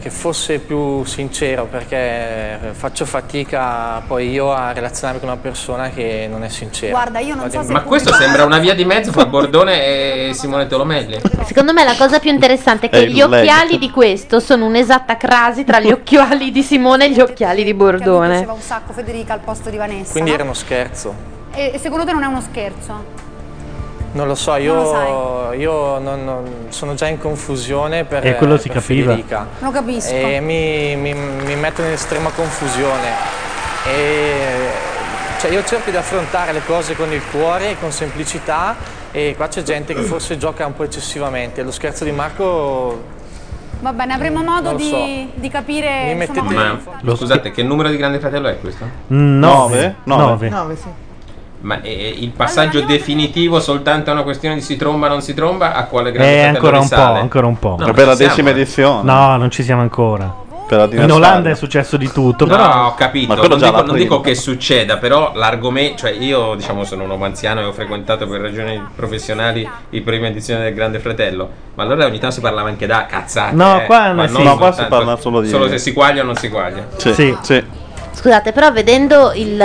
[SPEAKER 13] che fosse più sincero perché faccio fatica poi io a relazionarmi con una persona che non è sincera.
[SPEAKER 31] Guarda, io non
[SPEAKER 13] Vado
[SPEAKER 31] so
[SPEAKER 13] in-
[SPEAKER 31] se
[SPEAKER 6] Ma questo sembra una via di mezzo fra Bordone e Simone Tolomelli.
[SPEAKER 8] Secondo me la cosa più interessante è che
[SPEAKER 6] È il
[SPEAKER 8] gli occhiali
[SPEAKER 6] leggero.
[SPEAKER 8] di questo sono un'esatta crasi tra gli occhiali di Simone e gli occhiali di
[SPEAKER 31] Mi
[SPEAKER 8] Bordone.
[SPEAKER 31] piaceva un sacco Federica al posto di Vanessa.
[SPEAKER 13] Quindi
[SPEAKER 31] no?
[SPEAKER 13] era uno scherzo.
[SPEAKER 31] e, e secondo te non è uno scherzo?
[SPEAKER 13] Non lo so, io,
[SPEAKER 31] Non lo
[SPEAKER 13] io non- non- sono già in confusione per,
[SPEAKER 5] Eh, quello si
[SPEAKER 13] per
[SPEAKER 5] capiva.
[SPEAKER 13] Federica.
[SPEAKER 31] Lo capisco.
[SPEAKER 13] E mi, mi, mi mettono in estrema confusione. E, cioè, io cerco di affrontare le cose con il cuore e con semplicità e qua c'è gente che forse gioca un po' eccessivamente. Lo scherzo di Marco
[SPEAKER 31] Va bene, avremo modo
[SPEAKER 13] Non lo
[SPEAKER 31] di,
[SPEAKER 13] so.
[SPEAKER 31] di capire.
[SPEAKER 13] Mi
[SPEAKER 31] insomma,
[SPEAKER 6] Ma scusate, che numero di Grande Fratello è questo?
[SPEAKER 5] Nove. Nove.
[SPEAKER 6] Ma eh, il passaggio definitivo soltanto è una questione di si tromba o non si tromba? A quale grande
[SPEAKER 5] Eh,
[SPEAKER 6] fratello
[SPEAKER 5] ancora un po',
[SPEAKER 6] risale?
[SPEAKER 5] ancora un po'.
[SPEAKER 6] No, Vabbè, ma la ci siamo, decima eh.
[SPEAKER 5] edizione. No, non ci siamo ancora. In
[SPEAKER 6] dinastiaria.
[SPEAKER 5] Olanda è successo di tutto, però
[SPEAKER 6] No, ho capito.
[SPEAKER 5] Ma quello
[SPEAKER 6] non,
[SPEAKER 5] già
[SPEAKER 6] dico,
[SPEAKER 5] la
[SPEAKER 6] non
[SPEAKER 5] prima.
[SPEAKER 6] dico che succeda, però l'argomento. Cioè, io diciamo sono un romanziano e ho frequentato per ragioni professionali il prima edizione del Grande Fratello. Ma allora ogni tanto si parlava anche da cazzate.
[SPEAKER 5] No,
[SPEAKER 6] eh,
[SPEAKER 5] qua
[SPEAKER 6] ma
[SPEAKER 5] sì.
[SPEAKER 6] non
[SPEAKER 5] No, qua si
[SPEAKER 6] soltanto-
[SPEAKER 5] parla solo di-
[SPEAKER 6] Solo se si quaglia o non si quaglia.
[SPEAKER 5] Sì. Sì.
[SPEAKER 8] Scusate, però vedendo il-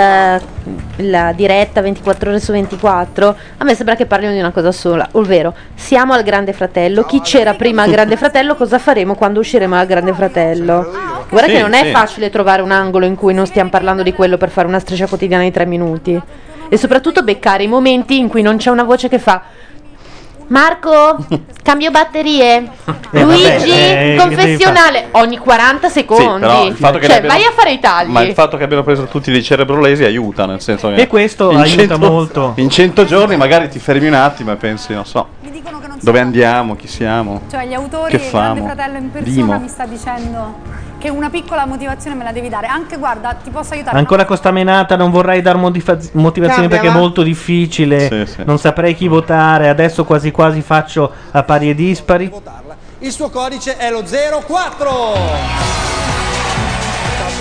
[SPEAKER 8] la diretta 24 ore su 24, a me sembra che parlino di una cosa sola, ovvero siamo al Grande Fratello, chi c'era prima al Grande Fratello, cosa faremo quando usciremo al Grande Fratello? Guarda
[SPEAKER 9] Sì,
[SPEAKER 8] che non è
[SPEAKER 9] sì.
[SPEAKER 8] facile trovare un angolo in cui non stiamo parlando di quello per fare una striscia quotidiana di tre minuti e soprattutto beccare i momenti in cui non c'è una voce che fa Marco, cambio batterie.
[SPEAKER 3] Eh, vabbè,
[SPEAKER 8] Luigi,
[SPEAKER 3] eh,
[SPEAKER 8] confessionale. Ogni 40 secondi.
[SPEAKER 3] però il fatto che
[SPEAKER 8] cioè,
[SPEAKER 3] ne abbiano-
[SPEAKER 8] vai a fare i tagli.
[SPEAKER 3] Ma il fatto che abbiano preso tutti dei cerebrolesi aiuta, nel senso che
[SPEAKER 5] E questo
[SPEAKER 3] in
[SPEAKER 5] aiuta
[SPEAKER 3] 100
[SPEAKER 5] molto.
[SPEAKER 3] In 100 giorni magari ti fermi un attimo e pensi, non so, dove andiamo, chi siamo.
[SPEAKER 31] Cioè, gli autori
[SPEAKER 3] Che
[SPEAKER 31] del Grande
[SPEAKER 3] famo?
[SPEAKER 31] Fratello in persona
[SPEAKER 3] Dimo.
[SPEAKER 31] mi sta dicendo che una piccola motivazione me la devi dare. Anche, guarda, ti posso aiutare.
[SPEAKER 5] Ancora con sta menata, non vorrei dar modifaz- motivazioni
[SPEAKER 31] Cambia,
[SPEAKER 5] perché è
[SPEAKER 31] va.
[SPEAKER 5] molto difficile.
[SPEAKER 3] sì.
[SPEAKER 5] Non saprei chi votare. Adesso quasi quasi faccio a pari e dispari.
[SPEAKER 2] Il suo codice è lo 04.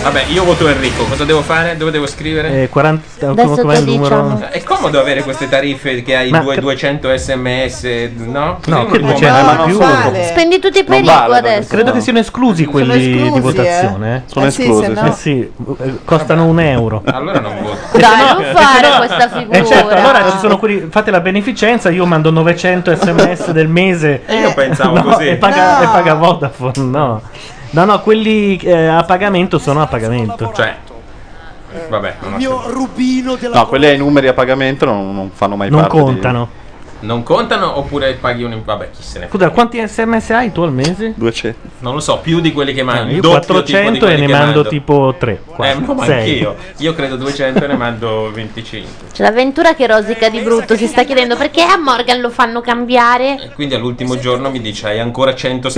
[SPEAKER 6] Vabbè, io voto Enrico. Cosa devo fare? Dove devo scrivere?
[SPEAKER 5] Eh, 40, come- com'è il numero?
[SPEAKER 6] È comodo avere queste tariffe che hai
[SPEAKER 5] Ma
[SPEAKER 6] due-
[SPEAKER 5] che-
[SPEAKER 6] 200 sms, no? Così
[SPEAKER 5] No,
[SPEAKER 6] uno
[SPEAKER 5] che
[SPEAKER 6] può
[SPEAKER 5] 200
[SPEAKER 6] mandare-
[SPEAKER 5] Ma non più. vale.
[SPEAKER 8] Spendi tutti i perico adesso.
[SPEAKER 5] Credo che siano esclusi quelli
[SPEAKER 8] esclusi,
[SPEAKER 5] di votazione.
[SPEAKER 8] eh. Sono Eh sì, esclusi, se no-
[SPEAKER 5] Eh sì, eh, costano un euro. Eh,
[SPEAKER 6] Allora non voto.
[SPEAKER 8] Dai, non fare
[SPEAKER 5] no-
[SPEAKER 8] questa figura.
[SPEAKER 5] Eh certo, allora ci sono quelli. Fate la beneficenza, io mando 900 sms del mese.
[SPEAKER 6] E Eh, io pensavo
[SPEAKER 5] No,
[SPEAKER 6] così.
[SPEAKER 5] E paga,
[SPEAKER 6] No.
[SPEAKER 5] e paga Vodafone, no. No, no, quelli eh, a pagamento sono a pagamento.
[SPEAKER 6] Cioè, Eh, vabbè, non, ho senso.
[SPEAKER 3] rubino No, quelli ai numeri a pagamento non, non fanno mai
[SPEAKER 5] Non
[SPEAKER 3] parte di-
[SPEAKER 5] contano.
[SPEAKER 6] non contano oppure paghi un. Vabbè, chi se ne frega.
[SPEAKER 5] Scusa, quanti sms hai tu al mese?
[SPEAKER 3] 200.
[SPEAKER 6] Non lo so, più di quelli che mando.
[SPEAKER 5] Ah, Io
[SPEAKER 6] il doppio tipo di
[SPEAKER 5] 400 e
[SPEAKER 6] quelli
[SPEAKER 5] ne
[SPEAKER 6] che
[SPEAKER 5] mando tipo 3.
[SPEAKER 6] Eh, no, ma
[SPEAKER 5] 6.
[SPEAKER 6] anch'io. Io credo 200 e ne mando 25.
[SPEAKER 8] C'è l'avventura che rosica di brutto. Si sta chiedendo perché a Morgan lo fanno cambiare.
[SPEAKER 6] Quindi all'ultimo giorno mi dice hai ancora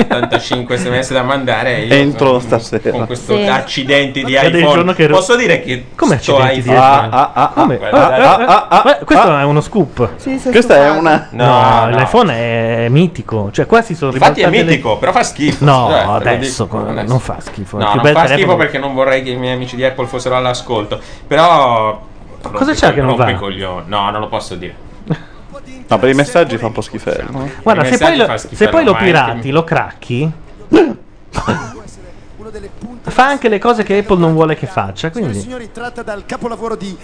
[SPEAKER 6] 175 sms da mandare. e io
[SPEAKER 3] Entro
[SPEAKER 6] con-
[SPEAKER 3] stasera.
[SPEAKER 6] Con questo
[SPEAKER 3] Sì.
[SPEAKER 6] accidente di
[SPEAKER 5] C'è del
[SPEAKER 6] iPhone.
[SPEAKER 5] giorno che ro-
[SPEAKER 6] Posso dire che.
[SPEAKER 5] Come
[SPEAKER 6] sto
[SPEAKER 5] accidenti di
[SPEAKER 3] Ah,
[SPEAKER 6] iPhone-
[SPEAKER 5] iPhone? Come?
[SPEAKER 6] Guarda,
[SPEAKER 5] Ah, ah, ah, ah, Questo è Eh, uno scoop.
[SPEAKER 3] Questa è una iPhone?
[SPEAKER 5] No, l'iPhone è mitico. Cioè, qua si sono
[SPEAKER 6] Infatti è
[SPEAKER 5] ribaltate le-
[SPEAKER 6] mitico, però fa schifo.
[SPEAKER 5] No,
[SPEAKER 6] Cioè, te lo
[SPEAKER 5] adesso,
[SPEAKER 6] dico, adesso.
[SPEAKER 5] non fa schifo.
[SPEAKER 6] No, non fa schifo perché non vorrei che i miei amici di Apple fossero all'ascolto. Però.
[SPEAKER 5] Cosa c'è che non
[SPEAKER 6] rompi
[SPEAKER 5] va?
[SPEAKER 6] i coglioni. No, non lo posso dire.
[SPEAKER 3] No, per i messaggi fa un po' schifello.
[SPEAKER 5] Guarda,
[SPEAKER 6] I
[SPEAKER 5] se poi,
[SPEAKER 6] messaggi
[SPEAKER 5] lo,
[SPEAKER 6] fa
[SPEAKER 5] se
[SPEAKER 6] schifo
[SPEAKER 5] poi lo
[SPEAKER 6] ormai,
[SPEAKER 5] pirati,
[SPEAKER 6] che-
[SPEAKER 5] lo cracchi. fa anche le cose che Apple non vuole che faccia. Quindi.
[SPEAKER 11] Signori, tratta dal capolavoro di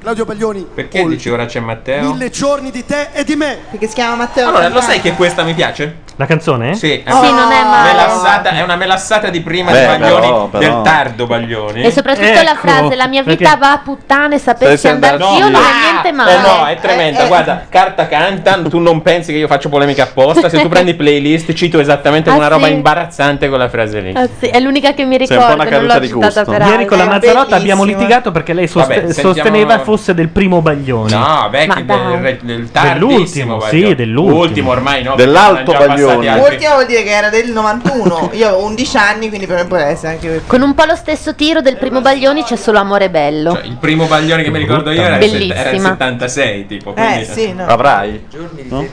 [SPEAKER 11] Claudio Baglioni.
[SPEAKER 6] Perché dici ora c'è Matteo?
[SPEAKER 11] Mille giorni di te e di me.
[SPEAKER 7] Perché si chiama Matteo. Ah.
[SPEAKER 6] Allora, lo sai che questa mi piace?
[SPEAKER 5] La canzone?
[SPEAKER 6] Sì, è
[SPEAKER 5] Oh.
[SPEAKER 6] una
[SPEAKER 5] Sì, non è
[SPEAKER 8] male.
[SPEAKER 6] melassata- è una melassata di prima
[SPEAKER 5] Beh,
[SPEAKER 6] di Baglioni,
[SPEAKER 5] però, però. Ecco.
[SPEAKER 6] del tardo Baglioni.
[SPEAKER 8] E soprattutto
[SPEAKER 6] ecco.
[SPEAKER 8] la frase, la mia vita va a puttane, sapessi
[SPEAKER 6] Sapessi
[SPEAKER 8] andarci
[SPEAKER 6] andarci
[SPEAKER 8] io,
[SPEAKER 6] io.
[SPEAKER 8] non è
[SPEAKER 6] Ah!
[SPEAKER 8] niente male.
[SPEAKER 6] Eh no, è tremenda.
[SPEAKER 8] Eh, eh.
[SPEAKER 6] Guarda, carta canta, tu non pensi che io faccio polemica apposta. Se tu prendi playlist, cito esattamente
[SPEAKER 8] Ah,
[SPEAKER 6] una roba
[SPEAKER 8] sì.
[SPEAKER 6] imbarazzante con la frase lì.
[SPEAKER 8] Ah, sì, è l'unica che mi
[SPEAKER 6] Sei un po' una
[SPEAKER 8] ricordo, non
[SPEAKER 6] caduta
[SPEAKER 8] l'ho
[SPEAKER 6] di
[SPEAKER 8] citata
[SPEAKER 6] gusto.
[SPEAKER 8] per
[SPEAKER 5] Ieri con la
[SPEAKER 8] altro.
[SPEAKER 5] Mazzarotta abbiamo litigato perché lei soste-
[SPEAKER 6] Vabbè, sentiamo-
[SPEAKER 5] sosteneva fosse del primo Baglione.
[SPEAKER 6] No,
[SPEAKER 5] Ma
[SPEAKER 6] vecchi
[SPEAKER 5] dai.
[SPEAKER 6] del, del, tardissimo
[SPEAKER 5] Dell'ultimo, sì,
[SPEAKER 6] Baglioni.
[SPEAKER 5] dell'ultimo.
[SPEAKER 6] Ultimo ormai no.
[SPEAKER 5] Dell'alto
[SPEAKER 6] perché erano già
[SPEAKER 5] Baglioni.
[SPEAKER 6] passati altri-
[SPEAKER 7] Ultimo vuol dire che era del 91. Io avevo 11 anni, quindi per me poteva essere anche.
[SPEAKER 8] Con un po' lo stesso tiro del primo Baglioni c'è solo amore bello.
[SPEAKER 6] Il primo Baglioni che mi ricordo io era, il set- era il
[SPEAKER 8] Bellissima.
[SPEAKER 6] 76,
[SPEAKER 7] Eh,
[SPEAKER 6] tipo. quindi-
[SPEAKER 3] Avrai?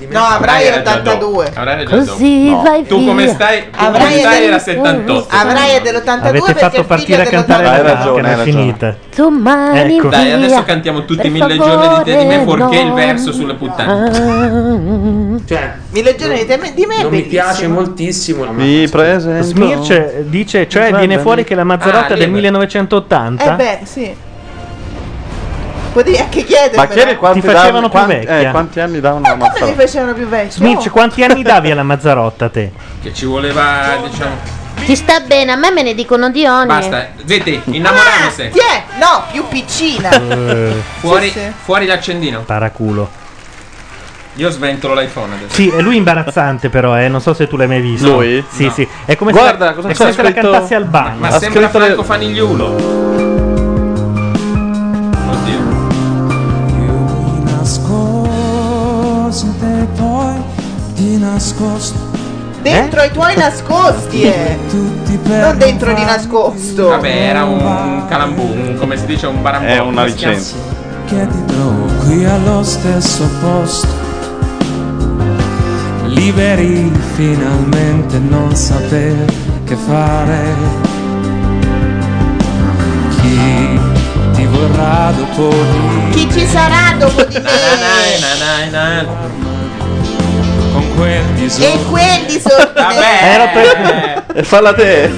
[SPEAKER 7] No, avrai
[SPEAKER 6] era già
[SPEAKER 7] 82.
[SPEAKER 6] dopo. Avrai era già dopo.
[SPEAKER 8] Così
[SPEAKER 6] No.
[SPEAKER 8] vai
[SPEAKER 6] Tu
[SPEAKER 8] via.
[SPEAKER 6] come stai? Tu
[SPEAKER 7] Avrai
[SPEAKER 6] come stai
[SPEAKER 7] del-
[SPEAKER 6] era 78.
[SPEAKER 7] Avrai è dell'82
[SPEAKER 5] Avete
[SPEAKER 7] perché
[SPEAKER 5] fatto
[SPEAKER 7] il
[SPEAKER 5] partire
[SPEAKER 7] figlio
[SPEAKER 5] a cantare la
[SPEAKER 7] dell'82.
[SPEAKER 3] Hai
[SPEAKER 5] canzone,
[SPEAKER 3] ragione,
[SPEAKER 5] era
[SPEAKER 3] hai ragione.
[SPEAKER 5] finita.
[SPEAKER 8] Domani
[SPEAKER 5] Ecco.
[SPEAKER 6] Dai, adesso
[SPEAKER 8] via.
[SPEAKER 6] cantiamo tutti
[SPEAKER 8] Per
[SPEAKER 6] mille giorni di te di me
[SPEAKER 8] favore,
[SPEAKER 6] fuorché il
[SPEAKER 8] no. Eh?
[SPEAKER 6] verso sulle puttane.
[SPEAKER 21] Cioè,
[SPEAKER 7] Mille giorni di te di me è
[SPEAKER 21] non mi
[SPEAKER 7] bellissimo.
[SPEAKER 21] piace moltissimo. il
[SPEAKER 3] Vi presento.
[SPEAKER 5] Smirce dice, cioè
[SPEAKER 21] Va
[SPEAKER 5] viene
[SPEAKER 21] bene.
[SPEAKER 5] fuori che la
[SPEAKER 21] Ah,
[SPEAKER 5] Mazzarotta è del
[SPEAKER 21] libero.
[SPEAKER 7] Eh
[SPEAKER 5] 1980.
[SPEAKER 7] beh, sì. Potevi anche chiedermelo.
[SPEAKER 3] Ma chiedi quanti,
[SPEAKER 5] Ti facevano più
[SPEAKER 3] davano- quan-
[SPEAKER 5] vecchia.
[SPEAKER 3] eh, quanti anni davano la
[SPEAKER 7] Come mi
[SPEAKER 3] Mazzarotta?
[SPEAKER 7] facevano più vecchio?
[SPEAKER 5] Smirce, quanti anni davi alla Mazzarotta te?
[SPEAKER 6] Che ci voleva, diciamo.
[SPEAKER 8] Ti sta bene, a me me ne dicono di ogni.
[SPEAKER 6] Basta, zitti, innamorandose.
[SPEAKER 7] Ah, Chi è? No, più piccina.
[SPEAKER 6] Fuori,
[SPEAKER 7] Sì, sì.
[SPEAKER 6] fuori l'accendino.
[SPEAKER 5] Paraculo.
[SPEAKER 6] Io sventolo l'iPhone adesso.
[SPEAKER 5] Sì, è lui imbarazzante però, eh, non so se tu l'hai mai visto.
[SPEAKER 6] Lui?
[SPEAKER 5] Sì,
[SPEAKER 6] No.
[SPEAKER 5] sì. È come
[SPEAKER 6] Guarda
[SPEAKER 5] se,
[SPEAKER 6] cosa
[SPEAKER 5] è
[SPEAKER 6] c'è
[SPEAKER 5] come se la
[SPEAKER 6] scritto-
[SPEAKER 5] cantassi al bagno.
[SPEAKER 6] Ma sembra Franco Fanigliulo. Oddio.
[SPEAKER 9] Mi nascosto in te poi ti nascosto
[SPEAKER 6] eh?
[SPEAKER 7] Dentro i tuoi nascosti, eh. Non dentro di nascosto.
[SPEAKER 6] Vabbè, era un calambù, un- come si dice, un barambò.
[SPEAKER 3] È una
[SPEAKER 6] come si chiama?
[SPEAKER 3] licenza.
[SPEAKER 9] che ti trovo qui allo stesso posto liberi finalmente non saper che fare chi ti vorrà dopo di
[SPEAKER 7] Chi ci sarà dopo di me?
[SPEAKER 9] con quel disordine
[SPEAKER 7] E quelli sono.
[SPEAKER 6] Eh.
[SPEAKER 3] E Eh, falla te. Eh,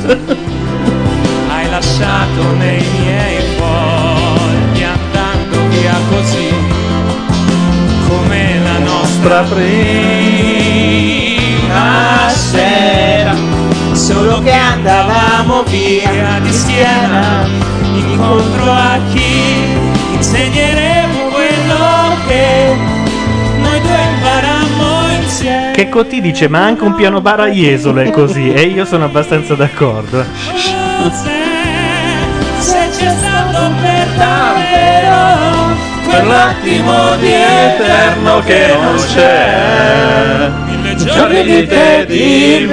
[SPEAKER 9] hai lasciato nei miei fogli andando via così come la nostra prima sera solo che andavamo via di schiena incontro a chi insegneremo quello che noi due imparammo insieme
[SPEAKER 5] Che Cotti dice, ma anche un piano bar a Jesolo è così. e io sono abbastanza d'accordo.
[SPEAKER 9] se c'è stato per davvero quell'attimo di eterno che non c'è mille giorni di te di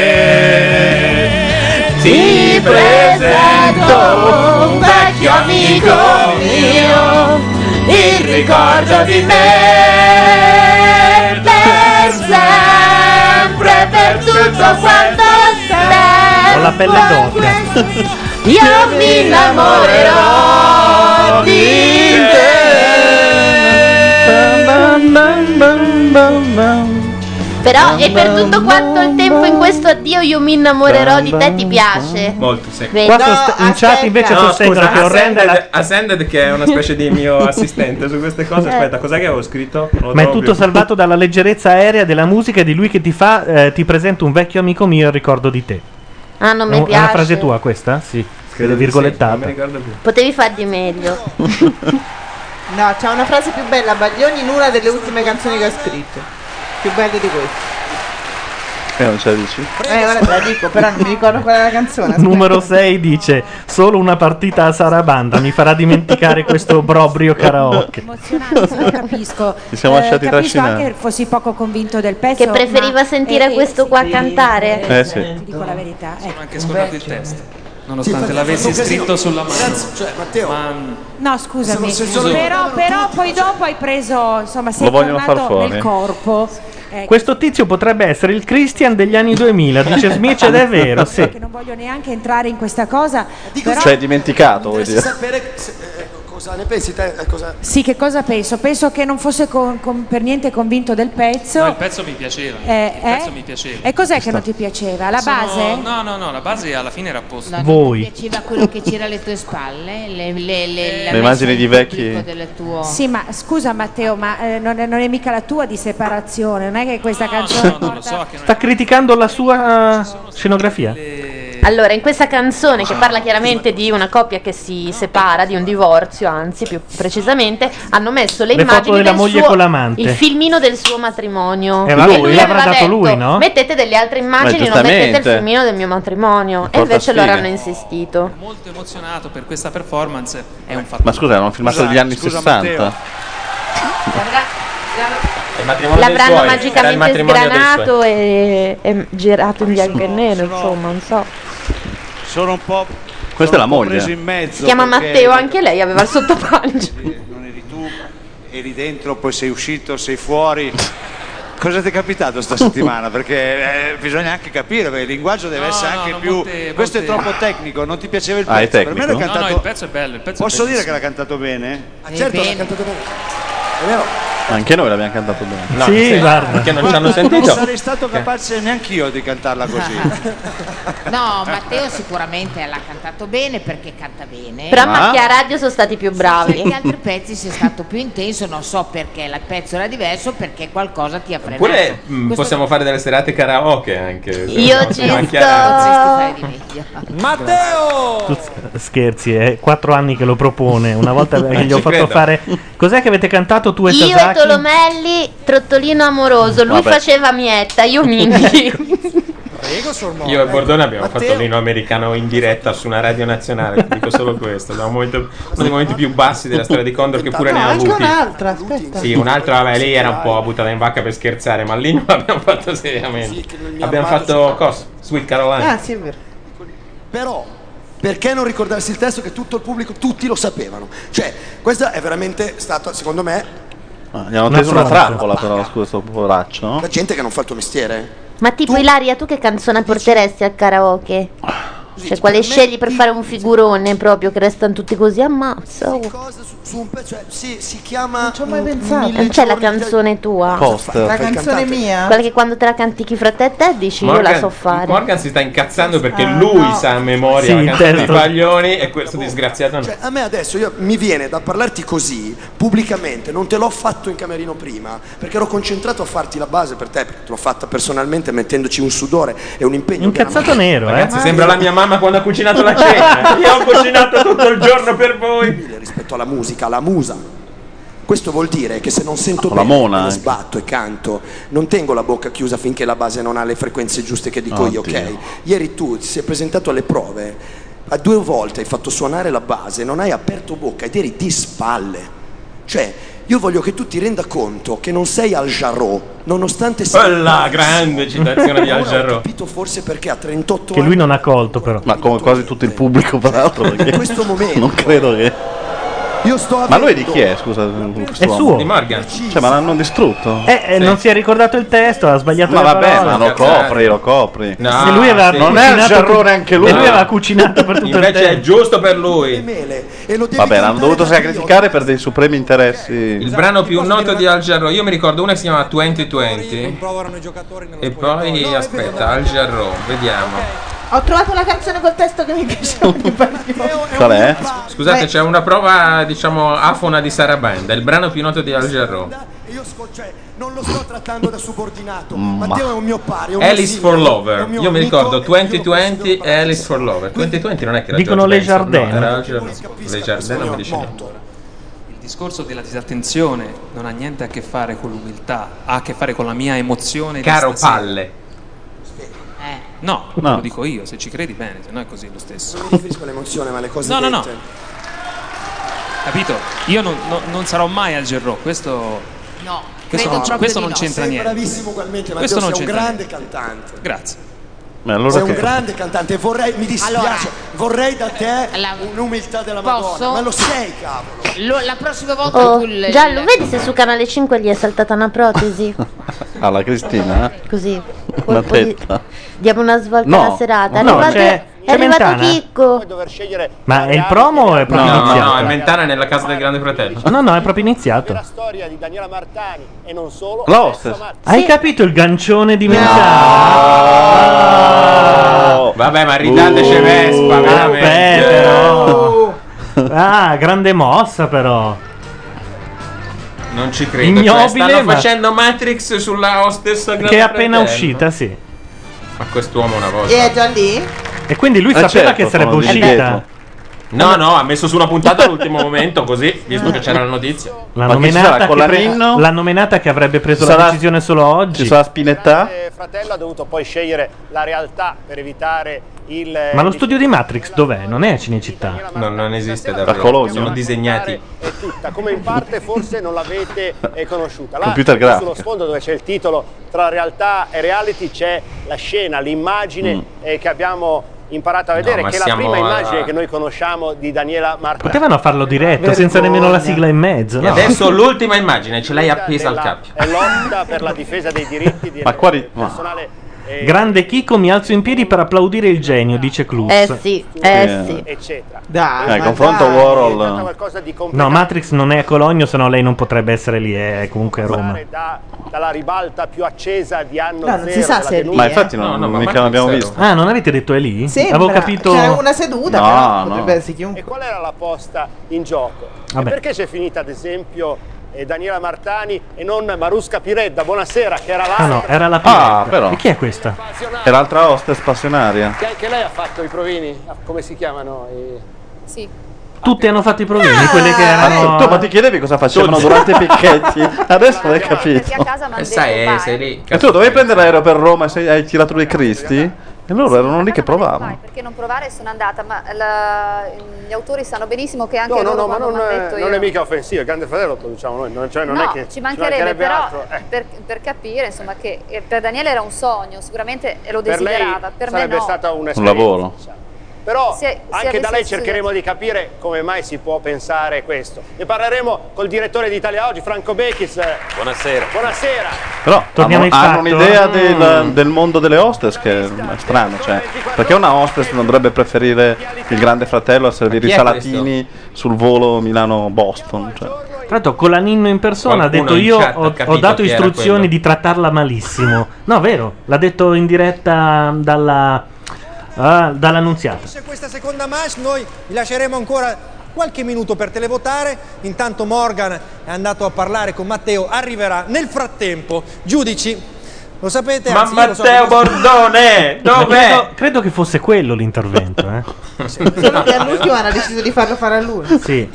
[SPEAKER 9] me ti presento un vecchio amico mio il ricordo di me per sempre per tutto quanto sei
[SPEAKER 5] Ho la pelle d'oca.
[SPEAKER 9] io mi innamorerò di
[SPEAKER 8] Però e per tutto quanto il tempo in questo addio io mi innamorerò di te, ti piace?
[SPEAKER 6] Molto, sì.
[SPEAKER 8] Vedi? Qua No, sost-
[SPEAKER 5] in chat aspetta. invece sostengono che orrenda
[SPEAKER 6] Ascended, Ascended, che è una specie di mio assistente su queste cose.
[SPEAKER 5] Eh.
[SPEAKER 6] Aspetta, cos'è che avevo scritto? Non lo
[SPEAKER 5] Ma è
[SPEAKER 6] trovo
[SPEAKER 5] tutto
[SPEAKER 6] più.
[SPEAKER 5] salvato dalla leggerezza aerea della musica e di lui che ti fa, eh, ti presento un vecchio amico mio e ricordo di te.
[SPEAKER 8] Ah, non
[SPEAKER 5] È
[SPEAKER 8] mi
[SPEAKER 5] un- È una
[SPEAKER 8] piace.
[SPEAKER 5] frase tua questa? Sì.
[SPEAKER 6] Credo di sì,
[SPEAKER 5] virgolettata.
[SPEAKER 6] non mi ricordo più.
[SPEAKER 8] Potevi far di meglio.
[SPEAKER 7] No, c'ha una frase più bella, Baglioni, in una delle ultime canzoni che ha scritto. Più bella di questa.
[SPEAKER 3] E non ce la dici?
[SPEAKER 7] Eh, ora te la dico, però non mi ricordo qual è la canzone. aspetta.
[SPEAKER 5] Numero 6 dice: Solo una partita a Sarabanda mi farà dimenticare questo brobrio karaoke.
[SPEAKER 16] emozionante, lo capisco. Eh,
[SPEAKER 5] Ci siamo lasciati
[SPEAKER 16] capisco
[SPEAKER 5] trascinare.
[SPEAKER 16] anche che fossi poco convinto del pezzo.
[SPEAKER 8] Che preferiva
[SPEAKER 16] ma-
[SPEAKER 8] sentire
[SPEAKER 16] eh,
[SPEAKER 8] questo
[SPEAKER 16] sì,
[SPEAKER 8] qua
[SPEAKER 16] sì,
[SPEAKER 8] cantare.
[SPEAKER 16] eh,
[SPEAKER 3] Eh, sì.
[SPEAKER 16] Ti dico la verità. Sono
[SPEAKER 9] anche scordato il testo nonostante
[SPEAKER 11] ecco. Sì,
[SPEAKER 9] l'avessi
[SPEAKER 11] infatti,
[SPEAKER 9] scritto sulla mano.
[SPEAKER 11] Cazzo, cioè, Matteo.
[SPEAKER 16] No, scusami,
[SPEAKER 9] Se- se solo-
[SPEAKER 16] però, però poi dopo hai preso, insomma, sei
[SPEAKER 5] Lo vogliono far
[SPEAKER 16] tornato
[SPEAKER 5] fuori.
[SPEAKER 16] nel corpo. Eh,
[SPEAKER 5] Questo tizio potrebbe essere il Christian degli anni 2000, dice Smith ed è vero, sì.
[SPEAKER 16] Non voglio neanche entrare in questa cosa. però-
[SPEAKER 3] Cioè, dimenticato, vuoi
[SPEAKER 11] Vorresti
[SPEAKER 3] dire.
[SPEAKER 11] sapere se- eh, cosa ne pensi te? eh, cosa-
[SPEAKER 16] Sì, che cosa penso? Penso che non fosse con- con- per niente convinto del pezzo.
[SPEAKER 9] No, il pezzo mi piaceva.
[SPEAKER 16] Eh,
[SPEAKER 9] il
[SPEAKER 16] eh?
[SPEAKER 9] pezzo mi piaceva.
[SPEAKER 16] E cos'è che non ti piaceva? La
[SPEAKER 9] Sono-
[SPEAKER 16] base?
[SPEAKER 9] No, no, no, la base alla fine era apposta.
[SPEAKER 5] Voi.
[SPEAKER 10] piaceva quello che c'era alle tue spalle, le,
[SPEAKER 9] Eh.
[SPEAKER 10] le, le, la
[SPEAKER 3] Le immagini di
[SPEAKER 10] messa
[SPEAKER 3] vecchi.
[SPEAKER 10] del tuo...
[SPEAKER 16] Sì, ma scusa Matteo, ma eh, non, è, non è mica la tua di separazione, non è che questa canzone...
[SPEAKER 5] Sta criticando la sua eh, scenografia.
[SPEAKER 8] Allora, in questa canzone
[SPEAKER 6] Ah.
[SPEAKER 8] che parla chiaramente di una coppia che si separa, di un divorzio, anzi più precisamente, hanno messo le,
[SPEAKER 5] Le foto
[SPEAKER 8] immagini
[SPEAKER 5] della
[SPEAKER 8] del
[SPEAKER 5] moglie
[SPEAKER 8] suo-
[SPEAKER 5] con l'amante.
[SPEAKER 8] Il filmino del suo matrimonio.
[SPEAKER 5] Eh, vabbè,
[SPEAKER 8] E
[SPEAKER 5] lui l'avrà
[SPEAKER 8] aveva
[SPEAKER 5] dato
[SPEAKER 8] detto,
[SPEAKER 5] lui, no?
[SPEAKER 8] Mettete delle altre immagini, non
[SPEAKER 5] giustamente.
[SPEAKER 8] mettete il filmino del mio matrimonio. E
[SPEAKER 3] porta
[SPEAKER 8] invece loro
[SPEAKER 3] sfiga.
[SPEAKER 8] hanno insistito.
[SPEAKER 9] Molto emozionato per questa performance. È un fatto.
[SPEAKER 3] Ma scusa, era un filmato
[SPEAKER 6] Esatto,
[SPEAKER 9] Scusa-
[SPEAKER 3] degli anni
[SPEAKER 9] Esatto, scusa,
[SPEAKER 3] 60.
[SPEAKER 6] Il matrimonio dei
[SPEAKER 8] L'avranno
[SPEAKER 6] suoi, era il
[SPEAKER 8] magicamente
[SPEAKER 6] matrimonio dei
[SPEAKER 8] sgranato
[SPEAKER 6] suoi.
[SPEAKER 8] e, e girato in bianco e nero, insomma, non so.
[SPEAKER 22] Sono un po'.
[SPEAKER 3] Questa è la
[SPEAKER 22] sono un po'
[SPEAKER 3] moglie.
[SPEAKER 22] preso in mezzo.
[SPEAKER 8] Si chiama
[SPEAKER 22] perché
[SPEAKER 8] Matteo, anche lei aveva il sottopancia.
[SPEAKER 22] Eri dentro, poi sei uscito, sei fuori. Cosa ti è capitato sta settimana? Perché eh, bisogna anche capire, perché il linguaggio deve essere anche più. Questo è troppo tecnico, non ti piaceva il
[SPEAKER 3] Ah, è
[SPEAKER 22] pezzo. Per me l'ha
[SPEAKER 3] tecnico?
[SPEAKER 22] cantato.
[SPEAKER 9] No, no, il pezzo è bello. Il pezzo
[SPEAKER 22] Posso
[SPEAKER 9] è
[SPEAKER 22] dire che
[SPEAKER 9] bellissimo.
[SPEAKER 22] l'ha cantato bene?
[SPEAKER 11] Ah, certo, l'ha cantato bene. È vero.
[SPEAKER 3] Anche noi l'abbiamo cantato bene.
[SPEAKER 6] No, Sì, sì, guarda. perché non ci hanno
[SPEAKER 22] Guarda,
[SPEAKER 6] sentito. Eh.
[SPEAKER 22] Non sarei stato capace neanche io di cantarla così.
[SPEAKER 10] No, Matteo sicuramente l'ha cantato bene perché canta bene.
[SPEAKER 8] Però a Macchia Radio sono stati più bravi.
[SPEAKER 10] Gli altri pezzi sia stato più intenso, non so perché la- il pezzo era diverso, perché qualcosa ti ha frenato.
[SPEAKER 6] Oppure mh,
[SPEAKER 10] Questo-
[SPEAKER 6] possiamo fare delle serate karaoke anche.
[SPEAKER 10] Io ci
[SPEAKER 6] Anche
[SPEAKER 10] sto.
[SPEAKER 6] a-
[SPEAKER 2] Matteo!
[SPEAKER 5] Tu s- scherzi, è quattro anni che lo propone. Una volta che gli
[SPEAKER 6] Eh,
[SPEAKER 5] ho
[SPEAKER 6] Ci
[SPEAKER 5] fatto
[SPEAKER 6] credo.
[SPEAKER 5] fare. Cos'è che avete cantato tu e
[SPEAKER 8] Io e
[SPEAKER 5] Sasaki?
[SPEAKER 8] Tolomelli, trottolino amoroso, lui
[SPEAKER 5] Vabbè.
[SPEAKER 8] faceva mietta, io minchi.
[SPEAKER 6] Io e Bordone abbiamo fatto l'ino americano in diretta su una radio nazionale, ti dico solo questo, da un momento- uno dei momenti più bassi della storia di Condor che pure
[SPEAKER 7] No,
[SPEAKER 6] ne ha
[SPEAKER 7] anche
[SPEAKER 6] avuti.
[SPEAKER 7] un'altra, aspetta.
[SPEAKER 6] Sì, un'altra, vabbè, lei era un po' buttata in vacca per scherzare, ma lì non l'abbiamo fatto seriamente. Abbiamo fatto cosa? Sweet Caroline.
[SPEAKER 7] Ah, sì, è vero.
[SPEAKER 11] Però, perché non ricordarsi il testo che tutto il pubblico, tutti lo sapevano? Cioè, questa è veramente stata, secondo me,
[SPEAKER 3] Ah, gli hanno
[SPEAKER 11] Una
[SPEAKER 3] teso una
[SPEAKER 11] fronza.
[SPEAKER 3] trappola, però, scusa, sto poveraccio. no?
[SPEAKER 11] la gente che non fa il tuo mestiere.
[SPEAKER 8] Ma tipo Ilaria, tu che canzone porteresti al karaoke? Cioè, quale scegli per fare un figurone proprio che restano tutti così Ah, ammazzo?
[SPEAKER 11] Su, su un pezzo, cioè, sì, si chiama... Non ci ho mai
[SPEAKER 8] Non
[SPEAKER 7] Cioè,
[SPEAKER 8] c'è la canzone tua.
[SPEAKER 6] Poster. La canzone
[SPEAKER 11] mia?
[SPEAKER 8] Quella che quando te la canti chi fra te e te dici io la so fare.
[SPEAKER 6] Morgan si sta incazzando perché lui sa a memoria
[SPEAKER 11] Sì,
[SPEAKER 6] la canzone
[SPEAKER 11] testo.
[SPEAKER 6] di Paglioni e questo disgraziato no.
[SPEAKER 11] Cioè, a me adesso io- mi viene da parlarti così, pubblicamente, non te l'ho fatto in camerino prima, perché ero concentrato a farti la base per te, perché te l'ho fatta personalmente mettendoci un sudore e un impegno. Un
[SPEAKER 5] cazzato nero, eh.
[SPEAKER 6] Ragazzi, sembra la mia mamma quando ha cucinato la cena. Io ho cucinato tutto il giorno per voi.
[SPEAKER 11] Rispetto alla musica, alla musa. Questo vuol dire che se non sento
[SPEAKER 3] Alla
[SPEAKER 11] bene,
[SPEAKER 3] mona eh.
[SPEAKER 11] quando
[SPEAKER 3] anche.
[SPEAKER 11] sbatto e canto, non tengo la bocca chiusa finché la base non ha le frequenze giuste che dico io,
[SPEAKER 3] Ah, Oddio.
[SPEAKER 11] ok? Ieri tu ti sei presentato alle prove, a due volte hai fatto suonare la base, non hai aperto bocca ed eri di spalle. Cioè, io voglio che tu ti renda conto che non sei al Jarreau, nonostante sia
[SPEAKER 6] Quella grande citazione di Al Jarreau.
[SPEAKER 11] forse perché a 38
[SPEAKER 5] Che lui non ha colto, però.
[SPEAKER 3] Ma come quasi tutto il pubblico, peraltro. Perché
[SPEAKER 11] In questo momento-
[SPEAKER 3] Non credo che.
[SPEAKER 11] Io sto
[SPEAKER 3] Ma lui di
[SPEAKER 11] avendo-
[SPEAKER 3] chi è, scusa? quest'uomo?
[SPEAKER 5] suo. Di
[SPEAKER 6] Morgan.
[SPEAKER 3] Cioè, ma l'hanno distrutto.
[SPEAKER 5] Eh, eh, non si è ricordato il testo, ha sbagliato
[SPEAKER 3] Ma
[SPEAKER 5] la
[SPEAKER 3] vabbè,
[SPEAKER 5] parola.
[SPEAKER 3] ma lo copri, lo copri.
[SPEAKER 6] No,
[SPEAKER 5] E lui aveva
[SPEAKER 6] sì.
[SPEAKER 3] non è il
[SPEAKER 5] cucinato
[SPEAKER 3] giarrone
[SPEAKER 5] per-
[SPEAKER 3] anche lui.
[SPEAKER 5] E lui aveva cucinato per tutto il
[SPEAKER 6] Invece
[SPEAKER 5] tempo.
[SPEAKER 6] è giusto per lui.
[SPEAKER 11] E lo
[SPEAKER 3] Vabbè, l'hanno dovuto sacrificare per dei supremi interessi.
[SPEAKER 6] Il brano più noto di Al Jarreau, io mi ricordo una che si chiama 2020. E poi aspetta, Al Jarreau, vediamo.
[SPEAKER 7] Ho trovato la canzone col testo che mi piaceva di Matteo.
[SPEAKER 6] Qual è? Scusate, c'è una prova, diciamo, afona di Sarabanda, il brano più noto di Al Jarreau.
[SPEAKER 11] Io sco- cioè, non lo sto trattando da subordinato.
[SPEAKER 3] Mm,
[SPEAKER 11] Matteo è un mio pari. è un mio
[SPEAKER 6] Alice for
[SPEAKER 11] simile, è
[SPEAKER 6] Lover,
[SPEAKER 11] un mio
[SPEAKER 6] io mi
[SPEAKER 11] amico.
[SPEAKER 6] ricordo 2020 e Alice for Lover. 2020 non è che era
[SPEAKER 5] Dicono
[SPEAKER 6] George
[SPEAKER 5] Le
[SPEAKER 6] Benson, no,
[SPEAKER 5] Jardin.
[SPEAKER 6] era Al Jarreau. Le Jardin non mi dice niente.
[SPEAKER 9] Il discorso della disattenzione non ha niente a che fare con l'umiltà, Ah, ha a che fare con la mia emozione. di
[SPEAKER 6] Caro
[SPEAKER 9] stasera.
[SPEAKER 6] Palle.
[SPEAKER 9] eh. No,
[SPEAKER 6] No.
[SPEAKER 9] lo dico io, se ci credi bene, se no è così lo stesso.
[SPEAKER 11] Non mi riferisco all'emozione, ma le cose
[SPEAKER 9] No, no, no.
[SPEAKER 11] dette.
[SPEAKER 9] Capito? Io non, no- non sarò mai al Gerrò, questo,
[SPEAKER 10] No,
[SPEAKER 9] questo
[SPEAKER 10] credo
[SPEAKER 9] non,
[SPEAKER 10] proprio
[SPEAKER 9] questo
[SPEAKER 10] di
[SPEAKER 9] non
[SPEAKER 10] no.
[SPEAKER 9] c'entra
[SPEAKER 11] Sei
[SPEAKER 9] niente.
[SPEAKER 11] bravissimo ugualmente, Matteo,
[SPEAKER 9] Questo
[SPEAKER 11] sei
[SPEAKER 9] non
[SPEAKER 11] un
[SPEAKER 9] c'entra
[SPEAKER 11] grande cantante.
[SPEAKER 9] Grazie.
[SPEAKER 3] Ma allora
[SPEAKER 32] Sei un
[SPEAKER 3] che-
[SPEAKER 32] grande cantante, vorrei, mi dispiace,
[SPEAKER 10] Allora.
[SPEAKER 32] vorrei da te un'umiltà della Madonna,
[SPEAKER 10] Posso?
[SPEAKER 32] ma lo sei, cavolo.
[SPEAKER 10] Lo- la prossima volta
[SPEAKER 8] Oh,
[SPEAKER 10] tu il-
[SPEAKER 8] Giallo, vedi se su canale 5 gli è saltata una protesi?
[SPEAKER 3] Alla Cristina? eh?
[SPEAKER 8] Così.
[SPEAKER 3] Una
[SPEAKER 8] colpo di-
[SPEAKER 3] tetta.
[SPEAKER 8] Diamo una svolta
[SPEAKER 3] No,
[SPEAKER 8] alla serata. È
[SPEAKER 3] no,
[SPEAKER 8] arrivato,
[SPEAKER 3] c'è-
[SPEAKER 8] è
[SPEAKER 3] c'è
[SPEAKER 8] arrivato
[SPEAKER 3] Mentana?
[SPEAKER 8] Chicco.
[SPEAKER 5] Ma è il promo o
[SPEAKER 6] No,
[SPEAKER 5] è Cioè, proprio
[SPEAKER 6] no,
[SPEAKER 5] iniziato?
[SPEAKER 6] no, è Mentana nella casa del Grande Fratello.
[SPEAKER 5] Oh, No, no, è proprio iniziato.
[SPEAKER 29] storia di Daniela Martani e non solo.
[SPEAKER 5] La Hai capito il gancione di Mentana?
[SPEAKER 6] Vabbè, ma ridateci Vespa,
[SPEAKER 5] Vabbè,
[SPEAKER 6] veramente.
[SPEAKER 5] però. Ah, grande mossa però.
[SPEAKER 6] Non ci credo. cioè,
[SPEAKER 5] Ignobile,
[SPEAKER 6] stanno
[SPEAKER 5] ma-
[SPEAKER 6] facendo Matrix sulla hostess del Grande
[SPEAKER 5] Che è appena
[SPEAKER 6] Fratello.
[SPEAKER 5] uscita, sì.
[SPEAKER 6] Ma quest'uomo una volta.
[SPEAKER 7] E è già lì?
[SPEAKER 5] E quindi lui
[SPEAKER 6] Eh,
[SPEAKER 5] sapeva
[SPEAKER 6] certo,
[SPEAKER 5] che sarebbe
[SPEAKER 6] sono di
[SPEAKER 5] uscita.
[SPEAKER 6] dietro. No, no, ha messo su una puntata all'ultimo momento, così, visto che c'era la notizia.
[SPEAKER 5] La nominata, che pre- la nominata che avrebbe preso
[SPEAKER 6] Sarà-
[SPEAKER 5] la decisione solo oggi.
[SPEAKER 3] Ci sarà Spinetta?
[SPEAKER 29] Il fratello ha dovuto poi scegliere la realtà per evitare il... eh,
[SPEAKER 5] Ma lo studio di Matrix dov'è? Non è a Cinecittà.
[SPEAKER 6] No, non esiste
[SPEAKER 5] Da Colonia.
[SPEAKER 6] Sono disegnati.
[SPEAKER 29] È tutta, come in parte forse non l'avete eh, conosciuta. Là,
[SPEAKER 6] Computer grafica.
[SPEAKER 29] Sullo sfondo dove c'è il titolo tra realtà e reality c'è la scena, l'immagine
[SPEAKER 5] Mm.
[SPEAKER 29] eh, che abbiamo imparato a vedere,
[SPEAKER 5] ma
[SPEAKER 29] che è la
[SPEAKER 5] siamo
[SPEAKER 29] prima
[SPEAKER 5] a-
[SPEAKER 29] immagine che noi conosciamo di Daniela Martani.
[SPEAKER 5] Potevano farlo diretto, senza
[SPEAKER 29] Vergogna.
[SPEAKER 5] nemmeno la sigla in mezzo.
[SPEAKER 6] E
[SPEAKER 5] No?
[SPEAKER 6] adesso l'ultima immagine, ce l'hai appesa al
[SPEAKER 29] Della-
[SPEAKER 6] cappio.
[SPEAKER 29] È eh, lotta per la difesa dei diritti di
[SPEAKER 5] Ma qua ri- ma-
[SPEAKER 29] personale eh,
[SPEAKER 5] Grande Chico, mi alzo in piedi per applaudire il genio, dice Cluz.
[SPEAKER 29] Eh
[SPEAKER 5] eh
[SPEAKER 29] eccetera.
[SPEAKER 13] Ah,
[SPEAKER 5] Dai,
[SPEAKER 29] Ah, Ma
[SPEAKER 5] eh, confronto
[SPEAKER 29] dai,
[SPEAKER 5] Warhol.
[SPEAKER 29] è stata qualcosa di completo
[SPEAKER 5] No, Matrix non è a Cologno, se no lei non potrebbe essere lì, è comunque a Roma.
[SPEAKER 29] da- dalla ribalta più accesa di anno
[SPEAKER 7] No, non
[SPEAKER 29] zero
[SPEAKER 7] si sa
[SPEAKER 29] della
[SPEAKER 7] se è lì,
[SPEAKER 29] denuncia.
[SPEAKER 3] Ma infatti non, non mica l'abbiamo visto.
[SPEAKER 5] Ah, non avete detto è lì?
[SPEAKER 29] Sembra.
[SPEAKER 5] Avevo capito.
[SPEAKER 29] C'era
[SPEAKER 7] Una seduta,
[SPEAKER 3] No,
[SPEAKER 7] però
[SPEAKER 3] no.
[SPEAKER 7] potrebbe essere chiunque.
[SPEAKER 29] E qual era la posta in gioco? E
[SPEAKER 5] Vabbè.
[SPEAKER 29] perché c'è finita, ad esempio, eh, Daniela Martani e non Marusca Piredda? Buonasera, che era là.
[SPEAKER 5] Ah no, era la
[SPEAKER 3] Ah,
[SPEAKER 5] prima.
[SPEAKER 3] però.
[SPEAKER 5] E chi è questa?
[SPEAKER 3] È l'altra hostess passionaria.
[SPEAKER 29] Che anche lei ha fatto i provini, Ah, come si chiamano? I-
[SPEAKER 33] Sì.
[SPEAKER 5] Tutte hanno fatto i provini, quelle che erano.
[SPEAKER 3] Ah, tu ma ti chiedevi cosa facevano
[SPEAKER 5] Tutti.
[SPEAKER 3] durante i picchetti? Adesso l'hai capito.
[SPEAKER 6] E sai, eh, sei lì.
[SPEAKER 3] E tu dovevi prendere l'aereo per Roma e sei- hai tirato dei cristi? E loro erano lì che provavano.
[SPEAKER 18] Perché non provare sono andata, ma la- gli autori sanno benissimo che anche
[SPEAKER 29] No, no,
[SPEAKER 18] loro
[SPEAKER 29] no, ma
[SPEAKER 18] quando
[SPEAKER 29] non,
[SPEAKER 18] m'han
[SPEAKER 29] è,
[SPEAKER 18] detto
[SPEAKER 29] non
[SPEAKER 18] io-
[SPEAKER 29] è mica offensivo, il Grande Fratello lo diciamo noi, non, cioè non
[SPEAKER 18] no,
[SPEAKER 29] è che
[SPEAKER 18] ci mancherebbe, però
[SPEAKER 29] altro. Eh,
[SPEAKER 18] per, per capire insomma che eh, per Daniele era un sogno, sicuramente lo
[SPEAKER 29] per lei
[SPEAKER 18] desiderava, per me
[SPEAKER 29] sarebbe
[SPEAKER 18] no.
[SPEAKER 29] stata
[SPEAKER 3] Un
[SPEAKER 29] un'esperienza.
[SPEAKER 3] lavoro.
[SPEAKER 29] Però
[SPEAKER 18] Se- se
[SPEAKER 29] anche da
[SPEAKER 18] avessi
[SPEAKER 29] lei
[SPEAKER 18] studiato-
[SPEAKER 29] cercheremo di capire come mai si può pensare questo. Ne parleremo col direttore di Italia Oggi, Franco Bechis. Buonasera. Buonasera.
[SPEAKER 3] Però
[SPEAKER 29] Torniamo
[SPEAKER 3] hanno,
[SPEAKER 29] ai
[SPEAKER 3] hanno
[SPEAKER 29] fatto.
[SPEAKER 3] un'idea del,
[SPEAKER 29] Mm.
[SPEAKER 3] del mondo delle hostess che è strano, cioè, perché una hostess non dovrebbe preferire il grande fratello a servire i
[SPEAKER 5] chi è
[SPEAKER 3] salatini sul volo Milano-Boston? Cioè.
[SPEAKER 5] Tra l'altro, Colaninno in persona ha
[SPEAKER 3] Qualcuno
[SPEAKER 5] detto:
[SPEAKER 3] in
[SPEAKER 5] Io
[SPEAKER 3] chat ha
[SPEAKER 5] ho, ho
[SPEAKER 3] capito
[SPEAKER 5] dato
[SPEAKER 3] chi era
[SPEAKER 5] istruzioni
[SPEAKER 3] quello."
[SPEAKER 5] di trattarla malissimo. No, vero, l'ha detto in diretta dalla. ah, dall'annunziata.
[SPEAKER 2] Finisce questa seconda match, noi vi lasceremo ancora qualche minuto per televotare. Intanto Morgan è andato a parlare con Matteo, arriverà nel frattempo. Giudici, lo sapete,
[SPEAKER 6] Ma
[SPEAKER 2] anzi, io lo so,
[SPEAKER 6] Matteo
[SPEAKER 2] perché-
[SPEAKER 3] Eh,
[SPEAKER 6] Bordone,
[SPEAKER 5] Ma
[SPEAKER 6] dov'è?
[SPEAKER 5] Credo, credo che fosse quello l'intervento, eh.
[SPEAKER 7] Solo che all'ultimo hanno deciso di farlo fare a lui.
[SPEAKER 5] Sì.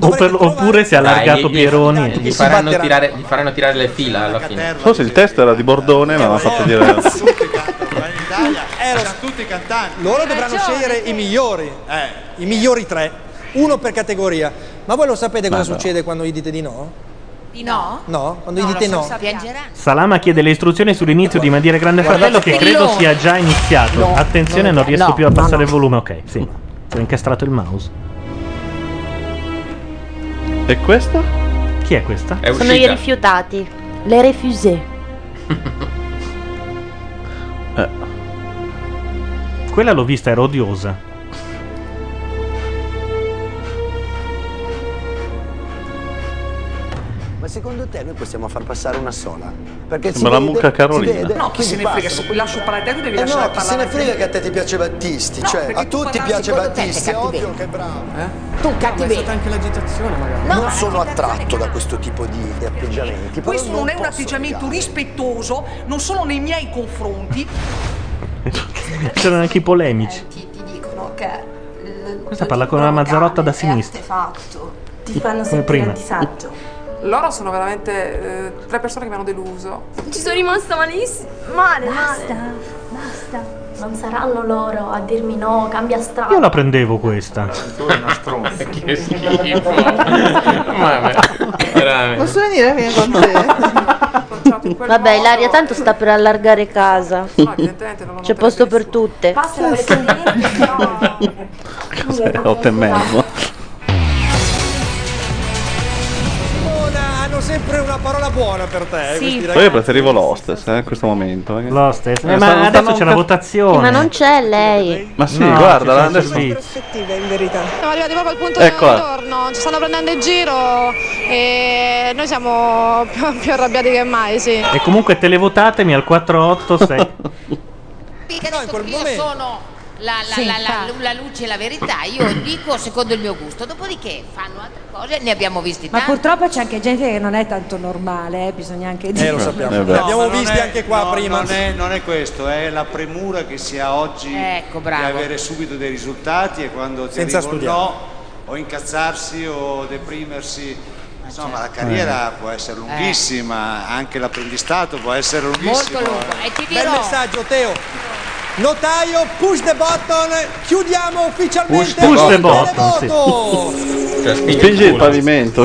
[SPEAKER 5] O per- oppure si è allargato
[SPEAKER 6] Dai, gli-
[SPEAKER 5] Pieroni.
[SPEAKER 6] Gli faranno, tirare, gli faranno tirare le fila alla fine.
[SPEAKER 3] Forse il testo era di Bordone, ma l'ha fatto dire.
[SPEAKER 2] Eh, lo so.
[SPEAKER 17] Eh,
[SPEAKER 2] Loro dovranno scegliere i migliori, i migliori tre, uno per categoria. Ma voi lo sapete
[SPEAKER 5] Ma
[SPEAKER 2] cosa
[SPEAKER 5] no.
[SPEAKER 2] succede quando gli dite di no?
[SPEAKER 10] Di no?
[SPEAKER 2] No, quando gli
[SPEAKER 10] lo
[SPEAKER 2] dite
[SPEAKER 10] so,
[SPEAKER 2] no.
[SPEAKER 10] Piangerà.
[SPEAKER 5] Salama chiede le istruzioni sull'inizio di Mandire Grande
[SPEAKER 10] Guardate
[SPEAKER 5] Fratello che
[SPEAKER 10] che
[SPEAKER 5] credo
[SPEAKER 10] no.
[SPEAKER 5] sia già iniziato.
[SPEAKER 10] No,
[SPEAKER 5] Attenzione,
[SPEAKER 10] no,
[SPEAKER 5] non riesco
[SPEAKER 10] no,
[SPEAKER 5] più a
[SPEAKER 10] no,
[SPEAKER 5] abbassare
[SPEAKER 10] no.
[SPEAKER 5] il volume. Ok, sì. Ho incastrato il mouse.
[SPEAKER 3] E questa?
[SPEAKER 5] Chi è questa?
[SPEAKER 8] Sono i rifiutati. Le refusé.
[SPEAKER 5] Quella l'ho vista, era odiosa.
[SPEAKER 11] Ma secondo te noi possiamo far passare una sola? Perché si
[SPEAKER 3] Sembra la
[SPEAKER 11] vede-
[SPEAKER 3] mucca Carolina.
[SPEAKER 11] si vede,
[SPEAKER 3] No,
[SPEAKER 11] quindi basta.
[SPEAKER 9] lascio parlare te, tu
[SPEAKER 11] Eh no, chi se ne frega che a te ti piace Battisti,
[SPEAKER 9] No,
[SPEAKER 11] cioè
[SPEAKER 9] perché
[SPEAKER 11] a
[SPEAKER 9] tu
[SPEAKER 11] tutti piace
[SPEAKER 9] parlavi secondo te sei
[SPEAKER 11] Battisti, è
[SPEAKER 9] cattivello.
[SPEAKER 11] ovvio che è bravo.
[SPEAKER 9] Tu cattivello.
[SPEAKER 11] stata anche l'agitazione magari.
[SPEAKER 9] No,
[SPEAKER 11] non
[SPEAKER 9] la
[SPEAKER 11] sono attratto da questo tipo di di atteggiamenti. però
[SPEAKER 9] Questo non è un
[SPEAKER 11] posso
[SPEAKER 9] atteggiamento
[SPEAKER 11] negarlo.
[SPEAKER 9] rispettoso, non solo nei miei confronti.
[SPEAKER 5] C'erano anche i polemici.
[SPEAKER 22] ti, ti dicono che l-
[SPEAKER 5] Questa parla con una Mazzarotta da sinistra.
[SPEAKER 22] artefatto ti
[SPEAKER 5] Come
[SPEAKER 22] fanno sentire
[SPEAKER 5] prima.
[SPEAKER 22] a disagio.
[SPEAKER 9] Loro sono veramente eh, tre persone che mi hanno deluso.
[SPEAKER 22] Ci sono rimasta malissimo. Male, basta, basta. Non saranno loro a dirmi no, cambia strada.
[SPEAKER 5] Io la prendevo questa.
[SPEAKER 6] che schifo. Vabbè, veramente.
[SPEAKER 7] Posso venire a con te?
[SPEAKER 8] Vabbè, Ilaria tanto sta per allargare casa. C'è posto per tutte.
[SPEAKER 3] Cos'è? Otto e mezzo.
[SPEAKER 2] Simona, hanno sempre una parola buona per te. eh, questi
[SPEAKER 3] Poi io
[SPEAKER 2] ragazzi.
[SPEAKER 3] preferivo l'hostess eh, in questo momento.
[SPEAKER 5] L'hostess?
[SPEAKER 8] Eh, ma adesso c'è la
[SPEAKER 3] votazione.
[SPEAKER 8] Ma non c'è lei.
[SPEAKER 3] Ma sì,
[SPEAKER 5] No,
[SPEAKER 3] guarda,
[SPEAKER 5] c'è
[SPEAKER 3] adesso...
[SPEAKER 5] sì.
[SPEAKER 7] prospettive in verità.
[SPEAKER 22] Siamo arrivati proprio al punto
[SPEAKER 4] Ecco.
[SPEAKER 3] Eccola.
[SPEAKER 22] del ritorno, ci stanno prendendo in giro e noi siamo più, più arrabbiati che mai, sì.
[SPEAKER 5] E comunque televotatemi al 486.
[SPEAKER 10] io sono la, la-
[SPEAKER 7] Sì,
[SPEAKER 10] la- la- la luce e la verità, io dico secondo il mio gusto, dopodiché fanno altre cose, ne abbiamo visti
[SPEAKER 1] Ma
[SPEAKER 10] tanti.
[SPEAKER 1] purtroppo c'è anche gente che non è tanto normale, eh, bisogna anche dire.
[SPEAKER 17] lo sappiamo. Eh, beh.
[SPEAKER 2] Li abbiamo
[SPEAKER 17] No, ma non
[SPEAKER 2] visti
[SPEAKER 17] è-
[SPEAKER 2] anche qua
[SPEAKER 17] no,
[SPEAKER 2] prima.
[SPEAKER 17] Non è, non è questo, è la premura che si ha oggi
[SPEAKER 20] Ecco,
[SPEAKER 17] di avere subito dei risultati e quando ti
[SPEAKER 2] Senza
[SPEAKER 17] arriva un
[SPEAKER 2] studiare.
[SPEAKER 17] no, o incazzarsi o deprimersi. Insomma,
[SPEAKER 20] certo.
[SPEAKER 17] la carriera può essere lunghissima, anche l'apprendistato può essere lunghissimo. eh.
[SPEAKER 10] E ti
[SPEAKER 2] Bel
[SPEAKER 17] dirò-
[SPEAKER 2] messaggio, Teo. Notaio, push the button, chiudiamo ufficialmente
[SPEAKER 3] Push the
[SPEAKER 2] il
[SPEAKER 3] button,
[SPEAKER 2] televoto.
[SPEAKER 3] Spingi il pavimento.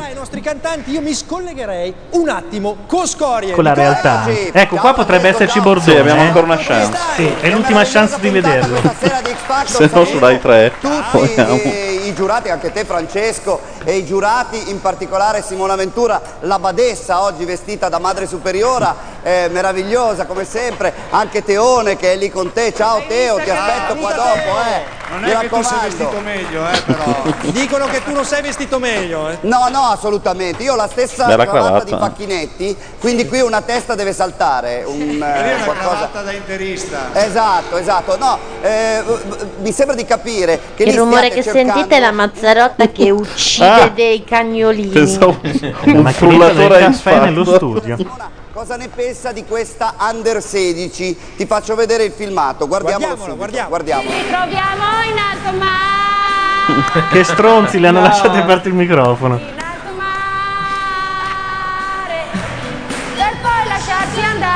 [SPEAKER 2] Ai nostri cantanti io mi scollegherei un attimo con Scorie.
[SPEAKER 5] Con la realtà. Ecco, qua potrebbe esserci Bordone.
[SPEAKER 3] Sì, abbiamo ancora
[SPEAKER 5] una
[SPEAKER 3] chance.
[SPEAKER 5] Sì, è l'ultima chance di vederlo.
[SPEAKER 3] Se no su Rai 3. vogliamo.
[SPEAKER 20] I giurati, anche te Francesco, e i giurati, in particolare Simona Ventura, la badessa oggi vestita da madre superiora, eh, meravigliosa come sempre, anche Teone che è lì con te, ciao Teo, ti aspetto qua dopo, eh.
[SPEAKER 17] Non
[SPEAKER 20] Mi
[SPEAKER 17] è che tu sei
[SPEAKER 20] raccomando.
[SPEAKER 17] vestito meglio, eh, però.
[SPEAKER 20] Dicono che tu non sei vestito meglio, eh? No, no, assolutamente. Io ho la stessa
[SPEAKER 3] Bella
[SPEAKER 20] cravatta di
[SPEAKER 3] cravatta.
[SPEAKER 20] Facchinetti, quindi qui una testa deve saltare. Un, eh,
[SPEAKER 17] Lì è una
[SPEAKER 20] qualcosa-
[SPEAKER 17] cravatta da interista.
[SPEAKER 20] Esatto, esatto. No, eh, mi sembra di capire che lì
[SPEAKER 8] Il rumore
[SPEAKER 20] stiate
[SPEAKER 8] che
[SPEAKER 20] cercando-
[SPEAKER 8] sentite è la mazzarotta che uccide
[SPEAKER 20] Ah.
[SPEAKER 8] dei cagnolini.
[SPEAKER 20] Pensavo-
[SPEAKER 5] Ma che del
[SPEAKER 20] frullatore
[SPEAKER 5] caffè
[SPEAKER 20] infarto.
[SPEAKER 5] nello studio.
[SPEAKER 20] Cosa ne pensa di questa Under 16? Ti faccio vedere il filmato, guardiamolo subito. Guardiamolo.
[SPEAKER 12] Ritroviamo in alto mare.
[SPEAKER 5] che stronzi, le hanno lasciato aperto il microfono.
[SPEAKER 12] per poi lasciarsi andare.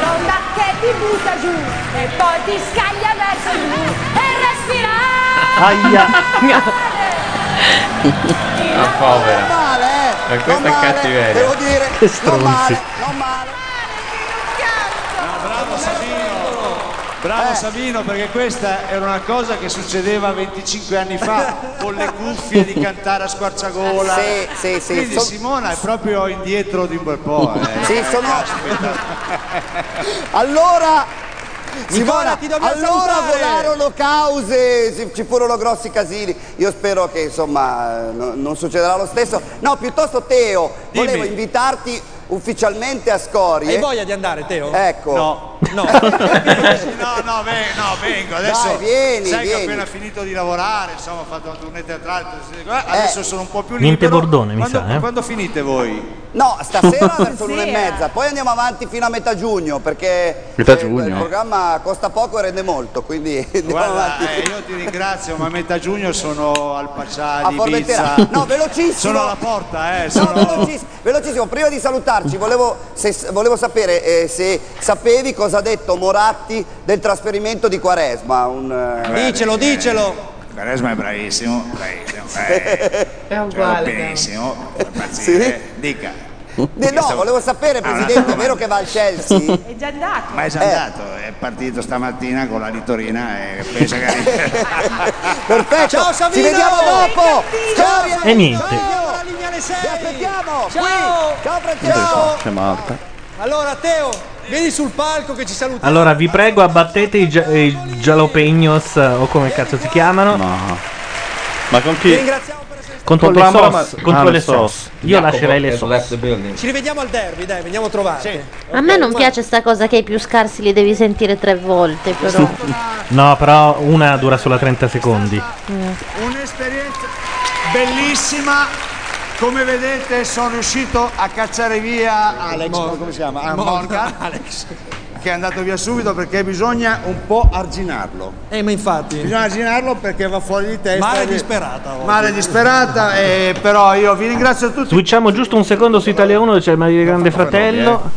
[SPEAKER 12] L'onda che ti butta giù e poi ti scaglia verso il blu e respirare.
[SPEAKER 9] Ah, povera.
[SPEAKER 22] eh.
[SPEAKER 9] Ma questa è cattiveria.
[SPEAKER 20] Devo dire,
[SPEAKER 9] Che
[SPEAKER 20] non
[SPEAKER 9] stronzi.
[SPEAKER 20] male, non male.
[SPEAKER 17] Bravo Sabino!
[SPEAKER 20] Eh.
[SPEAKER 17] Bravo Sabino, perché questa era una cosa che succedeva 25 anni fa con le cuffie di cantare a squarciagola.
[SPEAKER 20] Sì, sì, sì.
[SPEAKER 17] Quindi
[SPEAKER 20] Son-
[SPEAKER 17] Simona è proprio indietro di un bel po'. Eh.
[SPEAKER 20] Sì, sono-
[SPEAKER 17] Aspetta.
[SPEAKER 20] Allora,
[SPEAKER 17] Nicola,
[SPEAKER 20] Simona,
[SPEAKER 17] ti dobbiamo
[SPEAKER 20] allora
[SPEAKER 17] salutare.
[SPEAKER 20] volarono cause, si- ci furono grossi casini. Io spero che insomma no- non succederà lo stesso. No, piuttosto Teo, volevo invitarti ufficialmente a Scorie.
[SPEAKER 2] Hai voglia di andare, Teo?
[SPEAKER 20] Ecco.
[SPEAKER 17] No.
[SPEAKER 2] No.
[SPEAKER 17] No, no, ve- no, vengo. Adesso
[SPEAKER 20] Dai, vieni,
[SPEAKER 17] sai che ho
[SPEAKER 20] vieni.
[SPEAKER 17] appena finito di lavorare, insomma, ho fatto una tournée teatrale. eh,
[SPEAKER 20] Eh.
[SPEAKER 17] Adesso sono un po' più libero.
[SPEAKER 5] Niente Bordone, mi
[SPEAKER 17] Quando-
[SPEAKER 5] sa, eh.
[SPEAKER 17] Quando finite voi?
[SPEAKER 20] No, stasera verso
[SPEAKER 17] Sì,
[SPEAKER 20] l'una e mezza, poi andiamo avanti fino a metà giugno perché
[SPEAKER 3] Metà
[SPEAKER 20] il
[SPEAKER 3] giugno.
[SPEAKER 20] programma costa poco e rende molto, quindi andiamo
[SPEAKER 17] Guarda,
[SPEAKER 20] avanti.
[SPEAKER 17] eh, io ti ringrazio, ma a metà giugno sono al Paccià
[SPEAKER 20] A
[SPEAKER 17] di
[SPEAKER 20] Formentera.
[SPEAKER 17] Ibiza.
[SPEAKER 20] No, velocissimo.
[SPEAKER 17] Sono alla porta, eh.
[SPEAKER 20] No,
[SPEAKER 17] Sono...
[SPEAKER 20] velocis- velocissimo, prima di salutarci volevo, se- volevo sapere eh, se sapevi cosa ha detto Moratti del trasferimento di Quaresma. Un, eh,
[SPEAKER 17] Dicelo, dicelo. Quaresma è bravissimo, bravissimo. È
[SPEAKER 20] uguale,
[SPEAKER 17] eh, benissimo. Dica.
[SPEAKER 20] De- no, volevo sapere Presidente, è vero che va al Chelsea?
[SPEAKER 17] È
[SPEAKER 7] già andato.
[SPEAKER 17] Ah, Ma è
[SPEAKER 20] Eh.
[SPEAKER 17] già andato, è partito stamattina con la Litorina e pensa che...
[SPEAKER 20] Perfetto,
[SPEAKER 17] Ciao,
[SPEAKER 20] ci
[SPEAKER 17] Savino!
[SPEAKER 20] vediamo dopo! Scoria!
[SPEAKER 5] E niente.
[SPEAKER 20] Ti aspettiamo!
[SPEAKER 2] Ciao!
[SPEAKER 20] Ciao
[SPEAKER 2] Ciao!
[SPEAKER 3] C'è Marta.
[SPEAKER 2] Allora, Teo, vieni sul palco che ci salutiamo.
[SPEAKER 5] Allora, vi prego, abbattete i, gia- i jalapenos eh, o come cazzo si chiamano.
[SPEAKER 3] Ma con chi?
[SPEAKER 5] Contro
[SPEAKER 3] Con
[SPEAKER 5] le
[SPEAKER 3] Lambra,
[SPEAKER 5] sos.
[SPEAKER 3] ma-
[SPEAKER 5] Contro
[SPEAKER 3] ah,
[SPEAKER 5] le
[SPEAKER 3] le
[SPEAKER 5] sos.
[SPEAKER 3] sos.
[SPEAKER 5] Io
[SPEAKER 3] Jacopo
[SPEAKER 5] lascerei le
[SPEAKER 3] has
[SPEAKER 5] sos.
[SPEAKER 3] left
[SPEAKER 2] Ci rivediamo al derby, dai, veniamo a trovarti.
[SPEAKER 8] A me non piace sta cosa che i più scarsi li devi sentire tre volte, però.
[SPEAKER 5] No, però una dura solo 30 secondi.
[SPEAKER 17] Un'esperienza bellissima. Come vedete sono riuscito a cacciare via Alex, come si chiama? Ah, Morgan, che è andato via subito perché bisogna un po' arginarlo.
[SPEAKER 2] Eh, ma infatti.
[SPEAKER 17] Bisogna arginarlo perché va fuori di testa.
[SPEAKER 2] Mare
[SPEAKER 17] e-
[SPEAKER 2] disperata oggi.
[SPEAKER 17] Mare disperata, eh, però io vi ringrazio tutti.
[SPEAKER 5] Switchiamo giusto un secondo su Italia 1 dove c'è il Mario Grande Fratello.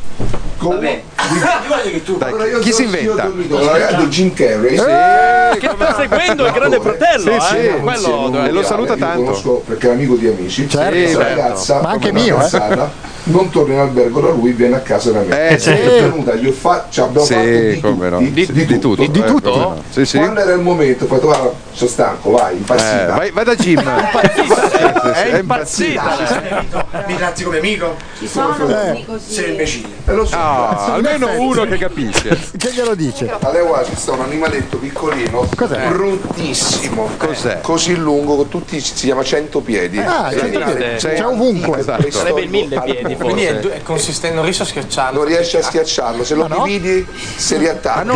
[SPEAKER 17] Vabbè.
[SPEAKER 9] Dai, chi si inventa?
[SPEAKER 16] Guardando Jim Carrey.
[SPEAKER 9] che sta seguendo il Grande Fratello,
[SPEAKER 16] Sì,
[SPEAKER 9] eh?
[SPEAKER 16] sì.
[SPEAKER 9] Quello-
[SPEAKER 16] Siamo
[SPEAKER 9] e lo
[SPEAKER 16] mondiali,
[SPEAKER 9] saluta
[SPEAKER 16] io
[SPEAKER 9] tanto.
[SPEAKER 16] conosco perché è amico di amici.
[SPEAKER 9] Certo.
[SPEAKER 16] Questa
[SPEAKER 9] Sì, certo.
[SPEAKER 16] ragazza,
[SPEAKER 9] Ma anche
[SPEAKER 16] come
[SPEAKER 9] mio, eh.
[SPEAKER 16] ragazzata, Non torna in albergo da lui, viene a casa da me.
[SPEAKER 9] Eh, certo.
[SPEAKER 16] Sono venuta, gli ho fa- ci abbiamo
[SPEAKER 9] Sì,
[SPEAKER 16] fatto di
[SPEAKER 9] come no.
[SPEAKER 16] tutti,
[SPEAKER 9] Di- di tutto. Di
[SPEAKER 16] eh,
[SPEAKER 9] tutto?
[SPEAKER 16] come no.
[SPEAKER 9] Sì, sì.
[SPEAKER 16] Quando era il momento, ho fatto guarda, sono stanco, vai, impazzita.
[SPEAKER 9] Eh, vai, vai da Jim.
[SPEAKER 16] È
[SPEAKER 11] Mi tratti come amico? Ci Sei imbecille.
[SPEAKER 16] E lo so.
[SPEAKER 9] Ah,
[SPEAKER 16] grazie.
[SPEAKER 9] almeno uno che capisce.
[SPEAKER 16] Che glielo dice? Alle Oasi sta un animaletto piccolino,
[SPEAKER 9] Cos'è?
[SPEAKER 16] bruttissimo. Cos'è? Così lungo, con tutti si chiama 100 piedi.
[SPEAKER 13] Ah,
[SPEAKER 16] E
[SPEAKER 13] cento
[SPEAKER 16] l'animale-
[SPEAKER 13] piedi.
[SPEAKER 16] Cioè,
[SPEAKER 13] C'è ovunque.
[SPEAKER 16] questo-
[SPEAKER 13] Esatto. Sarebbe il mille piedi, forse. Quindi è du- è consistente, non riesce a schiacciarlo.
[SPEAKER 16] Non riesce a schiacciarlo, se lo dividi si riattacca.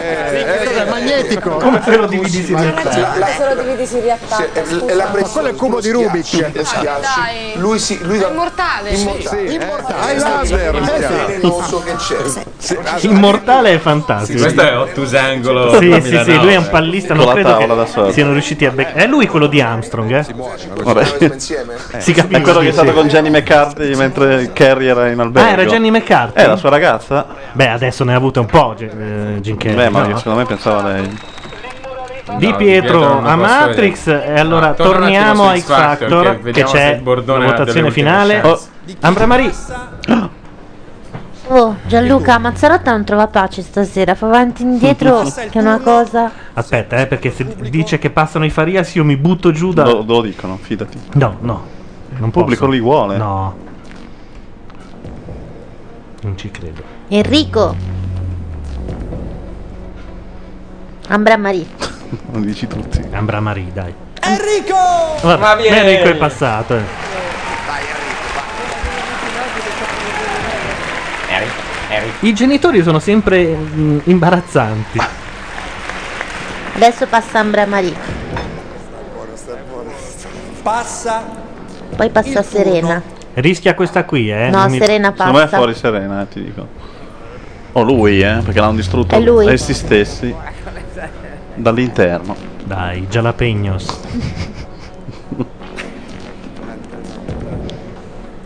[SPEAKER 13] È
[SPEAKER 16] eh,
[SPEAKER 13] magnetico.
[SPEAKER 16] Come se lo dividi si
[SPEAKER 18] Come se lo dividi si riattacca. scusa.
[SPEAKER 16] Ma quello è il cubo di Rubik. eh, Esatto. Lo schiacci.
[SPEAKER 18] Dai.
[SPEAKER 16] Lui si lui
[SPEAKER 18] È immortale.
[SPEAKER 16] Immortale.
[SPEAKER 18] Sì, sì,
[SPEAKER 16] Immortale.
[SPEAKER 18] eh. Hai laser,
[SPEAKER 16] È
[SPEAKER 18] minchia.
[SPEAKER 16] velenoso che c'è.
[SPEAKER 5] Immortale è fantastico.
[SPEAKER 6] Questo è Ottusangolo.
[SPEAKER 5] Sì, sì, sì,
[SPEAKER 6] 2009.
[SPEAKER 5] lui è un pallista, non
[SPEAKER 6] Con la
[SPEAKER 5] credo
[SPEAKER 6] tavola da
[SPEAKER 5] che
[SPEAKER 6] sopra.
[SPEAKER 5] siano riusciti a beccare. È lui quello di Armstrong, eh?
[SPEAKER 3] Vabbè.
[SPEAKER 5] Si
[SPEAKER 3] È
[SPEAKER 5] capisce.
[SPEAKER 3] quello che è stato
[SPEAKER 5] sì.
[SPEAKER 3] con Jenny McCarthy mentre Carrie era in albergo.
[SPEAKER 5] Ah, era Jenny McCarthy?
[SPEAKER 3] Eh, la sua ragazza.
[SPEAKER 5] Beh, adesso ne ha avuto un po', Ge- eh, Jim Carrey,
[SPEAKER 3] Beh, ma
[SPEAKER 5] no?
[SPEAKER 3] io secondo me pensavo a lei.
[SPEAKER 5] Di Pietro a Matrix eh, e allora
[SPEAKER 3] torna un
[SPEAKER 5] torniamo
[SPEAKER 3] attimo su
[SPEAKER 5] a X
[SPEAKER 3] X Factor, che
[SPEAKER 5] Factor che,
[SPEAKER 3] vediamo se
[SPEAKER 5] c'è
[SPEAKER 3] il Bordone
[SPEAKER 5] la
[SPEAKER 3] ha delle
[SPEAKER 5] votazione
[SPEAKER 3] ultime
[SPEAKER 5] finale.
[SPEAKER 3] chance.
[SPEAKER 5] Ambra Marie,
[SPEAKER 8] Oh, Gianluca Mazzarotta non trova pace stasera. Fa avanti e indietro, che è una cosa.
[SPEAKER 5] aspetta, eh, perché se dice che passano i Farias io mi butto giù da
[SPEAKER 3] Lo, lo dicono, fidati.
[SPEAKER 5] No, no. Non
[SPEAKER 3] Il pubblico
[SPEAKER 5] posso.
[SPEAKER 3] li vuole.
[SPEAKER 5] No. Non ci credo.
[SPEAKER 8] Enrico. Ambra Marie.
[SPEAKER 5] Non dici tutti. Ambra Marie, dai.
[SPEAKER 8] Enrico!
[SPEAKER 5] Vabbè,
[SPEAKER 8] Ma vieni!
[SPEAKER 5] Enrico è passato. eh. I genitori sono sempre mm, imbarazzanti.
[SPEAKER 8] Adesso passa Ambra Marie.
[SPEAKER 2] Passa.
[SPEAKER 8] Poi passa Serena.
[SPEAKER 5] Rischia questa qui, eh.
[SPEAKER 8] No, Serena
[SPEAKER 3] Secondo me è
[SPEAKER 8] passa.
[SPEAKER 3] fuori Serena, eh, ti dico. O lui, eh, perché l'hanno distrutto
[SPEAKER 8] È lui.
[SPEAKER 3] essi stessi dall'interno.
[SPEAKER 5] Dai, Jalapenos.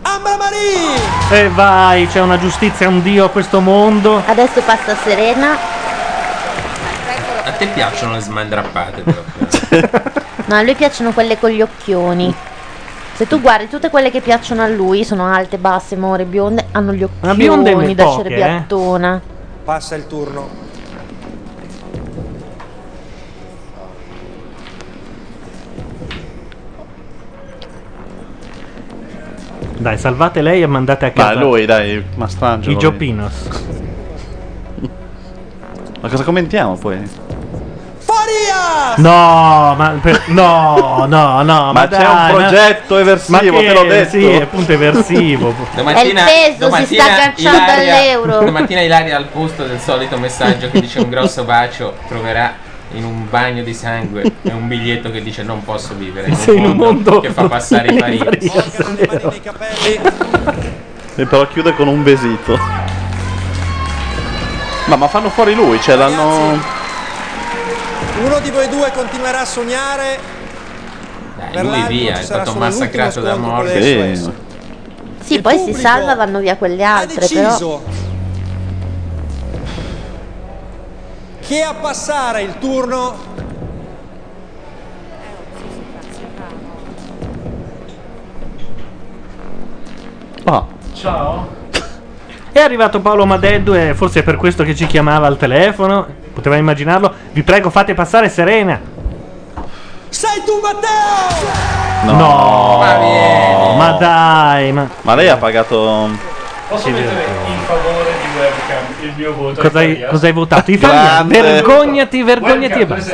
[SPEAKER 2] Ambra Marie!
[SPEAKER 5] E vai, c'è una giustizia, un dio a questo mondo.
[SPEAKER 8] Adesso passa Serena.
[SPEAKER 6] A te piacciono le smandrappate, però.
[SPEAKER 8] No, a lui piacciono quelle con gli occhioni. Se tu guardi tutte quelle che piacciono a lui, sono alte, basse, more, bionde, hanno gli
[SPEAKER 5] Ma bionde ne
[SPEAKER 8] occhioni da
[SPEAKER 5] poche, eh?
[SPEAKER 8] cerbiattona.
[SPEAKER 2] Passa il turno.
[SPEAKER 5] Dai, salvate lei e mandate a
[SPEAKER 3] Ma
[SPEAKER 5] casa.
[SPEAKER 3] lui, dai, Mastrangelo.
[SPEAKER 5] I Giopinos.
[SPEAKER 3] Ma cosa commentiamo poi?
[SPEAKER 5] No, ma per- no, no, no. Ma,
[SPEAKER 3] Ma c'è
[SPEAKER 5] dai,
[SPEAKER 3] un
[SPEAKER 5] ma-
[SPEAKER 3] progetto eversivo,
[SPEAKER 5] ma che-
[SPEAKER 3] te l'ho detto.
[SPEAKER 5] Sì, è appunto eversivo.
[SPEAKER 6] Domattina,
[SPEAKER 8] È il peso, si
[SPEAKER 6] domattina
[SPEAKER 8] sta agganciando
[SPEAKER 6] Ilaria-
[SPEAKER 8] all'euro.
[SPEAKER 6] Domattina Ilaria al posto del solito messaggio che dice un grosso bacio troverà in un bagno di sangue e un biglietto che dice non posso vivere in un,
[SPEAKER 5] Sei in un mondo
[SPEAKER 6] che fa passare i
[SPEAKER 5] in
[SPEAKER 6] parenti.
[SPEAKER 3] E però chiude con un besito. Ma, ma fanno fuori lui, cioè l'hanno.
[SPEAKER 2] Uno di voi due continuerà a sognare. Per
[SPEAKER 6] lui
[SPEAKER 2] l'altro
[SPEAKER 6] via,
[SPEAKER 2] ci
[SPEAKER 6] è
[SPEAKER 2] sarà
[SPEAKER 6] stato
[SPEAKER 2] solo l'ultimo
[SPEAKER 6] massacrato da
[SPEAKER 2] scontro con
[SPEAKER 6] morti.
[SPEAKER 2] le SOS.
[SPEAKER 8] Sì, poi si salva, vanno via quelle altre, però.
[SPEAKER 2] deciso che a passare il turno
[SPEAKER 5] Ciao. È arrivato Paolo Madeddu e forse è per questo che ci chiamava al telefono. Poteva immaginarlo. Vi prego, fate passare Serena.
[SPEAKER 2] sei tu Matteo
[SPEAKER 3] No,
[SPEAKER 5] Ma, dai, ma.
[SPEAKER 3] Ma lei ha pagato.
[SPEAKER 4] Posso mettere in favore di webcam il mio voto?
[SPEAKER 5] Cosa hai, cosa hai votato? I Faria,
[SPEAKER 3] Grande.
[SPEAKER 5] vergognati, vergognati e
[SPEAKER 4] Webcam,
[SPEAKER 5] basta.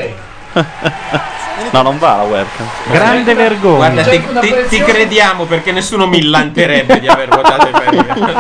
[SPEAKER 4] presente.
[SPEAKER 3] No, non va la webcam.
[SPEAKER 5] Grande vergogna.
[SPEAKER 6] Guarda, ti, ti- ti crediamo perché nessuno millanterebbe di aver votato i Ferrari.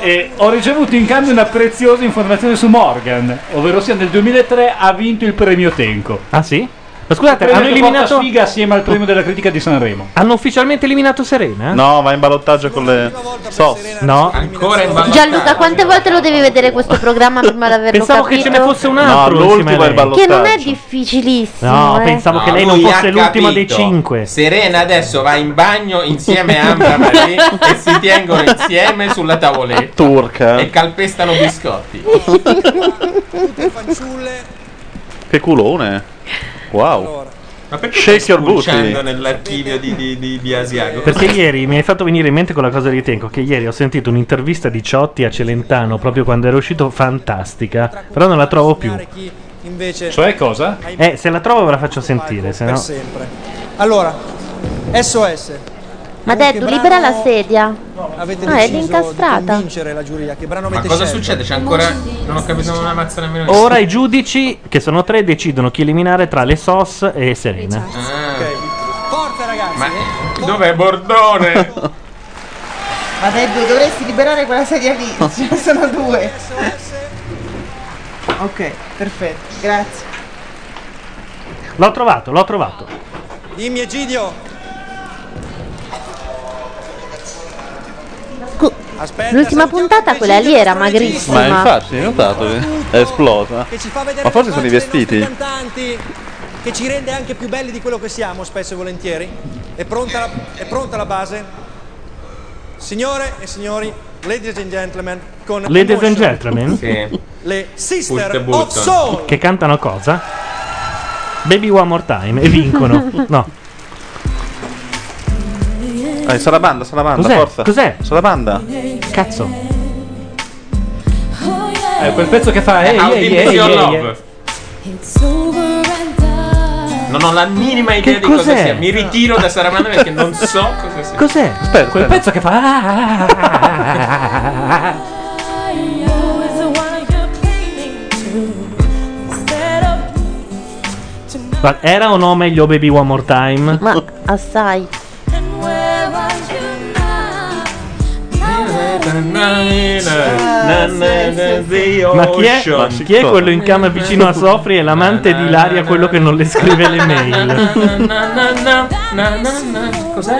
[SPEAKER 4] E ho ricevuto in cambio una preziosa informazione su Morgan, ovvero sia nel 2003 ha vinto il premio Tenco.
[SPEAKER 5] Ah sì? Ma scusate,
[SPEAKER 4] Premio
[SPEAKER 5] hanno
[SPEAKER 4] che
[SPEAKER 5] eliminato.
[SPEAKER 4] porta sfiga assieme al premio della critica di Sanremo.
[SPEAKER 5] Hanno ufficialmente eliminato
[SPEAKER 4] Eh?
[SPEAKER 5] Serena?
[SPEAKER 3] No, va in ballottaggio con le SOS.
[SPEAKER 5] No.
[SPEAKER 3] Ancora in
[SPEAKER 8] Gianluca, quante volte lo devi vedere questo programma prima di averlo
[SPEAKER 5] Pensavo che
[SPEAKER 8] capito?
[SPEAKER 5] ce ne fosse un altro.
[SPEAKER 3] No, l'ultimo
[SPEAKER 5] insieme a
[SPEAKER 3] è il
[SPEAKER 5] lei.
[SPEAKER 8] Che non è difficilissimo.
[SPEAKER 5] No,
[SPEAKER 8] eh.
[SPEAKER 5] pensavo che lei non
[SPEAKER 6] Ah, lui
[SPEAKER 5] fosse
[SPEAKER 6] ha
[SPEAKER 5] l'ultima dei
[SPEAKER 6] capito.
[SPEAKER 5] cinque.
[SPEAKER 6] Serena adesso va in bagno insieme a Ambra Marie e si tengono insieme sulla tavoletta.
[SPEAKER 3] Turca.
[SPEAKER 6] E calpestano biscotti.
[SPEAKER 3] Che culone. Wow.
[SPEAKER 6] Ma perché
[SPEAKER 3] Shake
[SPEAKER 6] stai
[SPEAKER 3] your booty.
[SPEAKER 6] spulciando nell'archivio di, di, di, di Asiago?
[SPEAKER 5] Perché ieri mi hai fatto venire in mente quella cosa di Tenco, che ieri ho sentito un'intervista di Ciotti a Celentano proprio quando era uscito, fantastica, però non la trovo più.
[SPEAKER 2] Invece
[SPEAKER 5] Cioè cosa? Eh, se la trovo ve la faccio sentire, se
[SPEAKER 2] per
[SPEAKER 5] no...
[SPEAKER 2] sempre. Allora, SOS.
[SPEAKER 8] Ma
[SPEAKER 2] Con
[SPEAKER 8] dai,
[SPEAKER 2] che
[SPEAKER 8] tu libera la
[SPEAKER 2] brano
[SPEAKER 8] sedia.
[SPEAKER 2] Avete
[SPEAKER 8] No, è
[SPEAKER 2] deciso di
[SPEAKER 8] incastrata.
[SPEAKER 2] vincere la giuria. Che brano
[SPEAKER 6] Ma
[SPEAKER 2] avete
[SPEAKER 6] cosa
[SPEAKER 2] scelto?
[SPEAKER 6] succede? C'è ancora. Non ho capito una mazza nemmeno io.
[SPEAKER 5] Ora i giudici, che sono tre, decidono chi eliminare tra le SOS e
[SPEAKER 6] Esatto.
[SPEAKER 5] Serena.
[SPEAKER 2] Forza ragazzi!
[SPEAKER 6] Ma Ah. dov'è Bordone?
[SPEAKER 7] Ma dai, due, dovresti liberare quella sedia lì. Ce ne sono due. Ok, perfetto, grazie.
[SPEAKER 5] L'ho trovato, l'ho trovato.
[SPEAKER 2] Dimmi Egidio. Aspetta,
[SPEAKER 8] L'ultima puntata, quella lì, era magrissima.
[SPEAKER 3] Ma infatti, hai notato? che È esplosa. Ma forse sono i vestiti.
[SPEAKER 2] cantanti che ci rende anche più belli di quello che siamo spesso e volentieri. È pronta la, è pronta la base? Signore e signori, ladies and gentlemen, con
[SPEAKER 5] Ladies and
[SPEAKER 2] Emotion,
[SPEAKER 5] gentlemen,
[SPEAKER 2] le
[SPEAKER 5] Putte
[SPEAKER 2] Sister
[SPEAKER 5] button.
[SPEAKER 2] of Soul.
[SPEAKER 5] che cantano cosa? Baby One More Time e vincono. No,
[SPEAKER 3] Eh, Sarabanda, Sarabanda,
[SPEAKER 5] Cos'è?
[SPEAKER 3] forza.
[SPEAKER 5] Cos'è?
[SPEAKER 3] Sarabanda.
[SPEAKER 5] cazzo.
[SPEAKER 4] È Eh, quel pezzo che
[SPEAKER 5] Eh,
[SPEAKER 4] fa. eh, Hey,
[SPEAKER 6] How
[SPEAKER 4] hey,
[SPEAKER 6] deep is
[SPEAKER 4] hey,
[SPEAKER 6] your
[SPEAKER 4] hey,
[SPEAKER 6] love?
[SPEAKER 4] hey.
[SPEAKER 6] Non ho la minima idea di cosa
[SPEAKER 4] cos'è?
[SPEAKER 6] sia. Mi ritiro da Saramanda perché non so cosa sia.
[SPEAKER 5] Cos'è?
[SPEAKER 3] Aspetta,
[SPEAKER 4] quel pezzo che "Ah, fa.
[SPEAKER 5] Ma era o no meglio Baby One More Time?
[SPEAKER 8] Ma assai.
[SPEAKER 5] Ma chi è, chi è quello in cama vicino a Sofri? È l'amante di Ilaria, quello che non le scrive le
[SPEAKER 6] Na,
[SPEAKER 5] mail.
[SPEAKER 6] na, na, na, na, na. Cos'è?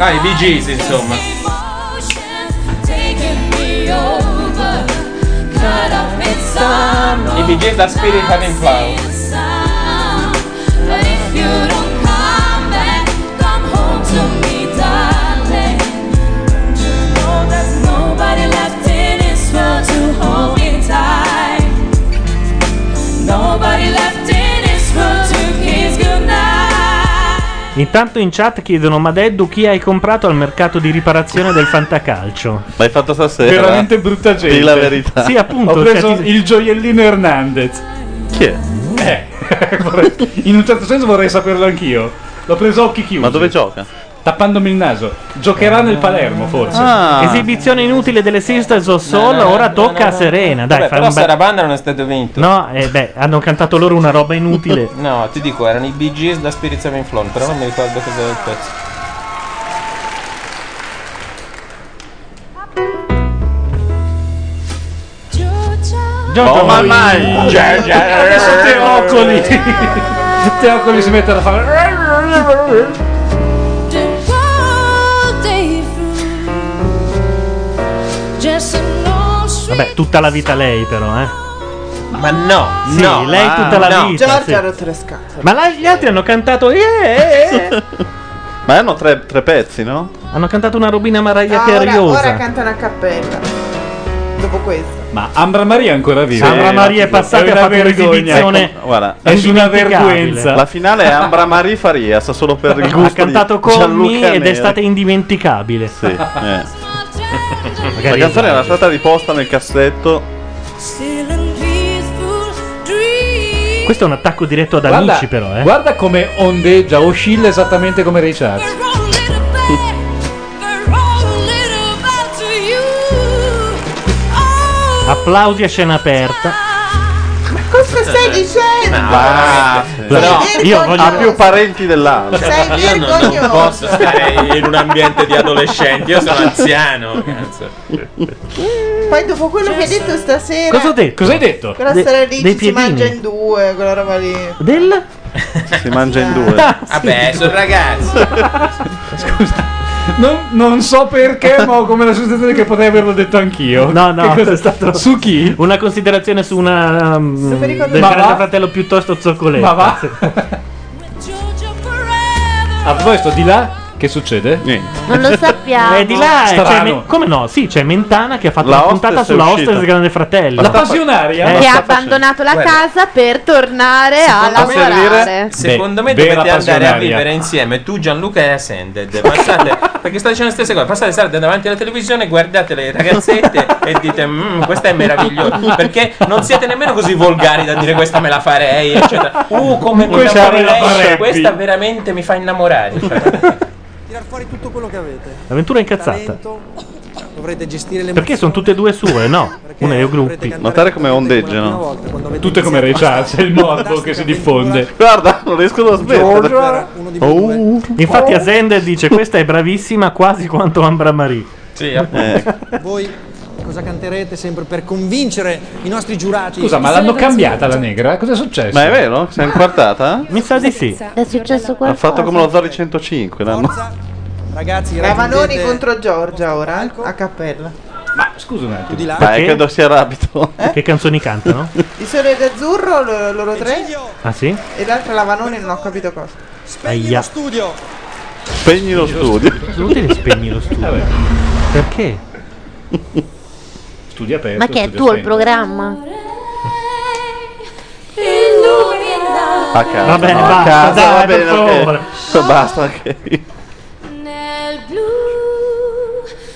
[SPEAKER 6] Ah, i Bee Gees, insomma. I Bee Gees da Spirit Having Flow.
[SPEAKER 31] Nobody left in this world to kiss goodnight.
[SPEAKER 5] Intanto in chat chiedono: Ma Deddu chi hai comprato al mercato di riparazione del fantacalcio?
[SPEAKER 3] L'hai fatto stasera.
[SPEAKER 4] Veramente brutta gente.
[SPEAKER 3] Dì la verità.
[SPEAKER 5] Sì, appunto,
[SPEAKER 4] Ho preso
[SPEAKER 5] cioè, ti-
[SPEAKER 4] il gioiellino Hernandez.
[SPEAKER 3] Chi è?
[SPEAKER 4] Eh, vorrei- in un certo senso vorrei saperlo anch'io. L'ho preso a occhi chiusi. Ma dove
[SPEAKER 3] gioca?
[SPEAKER 4] Tappandomi il naso. Giocherà nel Palermo, forse.
[SPEAKER 6] Ah.
[SPEAKER 3] Ah.
[SPEAKER 5] Esibizione inutile delle Sisters of Soul.
[SPEAKER 4] Na, na,
[SPEAKER 5] Ora
[SPEAKER 4] na,
[SPEAKER 5] tocca a Serena. Dai,
[SPEAKER 6] Vabbè,
[SPEAKER 5] fai
[SPEAKER 6] però
[SPEAKER 5] un bel.
[SPEAKER 6] Sarabanda non è stato vinto.
[SPEAKER 5] No, eh, beh, hanno cantato loro una roba inutile.
[SPEAKER 6] No, ti dico, erano i Bee Gees da Spirits Having Flown, però non mi ricordo cos'era il pezzo.
[SPEAKER 4] Gioco
[SPEAKER 3] Oh, ma mai!
[SPEAKER 4] Già, già. Adesso Teocoli. Teocoli si mette a fare.
[SPEAKER 5] Vabbè, tutta la vita lei, però, eh.
[SPEAKER 6] Ma no,
[SPEAKER 5] sì,
[SPEAKER 6] no,
[SPEAKER 5] lei
[SPEAKER 6] ma
[SPEAKER 5] tutta la
[SPEAKER 6] no.
[SPEAKER 5] vita.
[SPEAKER 6] Giorgia
[SPEAKER 5] sì.
[SPEAKER 6] ha rotto
[SPEAKER 7] le scatole.
[SPEAKER 5] Ma là gli altri hanno cantato. eh, "Yeah, yeah, yeah".
[SPEAKER 3] Ma erano tre, tre pezzi, no?
[SPEAKER 5] Hanno cantato una robina
[SPEAKER 7] No,
[SPEAKER 5] Mariah
[SPEAKER 4] Ah,
[SPEAKER 7] ora,
[SPEAKER 5] Carey.
[SPEAKER 7] ora cantano a cappella. Dopo questo.
[SPEAKER 4] Ma Ambra Maria è ancora viva.
[SPEAKER 3] Ambra Maria è passata e ha
[SPEAKER 4] una
[SPEAKER 3] fatto
[SPEAKER 4] vergogna.
[SPEAKER 3] un'esibizione Ecco, guarda,
[SPEAKER 4] È di una
[SPEAKER 3] indimenticabile.
[SPEAKER 4] vergogna.
[SPEAKER 3] La finale è Ambra Marie Farias, solo per il gusto
[SPEAKER 5] ha cantato
[SPEAKER 3] di
[SPEAKER 5] con
[SPEAKER 3] Gianluca
[SPEAKER 5] me ed è
[SPEAKER 3] Neri.
[SPEAKER 5] stata indimenticabile.
[SPEAKER 3] Sì, eh. La canzone era stata riposta nel cassetto.
[SPEAKER 5] Questo è un attacco diretto ad
[SPEAKER 4] Guarda-
[SPEAKER 5] amici, però, eh.
[SPEAKER 4] Guarda come ondeggia, oscilla esattamente come Ray Charles.
[SPEAKER 5] Applausi a scena aperta.
[SPEAKER 7] cosa stai dicendo?
[SPEAKER 3] Ah, però
[SPEAKER 7] Sei
[SPEAKER 3] io
[SPEAKER 7] vergognoso.
[SPEAKER 3] ha più parenti dell'altro.
[SPEAKER 7] Sei
[SPEAKER 6] Cioè, Io non, non posso stare in un ambiente di adolescenti, io sono anziano. Cazzo.
[SPEAKER 7] Poi dopo quello che hai detto stasera.
[SPEAKER 6] Cosa ho detto? Cosa hai detto?
[SPEAKER 7] Quella
[SPEAKER 6] De-
[SPEAKER 7] storia lì
[SPEAKER 6] dei
[SPEAKER 7] ci
[SPEAKER 6] piedini.
[SPEAKER 7] si mangia in due, quella roba lì.
[SPEAKER 5] Del? Ah,
[SPEAKER 3] Si mangia in due.
[SPEAKER 6] Vabbè, sono ragazzi.
[SPEAKER 4] Non, non so Oh, perché, ma ho come la sensazione che potrei averlo detto anch'io.
[SPEAKER 5] No, no,
[SPEAKER 4] Che cosa-
[SPEAKER 5] è stato su chi? Una considerazione su una um,
[SPEAKER 4] Se mi
[SPEAKER 5] del
[SPEAKER 4] ricordo- Ma
[SPEAKER 5] grande
[SPEAKER 4] va?
[SPEAKER 5] fratello piuttosto zoccoletta.
[SPEAKER 4] Ma va? A proposito, di là, che succede?
[SPEAKER 3] Niente.
[SPEAKER 8] Non lo sappiamo.
[SPEAKER 5] Eh, di là eh, c'è
[SPEAKER 4] Strano.
[SPEAKER 5] Me- come no? Sì, c'è Mentana che ha fatto
[SPEAKER 4] La
[SPEAKER 5] una
[SPEAKER 4] hostess
[SPEAKER 5] puntata
[SPEAKER 4] è
[SPEAKER 5] sulla
[SPEAKER 4] uscita.
[SPEAKER 5] hostess del Grande Fratello.
[SPEAKER 4] La passionaria?
[SPEAKER 5] Eh,
[SPEAKER 8] che ha
[SPEAKER 5] sta
[SPEAKER 8] abbandonato la
[SPEAKER 5] Guarda.
[SPEAKER 8] casa per tornare a lavorare.
[SPEAKER 6] Secondo me
[SPEAKER 4] Beh, vera
[SPEAKER 6] dovete andare a
[SPEAKER 4] passionaria.
[SPEAKER 6] vivere insieme tu, Gianluca e Ascended. Passate, perché sto dicendo le stesse cose. Passate state davanti alla televisione, guardate le ragazzette e dite: "Mm, Questa è meravigliosa. Perché non siete nemmeno così volgari da dire questa me la farei, eccetera. Uh, come mi
[SPEAKER 5] Questa me la
[SPEAKER 6] innamorerei,
[SPEAKER 5] farebbi."
[SPEAKER 6] questa veramente mi fa innamorare.
[SPEAKER 2] tutto quello che avete.
[SPEAKER 5] L'avventura incazzata.
[SPEAKER 2] Dovrete gestire le
[SPEAKER 5] Perché sono tutte e due sue, no? Una è gruppi.
[SPEAKER 3] Notare come ondeggiano.
[SPEAKER 4] Tutte come Ray Charles, è il morbo che si diffonde.
[SPEAKER 3] Guarda, non riescono a smettere.
[SPEAKER 5] Oh. Infatti, Asende dice: Questa è bravissima quasi quanto Ambra Marie. Eh.
[SPEAKER 6] Sì,
[SPEAKER 3] Eh.
[SPEAKER 2] Voi cosa canterete sempre per convincere i nostri giurati?
[SPEAKER 4] Scusa, ma l'hanno cambiata la negra? Cosa è successo?
[SPEAKER 3] Ma è vero? Si è inquartata?
[SPEAKER 5] Eh, Mi sa di sì.
[SPEAKER 8] È successo
[SPEAKER 3] Ha
[SPEAKER 8] qualcosa.
[SPEAKER 3] fatto come lo Zori 105. l'hanno-
[SPEAKER 2] Ragazzi,
[SPEAKER 7] Ravanoni
[SPEAKER 2] raggiungete-
[SPEAKER 7] contro Giorgia ora, a cappella.
[SPEAKER 4] Ma scusa un attimo.
[SPEAKER 3] Dai,
[SPEAKER 5] Perché?
[SPEAKER 3] credo sia rabito.
[SPEAKER 5] Che canzoni cantano?
[SPEAKER 7] Il sole d'azzurro, lo- loro tre.
[SPEAKER 5] Ah, sì?
[SPEAKER 7] E l'altra Lavanoni non ho capito cosa.
[SPEAKER 5] Aia.
[SPEAKER 2] Studio.
[SPEAKER 3] Spegni lo studio.
[SPEAKER 5] Non devi spegni lo studio. Perché?
[SPEAKER 4] Studia aperto.
[SPEAKER 8] Ma che è
[SPEAKER 5] Certo,
[SPEAKER 4] studio
[SPEAKER 8] tuo il
[SPEAKER 4] spento.
[SPEAKER 8] programma?
[SPEAKER 3] A casa.
[SPEAKER 5] Va bene,
[SPEAKER 3] no,
[SPEAKER 5] basta,
[SPEAKER 3] a casa,
[SPEAKER 5] dai,
[SPEAKER 3] va
[SPEAKER 5] per
[SPEAKER 3] bene, ok.
[SPEAKER 5] favore.
[SPEAKER 3] Basta, ok.
[SPEAKER 31] Nel blu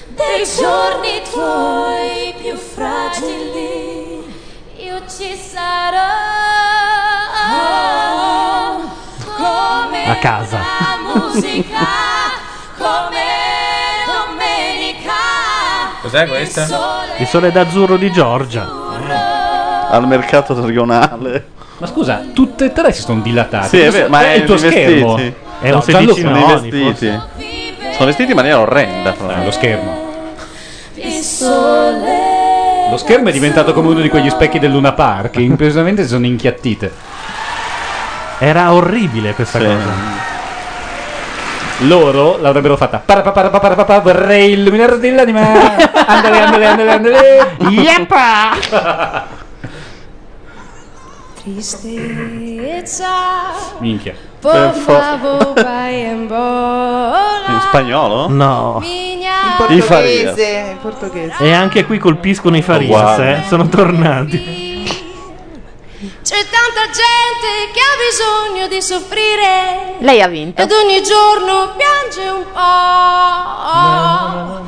[SPEAKER 31] dei giorni tuoi più fragili io ci sarò come
[SPEAKER 5] A casa.
[SPEAKER 31] la musica, come domenica.
[SPEAKER 6] Cos'è questa?
[SPEAKER 5] Il sole d'azzurro di Giorgia.
[SPEAKER 3] Al mercato regionale.
[SPEAKER 4] Ma scusa, tutte e tre si sono dilatate.
[SPEAKER 3] Sì, è vero, ma
[SPEAKER 4] Cos'è
[SPEAKER 3] è
[SPEAKER 4] il tuo
[SPEAKER 3] i vestiti.
[SPEAKER 4] schermo.
[SPEAKER 3] È un
[SPEAKER 4] Gianluca,
[SPEAKER 3] 16
[SPEAKER 4] no,
[SPEAKER 3] noni,
[SPEAKER 4] i
[SPEAKER 3] forse. Sono vestiti in maniera orrenda. Fra lo
[SPEAKER 4] Ah, schermo.
[SPEAKER 31] Il sole
[SPEAKER 4] Lo schermo è diventato come uno di quegli specchi del Luna Park, che improvvisamente si sono inchiattite.
[SPEAKER 5] Era orribile questa cosa.
[SPEAKER 4] Loro l'avrebbero fatta. Parapaparapapapa, vorrei illuminare dell'anima. Andale, andale, andale, andale.
[SPEAKER 31] Yeppa! tristezza.
[SPEAKER 4] Minchia.
[SPEAKER 31] Por favor, vai embora.
[SPEAKER 3] In spagnolo?
[SPEAKER 5] No.
[SPEAKER 7] In
[SPEAKER 5] I
[SPEAKER 7] portoghese, in portoghese.
[SPEAKER 5] E anche qui colpiscono i Farias,
[SPEAKER 3] Uguale.
[SPEAKER 5] eh. Sono tornati.
[SPEAKER 31] C'è tanta gente che ha bisogno di soffrire.
[SPEAKER 8] Lei ha vinto.
[SPEAKER 31] Ed ogni giorno piange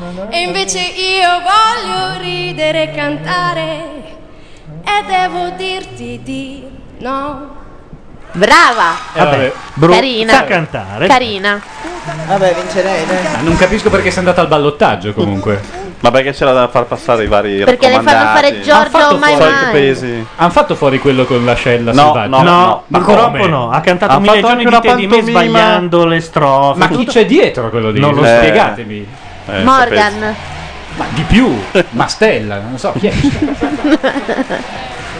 [SPEAKER 31] un po'. E invece io voglio ridere e cantare. E devo dirti di no.
[SPEAKER 8] Brava!
[SPEAKER 4] Eh, vabbè.
[SPEAKER 5] Bru-
[SPEAKER 8] Carina.
[SPEAKER 5] Sa cantare.
[SPEAKER 8] Carina.
[SPEAKER 5] Eh,
[SPEAKER 7] Vabbè, vincerei. dai.
[SPEAKER 4] Ma non capisco perché sei andata al ballottaggio comunque.
[SPEAKER 3] Ma perché c'era da far passare i vari
[SPEAKER 8] Perché le fanno
[SPEAKER 3] raccomandati?
[SPEAKER 8] fare Giorgio
[SPEAKER 3] Han fatto
[SPEAKER 8] Mai
[SPEAKER 3] fuori i
[SPEAKER 8] Mai.
[SPEAKER 3] pesi.
[SPEAKER 4] Hanno fatto fuori quello con l'ascella
[SPEAKER 3] No,
[SPEAKER 4] selvaggia?
[SPEAKER 3] no, no.
[SPEAKER 5] Ma purtroppo no, ha cantato
[SPEAKER 4] Ha
[SPEAKER 5] mille
[SPEAKER 4] fatto
[SPEAKER 5] giorni di te
[SPEAKER 4] anche una
[SPEAKER 5] di me
[SPEAKER 4] pantomima.
[SPEAKER 5] sbagliando le strofe.
[SPEAKER 4] Ma chi c'è dietro a quello lì?
[SPEAKER 5] Non lo
[SPEAKER 3] Eh,
[SPEAKER 5] so.
[SPEAKER 4] spiegatemi.
[SPEAKER 8] Morgan.
[SPEAKER 4] Ma di più, Mastella, non so chi è.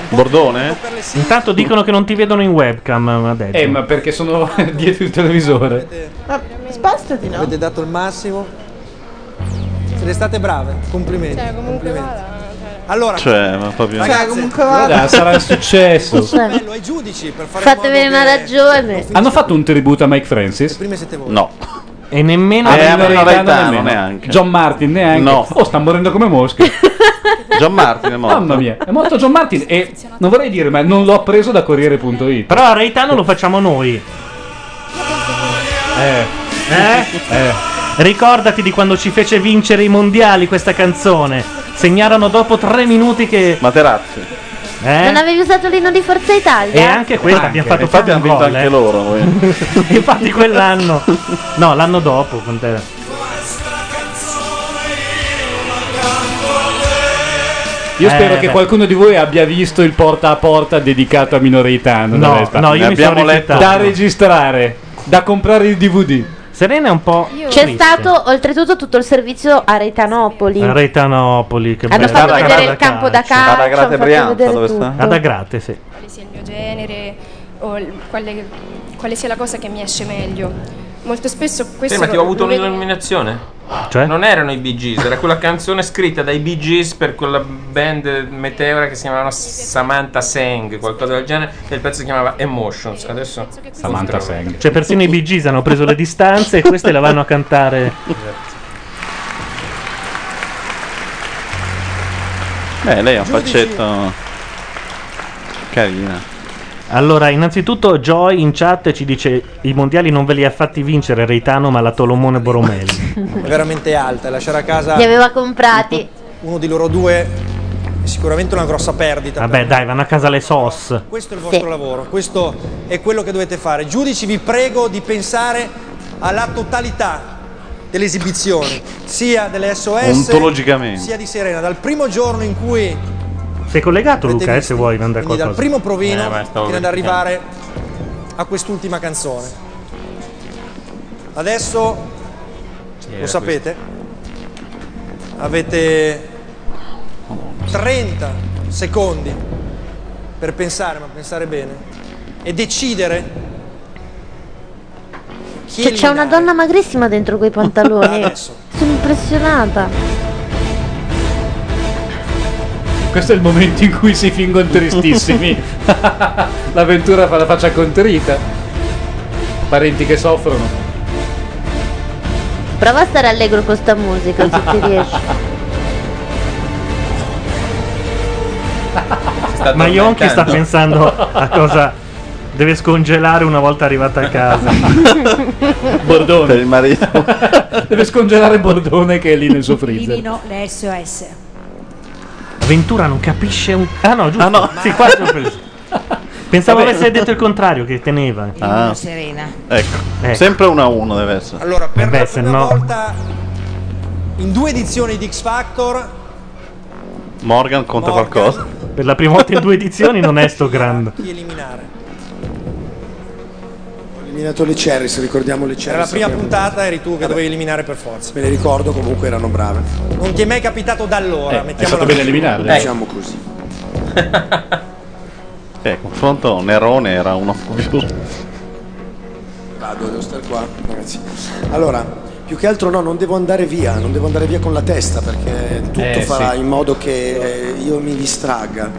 [SPEAKER 3] Bordone?
[SPEAKER 5] Intanto dicono che non ti vedono in webcam, ma detto.
[SPEAKER 4] Eh, ma perché sono dietro il televisore?
[SPEAKER 7] Ma spostati, no?
[SPEAKER 2] Avete dato il massimo. Siete state brave, complimenti.
[SPEAKER 7] Cioè,
[SPEAKER 2] complimenti. Allora,
[SPEAKER 3] Cioè, ma proprio.
[SPEAKER 2] Cioè, comunque
[SPEAKER 4] vada. Guarda, sarà il successo.
[SPEAKER 2] Bello ai giudici per fare
[SPEAKER 8] Fatevene una ragione.
[SPEAKER 4] Hanno fatto un tributo a Mike Francis?
[SPEAKER 2] Prima siete voi.
[SPEAKER 3] No.
[SPEAKER 4] E nemmeno
[SPEAKER 3] Eh,
[SPEAKER 4] a
[SPEAKER 3] a Rino Gaetano
[SPEAKER 4] nemmeno.
[SPEAKER 3] neanche.
[SPEAKER 4] John Martin neanche.
[SPEAKER 3] No.
[SPEAKER 4] Oh, sta morendo come mosche.
[SPEAKER 3] John Martin è morto.
[SPEAKER 4] Mamma mia, è morto John Martin e non vorrei dire, ma non l'ho preso da Corriere.it.
[SPEAKER 5] Però a Reitano lo facciamo noi.
[SPEAKER 4] Eh.
[SPEAKER 5] Ricordati di quando ci fece vincere i mondiali questa canzone. Segnarono dopo tre minuti che.
[SPEAKER 3] Materazzi.
[SPEAKER 8] Non
[SPEAKER 5] Eh?
[SPEAKER 8] avevi usato l'inno di Forza Italia?
[SPEAKER 5] E anche questa abbiamo fatto
[SPEAKER 3] Infatti
[SPEAKER 5] fuori
[SPEAKER 3] hanno
[SPEAKER 5] un
[SPEAKER 3] vinto
[SPEAKER 5] gol,
[SPEAKER 3] anche
[SPEAKER 5] eh.
[SPEAKER 3] loro. eh. voi.
[SPEAKER 5] Infatti quell'anno. No, l'anno dopo con te.
[SPEAKER 4] Io
[SPEAKER 9] Eh,
[SPEAKER 4] spero che
[SPEAKER 9] beh.
[SPEAKER 4] qualcuno di voi abbia visto il porta a porta dedicato a Minoritano. da
[SPEAKER 5] No,
[SPEAKER 4] lei sta-
[SPEAKER 5] no, io Ne mi sono abbiamo letto. rifiutato.
[SPEAKER 4] Da registrare, da comprare il DVD.
[SPEAKER 5] Serena è un po'.
[SPEAKER 8] C'è stato oltretutto tutto il servizio a Retanopoli.
[SPEAKER 5] Retanopoli. Che
[SPEAKER 8] Hanno
[SPEAKER 5] bello.
[SPEAKER 8] fatto vedere il campo da calcio.
[SPEAKER 5] Ad Agrate
[SPEAKER 8] hanno fatto
[SPEAKER 5] Brianza,
[SPEAKER 8] vedere
[SPEAKER 5] dove
[SPEAKER 8] tutto.
[SPEAKER 5] sta? Ad Agrate, sì.
[SPEAKER 17] quale sia il mio genere o il- quale, quale sia la cosa che mi esce meglio. Molto spesso questo...
[SPEAKER 6] Sì, ma ti ho
[SPEAKER 17] lo-
[SPEAKER 6] avuto
[SPEAKER 17] lo vedo-
[SPEAKER 6] un'illuminazione. Non erano i Bee Gees, era quella canzone scritta dai Bee Gees per quella band meteora che si chiamava Samantha Seng, qualcosa del genere, e il pezzo si chiamava Emotions. Adesso
[SPEAKER 4] Samantha Seng.
[SPEAKER 5] Cioè, persino i Bee Gees hanno preso le distanze e queste la vanno a cantare.
[SPEAKER 3] Beh, lei ha un
[SPEAKER 5] Giudici.
[SPEAKER 3] faccetto carina.
[SPEAKER 5] Allora, innanzitutto, Joy in chat ci dice: I mondiali non ve li ha fatti vincere Reitano, ma la Tolomone Boromelli.
[SPEAKER 2] È veramente alta, lasciare a casa
[SPEAKER 8] Li aveva comprati.
[SPEAKER 2] uno di loro due è sicuramente una grossa perdita.
[SPEAKER 5] Vabbè, dai, vanno a casa le SOS.
[SPEAKER 2] Questo è il vostro lavoro, questo è quello che dovete fare. Giudici, vi prego di pensare alla totalità delle esibizioni, sia delle SOS,
[SPEAKER 5] Ontologicamente.
[SPEAKER 2] sia di Serena, dal primo giorno in cui,
[SPEAKER 5] Sei collegato,
[SPEAKER 2] Avete
[SPEAKER 5] Luca, eh,
[SPEAKER 2] visto?
[SPEAKER 5] se vuoi mandare
[SPEAKER 2] quindi
[SPEAKER 5] qualcosa.
[SPEAKER 2] dal primo provino,
[SPEAKER 5] Eh, ma stavo
[SPEAKER 2] fino ad
[SPEAKER 5] verificando.
[SPEAKER 2] arrivare a quest'ultima canzone. Adesso
[SPEAKER 6] era
[SPEAKER 2] lo sapete, avete 30 secondi per pensare, ma pensare bene, e decidere chi
[SPEAKER 8] Cioè, c'è una
[SPEAKER 2] eliminare.
[SPEAKER 8] donna magrissima dentro quei pantaloni. Sono impressionata.
[SPEAKER 4] Questo è il momento in cui si fingono tristissimi. L'avventura fa la faccia contrita. Parenti che soffrono.
[SPEAKER 8] Prova a stare allegro con sta musica, se ti riesci.
[SPEAKER 5] Ma Yonki sta
[SPEAKER 6] addormentando.
[SPEAKER 5] pensando a cosa deve scongelare una volta arrivata a casa.
[SPEAKER 4] Bordone.
[SPEAKER 3] Per il marito.
[SPEAKER 4] Deve scongelare Bordone che è lì nel suo freezer.
[SPEAKER 16] Elimino le SOS.
[SPEAKER 5] Ventura non capisce un. Ah no, giusto. Sì, qua sono preso. Pensavo
[SPEAKER 3] Vabbè.
[SPEAKER 5] avesse detto il contrario, che teneva.
[SPEAKER 3] Ah.
[SPEAKER 10] Serena.
[SPEAKER 3] Ecco. Sempre 1 a 1 deve essere.
[SPEAKER 2] Allora, per
[SPEAKER 5] Beh, se no,
[SPEAKER 2] volta in due edizioni di X Factor
[SPEAKER 3] Morgan conta qualcosa.
[SPEAKER 5] per la prima volta in due edizioni non è sto grande.
[SPEAKER 2] chi eliminare.
[SPEAKER 11] Ho eliminato le Cherries, ricordiamo le Cherries.
[SPEAKER 2] Era la prima
[SPEAKER 11] sappiamo.
[SPEAKER 2] puntata, eri tu che dovevi eliminare per forza.
[SPEAKER 11] Me le ricordo, comunque erano brave.
[SPEAKER 2] Non ti è mai capitato da allora, mettiamola così.
[SPEAKER 11] Diciamo così.
[SPEAKER 3] Eh, confronto Nerone era uno più.
[SPEAKER 11] Vado, devo stare qua, ragazzi. Allora, più che altro no, non devo andare via, non devo andare via con la testa perché tutto
[SPEAKER 5] Eh,
[SPEAKER 11] farà
[SPEAKER 5] sì.
[SPEAKER 11] in modo che eh, io mi distragga.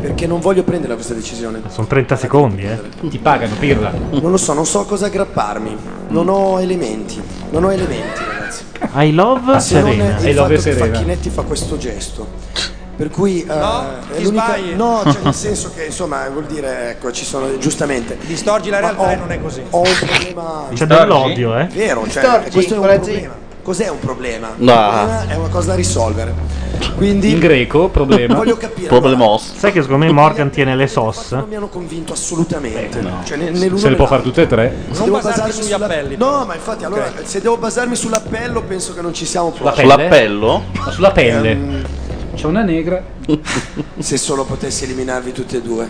[SPEAKER 11] Perché non voglio prendere questa decisione.
[SPEAKER 5] Sono 30 secondi, eh.
[SPEAKER 4] Ti pagano, pirla.
[SPEAKER 11] Non lo so, non so a cosa aggrapparmi. Non ho elementi. Non ho elementi, ragazzi.
[SPEAKER 5] I love
[SPEAKER 11] Se non
[SPEAKER 5] Serena.
[SPEAKER 11] è il fatto Esatto, che Facchinetti fa questo gesto. Per cui eh, è
[SPEAKER 2] ti
[SPEAKER 11] l'unica.
[SPEAKER 2] sbagli.
[SPEAKER 11] No, cioè nel senso che insomma vuol dire ecco, ci sono giustamente.
[SPEAKER 2] Distorgi la realtà e non è così.
[SPEAKER 11] Ho un problema.
[SPEAKER 5] C'è dell'odio, eh.
[SPEAKER 11] Vero, cioè,
[SPEAKER 2] Distorgi,
[SPEAKER 11] questo è
[SPEAKER 2] con la
[SPEAKER 11] un
[SPEAKER 2] G.
[SPEAKER 11] problema. Cos'è un problema?
[SPEAKER 3] No.
[SPEAKER 11] Un problema è una cosa da risolvere. Quindi
[SPEAKER 4] In greco, problema.
[SPEAKER 11] Voglio capire.
[SPEAKER 5] Sai che secondo me Morgan tiene le SOS?
[SPEAKER 11] Non mi hanno convinto assolutamente. Cioè, ne-
[SPEAKER 4] Se
[SPEAKER 11] nell'uno
[SPEAKER 4] le
[SPEAKER 11] né
[SPEAKER 4] può fare tutte e tre.
[SPEAKER 11] Se devo basarmi sugli appelli. No, ma infatti, allora, se devo basarmi sull'appello, penso che non ci siamo proprio.
[SPEAKER 3] Sull'appello? Eh,
[SPEAKER 4] Ma sulla pelle.
[SPEAKER 11] Ehm,
[SPEAKER 4] C'è una negra.
[SPEAKER 11] se solo potessi eliminarvi tutti e due.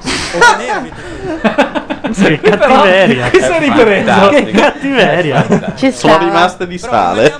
[SPEAKER 5] Che cattiveria.
[SPEAKER 11] Che sei ripreso?
[SPEAKER 5] Che cattiveria.
[SPEAKER 11] Ci
[SPEAKER 3] Sono
[SPEAKER 11] sta.
[SPEAKER 3] rimaste di sale.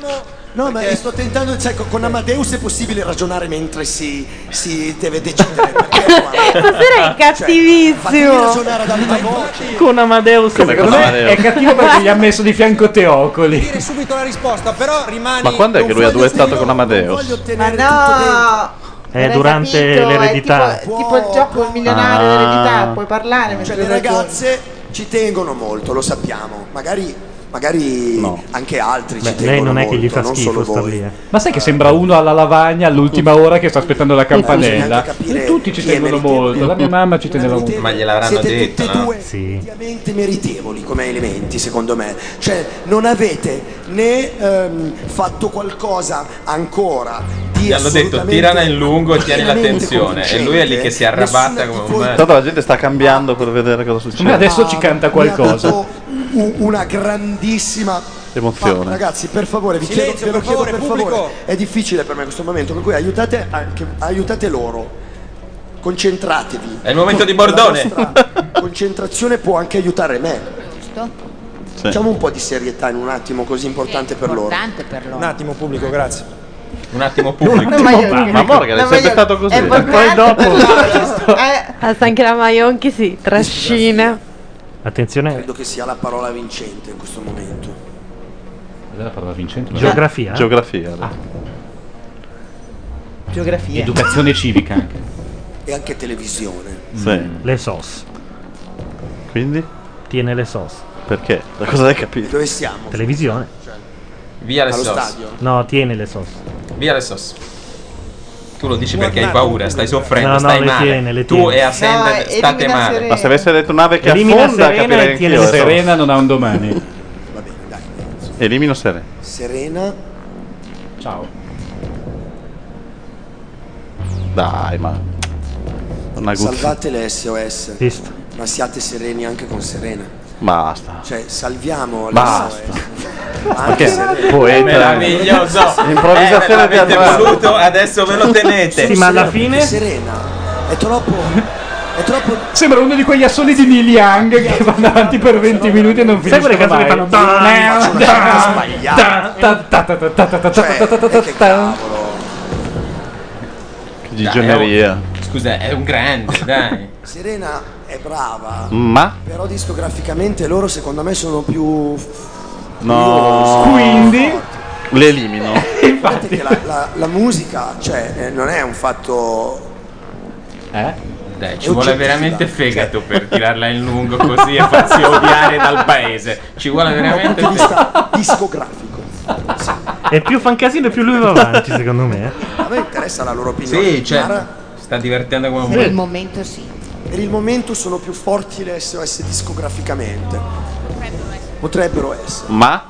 [SPEAKER 11] No, ma sto tentando, cioè, co- con Amadeus è possibile ragionare mentre si, si deve decidere. Stasera
[SPEAKER 8] è cattivissimo.
[SPEAKER 11] ragionare ad alta voce.
[SPEAKER 5] Con Amadeus.
[SPEAKER 4] Secondo me è cattivo perché gli ha messo di fianco Teocoli.
[SPEAKER 2] Dire subito la risposta, però rimani.
[SPEAKER 3] Ma quando è
[SPEAKER 2] non
[SPEAKER 3] che lui ha
[SPEAKER 2] voglio-
[SPEAKER 3] duettato con Amadeus?
[SPEAKER 2] ottenere
[SPEAKER 7] Ma
[SPEAKER 3] Eh,
[SPEAKER 5] È
[SPEAKER 7] no!
[SPEAKER 5] durante l'eredità.
[SPEAKER 7] Tipo, tipo il gioco il milionario
[SPEAKER 3] Ah.
[SPEAKER 7] l'eredità, puoi parlare mentre
[SPEAKER 11] Cioè, le
[SPEAKER 7] ragioni.
[SPEAKER 11] ragazze ci tengono molto, lo sappiamo. Magari, magari anche altri ci
[SPEAKER 5] Beh,
[SPEAKER 11] tengono
[SPEAKER 5] lei non è
[SPEAKER 11] molto,
[SPEAKER 5] che gli fa
[SPEAKER 11] non
[SPEAKER 5] schifo
[SPEAKER 11] solo
[SPEAKER 5] sta
[SPEAKER 11] voi.
[SPEAKER 5] lì. eh.
[SPEAKER 4] Ma sai che sembra uno alla lavagna all'ultima ora che sta aspettando la campanella?
[SPEAKER 11] capire
[SPEAKER 4] Tutti ci tengono molto. La mia mamma ci teneva molto.
[SPEAKER 6] Ma gliel'avranno
[SPEAKER 11] Siete
[SPEAKER 6] detto,
[SPEAKER 11] tutti e
[SPEAKER 6] no?
[SPEAKER 11] due ovviamente meritevoli come elementi, secondo me. Cioè, non avete né ehm, fatto qualcosa ancora di
[SPEAKER 6] Gli hanno detto
[SPEAKER 11] assolutamente-
[SPEAKER 6] tirala in lungo e tieni la
[SPEAKER 11] pienamente
[SPEAKER 6] tensione. E lui è lì che si arrabatta come un matto.
[SPEAKER 3] Tanto la gente sta cambiando per vedere cosa succede.
[SPEAKER 4] adesso ci canta
[SPEAKER 11] Mi ha dato u- una grandissima
[SPEAKER 3] Emozione.
[SPEAKER 11] Ah, Ragazzi, per favore, vi
[SPEAKER 2] Silenzio,
[SPEAKER 11] chiedo, ve lo
[SPEAKER 2] per
[SPEAKER 11] chiedo
[SPEAKER 2] favore,
[SPEAKER 11] per
[SPEAKER 2] pubblico.
[SPEAKER 11] favore. È difficile per me questo momento, per cui aiutate, anche- aiutate loro. Concentratevi.
[SPEAKER 6] È il momento di
[SPEAKER 11] La
[SPEAKER 6] Bordone.
[SPEAKER 11] vostra concentrazione può anche aiutare me. Facciamo un po' di serietà in un attimo così importante per loro.
[SPEAKER 10] Importante per loro.
[SPEAKER 11] Un attimo pubblico, grazie.
[SPEAKER 6] Un attimo pubblico.
[SPEAKER 11] attimo Ma- pubblico.
[SPEAKER 3] ma Morgan è
[SPEAKER 11] No, ma
[SPEAKER 3] sempre
[SPEAKER 11] io-
[SPEAKER 3] stato così. E
[SPEAKER 11] è
[SPEAKER 3] poi dopo.
[SPEAKER 7] Eh,
[SPEAKER 8] Hasta anche la Maionchi si trascina.
[SPEAKER 5] Attenzione,
[SPEAKER 11] Credo che sia la parola vincente in questo momento.
[SPEAKER 4] Cos'è la parola vincente?
[SPEAKER 5] Geografia?
[SPEAKER 3] Geografia.
[SPEAKER 4] Ah,
[SPEAKER 7] Geografia.
[SPEAKER 4] Educazione civica anche.
[SPEAKER 11] E anche televisione.
[SPEAKER 3] Sì.
[SPEAKER 5] Mm. le SOS.
[SPEAKER 3] Quindi?
[SPEAKER 5] Tiene le SOS.
[SPEAKER 3] Perché? Da cosa hai capito?
[SPEAKER 11] Dove siamo?
[SPEAKER 5] Televisione.
[SPEAKER 6] Via le Allo SOS. stadio?
[SPEAKER 5] No, tiene le SOS.
[SPEAKER 6] Via le SOS. Tu lo dici perché hai paura, stai soffrendo,
[SPEAKER 5] No, no,
[SPEAKER 6] stai
[SPEAKER 5] le
[SPEAKER 6] male.
[SPEAKER 5] tiene, le
[SPEAKER 6] Tu
[SPEAKER 5] tiene.
[SPEAKER 6] e Ascender
[SPEAKER 5] No,
[SPEAKER 6] Ah, state
[SPEAKER 5] elimina
[SPEAKER 6] male.
[SPEAKER 5] Serena.
[SPEAKER 3] Ma se avesse detto nave che
[SPEAKER 5] Elimina
[SPEAKER 3] affonda,
[SPEAKER 5] Serena e
[SPEAKER 3] capirei
[SPEAKER 5] tiene
[SPEAKER 3] anch'io.
[SPEAKER 5] le
[SPEAKER 4] Serena non ha un domani.
[SPEAKER 3] Elimino Serena.
[SPEAKER 11] Serena.
[SPEAKER 4] Ciao.
[SPEAKER 3] Dai, ma. Una guzza.
[SPEAKER 11] Salvate le SOS.
[SPEAKER 3] Visto.
[SPEAKER 11] Ma siate sereni anche con Serena.
[SPEAKER 3] Basta.
[SPEAKER 11] Cioè, salviamo le
[SPEAKER 3] Basta.
[SPEAKER 11] SOS.
[SPEAKER 3] Ah. Perché?
[SPEAKER 11] Serena.
[SPEAKER 3] Poeta.
[SPEAKER 6] Meraviglioso.
[SPEAKER 3] Improvvisazione
[SPEAKER 6] Eh, me l'avete
[SPEAKER 3] teatrale.
[SPEAKER 6] voluto, adesso ve lo tenete.
[SPEAKER 11] Sono sereno, Serena. È troppo. È troppo.
[SPEAKER 4] Sembra uno di quegli assoli di Neil Young che vanno avanti per 20 minuti e non
[SPEAKER 11] Sai
[SPEAKER 4] finiscono
[SPEAKER 11] quelle canzoni
[SPEAKER 4] mai.
[SPEAKER 11] che fanno dan,
[SPEAKER 4] Faccio una
[SPEAKER 11] dan,
[SPEAKER 4] cosa
[SPEAKER 11] sbagliata.
[SPEAKER 4] dan, ta, ta, ta, ta, ta, ta, ta, ta, ta, ta, ta, ta.
[SPEAKER 3] Che gigioneria.
[SPEAKER 6] Scusa, è un grande, dai.
[SPEAKER 11] Serena è brava.
[SPEAKER 3] Ma?
[SPEAKER 11] Però discograficamente loro secondo me sono più.
[SPEAKER 3] No.
[SPEAKER 11] Quindi?
[SPEAKER 3] Le elimino.
[SPEAKER 11] Infatti che la, la- la musica, cioè, eh, non è un fatto.
[SPEAKER 4] Eh?
[SPEAKER 6] Dai,
[SPEAKER 11] È
[SPEAKER 6] ci vuole
[SPEAKER 11] oggettiva.
[SPEAKER 6] veramente fegato per tirarla in lungo così e farsi odiare dal paese. Ci vuole veramente fegato.
[SPEAKER 11] discografico.
[SPEAKER 5] E più fan casino, più lui va avanti, secondo me. eh.
[SPEAKER 11] A me interessa la loro opinione.
[SPEAKER 6] Sì, cioè,
[SPEAKER 11] Chiara?
[SPEAKER 6] sta divertendo come un
[SPEAKER 11] Per il
[SPEAKER 10] momento sì.
[SPEAKER 11] Per il momento sono più forti le SOS discograficamente. Potrebbero essere.
[SPEAKER 3] Ma?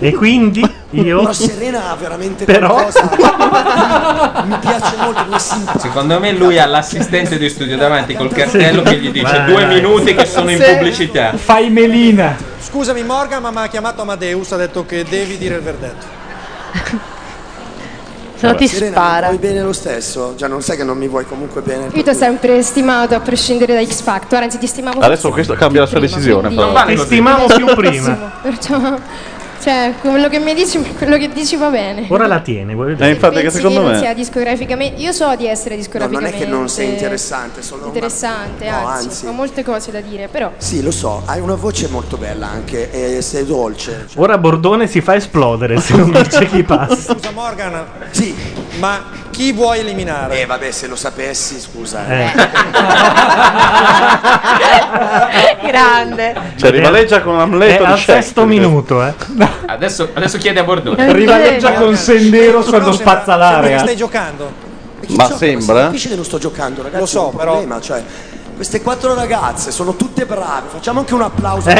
[SPEAKER 5] E quindi io.
[SPEAKER 11] Però Serena ha veramente
[SPEAKER 5] Però-
[SPEAKER 11] qualcosa. Mi piace molto come si
[SPEAKER 6] Ah, Secondo me lui ha l'assistente di studio davanti col cartello che gli dice
[SPEAKER 4] Vai,
[SPEAKER 6] due
[SPEAKER 4] vai.
[SPEAKER 6] minuti che sono in
[SPEAKER 4] Sì.
[SPEAKER 6] pubblicità.
[SPEAKER 4] Fai melina.
[SPEAKER 2] Scusami Morgan, ma mi ha chiamato Amadeus, ha detto che devi dire il verdetto.
[SPEAKER 8] Se no ti
[SPEAKER 11] Serena,
[SPEAKER 8] spara.
[SPEAKER 11] Mi vuoi bene lo stesso? Già non sai che non mi vuoi comunque bene.
[SPEAKER 17] Io ti ho sempre stimato a prescindere da X Factor, anzi ti stimavo
[SPEAKER 3] Adesso questo cambia la sua decisione.
[SPEAKER 17] quindi-
[SPEAKER 3] però.
[SPEAKER 17] Non vale
[SPEAKER 5] Ti stimavo più prima.
[SPEAKER 17] prima. Perciò, cioè, quello che mi dici, quello che dici va bene.
[SPEAKER 5] Ora la tiene, vuoi
[SPEAKER 3] Eh,
[SPEAKER 5] vedere?
[SPEAKER 3] infatti, che
[SPEAKER 17] Pensi
[SPEAKER 3] secondo
[SPEAKER 17] che non sia
[SPEAKER 3] me.
[SPEAKER 17] discograficamente. Io so di essere discograficamente.
[SPEAKER 11] non è che non sei interessante, solo una-
[SPEAKER 17] interessante,
[SPEAKER 11] No,
[SPEAKER 17] anzi,
[SPEAKER 11] anzi.
[SPEAKER 17] ho molte cose da dire, però.
[SPEAKER 11] Sì, lo so, hai una voce molto bella anche e sei dolce.
[SPEAKER 5] Ora Bordone si fa esplodere se non dice chi passa.
[SPEAKER 2] Scusa Morgan,
[SPEAKER 11] sì,
[SPEAKER 2] ma chi vuoi eliminare?
[SPEAKER 11] Eh vabbè, se lo sapessi, scusa. eh.
[SPEAKER 5] Eh,
[SPEAKER 8] Grande.
[SPEAKER 3] Cioè, rivaleggia con Amleto
[SPEAKER 5] È
[SPEAKER 3] di
[SPEAKER 5] al
[SPEAKER 3] Shakespeare.
[SPEAKER 5] sesto minuto, eh.
[SPEAKER 6] Adesso, adesso chiede a Bordone.
[SPEAKER 4] Rivaleggia con Senderos quando spazza
[SPEAKER 11] sembra che
[SPEAKER 4] l'area.
[SPEAKER 11] stai giocando.
[SPEAKER 3] Ma
[SPEAKER 11] Gioca,
[SPEAKER 3] sembra?
[SPEAKER 11] si capisce che non sto giocando, ragazzi. Lo so, però. Problema, cioè, queste quattro ragazze sono tutte brave. Facciamo anche un applauso.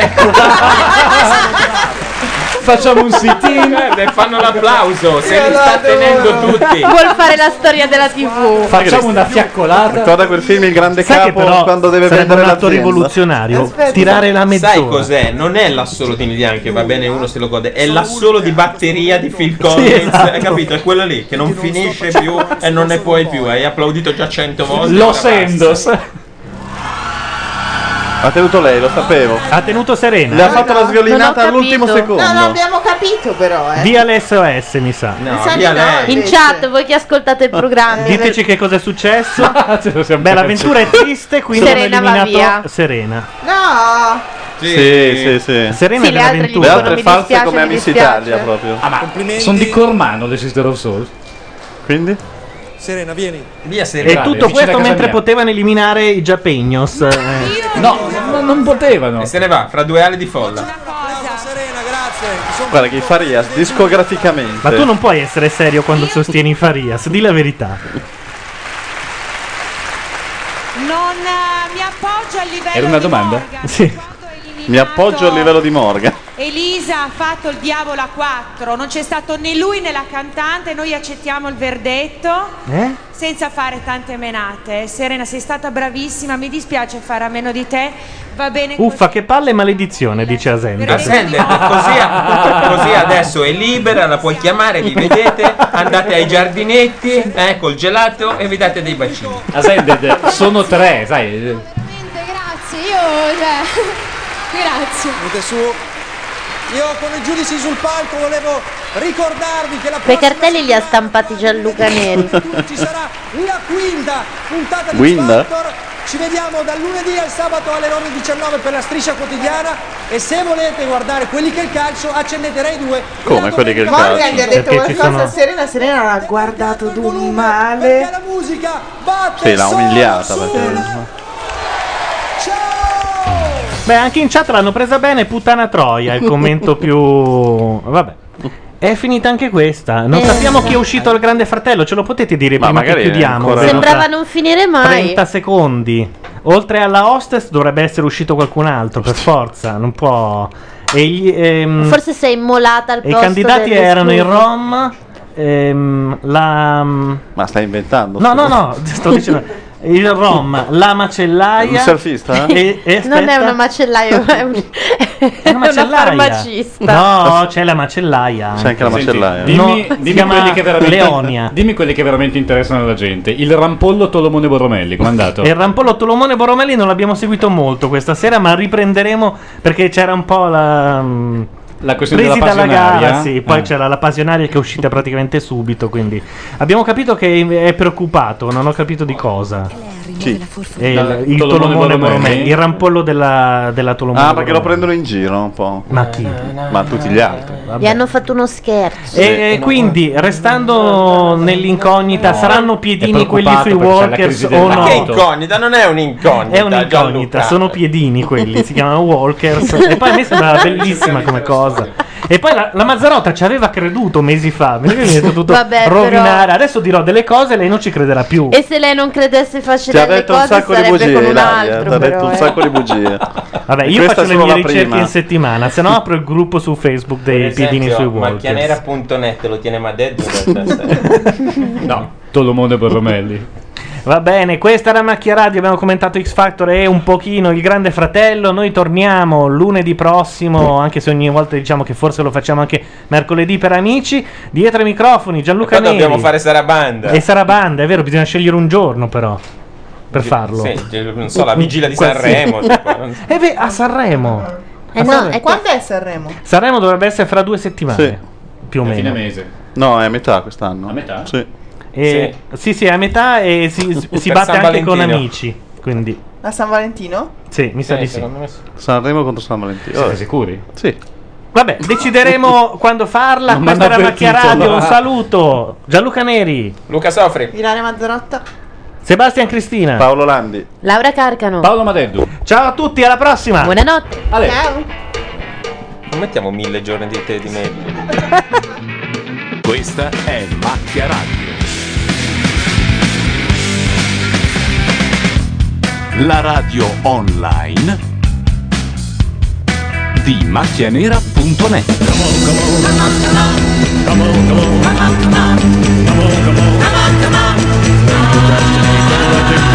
[SPEAKER 4] Facciamo un sit-in.
[SPEAKER 6] Eh, fanno l'applauso, se
[SPEAKER 4] Io
[SPEAKER 6] li sta
[SPEAKER 4] l'adoro.
[SPEAKER 6] tenendo tutti.
[SPEAKER 8] Vuol fare la storia della TV.
[SPEAKER 4] Facciamo una fiaccolata.
[SPEAKER 3] Guarda quel film Il Grande
[SPEAKER 5] Sai che
[SPEAKER 3] Capo
[SPEAKER 5] però
[SPEAKER 3] quando deve
[SPEAKER 5] sarebbe
[SPEAKER 3] prendere
[SPEAKER 5] un atto
[SPEAKER 3] l'azienda.
[SPEAKER 5] rivoluzionario
[SPEAKER 6] Eh,
[SPEAKER 5] tirare la mezz'ora.
[SPEAKER 6] Sai cos'è? Non è l'assolo di Neil Young che va bene uno se lo gode, è l'assolo di batteria di Phil Collins,
[SPEAKER 5] esatto.
[SPEAKER 6] hai capito? È quello lì che non finisce più e non ne puoi più, hai applaudito già cento volte.
[SPEAKER 4] Lo
[SPEAKER 6] ora basta.
[SPEAKER 4] Sendos.
[SPEAKER 3] Ha tenuto lei, lo sapevo.
[SPEAKER 5] Ha tenuto Serena.
[SPEAKER 3] Le ha fatto la sviolinata
[SPEAKER 7] Non ho
[SPEAKER 3] all'ultimo
[SPEAKER 7] capito.
[SPEAKER 3] secondo.
[SPEAKER 7] No, no, abbiamo capito però, eh.
[SPEAKER 5] Via le SOS, mi sa.
[SPEAKER 7] Mi sa di no,
[SPEAKER 5] Eh.
[SPEAKER 8] In
[SPEAKER 7] invece.
[SPEAKER 8] chat, voi che ascoltate il programma.
[SPEAKER 5] Diteci che cosa è successo.
[SPEAKER 8] Ah,
[SPEAKER 5] Beh, l'avventura è triste, quindi
[SPEAKER 8] Serena
[SPEAKER 5] hanno
[SPEAKER 8] va
[SPEAKER 5] eliminato
[SPEAKER 8] via.
[SPEAKER 5] Serena.
[SPEAKER 7] No!
[SPEAKER 3] Sì, sì, sì.
[SPEAKER 5] Serena
[SPEAKER 8] Sì, le altre
[SPEAKER 5] dell'avventura.
[SPEAKER 8] gli dicono, Le altre "Mi false dispiace, come mi Amici dispiace". Italia,
[SPEAKER 3] proprio.
[SPEAKER 4] Ah, ma sono di Cormano le Sister of Soul.
[SPEAKER 3] Quindi?
[SPEAKER 2] Serena, vieni.
[SPEAKER 6] Via
[SPEAKER 5] E
[SPEAKER 6] Serena.
[SPEAKER 5] tutto questo mentre potevano eliminare i Japegnos. eh.
[SPEAKER 4] No, non potevano.
[SPEAKER 6] E se ne va, fra due ali di folla.
[SPEAKER 3] Guarda che i Farias discograficamente.
[SPEAKER 5] Ma tu non puoi essere serio quando sostieni Farias, di la verità.
[SPEAKER 10] Non eh, mi appoggio a livello
[SPEAKER 4] Era una domanda?
[SPEAKER 5] Sì.
[SPEAKER 10] di
[SPEAKER 3] Mi appoggio al livello di Morgan.
[SPEAKER 9] Elisa ha fatto il diavolo a quattro, non c'è stato né lui né la cantante, noi accettiamo il verdetto
[SPEAKER 5] Eh?
[SPEAKER 9] senza fare tante menate. Serena, sei stata bravissima, mi dispiace fare a meno di te, va bene così.
[SPEAKER 5] Uffa, che palle e maledizione, dice Asender.
[SPEAKER 6] Ascender, così, così adesso è libera, la puoi chiamare, vi vedete, andate ai giardinetti eh, col gelato e vi date dei bacini.
[SPEAKER 4] Ah, Ascended, sono tre, sai. eh.
[SPEAKER 30] Grazie, io. Cioè, grazie.
[SPEAKER 2] Venite su. Io con i giudici sul palco volevo ricordarvi che la
[SPEAKER 8] Quei cartelli li ha stampati Gianluca Neri.
[SPEAKER 2] ci sarà la quinta puntata di
[SPEAKER 8] Guinda?
[SPEAKER 2] Factor. Ci vediamo dal lunedì al sabato alle 9.19 per la striscia quotidiana e se volete guardare quelli che è il calcio accendete Rai 2.
[SPEAKER 3] Come quelli che il
[SPEAKER 7] Morgan gli ha detto
[SPEAKER 3] calcio?
[SPEAKER 7] qualcosa a Serena, Serena l'ha guardato d'un male.
[SPEAKER 2] La musica batte
[SPEAKER 3] Sì, l'ha
[SPEAKER 2] solo
[SPEAKER 3] umiliata
[SPEAKER 2] sulla
[SPEAKER 3] perché.
[SPEAKER 5] Beh, anche in chat l'hanno presa bene, puttana troia, il commento più... Vabbè. È finita anche questa. Non
[SPEAKER 8] Eh.
[SPEAKER 5] sappiamo chi è uscito al Grande Fratello, ce lo potete dire prima che
[SPEAKER 3] magari è
[SPEAKER 5] chiudiamo?
[SPEAKER 3] ancora-
[SPEAKER 5] Venuta-
[SPEAKER 8] Sembrava non finire mai.
[SPEAKER 5] 30 secondi. Oltre alla hostess dovrebbe essere uscito qualcun altro, per forza, non può. E gli, ehm,
[SPEAKER 8] Forse sei immolata al
[SPEAKER 5] e i
[SPEAKER 8] posto
[SPEAKER 5] candidati
[SPEAKER 8] delle
[SPEAKER 5] erano il
[SPEAKER 8] spugne.
[SPEAKER 5] Rom, ehm, la... Ma
[SPEAKER 3] stai inventando?
[SPEAKER 5] No, no, no, sto dicendo... Il Rom, la macellaia...
[SPEAKER 3] Un surfista? eh?
[SPEAKER 5] E, e aspetta,
[SPEAKER 8] Non è una macellaia, è un- è una,
[SPEAKER 5] macellaia.
[SPEAKER 8] farmacista.
[SPEAKER 5] No, c'è la macellaia.
[SPEAKER 3] C'è anche la
[SPEAKER 5] Senti,
[SPEAKER 3] macellaia.
[SPEAKER 4] Dimmi,
[SPEAKER 5] No, si
[SPEAKER 4] dimmi
[SPEAKER 5] chiama
[SPEAKER 4] quelli che veramente,
[SPEAKER 5] Leonia.
[SPEAKER 4] dimmi quelli che veramente interessano alla gente. Il rampollo Tolomone Boromelli, com'è andato?
[SPEAKER 5] E il rampollo Tolomone Boromelli non l'abbiamo seguito molto questa sera, ma riprenderemo perché c'era un po' la. mm,
[SPEAKER 4] La questione
[SPEAKER 5] presi
[SPEAKER 4] della
[SPEAKER 5] dalla
[SPEAKER 4] passionaria?
[SPEAKER 5] gara, sì, poi
[SPEAKER 4] Eh.
[SPEAKER 5] c'era la passionaria che è uscita praticamente subito, quindi abbiamo capito che è preoccupato, non ho capito di cosa. È il,
[SPEAKER 3] Dalla-
[SPEAKER 5] Eh, il
[SPEAKER 3] Tolomone
[SPEAKER 5] Tolomone Boromelli,
[SPEAKER 3] Boromelli.
[SPEAKER 5] il rampollo della, della Tolomone.
[SPEAKER 3] Ah, perché lo
[SPEAKER 5] Boromelli.
[SPEAKER 3] prendono in giro un po'.
[SPEAKER 5] Ma chi?
[SPEAKER 3] Ma tutti gli altri.
[SPEAKER 8] Gli hanno fatto uno scherzo.
[SPEAKER 5] E eh, quindi, restando nell'incognita,
[SPEAKER 6] No,
[SPEAKER 5] saranno piedini quelli sui walkers o
[SPEAKER 6] Ma
[SPEAKER 5] no?
[SPEAKER 6] che incognita? Non è un'incognita.
[SPEAKER 5] È un'incognita,
[SPEAKER 6] Gianluca.
[SPEAKER 5] sono piedini quelli, si chiamano walkers. E poi a me sembra bellissima come cosa. E poi la, la Mazzarotta ci aveva creduto mesi fa, mi è potuto
[SPEAKER 8] Vabbè, però-
[SPEAKER 5] rovinare. Adesso dirò delle cose e lei non ci crederà più.
[SPEAKER 8] E se lei non credesse
[SPEAKER 5] Ti ha
[SPEAKER 8] facile alle
[SPEAKER 5] detto un
[SPEAKER 8] cose
[SPEAKER 5] sacco di
[SPEAKER 8] sarebbe
[SPEAKER 5] bugie,
[SPEAKER 8] con un
[SPEAKER 5] Ilaria,
[SPEAKER 8] altro
[SPEAKER 5] ti ha detto
[SPEAKER 8] però,
[SPEAKER 5] un
[SPEAKER 8] eh.
[SPEAKER 5] sacco
[SPEAKER 3] Piccole bugie.
[SPEAKER 5] Vabbè,
[SPEAKER 3] E
[SPEAKER 5] io
[SPEAKER 3] questa
[SPEAKER 5] faccio
[SPEAKER 3] è
[SPEAKER 5] le
[SPEAKER 3] solo
[SPEAKER 5] mie
[SPEAKER 3] la
[SPEAKER 5] ricerche
[SPEAKER 3] prima.
[SPEAKER 5] in settimana, se no apro il gruppo su Facebook dei
[SPEAKER 6] Per
[SPEAKER 5] piedini sui
[SPEAKER 6] esempio,
[SPEAKER 5] walkers.
[SPEAKER 6] Macchianera.net lo tiene Madeddu da stasera.
[SPEAKER 4] No, Tolomone Boromelli.
[SPEAKER 5] Va bene, questa era Macchia Radio, abbiamo commentato X Factor e un pochino il Grande Fratello. Noi torniamo lunedì prossimo, anche se ogni volta diciamo che forse lo facciamo anche mercoledì per amici. Dietro ai microfoni Gianluca
[SPEAKER 6] Poi
[SPEAKER 5] Neri.
[SPEAKER 6] dobbiamo fare Sarabanda.
[SPEAKER 5] E Sarabanda, è vero, bisogna scegliere un giorno però per farlo.
[SPEAKER 6] Sì, non so, la vigilia di
[SPEAKER 5] Qualsiasi-
[SPEAKER 6] Sanremo. tipo, non
[SPEAKER 5] Eh beh, a Sanremo.
[SPEAKER 8] Eh,
[SPEAKER 5] A Sanremo.
[SPEAKER 7] quando è Sanremo?
[SPEAKER 5] Sanremo dovrebbe essere fra due settimane.
[SPEAKER 3] Sì.
[SPEAKER 5] Più o meno.
[SPEAKER 3] No, è a metà quest'anno. A metà? Sì.
[SPEAKER 5] E- sì. sì, è a metà e si, si
[SPEAKER 3] Per
[SPEAKER 5] batte
[SPEAKER 3] San
[SPEAKER 5] anche con
[SPEAKER 3] Valentino.
[SPEAKER 5] amici. Quindi,
[SPEAKER 7] A San Valentino?
[SPEAKER 5] sì, mi sa di sì.
[SPEAKER 3] Sanremo contro San Valentino.
[SPEAKER 5] Siete
[SPEAKER 4] sicuri?
[SPEAKER 3] Sì.
[SPEAKER 5] Vabbè, decideremo quando farla.
[SPEAKER 3] Non
[SPEAKER 5] Questa era
[SPEAKER 3] mandate il
[SPEAKER 5] Macchia
[SPEAKER 3] titolo,
[SPEAKER 5] Radio.
[SPEAKER 3] va.
[SPEAKER 5] Un saluto. Gianluca Neri,
[SPEAKER 6] Luca Sofri,
[SPEAKER 7] Ilaria Mazzarotta?
[SPEAKER 5] Sebastian Cristina,
[SPEAKER 3] Paolo Landi,
[SPEAKER 8] Laura Carcano.
[SPEAKER 4] Paolo Madeddu.
[SPEAKER 5] Ciao a tutti, alla prossima.
[SPEAKER 8] Buonanotte.
[SPEAKER 7] Ciao.
[SPEAKER 6] non mettiamo mille giorni di te di me.
[SPEAKER 18] Questa è Macchia Radio. La radio online di macchianera.net.
[SPEAKER 31] Come on, come on.